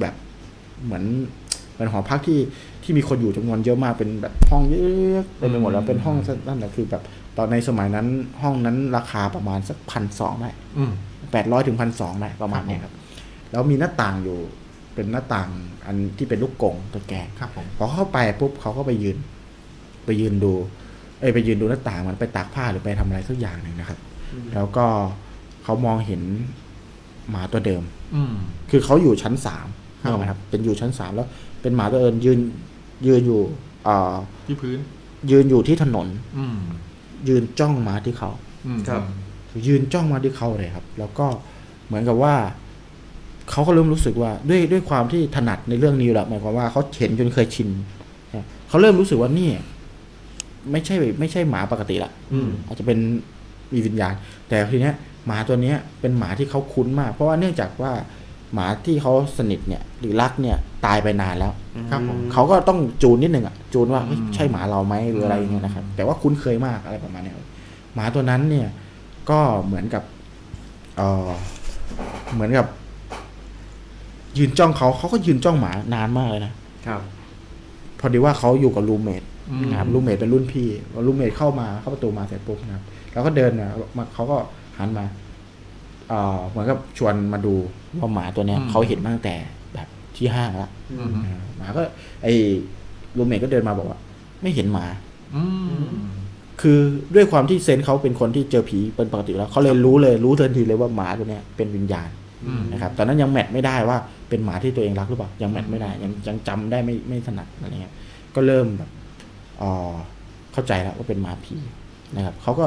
B: แบบเหมือนเหมือนหอพักที่ที่มีคนอยู่จำนวนเยอะมากเป็นแบบห้องเยอะๆเต็มไปหมดแล้วเป็นห้องนั่นแหละคือแบบตอนในสมัยนั้นห้องนั้นราคาประมาณสักพันสองได้
C: อืม
B: แปดร้อยถึงพันสองได้ประมาณเนี้ยครับ แล้วมีหน้าต่างอยู่เป็นหน้าต่างอันที่เป็นลูกกงตะแกรง
C: ครับผม
B: พอเข้าไปปุ๊บเขาก็ไปยืน ไปยืนดู เอ้ยไปยืนดูหน้าต่างมันไปตากผ้าหรือไปทำอะไรสักอย่างหนึ่งนะครับ
A: อืม
B: แล้วก็เขามองเห็นหมาตัวเดิม
C: อืม
B: คือเขาอยู่ชั้นสาม
C: ครับ
B: นึกออกไหมครับ เป็นอยู่ชั้นสามแล้ว เป็นหมาตัวเดิมยืนยืนอยู่เอ่อ
C: ที่พื้น
B: ยืนอยู่ที่ถนน
C: อืม
B: ยืนจ้องมาที่เขา
C: อืม
A: ครับ
B: ยืนจ้องมาที่เขาเลยครับ แล้วก็เหมือนกับว่าเขาก็เริ่มรู้สึกว่าด้วยด้วยความที่ถนัดในเรื่องนี้อยู่แล้วหมายความว่าเขาเห็นจนเคยชินนะเขาเริ่มรู้สึกว่านี่ ไม่ใช่ไม่ใช่หมาปกติละ
A: อืม
B: อาจจะเป็นมีวิญญาณ แต่ทีเนี้ยหมาตัวเนี้ยเป็นหมาที่เขาคุ้นมาก เพราะว่าเนื่องจากว่าหมาที่เขาสนิทเนี่ยหรือรักเนี่ยตายไปนานแล้ว
C: ครับผม
B: เขาก็ต้องจูนนิดนึงอ่ะจูนว่าเฮ้ย
C: อืม
B: ใช่หมาเราไหมหรืออะไรอย่างเงี้ยนะครับ แต่ว่าคุ้นเคยมากอะไรประมาณเนี้ยครับหมาตัวนั้นเนี่ย ก็เหมือนกับเออเหมือนกับ ยืนจ้องเขาเขาก็ยืนจ้องหมานานมากเลยนะครับ พอดีว่าเขาอยู่กับรูเมท
C: อืม
B: นะครับรูเมทเป็นรุ่นพี่รูเมทเข้ามาเข้าประตูมาเสร็จปุ๊บนะครับ แล้วก็เดินนะมาเขาก็หันมาเออเหมือนกับชวนมาดูว่าหมาตัวเนี้ย
C: อืม
B: เขาเห็นมาตั้งแต่แบบที่ห้างละ
A: อื
C: อื
A: ม
C: ม
B: หมาก็ไอ้รูมเมทก็เดินมาบอกว่า ไม่เห็นหมา
C: อืม
B: คือด้วยความที่เซนส์เขาเป็นคนที่เจอผีเป็นปกติอยู่แล้วเขาเลยรู้เลยรู้ทันทีเลยว่าหมาตัวเนี้ยเป็นวิญญาณ
C: อืม
B: นะครับตอนนั้นยังแมทไม่ได้ว่าเป็นหมาที่ตัวเองรักหรือเปล่ายังแมทไม่ได้ยังยังจำได้ไม่ไม่ถนัดอะไรเงี้ยก็เริ่มแบบอ๋อเข้าใจแล้วว่าเป็นหมาผีนะครับเขาก็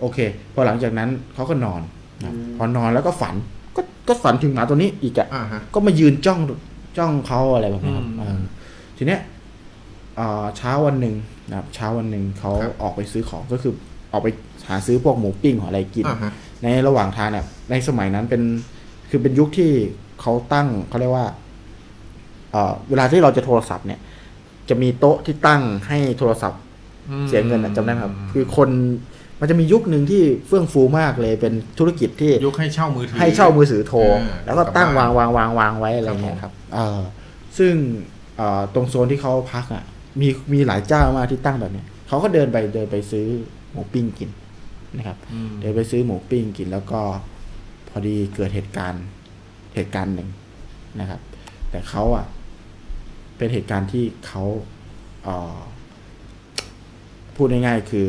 B: โอเค พอหลังจากนั้นเขาก็นอนนะครับ
A: อืม
B: พอนอนแล้วก็ฝันก็ก็ฝันถึงหมาตัวนี้อีกอะ
C: อ่าฮะ
B: ก็มายืนจ้องจ้องเขาอะไรแบบนี้ครับ
C: อืม
B: เออทีเนี้ยเอ่อเช้าวันหนึ่งนะครับเช้าวันหนึ่งเขา
C: ครับ
B: ออกไปซื้อของก็คือออกไปหาซื้อพวกหมูปิ้งหรืออะไรกิน
C: อ่าฮะ
B: ในระหว่างทางเนี่ยในสมัยนั้นเป็นคือเป็นยุคที่เขาตั้งเขาเรียกว่าเอ่อเวลาที่เราจะโทรศัพท์เนี่ย จะมีโต๊ะที่ตั้งให้โทรศัพท์
C: อืม
B: เสียเงินนะจำได้ไหมครับ คือคนมันจะมียุคหนึ่งที่เฟื่องฟูมากเลยเป็นธุรกิจที่
C: ยกให้เช่ามือถือ
B: ให้เช่ามือถือโทร
C: เออ
B: แล้วก็ตั้ง
C: กลั
B: วาง
C: บ
B: วา
C: บ้าน
B: งวางวางไว้อะไรเงี้ยครับเออซึ่งเอ่อตรงโซนที่เขาพักอ่ะ มีมีหลายเจ้ามากที่ตั้งแบบเนี้ยเขาก็เดินไปเดินไปซื้อหมูปิ้งกินนะครับ
C: อืม
B: เดินไปซื้อหมูปิ้งกิน แล้วก็พอดีเกิดเหตุการณ์เหตุการณ์หนึ่งนะครับ แต่เขาอ่ะ เป็นเหตุการณ์ที่เขาเอ่อพูดง่ายๆคือ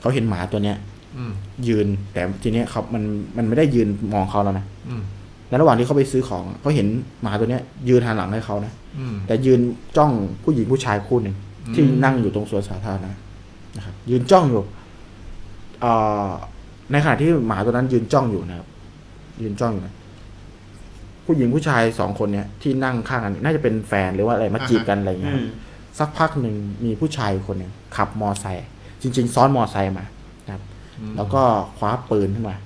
B: เขาเห็นหมาตัวเนี้ย
C: อืม
B: ยืน แต่ทีเนี้ยเขามันมันไม่ได้ยืนมองเขาแล้วนะ
C: อืม
B: ในระหว่างที่เขาไปซื้อของอะเขาเห็นหมาตัวเนี้ย ยืนหันหลังให้เขานะ
C: อืม
B: แต่ยืนจ้องผู้หญิงผู้ชายคู่หนึ่ง
C: อืม
B: ที่นั่งอยู่ตรงสวนสาธารณะนะครับ ยืนจ้องอยู่เอ่อในขณะที่หมาตัวนั้นยืนจ้องอยู่นะครับ ยืนจ้องอยู่นะผู้หญิงผู้ชายสองคนเนี้ยที่นั่งข้างกันน่าจะเป็นแฟนหรือว่าอะไรมาจีบกันอะไรอย่างเงี้ยครับ สักพักหนึ่งมีผู้ชายคนหนึ่งขับมอไซค์จริง ๆ ซ้อนมอไซค์มานะครับ
C: อืม
B: แล้วก็คว้าปืนขึ้นมา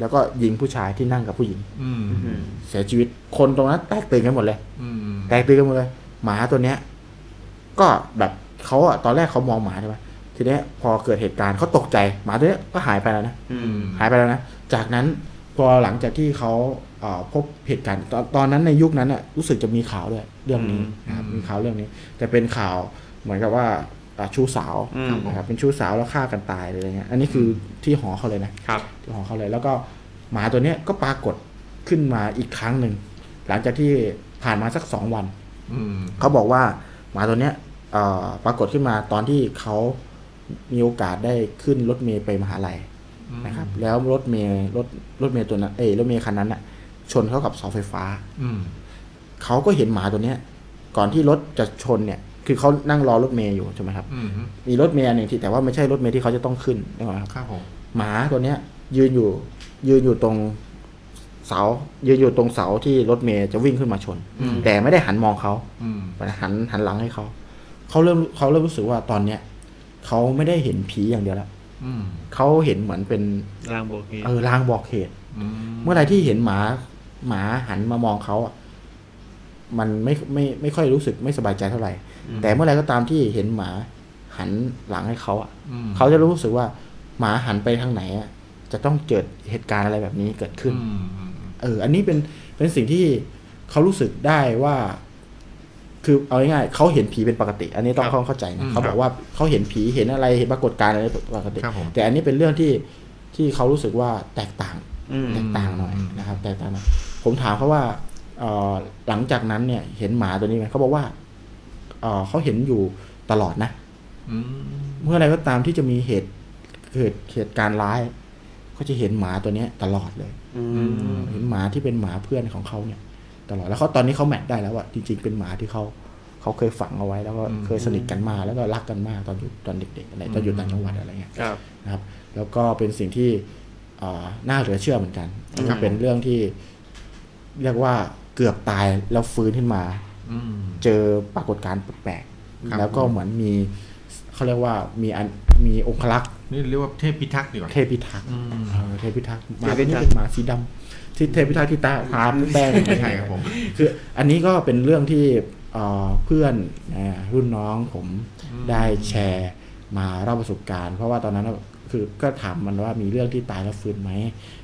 B: แล้วก็ยิงผู้ชายที่นั่งกับผู้หญิง
C: อืม
A: อืม
B: เสียชีวิตคนตรงนั้นแตกตื่นกันหมดเลย
C: อืม
B: แตกตื่นกันหมดเลย หมาตัวเนี้ย ก็แบบเขาอะตอนแรกเขามองหมาใช่ไหมทีเนี้ยพอเกิดเหตุการณ์เขาตกใจหมาตัวเนี้ยก็หายไปแล้วนะ
A: อืม
B: หายไปแล้วนะ จากนั้นพอหลังจากที่เขาเอ่อพบเหตุการณ์ตอนตอนนั้นในยุคนั้นน่ะรู้สึกจะมีข่าวด้วยเรื่องนี้นะครับมีข่าวเรื่องนี้ แต่เป็นข่าวเหมือนกับว่าอ่าชู้สาว
A: อืม
B: นะครับเป็นชู้สาวแล้วฆ่ากันตายอะไรเงี้ยอันนี้คือที่หอเขาเลยนะครับ ที่หอเขาเลย แล้วก็หมาตัวเนี้ยก็ปรากฏขึ้นมาอีกครั้งหนึ่งหลังจากที่ผ่านมาสักสองวัน
C: อืม
B: เขาบอกว่าหมาตัวเนี้ยเอ่อปรากฏขึ้นมาตอนที่เขามีโอกาสได้ขึ้นรถเมล์ไปมหาลัย
C: อืม
B: นะครับแล้วรถเมย์รถรถเมย์ตัวนั้นเอ้ยรถเมย์คันนั้นอ่ะ ชนเข้ากับเสาไฟฟ้า
C: อืม
B: เขาก็เห็นหมาตัวเนี้ย ก่อนที่รถจะชนเนี่ย คือเขานั่งรอรถเมย์อยู่ใช่ไหมครับ
C: อืม
B: มีรถเมย์อันหนึ่งที่แต่ว่าไม่ใช่รถเมย์ที่เขาจะต้องขึ้นนะครับ
C: ครับผม
B: หมาตัวเนี้ย ยืนอยู่ยืนอยู่ตรงเสา ยืนอยู่ตรงเสาที่รถเมย์จะวิ่งขึ้นมาชน
C: อืม
B: แต่ไม่ได้หันมองเขา
C: อืม
B: หันหันหลังให้เขาเขาเริ่มเขาเริ่มรู้สึกว่าตอนเนี้ยเขาไม่ได้เห็นผีอย่างเดียวแล้ว
C: อืม
B: เขาเห็นเหมือนเป็น
A: ร่างโบกเก
B: เออลางบอกเหตุ
C: อืม
B: เมื่อไหรที่เห็นหมาหมาหันมามองเขาอ่ะมันไม่ไม่ไม่ค่อยรู้สึกไม่สบายใจเท่าไหร่ แต่เมื่อไหรก็ตามที่เห็นหมาหันหลังให้เขาอ่ะ
C: อืม
B: เขาจะรู้สึกว่าหมาหันไปทางไหนอ่ะจะต้องเกิดเหตุการณ์อะไรแบบนี้เกิดขึ้น
C: อืมอืมอืม
B: เออ อันนี้เป็นเป็นสิ่งที่เขารู้สึกได้ว่า คือเอาง่ายๆเขาเห็นผีเป็นปกติ อันนี้ต้องเข้าใจนะเขาบอกว่าเขาเห็นผีเห็นอะไรเห็นปรากฏการณ์อะไรปกติ
C: ครับผม
B: แต่อันนี้เป็นเรื่องที่ที่เขารู้สึกว่าแตกต่าง
A: อืม
B: แตกต่างหน่อย
C: อืม
B: นะครับแตกต่างหน่อยผมถามเขาว่าเอ่อหลังจากนั้นเนี่ย เห็นหมาตัวนี้ไหมเขาบอกว่าเอ่อเขาเห็นอยู่ตลอดนะ
C: อืม
B: เมื่อไรก็ตามที่จะมีเหตุเกิดเหตุการณ์ร้ายเขาจะเห็นหมาตัวเนี้ยตลอดเลย
A: อืม
B: เห็นหมาที่เป็นหมาเพื่อนของเขาเนี่ย ตลอดแล้วเขาตอนนี้เขาแมทได้แล้วอะจริง ๆ เป็นหมาที่เขาเขาเคยฝังเอาไว้แล้วก็เคยสนิทกันมากแล้วก็รักกันมากตอนอยู่ตอนเด็กๆอะไรตอนอยู่ต่างจังหวัดอะไรเงี้ย
A: ครับ
B: นะครับแล้วก็เป็นสิ่งที่เอ่อน่าเหลือเชื่อเหมือนกันนะครับ
A: อืม
B: เป็นเรื่องที่เรียกว่าเกือบตายแล้วฟื้นขึ้นมา
C: อืม
B: เจอปรากฏการณ์แปลก
C: ครับ
B: ๆแล้วก็เหมือนมีเขาเรียกว่ามีอันมีองคลักษ์
C: นี่เรียกว่าเทพพิทักษ์ดีกว่า
B: เทพิทักษ์
C: อืม
B: เออเทพิทักษ์หมาตัวนี้เป็นหมาสีดำที่เทพิทักษ์ที่ตาหาแป้ง
C: ไม่ใช่ครับผม
B: คืออันนี้ก็เป็นเรื่องที่เอ่อเพื่อนอ่ารุ่นน้องผม
C: อืม
B: ได้แชร์มาเล่าประสบการณ์ เพราะว่าตอนนั้นน่ะคือก็ถามมันว่ามีเรื่องที่ตายแล้วฟื้นไหม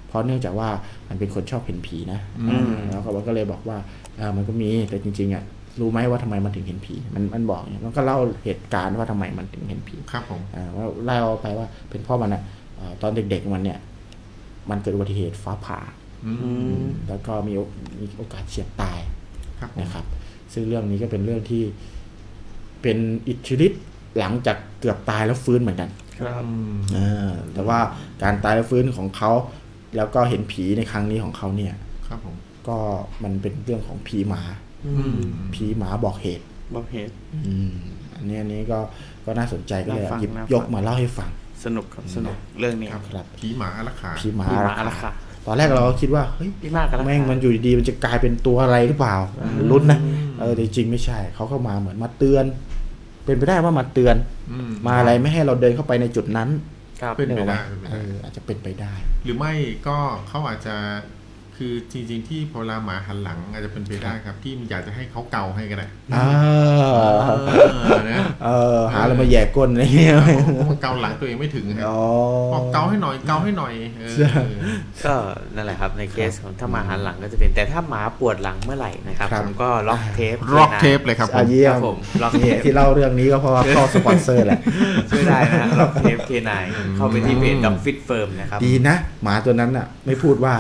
B: เพราะเนื่องจากว่ามันเป็นคนชอบเห็นผีนะ
C: อืม
B: แล้วก็มันก็เลยบอกว่าเออมันก็มีแต่จริงๆอ่ะรู้ไหมว่าทำไมมันถึงเห็นผีมันมันบอกเนี่ยมันก็เล่าเหตุการณ์ว่าทำไมมันถึงเห็นผี
C: ครับผม
B: อ่าว่าเล่าไปว่าเป็นเพ่อมันอ่ะเอ่อตอนเด็กๆมันเนี่ย มันเกิดอุบัติเหตุฟ้าผ่า
C: อื
A: อื
C: ม
A: ม
B: แล้วก็มีโอมีโอกาสเฉียดตาย
C: ครับผม
B: นะครับซึ่งเรื่องนี้ก็เป็นเรื่องที่เป็นอิทธิฤทธิ์หลังจากเกือบตายแล้วฟื้นเหมือนกัน
A: ครับ
C: อืม
B: เออแต่ว่าการตายแล้วฟื้นของเขา แล้วก็เห็นผีในครั้งนี้ของเขาเนี่ย
C: ครับผม
B: ก็มันเป็นเรื่องของผีหมา
A: อืม
B: ผีหมาบอกเหตุ
A: บอกเหตุ
B: อืมอันนี้อันนี้ก็ก็น่าสนใจก็เลย
A: น่าฟัง
B: หยิบ
A: น่าฟัง
B: ยกมาเล่าให้ฟัง
A: สนุกครับสนุกเรื่องนี้
B: ค
A: ค
B: รั
A: รั
B: บบ
C: ผีหมาอารักขา
B: ผีหมา
A: พี่มาแล้วค่ะ
B: ตอนแรกเราก็คิดว่าเฮ้ย
A: พี่มากกันแล้ว
B: แม่งมันอยู่ดีๆมันจะกลายเป็นตัวอะไรหรือเปล่าลุ้นนะเออแต่จริงๆไม่ใช่เขาเข้ามาเหมือนมาเตือน เป็นไปได้ว่ามาเตือน
C: อื
B: มาอะไรไม่ให้เราเดินเข้าไปในจุดนั้น
A: ครับ
C: เป็นไป
B: กออก
C: ได้
B: มา
C: เป็นไป
B: เอ
C: ได้
B: ออาจจะเป็นไปได้
C: หรือไม่ก็เขาอาจจะคือจริง ๆ ที่พอเวลาหมาหันหลัง อาจจะเป็นไปได้ครับ ที่มันอยากจะให้เขาเกาให้ก็ได้
B: อ่า
C: เออนะ
B: เออหาอะไรมาแหย่ก้นอะไรเงี้ย
C: มันเกาหลังตัวเองไม่ถึงครับ
B: อ๋อ
C: บอกเกาให้หน่อยเกาให้หน่อยเออ
B: ใช่
A: ก็นั่นแหละครับในเคสของถ้าหมาหันหลังก็จะเป็นแต่ถ้าหมาปวดหลังเมื่อไหร่นะครับ
B: ครับ
A: ผมก็ล็อกเทป
C: ร็อกเทปเลยครับผ
B: อาม เยี่ย
A: ครับ
B: ม
A: ผมล็อกเท
B: เนี่ย
A: ป
B: ที่เล่าเรื่องนี้ก็เพราะว่าเข้าสปอนเซอร์แหละ
A: ช่วยได้นะล็อกเทปเคนายเข้าไปที่เพจ
C: อืม
A: ดอมฟิตเฟิร์มนะครับ
B: ดีนะ หมาตัวนั้นอ่ะ ไม่พูดว่า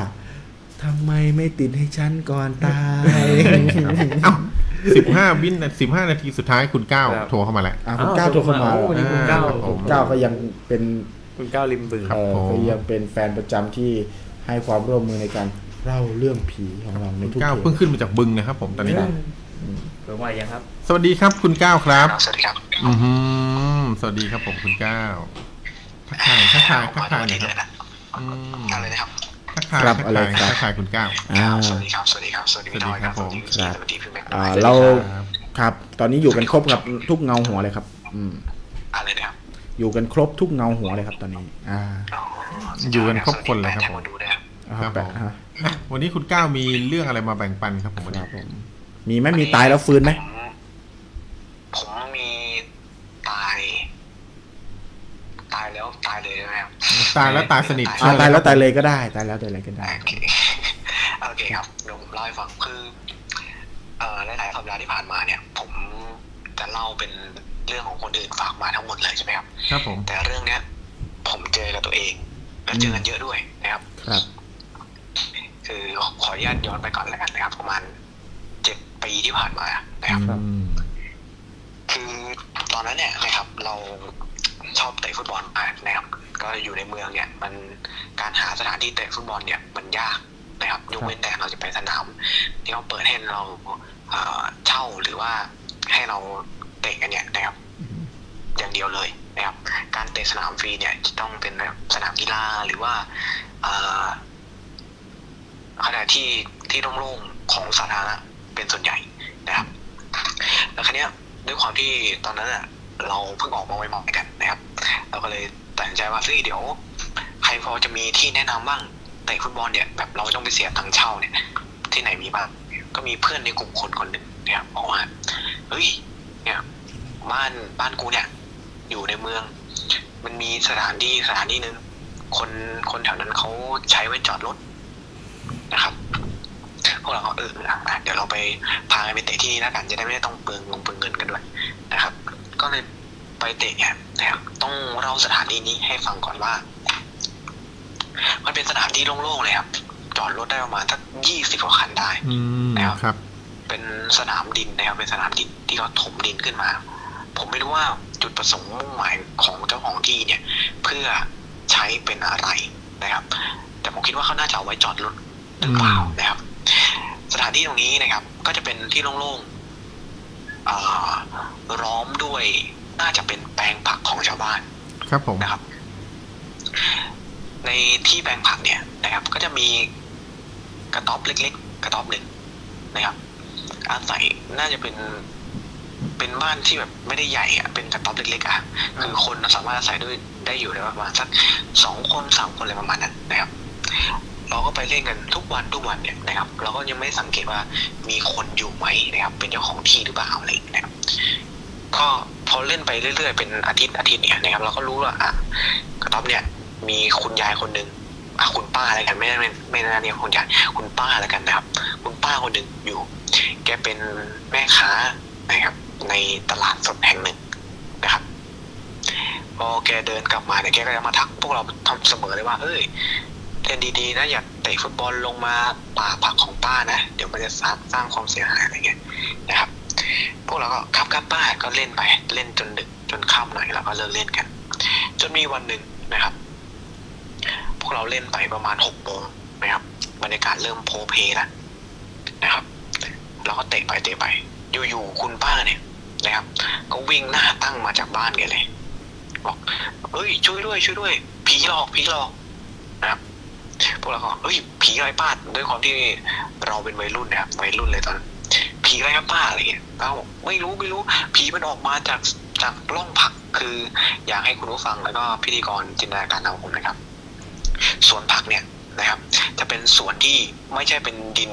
B: ทำไมไม่ติดให้ฉันก่อนตาย
C: สิบห้าวินสิบห้านาทีสุดท้ายคุณก้าว
A: ครับ
C: โทรเข้ามาแล้ว
B: อ่ะคุณก้าวโทรเข้ามา
A: โอ้วันนี้คุณก้าว
C: อ่าครับผม
B: ก้าวก็ยังเป็น
A: คุณก้าวริมบึง
C: ครับ
B: เอ่อ
C: ผม
B: ก็ยังเป็นแฟนประจำที่ให้ความร่วมมือในการเล่าเรื่องผีของเราในทุก
C: ก้าว
B: เท
C: เพิ่ง
B: ป
C: ขึ้นมาจากบึงนะครับ ผมตอนนี้
A: ครับ เปิดไวยังครับ
C: สวัสดีครับคุณก้าวครับ
E: สวัสดีครับ
C: อือหือสวัสดีครับผมคุณก้าวทักทายทักทายทักทายหน่อยครับอืม
E: อะไรนะครับ
C: ทักทายทักทายทักทายคุณก้าว
B: อ่า
E: สวัสดีครับ สวัสดีครับ สวัสดีพี่ทอยครับ
C: สวัสดีครับผม
E: สวัสดีพี่แม็กซ์
B: อ่า
E: สวัสดี
B: เรา
E: คบ
C: ครับ
B: ครับ ตอนนี้อยู่กันครบกับทุกเงาหัวเลยครับ อืม
E: อะไรนะครับ
B: อยู่กันครบทุกเงาหัวเลยครับ ตอนนี้ อ่า
E: อ๋อ
C: อยู่กันครบคนเลยครับ
E: แปด
C: ผม
E: แถมาดูด้วยครับ
B: ครับแปะฮะ
C: อ่ะวันนี้คุณก้าวมีเรื่องอะไรมาแบ่งปันครับผมวัน
B: ค
C: นี้
B: รับผม มีไหมมีตายแล้วฟื้นไหม
E: ผมผมมีตาย ตายแล้วตายเลยใช่ไหมครับ
C: ตายแล้วตายสนิท
B: อ่า
C: เชื่อ
B: ตาย
C: เครับ
B: แล้วตายเลยก็ได้ ตายแล้วตายเลยก็ได้
E: โอเค โอเคครับเดี๋ยวผมเล่าให้ฟังคือเอ่อหลายๆสัปดาห์ที่ผ่านมาเนี่ย ผมจะเล่าเป็นเรื่องของคนอื่นฝากมาทั้งหมดเลยใช่ไหมครับ
C: ครับผม
E: แต่เรื่องเนี้ย ผมเจอกับตัวเอง และเจอกันเยอะด้วยนะครับ
B: ครับ
E: คือขออนุญาตย้อนไปก่อนแล้วกันนะครับ ประมาณเจ็ดปีที่ผ่านมานะครับ
B: ครับ
C: อืม
E: คือตอนนั้นเนี่ยนะครับ เราชอบเตะฟุตบอลมากนะครับ ก็อยู่ในเมืองเนี่ย มันการหาสถานที่เตะฟุตบอลเนี่ยมันยากนะครับยกเว้นแต่เราจะไปสนามที่เขาเปิดให้เราเอ่อเช่าหรือว่าให้เราเตะกันเนี่ยนะครับ อย่างเดียวเลยนะครับ การเตะสนามฟรีเนี่ยจะต้องเป็นแบบสนามกีฬาหรือว่าเอ่อขณะที่ที่โล่งๆของสาธารณะเป็นส่วนใหญ่นะครับ แล้วคันเนี้ยด้วยความที่ตอนนั้นอ่ะเราเพิ่งออกมาใหม่ๆกันนะครับ เราก็เลยตัดสินใจว่าเฮ้ยเดี๋ยว ใครพอจะมีที่แนะนำบ้างเตะฟุตบอลเนี่ยแบบเราไม่ต้องไปเสียตังค์เช่าเนี่ย ที่ไหนมีบ้างก็มีเพื่อนในกลุ่มคนคนหนึ่งเนี่ยบอกว่าเฮ้ยเนี่ยบ้านบ้านกูเนี่ย อยู่ในเมือง มันมีสถานที่สถานที่หนึ่งคนคนแถวนั้นเขาใช้ไว้จอดรถนะครับ พวกเราก็เอออ่ะอ่ะเดี๋ยวเราไปพากันไปเตะที่นี่แล้วกันจะได้ไม่ต้องเปลืองเงินเปลืองเงินกันด้วยนะครับ ก็เลยไปเตะเนี่ยนะครับต้องเล่าสถานที่นี้ให้ฟังก่อนว่า มันเป็นสถานที่โล่งๆเลยครับ จอดรถได้ประมาณสักยี่สิบกว่าคันได้
C: อืมครับ
E: เป็นสนามดินนะครับเป็นสนามดินที่เขาถมดินขึ้นมา ผมไม่รู้ว่าจุดประสงค์มุ่งหมายของเจ้าของที่เนี่ย เพื่อใช้เป็นอะไรนะครับ แต่ผมคิดว่าเขาน่าจะเอาไว้จอดรถหรือเปล่านะครับ สถานที่ตรงนี้นะครับ ก็จะเป็นที่โล่งๆอ่าล้อมด้วยน่าจะเป็นแปลงผักของชาวบ้าน
C: ครับผม
E: นะครับ ในที่แปลงผักเนี่ยนะครับ ก็จะมีกระต๊อบเล็ก ๆ กระต๊อบหนึ่งนะครับ อาศัยน่าจะเป็นเป็นบ้านที่แบบไม่ได้ใหญ่อะเป็นกระต๊อบเล็กๆอะคือคนสามารถอาศัยด้วยได้อยู่ได้ประมาณสักสองคนสามคนอะไรประมาณนั้นนะครับ เราก็ไปเล่นกันทุกวันทุกวันเนี่ยนะครับ เราก็ยังไม่สังเกตว่ามีคนอยู่ไหมนะครับ เป็นเจ้าของที่หรือเปล่าอะไรอย่างเงี้ยนะครับ ก็พอเล่นไปเรื่อยๆ เป็นอาทิตย์อาทิตย์เนี่ยนะครับเราก็รู้ว่าอ่ะกระต๊อบเนี่ย มีคุณยายคนหนึ่งอ่ะคุณป้าอะไรกันไม่ได้ไม่ไม่ได้เรียกคุณยายคุณป้าแล้วกันนะครับ คุณป้าคนหนึ่งอยู่ แกเป็นแม่ค้านะครับ ในตลาดสดแห่งหนึ่งนะครับ พอแกเดินกลับมาเนี่ยแกก็จะมาทักพวกเราทำเสมอเลยว่าเอ้ยเล่นดีๆนะอย่าเตะฟุตบอลลงมาป่าผักของป้านะ เดี๋ยวมันจะสร้างสร้างความเสียหายอะไรเงี้ยนะครับ พวกเราก็ครับครับป้าก็เล่นไป เล่นจนดึกจนค่ำหน่อยแล้วก็เลิกเล่นกัน จนมีวันหนึ่งนะครับ พวกเราเล่นไปประมาณหกโมงนะครับบรรยากาศเริ่มโพลเพลแล้วนะครับ เราก็เตะไปเตะไป อยู่ๆคุณป้าเนี่ยนะครับ ก็วิ่งหน้าตั้งมาจากบ้านแกันเลยบอกเฮ้ยช่วยด้วยช่วยด้วยผีหลอกผีหลอกนะครับ พวกเราก็เฮ้ยผีอะไรป้าด้วยความที่เราเป็นวัยรุ่นนะครับวัยรุ่นเลยตอนนั้น ผีอะไรครับป้าอะไรเงี้ยเราบอกไม่รู้ไม่รู้ผีมันออกมาจากจากร่องผักคืออยากให้คุณผู้ฟังแล้วก็พิธีกรจินตนาการเอาผมนะครับสวนผักเนี่ยนะครับ จะเป็นสวนที่ไม่ใช่เป็นดิน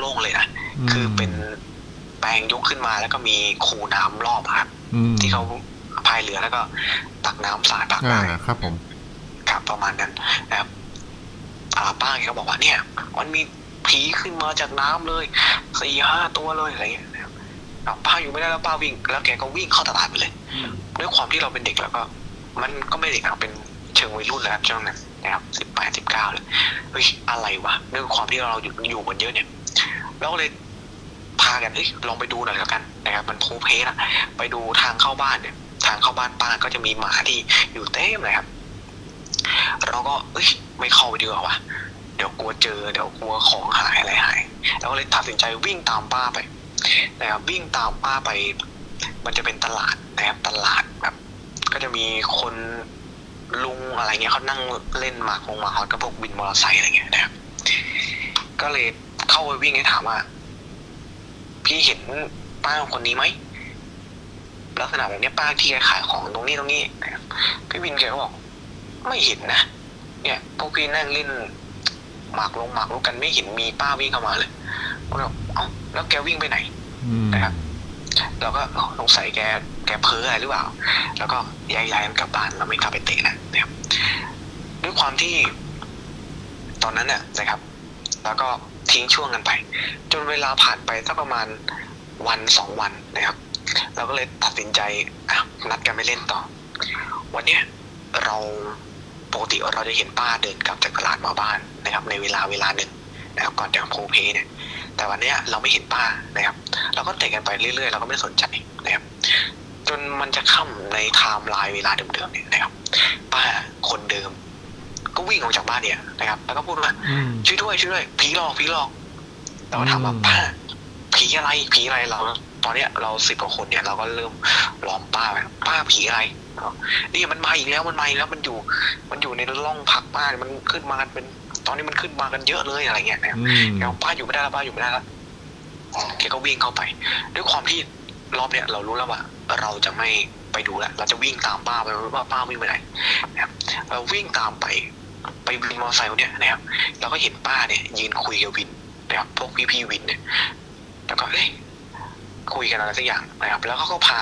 E: โล่งๆเลยนะ
C: ม
E: คือเป็นแปลงยกขึ้นมาแล้วก็มีคูน้ำรอบอะครับ
C: อืม
E: ที่เขาพายเรือแล้วก็ตักน้ำสาดผัก
C: อ่า
E: ได้
C: ครับผม
E: ครับประมาณนั้นนะครับอ่าป้าแกก็บอกว่าเนี่ย มันมีผีขึ้นมาจากน้ำเลยสี่ห้าตัวเลยอะไรเงี้ยนะครับอ่าป้าอยู่ไม่ได้แล้วป้าวิ่ง แล้วแกก็วิ่งเข้าตลาดไปเลย ด้วยความที่เราเป็นเด็กแล้วก็ มันก็ไม่เด็กเราเป็นเชิงวัยรุ่นแล้วครับช่วงนั้นนะครับสิบแปดสิบเก้าเลยเฮ้ยอะไรวะด้วยความที่เราอยู่อยู่กันเยอะเนี่ยเราก็เลยพากันเฮ้ยลองไปดูหน่อยแล้วกันนะครับ มันโพเพละไปดูทางเข้าบ้านเนี่ย ทางเข้าบ้านป้าก็จะมีหมาที่อยู่เต็มเลยครับ เราก็เอ้ยไม่เข้าไปดีกว่าวะเดี๋ยวกลัวเจอ เดี๋ยวกลัวของหายอะไรหายเราก็เลยตัดสินใจวิ่งตามป้าไปนะครับวิ่งตามป้าไป มันจะเป็นตลาดนะครับตลาดแบบ ก็จะมีคนลุงอะไรเงี้ยเขานั่งเล่นหมากมงหมากฮอตกับพวกวินมอเตอร์ไซค์อะไรเงี้ยนะครับ ก็เลยเข้าไปวิ่งให้ถามว่า พี่เห็น ป้าคนนี้ไหมลักษณะแบบเนี้ยป้าที่แกขายของตรงนี้ตรงนี้นะครับพี่วินแกก็บอก ไม่เห็นนะเนี่ยพวกพี่นั่งเล่นหมากลงหมากรุกกันไม่เห็นมีป้าวิ่งเข้ามาเลยผมบอกเอ้าแล้วแกวิ่งไปไหน
C: อืม
E: นะครับ เราก็สงสัยแกแกเพ้ออะไรหรือเปล่า แล้วก็ย้ายย้ายกันกลับบ้านเราไม่กลับไปเตะนะนะครับ ด้วยความที่ตอนนั้นน่ะนะครับ แล้วก็ทิ้งช่วงกันไป จนเวลาผ่านไปสักประมาณวันสองวันนะครับ เราก็เลยตัดสินใจอ่ะนัดกันไปเล่นต่อ วันเนี้ยเราปกติเราจะเห็นป้าเดินกลับจากตลาดมาบ้านนะครับ ในเวลาเวลาหนึ่งนะครับ ก่อนจะโพลเพลเนี่ย แต่วันเนี้ยเราไม่เห็นป้านะครับ เราก็เตะกันไปเรื่อยๆ เราก็ไม่ได้สนใจนะครับ จนมันจะค่ำในไทม์ไลน์เวลาเดิมๆเนี่ยนะครับ ป้าคนเดิม ก็วิ่งออกจากบ้านเนี่ยนะครับ แล้วก็พูดว่า
C: อืม
E: ช่วยด้วยช่วยด้วยผีหลอกผีหลอกเราก็ถามว่า
C: อืม
E: ป้าผีอะไรผีอะไรเรา ตอนเนี้ยเราสิบกว่าคนเนี่ยเราก็เริ่มล้อมป้าไปป้าผีอะไรนี่มันมาอีกแล้วมันมาอีกแล้วมันอยู่ มันอยู่ในร่องผักป้าเนี่ยมันขึ้นมากันเป็น ตอนนี้มันขึ้นมากันเยอะเลยอะไรเงี้ยนะครับ
C: อืม
E: แกบอกป้าอยู่ไม่ได้แล้วป้าอยู่ไม่ได้แล้วแกก็วิ่งเข้าไป ด้วยความที่รอบเนี้ยเรารู้แล้วว่า เราจะไม่ไปดูแลวเราจะวิ่งตามป้าไปว่าป้าวิ่งไปไหนนะครับเราวิ่งตามไปไปวินมอเตอร์ไซค์คนเนี้ยนะครับเราก็เห็นป้าเนี่ย ยืนคุยกับวินนะครับพวกพี่พี่ๆวินเนี่ยแล้วก็เอ้ยคุยกันอะไรสักอย่างนะครับ แล้วเขาก็พา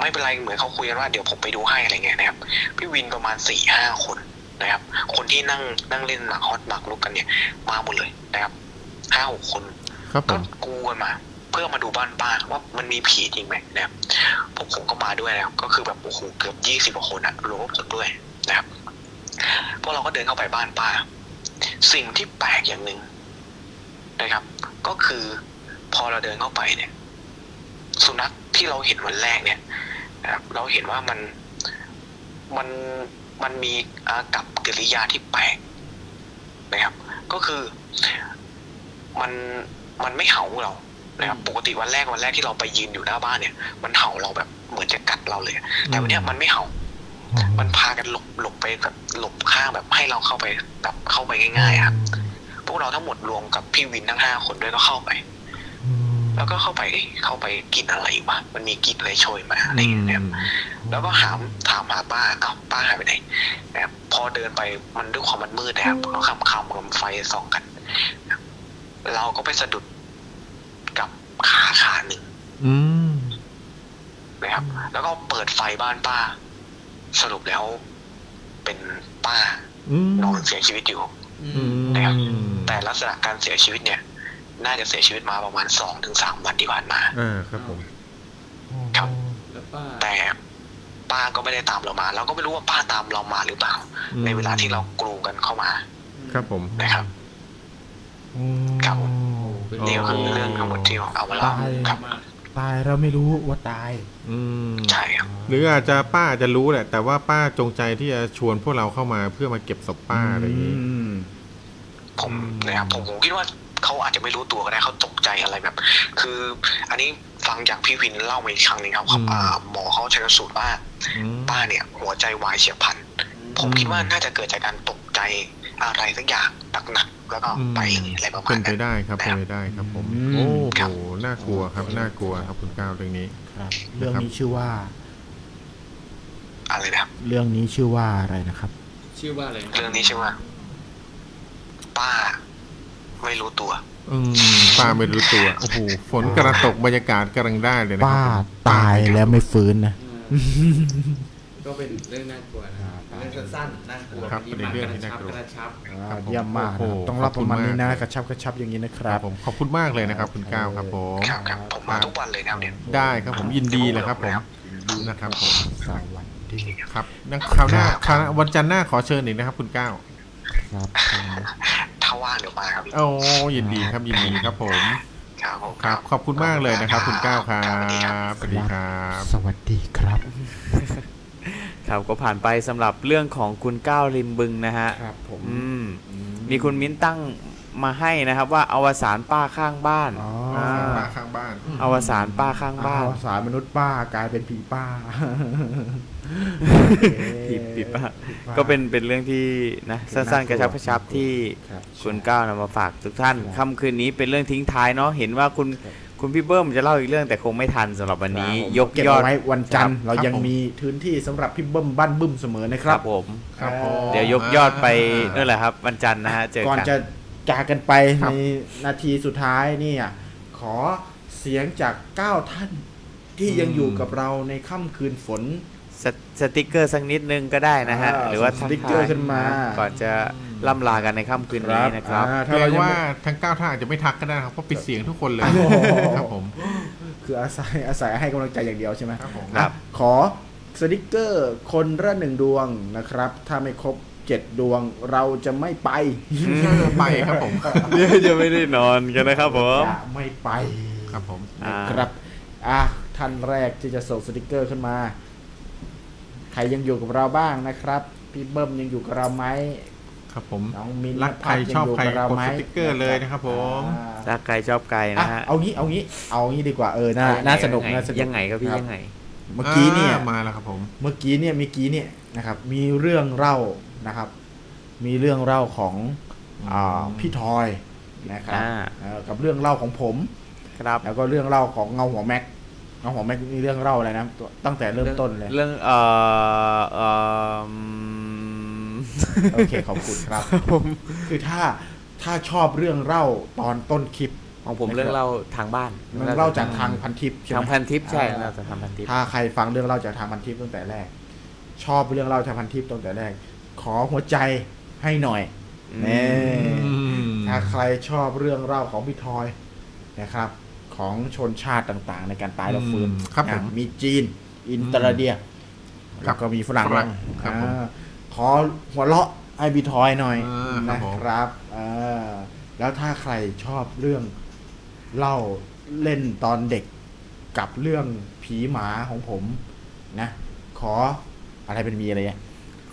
E: ไม่เป็นไรเหมือนเขาคุยกันว่าเดี๋ยวผมไปดูให้อะไรเงี้ยนะครับ พี่วินประมาณสี่ห้าคนนะครับ คนที่นั่งนั่งเล่นหมากฮอตหมากลุกกันเนี่ย มาหมดเลยนะครับห้าหกคน
C: ครับผ
E: ก็
C: ม
E: กรูกันมา เพื่อมาดูบ้านป้าว่ามันมีผีจริงไหมนะครับพวกผมก็มาด้วยนะครับก็คือแบบโอ้โหเกือบยี่สิบกว่าคนอะรวมพวกผมด้วยนะครับพวกเราก็เดินเข้าไปบ้านป้า สิ่งที่แปลกอย่างหนึ่งนะครับ ก็คือพอเราเดินเข้าไปเนี่ย สุนัขที่เราเห็นวันแรกเนี่ยนะครับเราเห็นว่ามันมันมันมีอากับกิริยาที่แปลกนะครับ ก็คือ มันมันไม่เห่าเรานะครับปกติวันแรกวันแรกที่เราไปยืนอยู่หน้าบ้านเนี่ย มันเห่าเราแบบเหมือนจะกัดเราเลย แต่วันเนี้ยมันไม่เห่า มันพากันหลบหลบไปแบบหลบข้างแบบให้เราเข้าไปแบบเข้าไปง่ายๆครับพวกเราทั้งหมดรวมกับพี่วินทั้งห้าคนด้วยก็เข้าไป
C: อืม
E: แล้วก็เข้าไปเอ๊ะเข้าไปกินอะไรวะมันมีกลินอะไรโชยมาอะไรอย่างเงี้ยครับ แล้วก็ถามถามหาป้าอ้าวป้าหายไปไหนนะครับพอเดินไปมันด้วยความมันมืดนะครับก็คำคำกับไฟส่องกันนะครับเราก็ไปสะดุดกับขาขาหนึ่ง
C: อืม
E: นะครับ แล้วก็เปิดไฟบ้านป้า สรุปแล้ว เป็นป้า
C: อืม
E: นอนเสียชีวิตอยู่
C: อืม
E: นะครับ แต่ลักษณะการเสียชีวิตเนี่ย น่าจะเสียชีวิตมาประมาณสองถึงสามวันที่ผ่านมา
C: อ่าครับผม
E: ครับ
A: แล้วป้า
E: แต่ป้าก็ไม่ได้ตามเรามา เราก็ไม่รู้ว่าป้าตามเรามาหรือเปล่า
C: อืม
E: ในเวลาที่เรากรูกันเข้ามา
C: ครับผม
E: นะครับ
B: อืม
E: ครับ
A: เป็น
E: นี่
A: เดียว
E: ก็
A: กั
E: คื
A: น
E: อ
A: เล
E: เรื่
A: ย
E: องทั้งหมดที่เอามาเล่า
B: ตาย
E: ครับ
B: ตายเราไม่รู้ว่าตาย
C: อืม
E: ใช่ครับ
C: หรืออาจจะป้าอาจจะรู้แหละ แต่ว่าป้าจงใจที่จะชวนพวกเราเข้ามาเพื่อมาเก็บศพป้าอะไรอย่างนี้
B: ม
E: ผมนะครับผมผมคิดว่าเขาอาจจะไม่รู้ตัวก็ได้เขาตกใจอะไรแบบ คืออันนี้ฟังจากพี่วินเล่ามาอีกครั้งหนึ่งครับเขาอ่าหมอเขาชันสูตรว่า
C: อืม
E: ป้าเนี่ย หัวใจวายเฉียบพลัน ผมคิดว่าน่าจะเกิดจากการตกใจอะไรสักอย่างหนักๆแล้วก็ไปเลยอะไรประมา
C: เป็น
E: ณ
C: ไป
E: นั้น
C: ได้ครับ
E: นะค
C: เป็
E: รั
C: น
E: บ
C: ไปได้ครับผม โอ้โหน่ากลัวครับน่ากลัวครับคุณก้าวเรื่องนี้
B: ครับ เรื่อง
C: นะครับ
B: นี้ชื่อว่า
E: อะไรนะครับ
B: เรื่องนี้ชื่อว่าอะไรนะครับ
A: ชื่อว่าอะไรนะ
E: เรื่องนี้ใช่ไหมป้าไม่รู้ตัว
C: อืมป้าไม่รู้ตัวโอ้โหฝนกระตกบรรยากาศกำลังได้เลยนะ
B: ป้า
C: ครับ
B: ตายแล้วไม่ฟื้นนะ
A: อืมก็เป็นเรื่องน่ากลัวนะ
B: อ่า
A: เรื่องสั้นๆน่ากลัว
C: ครับ
A: วันนี้มา
C: เป็นเรื่องที่
A: กระ
C: น่า
A: ชับ
C: กลัว
A: กระชั
C: ค
A: บ
C: รับผม
B: เยี่ยมมากนะครับ
C: โอ้โห
B: ต้องรับประมาณนี้นะ
C: ขอบคุณมาก
B: กระชับกระชับอย่างนี้นะค
C: ค
B: รั
C: รับ บผมขอบคุณมากเลยนะครับ คุณก้าวครับผม
E: ครับครับ ผมมาทุกวันเลยนะครับเนี่ย
C: ได้ครับผมยินดีเลยครับผมนะครับผม
B: สวัสดี
C: ครับงั้นคราวหน้าคราวหน้าวันจันทร์หน้าขอเชิญอีกนะครับ คุณก้าว
B: ครับ
E: ถ้าว่างเดี๋ยวมาครับ
C: โอ้ยินดีครับยินดีครับผม
E: ครับผม
C: ครับ ขอบคุณมากเลยนะครับ คุณก้าวครับสวัสดีครับ
B: สวัสดีครับ
A: ครับก็ผ่านไปสำหรับเรื่องของคุณก้าวริมบึงนะฮะ
B: ครับผม
A: อืมมีคุณมิ้นตั้งมาให้นะครับว่าอวสานป้าข้างบ้าน
B: อ๋อ
A: อ
B: อ่
C: ป้าข้างบ้าน
A: อวสานป้าข้างบ้าน
B: อวสารมนุษย์ป้ากลายเป็นผีป้า
A: ผีผีป้า
B: ผีป้า
A: ก็เป็นเป็นเรื่องที่นะ
B: คือ
A: สั้นๆกระชับก
B: น่ากลัว
A: ระชับที่
B: ครับ
A: คุณก้าวนำมาฝากทุกท่าน
B: ครับ
A: ค่ำคืนนี้เป็นเรื่องทิ้งท้ายเนาะเห็นว่าคุณ
B: ครับ
A: คุณพี่เบิ้มจะเล่าอีกเรื่องแต่คงไม่ทันสำหรับวันนี้
B: ครับผม
A: ยก
B: เก็บ
A: ยอด
B: เอาไว้วันจันท
C: ค
B: ร์
C: รับ
B: เรายัง
C: ครับผม
B: มีพื้นที่สำหรับพี่เบิ้มบ้านบึ้มเสมอนะค
A: ค
B: รั
A: รับ บผม
C: ครับผม
A: เดี๋ยวยกยอดไป
C: อ่า
A: นั่นแหละครับ วันจันทร์นะฮะเจอ
B: ก่อน
A: กัน
B: จะจากกันไป
C: ครั
B: ใน
C: บ
B: นาทีสุดท้ายเนี่ย ขอเสียงจาก 9 ท่านที่ยังอยู่กับเราในค่ำคืนฝน
A: สตสติกเกอร์สักนิดนึงก็ได้นะฮะ
B: อ่า
A: หรือว่า
B: ส่งสติกเกอร์
A: ทัทย
B: ขึ้นมา
A: ก่อนจะล่ำลากันในค่ำคืนนี้นะครับ
B: อ่า
C: แส
B: ถ้า
C: ด
B: เรา
C: ง
B: ยัง
C: ว่า
B: ไม่
C: ทั้งเก้าท่านอาจจะไม่ทักก็ได้นะครับเพราะปิดเสียงทุกคนเลย
B: โอ้โห
C: ครับผม
B: คืออาศัยอาศัยให้กำลังใจอย่างเดียวใช่ไหม
C: ครับผม
A: ครั
B: อ่ะ
A: บ
B: ขอสติกเกอร์คนละหนึ่งดวงนะครับ ถ้าไม่ครบเจ็ดดวงเราจะไม่ไป
C: ไปครับผม
A: เดี๋ยวจะไม่ได้นอนกันนะครับผม
B: จะไม่ไป
C: ครับผม
A: อ่า
B: ครับ อ่ะ ท่านแรกที่จะส่งสติกเกอร์ขึ้นมา ใครยังอยู่กับเราบ้างนะครับ พี่เบิ้มยังอยู่กับเราไหม
C: ครับผม
B: น้องมิน
C: รักใคร
B: นภัท
C: ชอบใคร
B: ยังยู่กัเรา
C: กด
B: ไหม
C: สติกเกอร์เลยนะครับผม
A: ถ้าใครชอบไก่
B: อ่ะ
A: นะฮะ
B: เอางี้ เอางี้ เอางี้ดีกว่า เออ น่า น่าสนุก น่าสนุก
A: ยังไงครับพี่
B: ค
A: ยังไง
B: เมื่อกี้เนี่ย
C: อ่ามาแล้วครับผม
B: เมื่อกี้เนี่ยเมื่อกี้เนี่ยนะครับ มีเรื่องเล่านะครับ มีเรื่องเล่าของอ่าพี่ทอยนะครับ
A: อ่า
B: เอ่อกับเรื่องเล่าของผม
A: ครับ
B: แล้วก็เรื่องเล่าของเงาหัวแม็ก เงาหัวแม็กนี่เรื่องเล่าอะไรนะตัวตั้งแต่เริ่มต้นเลย
A: เรื่องเอ่อเอ่อ
B: โอเคขอบคุณครับ คือถ้าถ้าชอบเรื่องเล่าตอนต้นคลิป
A: ของผมเรื่องเล่าทางบ้าน
B: มันเล่าจากทางพันทิปใช่ไหม
A: ทางพันทิปใช่
B: อ่า
A: เราจะทำพันทิป
B: ถ้าใครฟังเรื่องเล่าจากทางพันทิปตั้งแต่แรก ชอบเรื่องเล่าจากพันทิปตั้งแต่แรก ขอหัวใจให้หน่อย
A: อืม
B: แน่
C: อืม
B: ถ้าใครชอบเรื่องเล่าของพี่ทอยนะครับ ของชนชาติต่างๆ ในการตายแล้วฟื้น
C: อืมครับ
B: นะ
C: ผม
B: มีจีน อินเตอร์เดีย
C: ครั
B: แล้
C: บ
B: วก็มีฝรั่ง
C: ฝรั่งครับผม
B: อ่าขอหัวเราะไอบีทอยหน่อย
C: อ่าครับ
B: นะ
C: ผม
B: ครับอ่าแล้วถ้าใครชอบเรื่องเล่าเล่นตอนเด็กกับเรื่องผีหมาของผมนะ ขออะไรเป็นมีอะไรอะ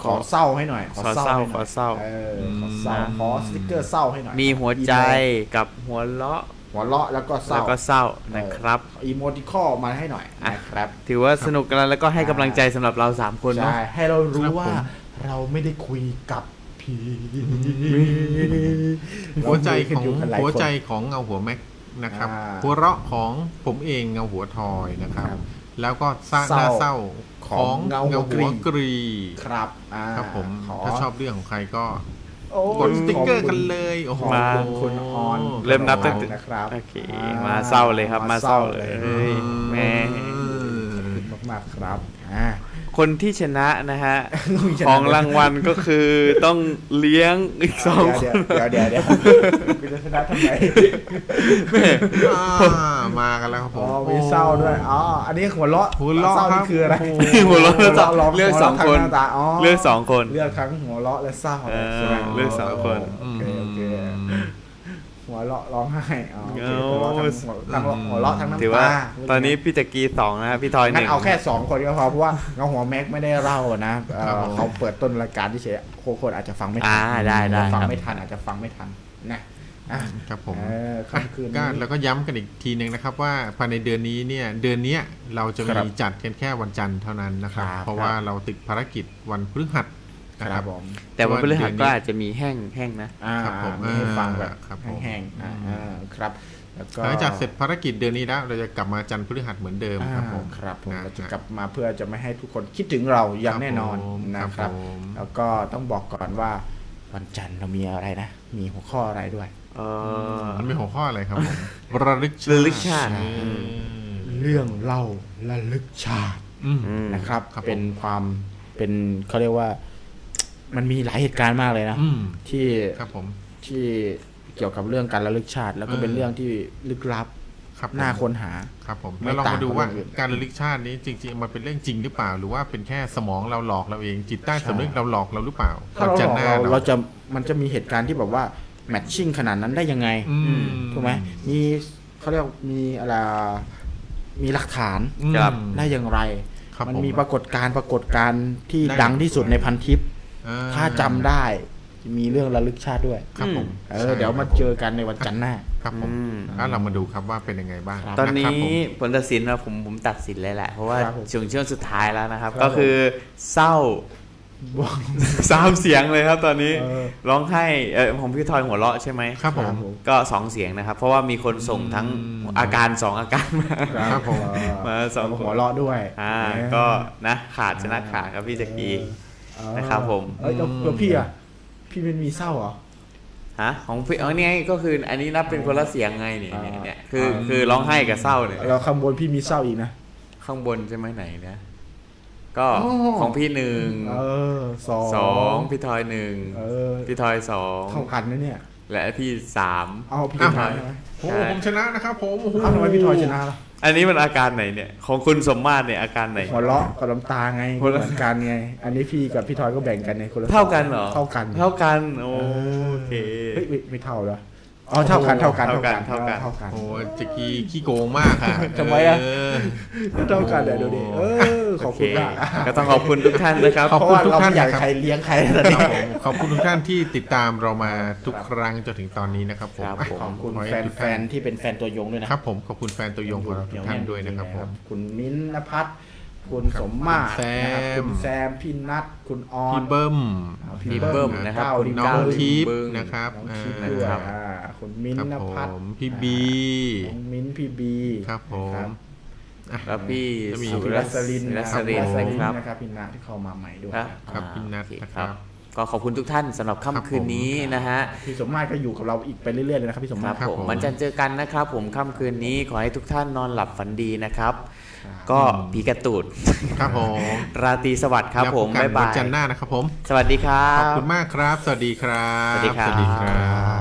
B: ขอเศร้าให้หน่อย
A: ขอเศร้า
B: ให้หน่
A: ข
B: ย
A: อเศร้า
B: เออขอเศร้า
C: อืม
B: ขอสติกเกอร์เศร้าให้หน่อย
A: มีหัวใจ
B: อีโม
A: กับหัวเราะ
B: หัวเราะแล้วก็เศ
A: แล้
B: ร้าว
A: ก็เศร้านะครับ
B: เอ่ออีโมติคอลมาให้หน่อย
A: อ่ะ
B: นะครับ
A: ถือว่าสนุกกันแล้วก็ให้กำลังใจสำหรับเราสามคนเนาะ
B: ใช่ ให้เรารู้
C: ครับ
B: ว่า
C: ผม
B: เราไม่ได้คุยกับผี
C: หัวใจข
B: เรา
C: อง
B: คุยกันยู่กันลาย
C: หัว
B: คน
C: ใจของเงาหัวแม็กนะครับ
B: อ่า
C: หัวเราะของผมเองเงาหัวทอยนะครับ
B: ครับ
C: แล้วก็สร้าง
B: เศ
C: ห
B: ร้า
C: น้าเศร้าของ
B: ของเงา
C: เงา
B: หั
C: หั
B: ว
C: ว
B: ก
C: กรี
B: รีครับอ่า
C: ครับผม
B: ข
C: ถ้าชอบเรื่องของใครก็
B: โอ้ย
C: กดสติ๊กเกอร์
B: ขบ
C: กัน
B: คุณ
C: เลยโอ้โห
B: ขอบคุณคุณออน
A: เริ่มนับตั้ง
B: ขอ
A: แต่
B: ณนะครับ
A: โอเค
B: อ่
A: มาเศร้าเลยครับมาเศร้าเลยแหม่
B: ขอบคุณมากๆครับอ่า
A: คนที่ชนะนะฮะ
B: คนที่ชนะ
A: ของรางวัล ก็คือต้องเลี้ยงอีกสองค
B: เดี๋ย
A: น
B: วเดี๋ยว เดี๋ยวเดี๋ยวคุณจะชนะทำไม
C: อ่ามากันแล้วครับผ
B: อ๋อ
C: ม
B: มีเศร้าด้วย อ๋อ อันนี้หัวเราะ
C: หัวเราะ
B: เศร้า
C: ครั
B: นี่
C: บ
B: คืออะไร
C: โอ้โ
A: หัวเราะแล้ว
B: หัวเราะ
A: เลือกสองคน
B: หัวเราะทางหน้าตาอ๋อ
A: เลือกสองคน
B: เลือกทั้งหัวเราะและเศร้า
A: เออ
B: ใช่ไหม
A: เลือกสองคน
B: โอเคโอเคหัวเราะร้องไห้อ๋อโอเค
A: เอา
B: หัวเราะทั้งหัวทั้งหัวเราะทั้งน้ำตา
A: ถือว่าตอนนี้พี่ตะกี้สองนะฮะพี่ทอยห
B: งั้
A: นึ่
B: น
A: ง
B: เอาแค่สองคนก็พอเพราะว่าเงาหัวแม็กไม่ได้เล่านะเอ่อ
C: ครับผม
B: เขาเปิดต้นรายการที่เฉยๆโคคนอาจจะฟังไม่ทั
A: อ่าได้ได้
B: ฟัง
A: ครับ
B: ไม่ทันอาจจะฟังไม่ทันนะอ่ะ
C: ครับผม
B: เออ
C: อ่ะ
B: ค่ำคืน
C: ก็
B: นี้
C: แล้วก็ย้ำกันอีกทีหนึ่งนะครับว่าภายในเดือนนี้เนี่ยเดือนเนี้ยเราจะ
B: ครับ
C: มีจัดกันแค่วันจันทร์เท่านั้นนะครับ
B: ครับ
C: เพราะ
B: ครับ
C: ว่าเราติดภารกิจวันพฤหัสนะ
B: ค
C: ค
B: รั
C: รั
B: บบ ผม
A: แต่วันพฤหั
C: ส่วนเดือ
A: ส
C: นนี้
A: ก็อาจจะมีแห้งแห้งนะ
B: อ่า
C: ครับผม
B: ไม่ให้ฟังแบบ
C: อ่าครับผม
B: แห้งๆอ่าอ่าครับ แล้วก็
C: หลังจากเสร็จภารกิจเดือนนี้แล้ว เราจะกลับมาจันทร์พฤหัสเหมือนเดิม
B: อ่า
C: ครับผม
B: ครับผม
C: น
B: เราจะกลับมาเพื่อจะไม่ให้ทุกคนคิดถึงเราอย่างแน่นอน
C: ครับผม
B: นะค
C: ครั
B: รับ
C: บผม
B: แล้วก็ต้องบอกก่อนว่าวันจันทร์เรามีอะไรนะ มีหัวข้ออะไรด้วย
A: เออ
C: มันมีหัวข้ออะไรครับผมระลึก
A: ระลึกชาติ
C: อืม
B: เรื่องเล่าระลึกชาติ
C: อืม
A: อืม
B: นะครับ
C: ครับผม
B: เป็นความเป็นเขาเรียกว่า มันมีหลายเหตุการณ์มากเลยนะ
C: อืม
B: ที่
C: ครับผม
B: ที่เกี่ยวกับเรื่องการระลึกชาติ แล้วก็เป็น
C: เออ
B: เรื่องที่ลึกลับ
C: ครับผม
B: น่าค้นหา
C: ครับผม
B: ไม่
C: แล้วเรา
B: ต่าง
C: มาดู
B: กับ
C: ว่า
B: เรื่องอื่น
C: การระลึกชาตินี้จริง ๆ มันเป็นเรื่องจริงหรือเปล่า หรือว่าเป็นแค่สมองเราหลอกเราเองจิตใต้สำนึก
B: ใช่
C: เราหลอกเราหรือเปล่า
B: ถ้าเราหลอก
C: หน้า
B: เรา
C: เรา
B: เราจะมันจะมีเหตุการณ์ที่แบบว่าแมทชิ่งขนาดนั้นได้ยังไง
C: อืม
B: ถูกไหมมีเขาเรียกมีอะไรมีหลักฐาน
C: อืม
A: ครับ
B: ได้อย่างไร
C: ครับ
B: มัน
C: ผม
B: มีปรากฏการณ์ปรากฏการณ์ที่
C: ได้
B: ดังที่สุดในพันทิป
C: อ่
B: ถ้าจำได้จะมีเรื่องระลึกชาติด้วย
C: ครับผม
B: เอ
C: ใช่
B: อเดี๋ยวมาเจอกันในวันจันทร์หน้า
C: ครับผม
A: อืม
C: แล้วเรามาดูครับว่าเป็นยังไงบ้าง
B: ครับ
A: ตอนะครับ นี้
C: ผม
A: ผลตัดสินนะผมผมตัดสินเลยแหละ เพราะว่า
B: ครับผม
A: ช่วงช่วงสุดท้ายแล้วนะครับ
B: ครับ
A: ก็คือเศร้า
B: บอก
A: สามเสียงเลยครับตอนนี้
B: เออ
A: ร้องไห้เออผมพี่ทอยหัวเราะใช่ไหม
C: ครับผม
A: ก็สองเสียงนะครับ เพราะว่ามีคนส่งทั้ง
C: อืม
A: อาการสองอาการมา
C: ครับผม
A: มาสองคน
B: หัวเราะด้วย
A: อ่า
B: เออ
A: ก็นะขาดชนะขาดครับพี่แจักรี
B: เออ
A: นะครับผม
B: เอ้ยแล้ว
C: อืม
B: แล้วพี่อ่ะ พี่เป็นมีเศร้าเหรอ
A: ฮะของพี่อ๋อนี่ไงก็คืออันนี้นับเป็นคนละเสียงไงเนี่ยเนี่ยเนี่ยคือ
B: อ่า
A: คือร้องไห้กับเศร้าเนี่ย
B: เราคำบนพี่มีเศร้าอีกนะ
A: ข้างบนใช่ไหมไหนเนี่ยก็
B: โอ้
A: ของพี่หนึ่ง
B: เออสอง
A: สองพี่ทอยหนึ่ง
B: เออ
A: พี่ทอยสอง
B: เท่ากันนะเนี่ย
A: และพี่สาม
B: เอาพี่
C: อ้าว
B: ทอยนะ
C: โอ้โหผมชนะนะครับผมโโห
B: เอาทำไมพี่ทอยชนะล่ะ
A: อันนี้มันอาการไหนเนี่ย ของคุณสมมาตรเนี่ยอาการไหน
B: หัวเราะกับน้ำตาไง
A: หัวเราะ
B: เหมือนกันไง อันนี้พี่กับพี่ทอยก็แบ่งกันในคนละ
A: เท่ากันเหรอ
B: เท่ากัน
A: เท่ากันโอ
B: เออ
A: เค
B: เฮ้ยไม่ไม่เท่าเหรออ๋อเท่ากันเท่ากัน
A: เท่ากันเท่ากัน
B: เท่ากัน
C: โอ้ยจะกี้ขี้โกงมากค่ะ
B: ทำไมอะ
C: เ
B: เท่ากันเดี๋ยวดูดิเออขอบคุณมาก
A: โเก็ต้องขอบคุณทุกท่านนะครับ
C: ขอบ
B: เพ
C: คุณ
B: ราะว่า
C: ทุก
B: เรา
C: ท่าน
B: ไม่อยาก
C: นะครับ
B: ใครเลี้ยงใครนะ
C: ค
B: เนี่
C: รั
B: ย
C: บผมขอบคุณทุกท่านที่ติดตามเรามาทุกครั้งจนถึงตอนนี้นะครับผม
A: ครับผม
B: ขอบคุณ
C: ขให้
B: แฟน
C: ทุก
B: แฟ
C: ท่าน
B: ที่เป็นแฟนตัวยงด้วยนะครับ
C: ผมขอบคุณแฟนตัวยงของเราทุกท่านด้วยนะครับผม
B: คุณมิ้นท์นภัทรคุณสมมาตรนะครับ
C: แซม
B: คุณแซมพี่นัทคุณออน
C: พี่เบิ้ม
B: อ่าพี่
A: พี่เบิ้มนะครับ
B: เก้า
A: คุณ
C: น้อง
A: เก้า
C: ทิพ
A: เบิ้
C: ย์
A: ง
C: นะครับ
B: น้อง
C: อ่า
B: คิด
A: นะ
B: ด้วย
A: ครับ
B: อ่าคุณมิ้น
C: ครับ
B: ท์น
C: ผ
B: ภัทร
C: มพี่บี
B: น้องมิ้นท์พี่บี
C: ครับผม
B: นะครับ
A: แล้วพี่
C: จะมี
A: สุ
B: พี่
A: ร
B: รัสลิน
A: สุรั
B: นะค
A: ส
B: รับ
A: ลิน
B: รัสลิ
A: นะ
B: น
A: ครับ
B: นะครับพี่นาที่เข้ามาใหม่ด้วย
A: ครับ
B: ครั
C: ครั
B: บ
C: บ
A: อ่า
C: พี่นัท
A: โอเค
C: นะครับ
A: ก็ขอบคุณทุกท่านสำหรับ
C: ครับ
A: ค่ำคืนนี้
C: ผม
A: นะฮะ
B: พี่สมมาตรก็อยู่กับเราอีกไปเรื่อยๆเลยนะครับพี่สม
A: ค
B: มา
A: รั
B: ต
A: บ
B: ร
C: ครับ
A: ผม
C: ผม
A: วันจันทร์เจอกันนะครับ ผมค่ำคืนนี้ขอให้ทุกท่านนอนหลับฝันดีนะครับ
B: ครับ
A: ก็ผีกระตูด
C: ครับผม
A: ราตรีสวัสดิ์ครับ
C: แล้ว
A: ผ
C: พ
A: ม
C: กัน
A: บ๊ายบาย
C: วันจันทร์หน้านะครับผม
A: สวัสดีครั
C: ข
A: บ
C: อบคุณมากครับ สวัสดีครับ
A: สวัสดีครับ
C: สวัสดีครับ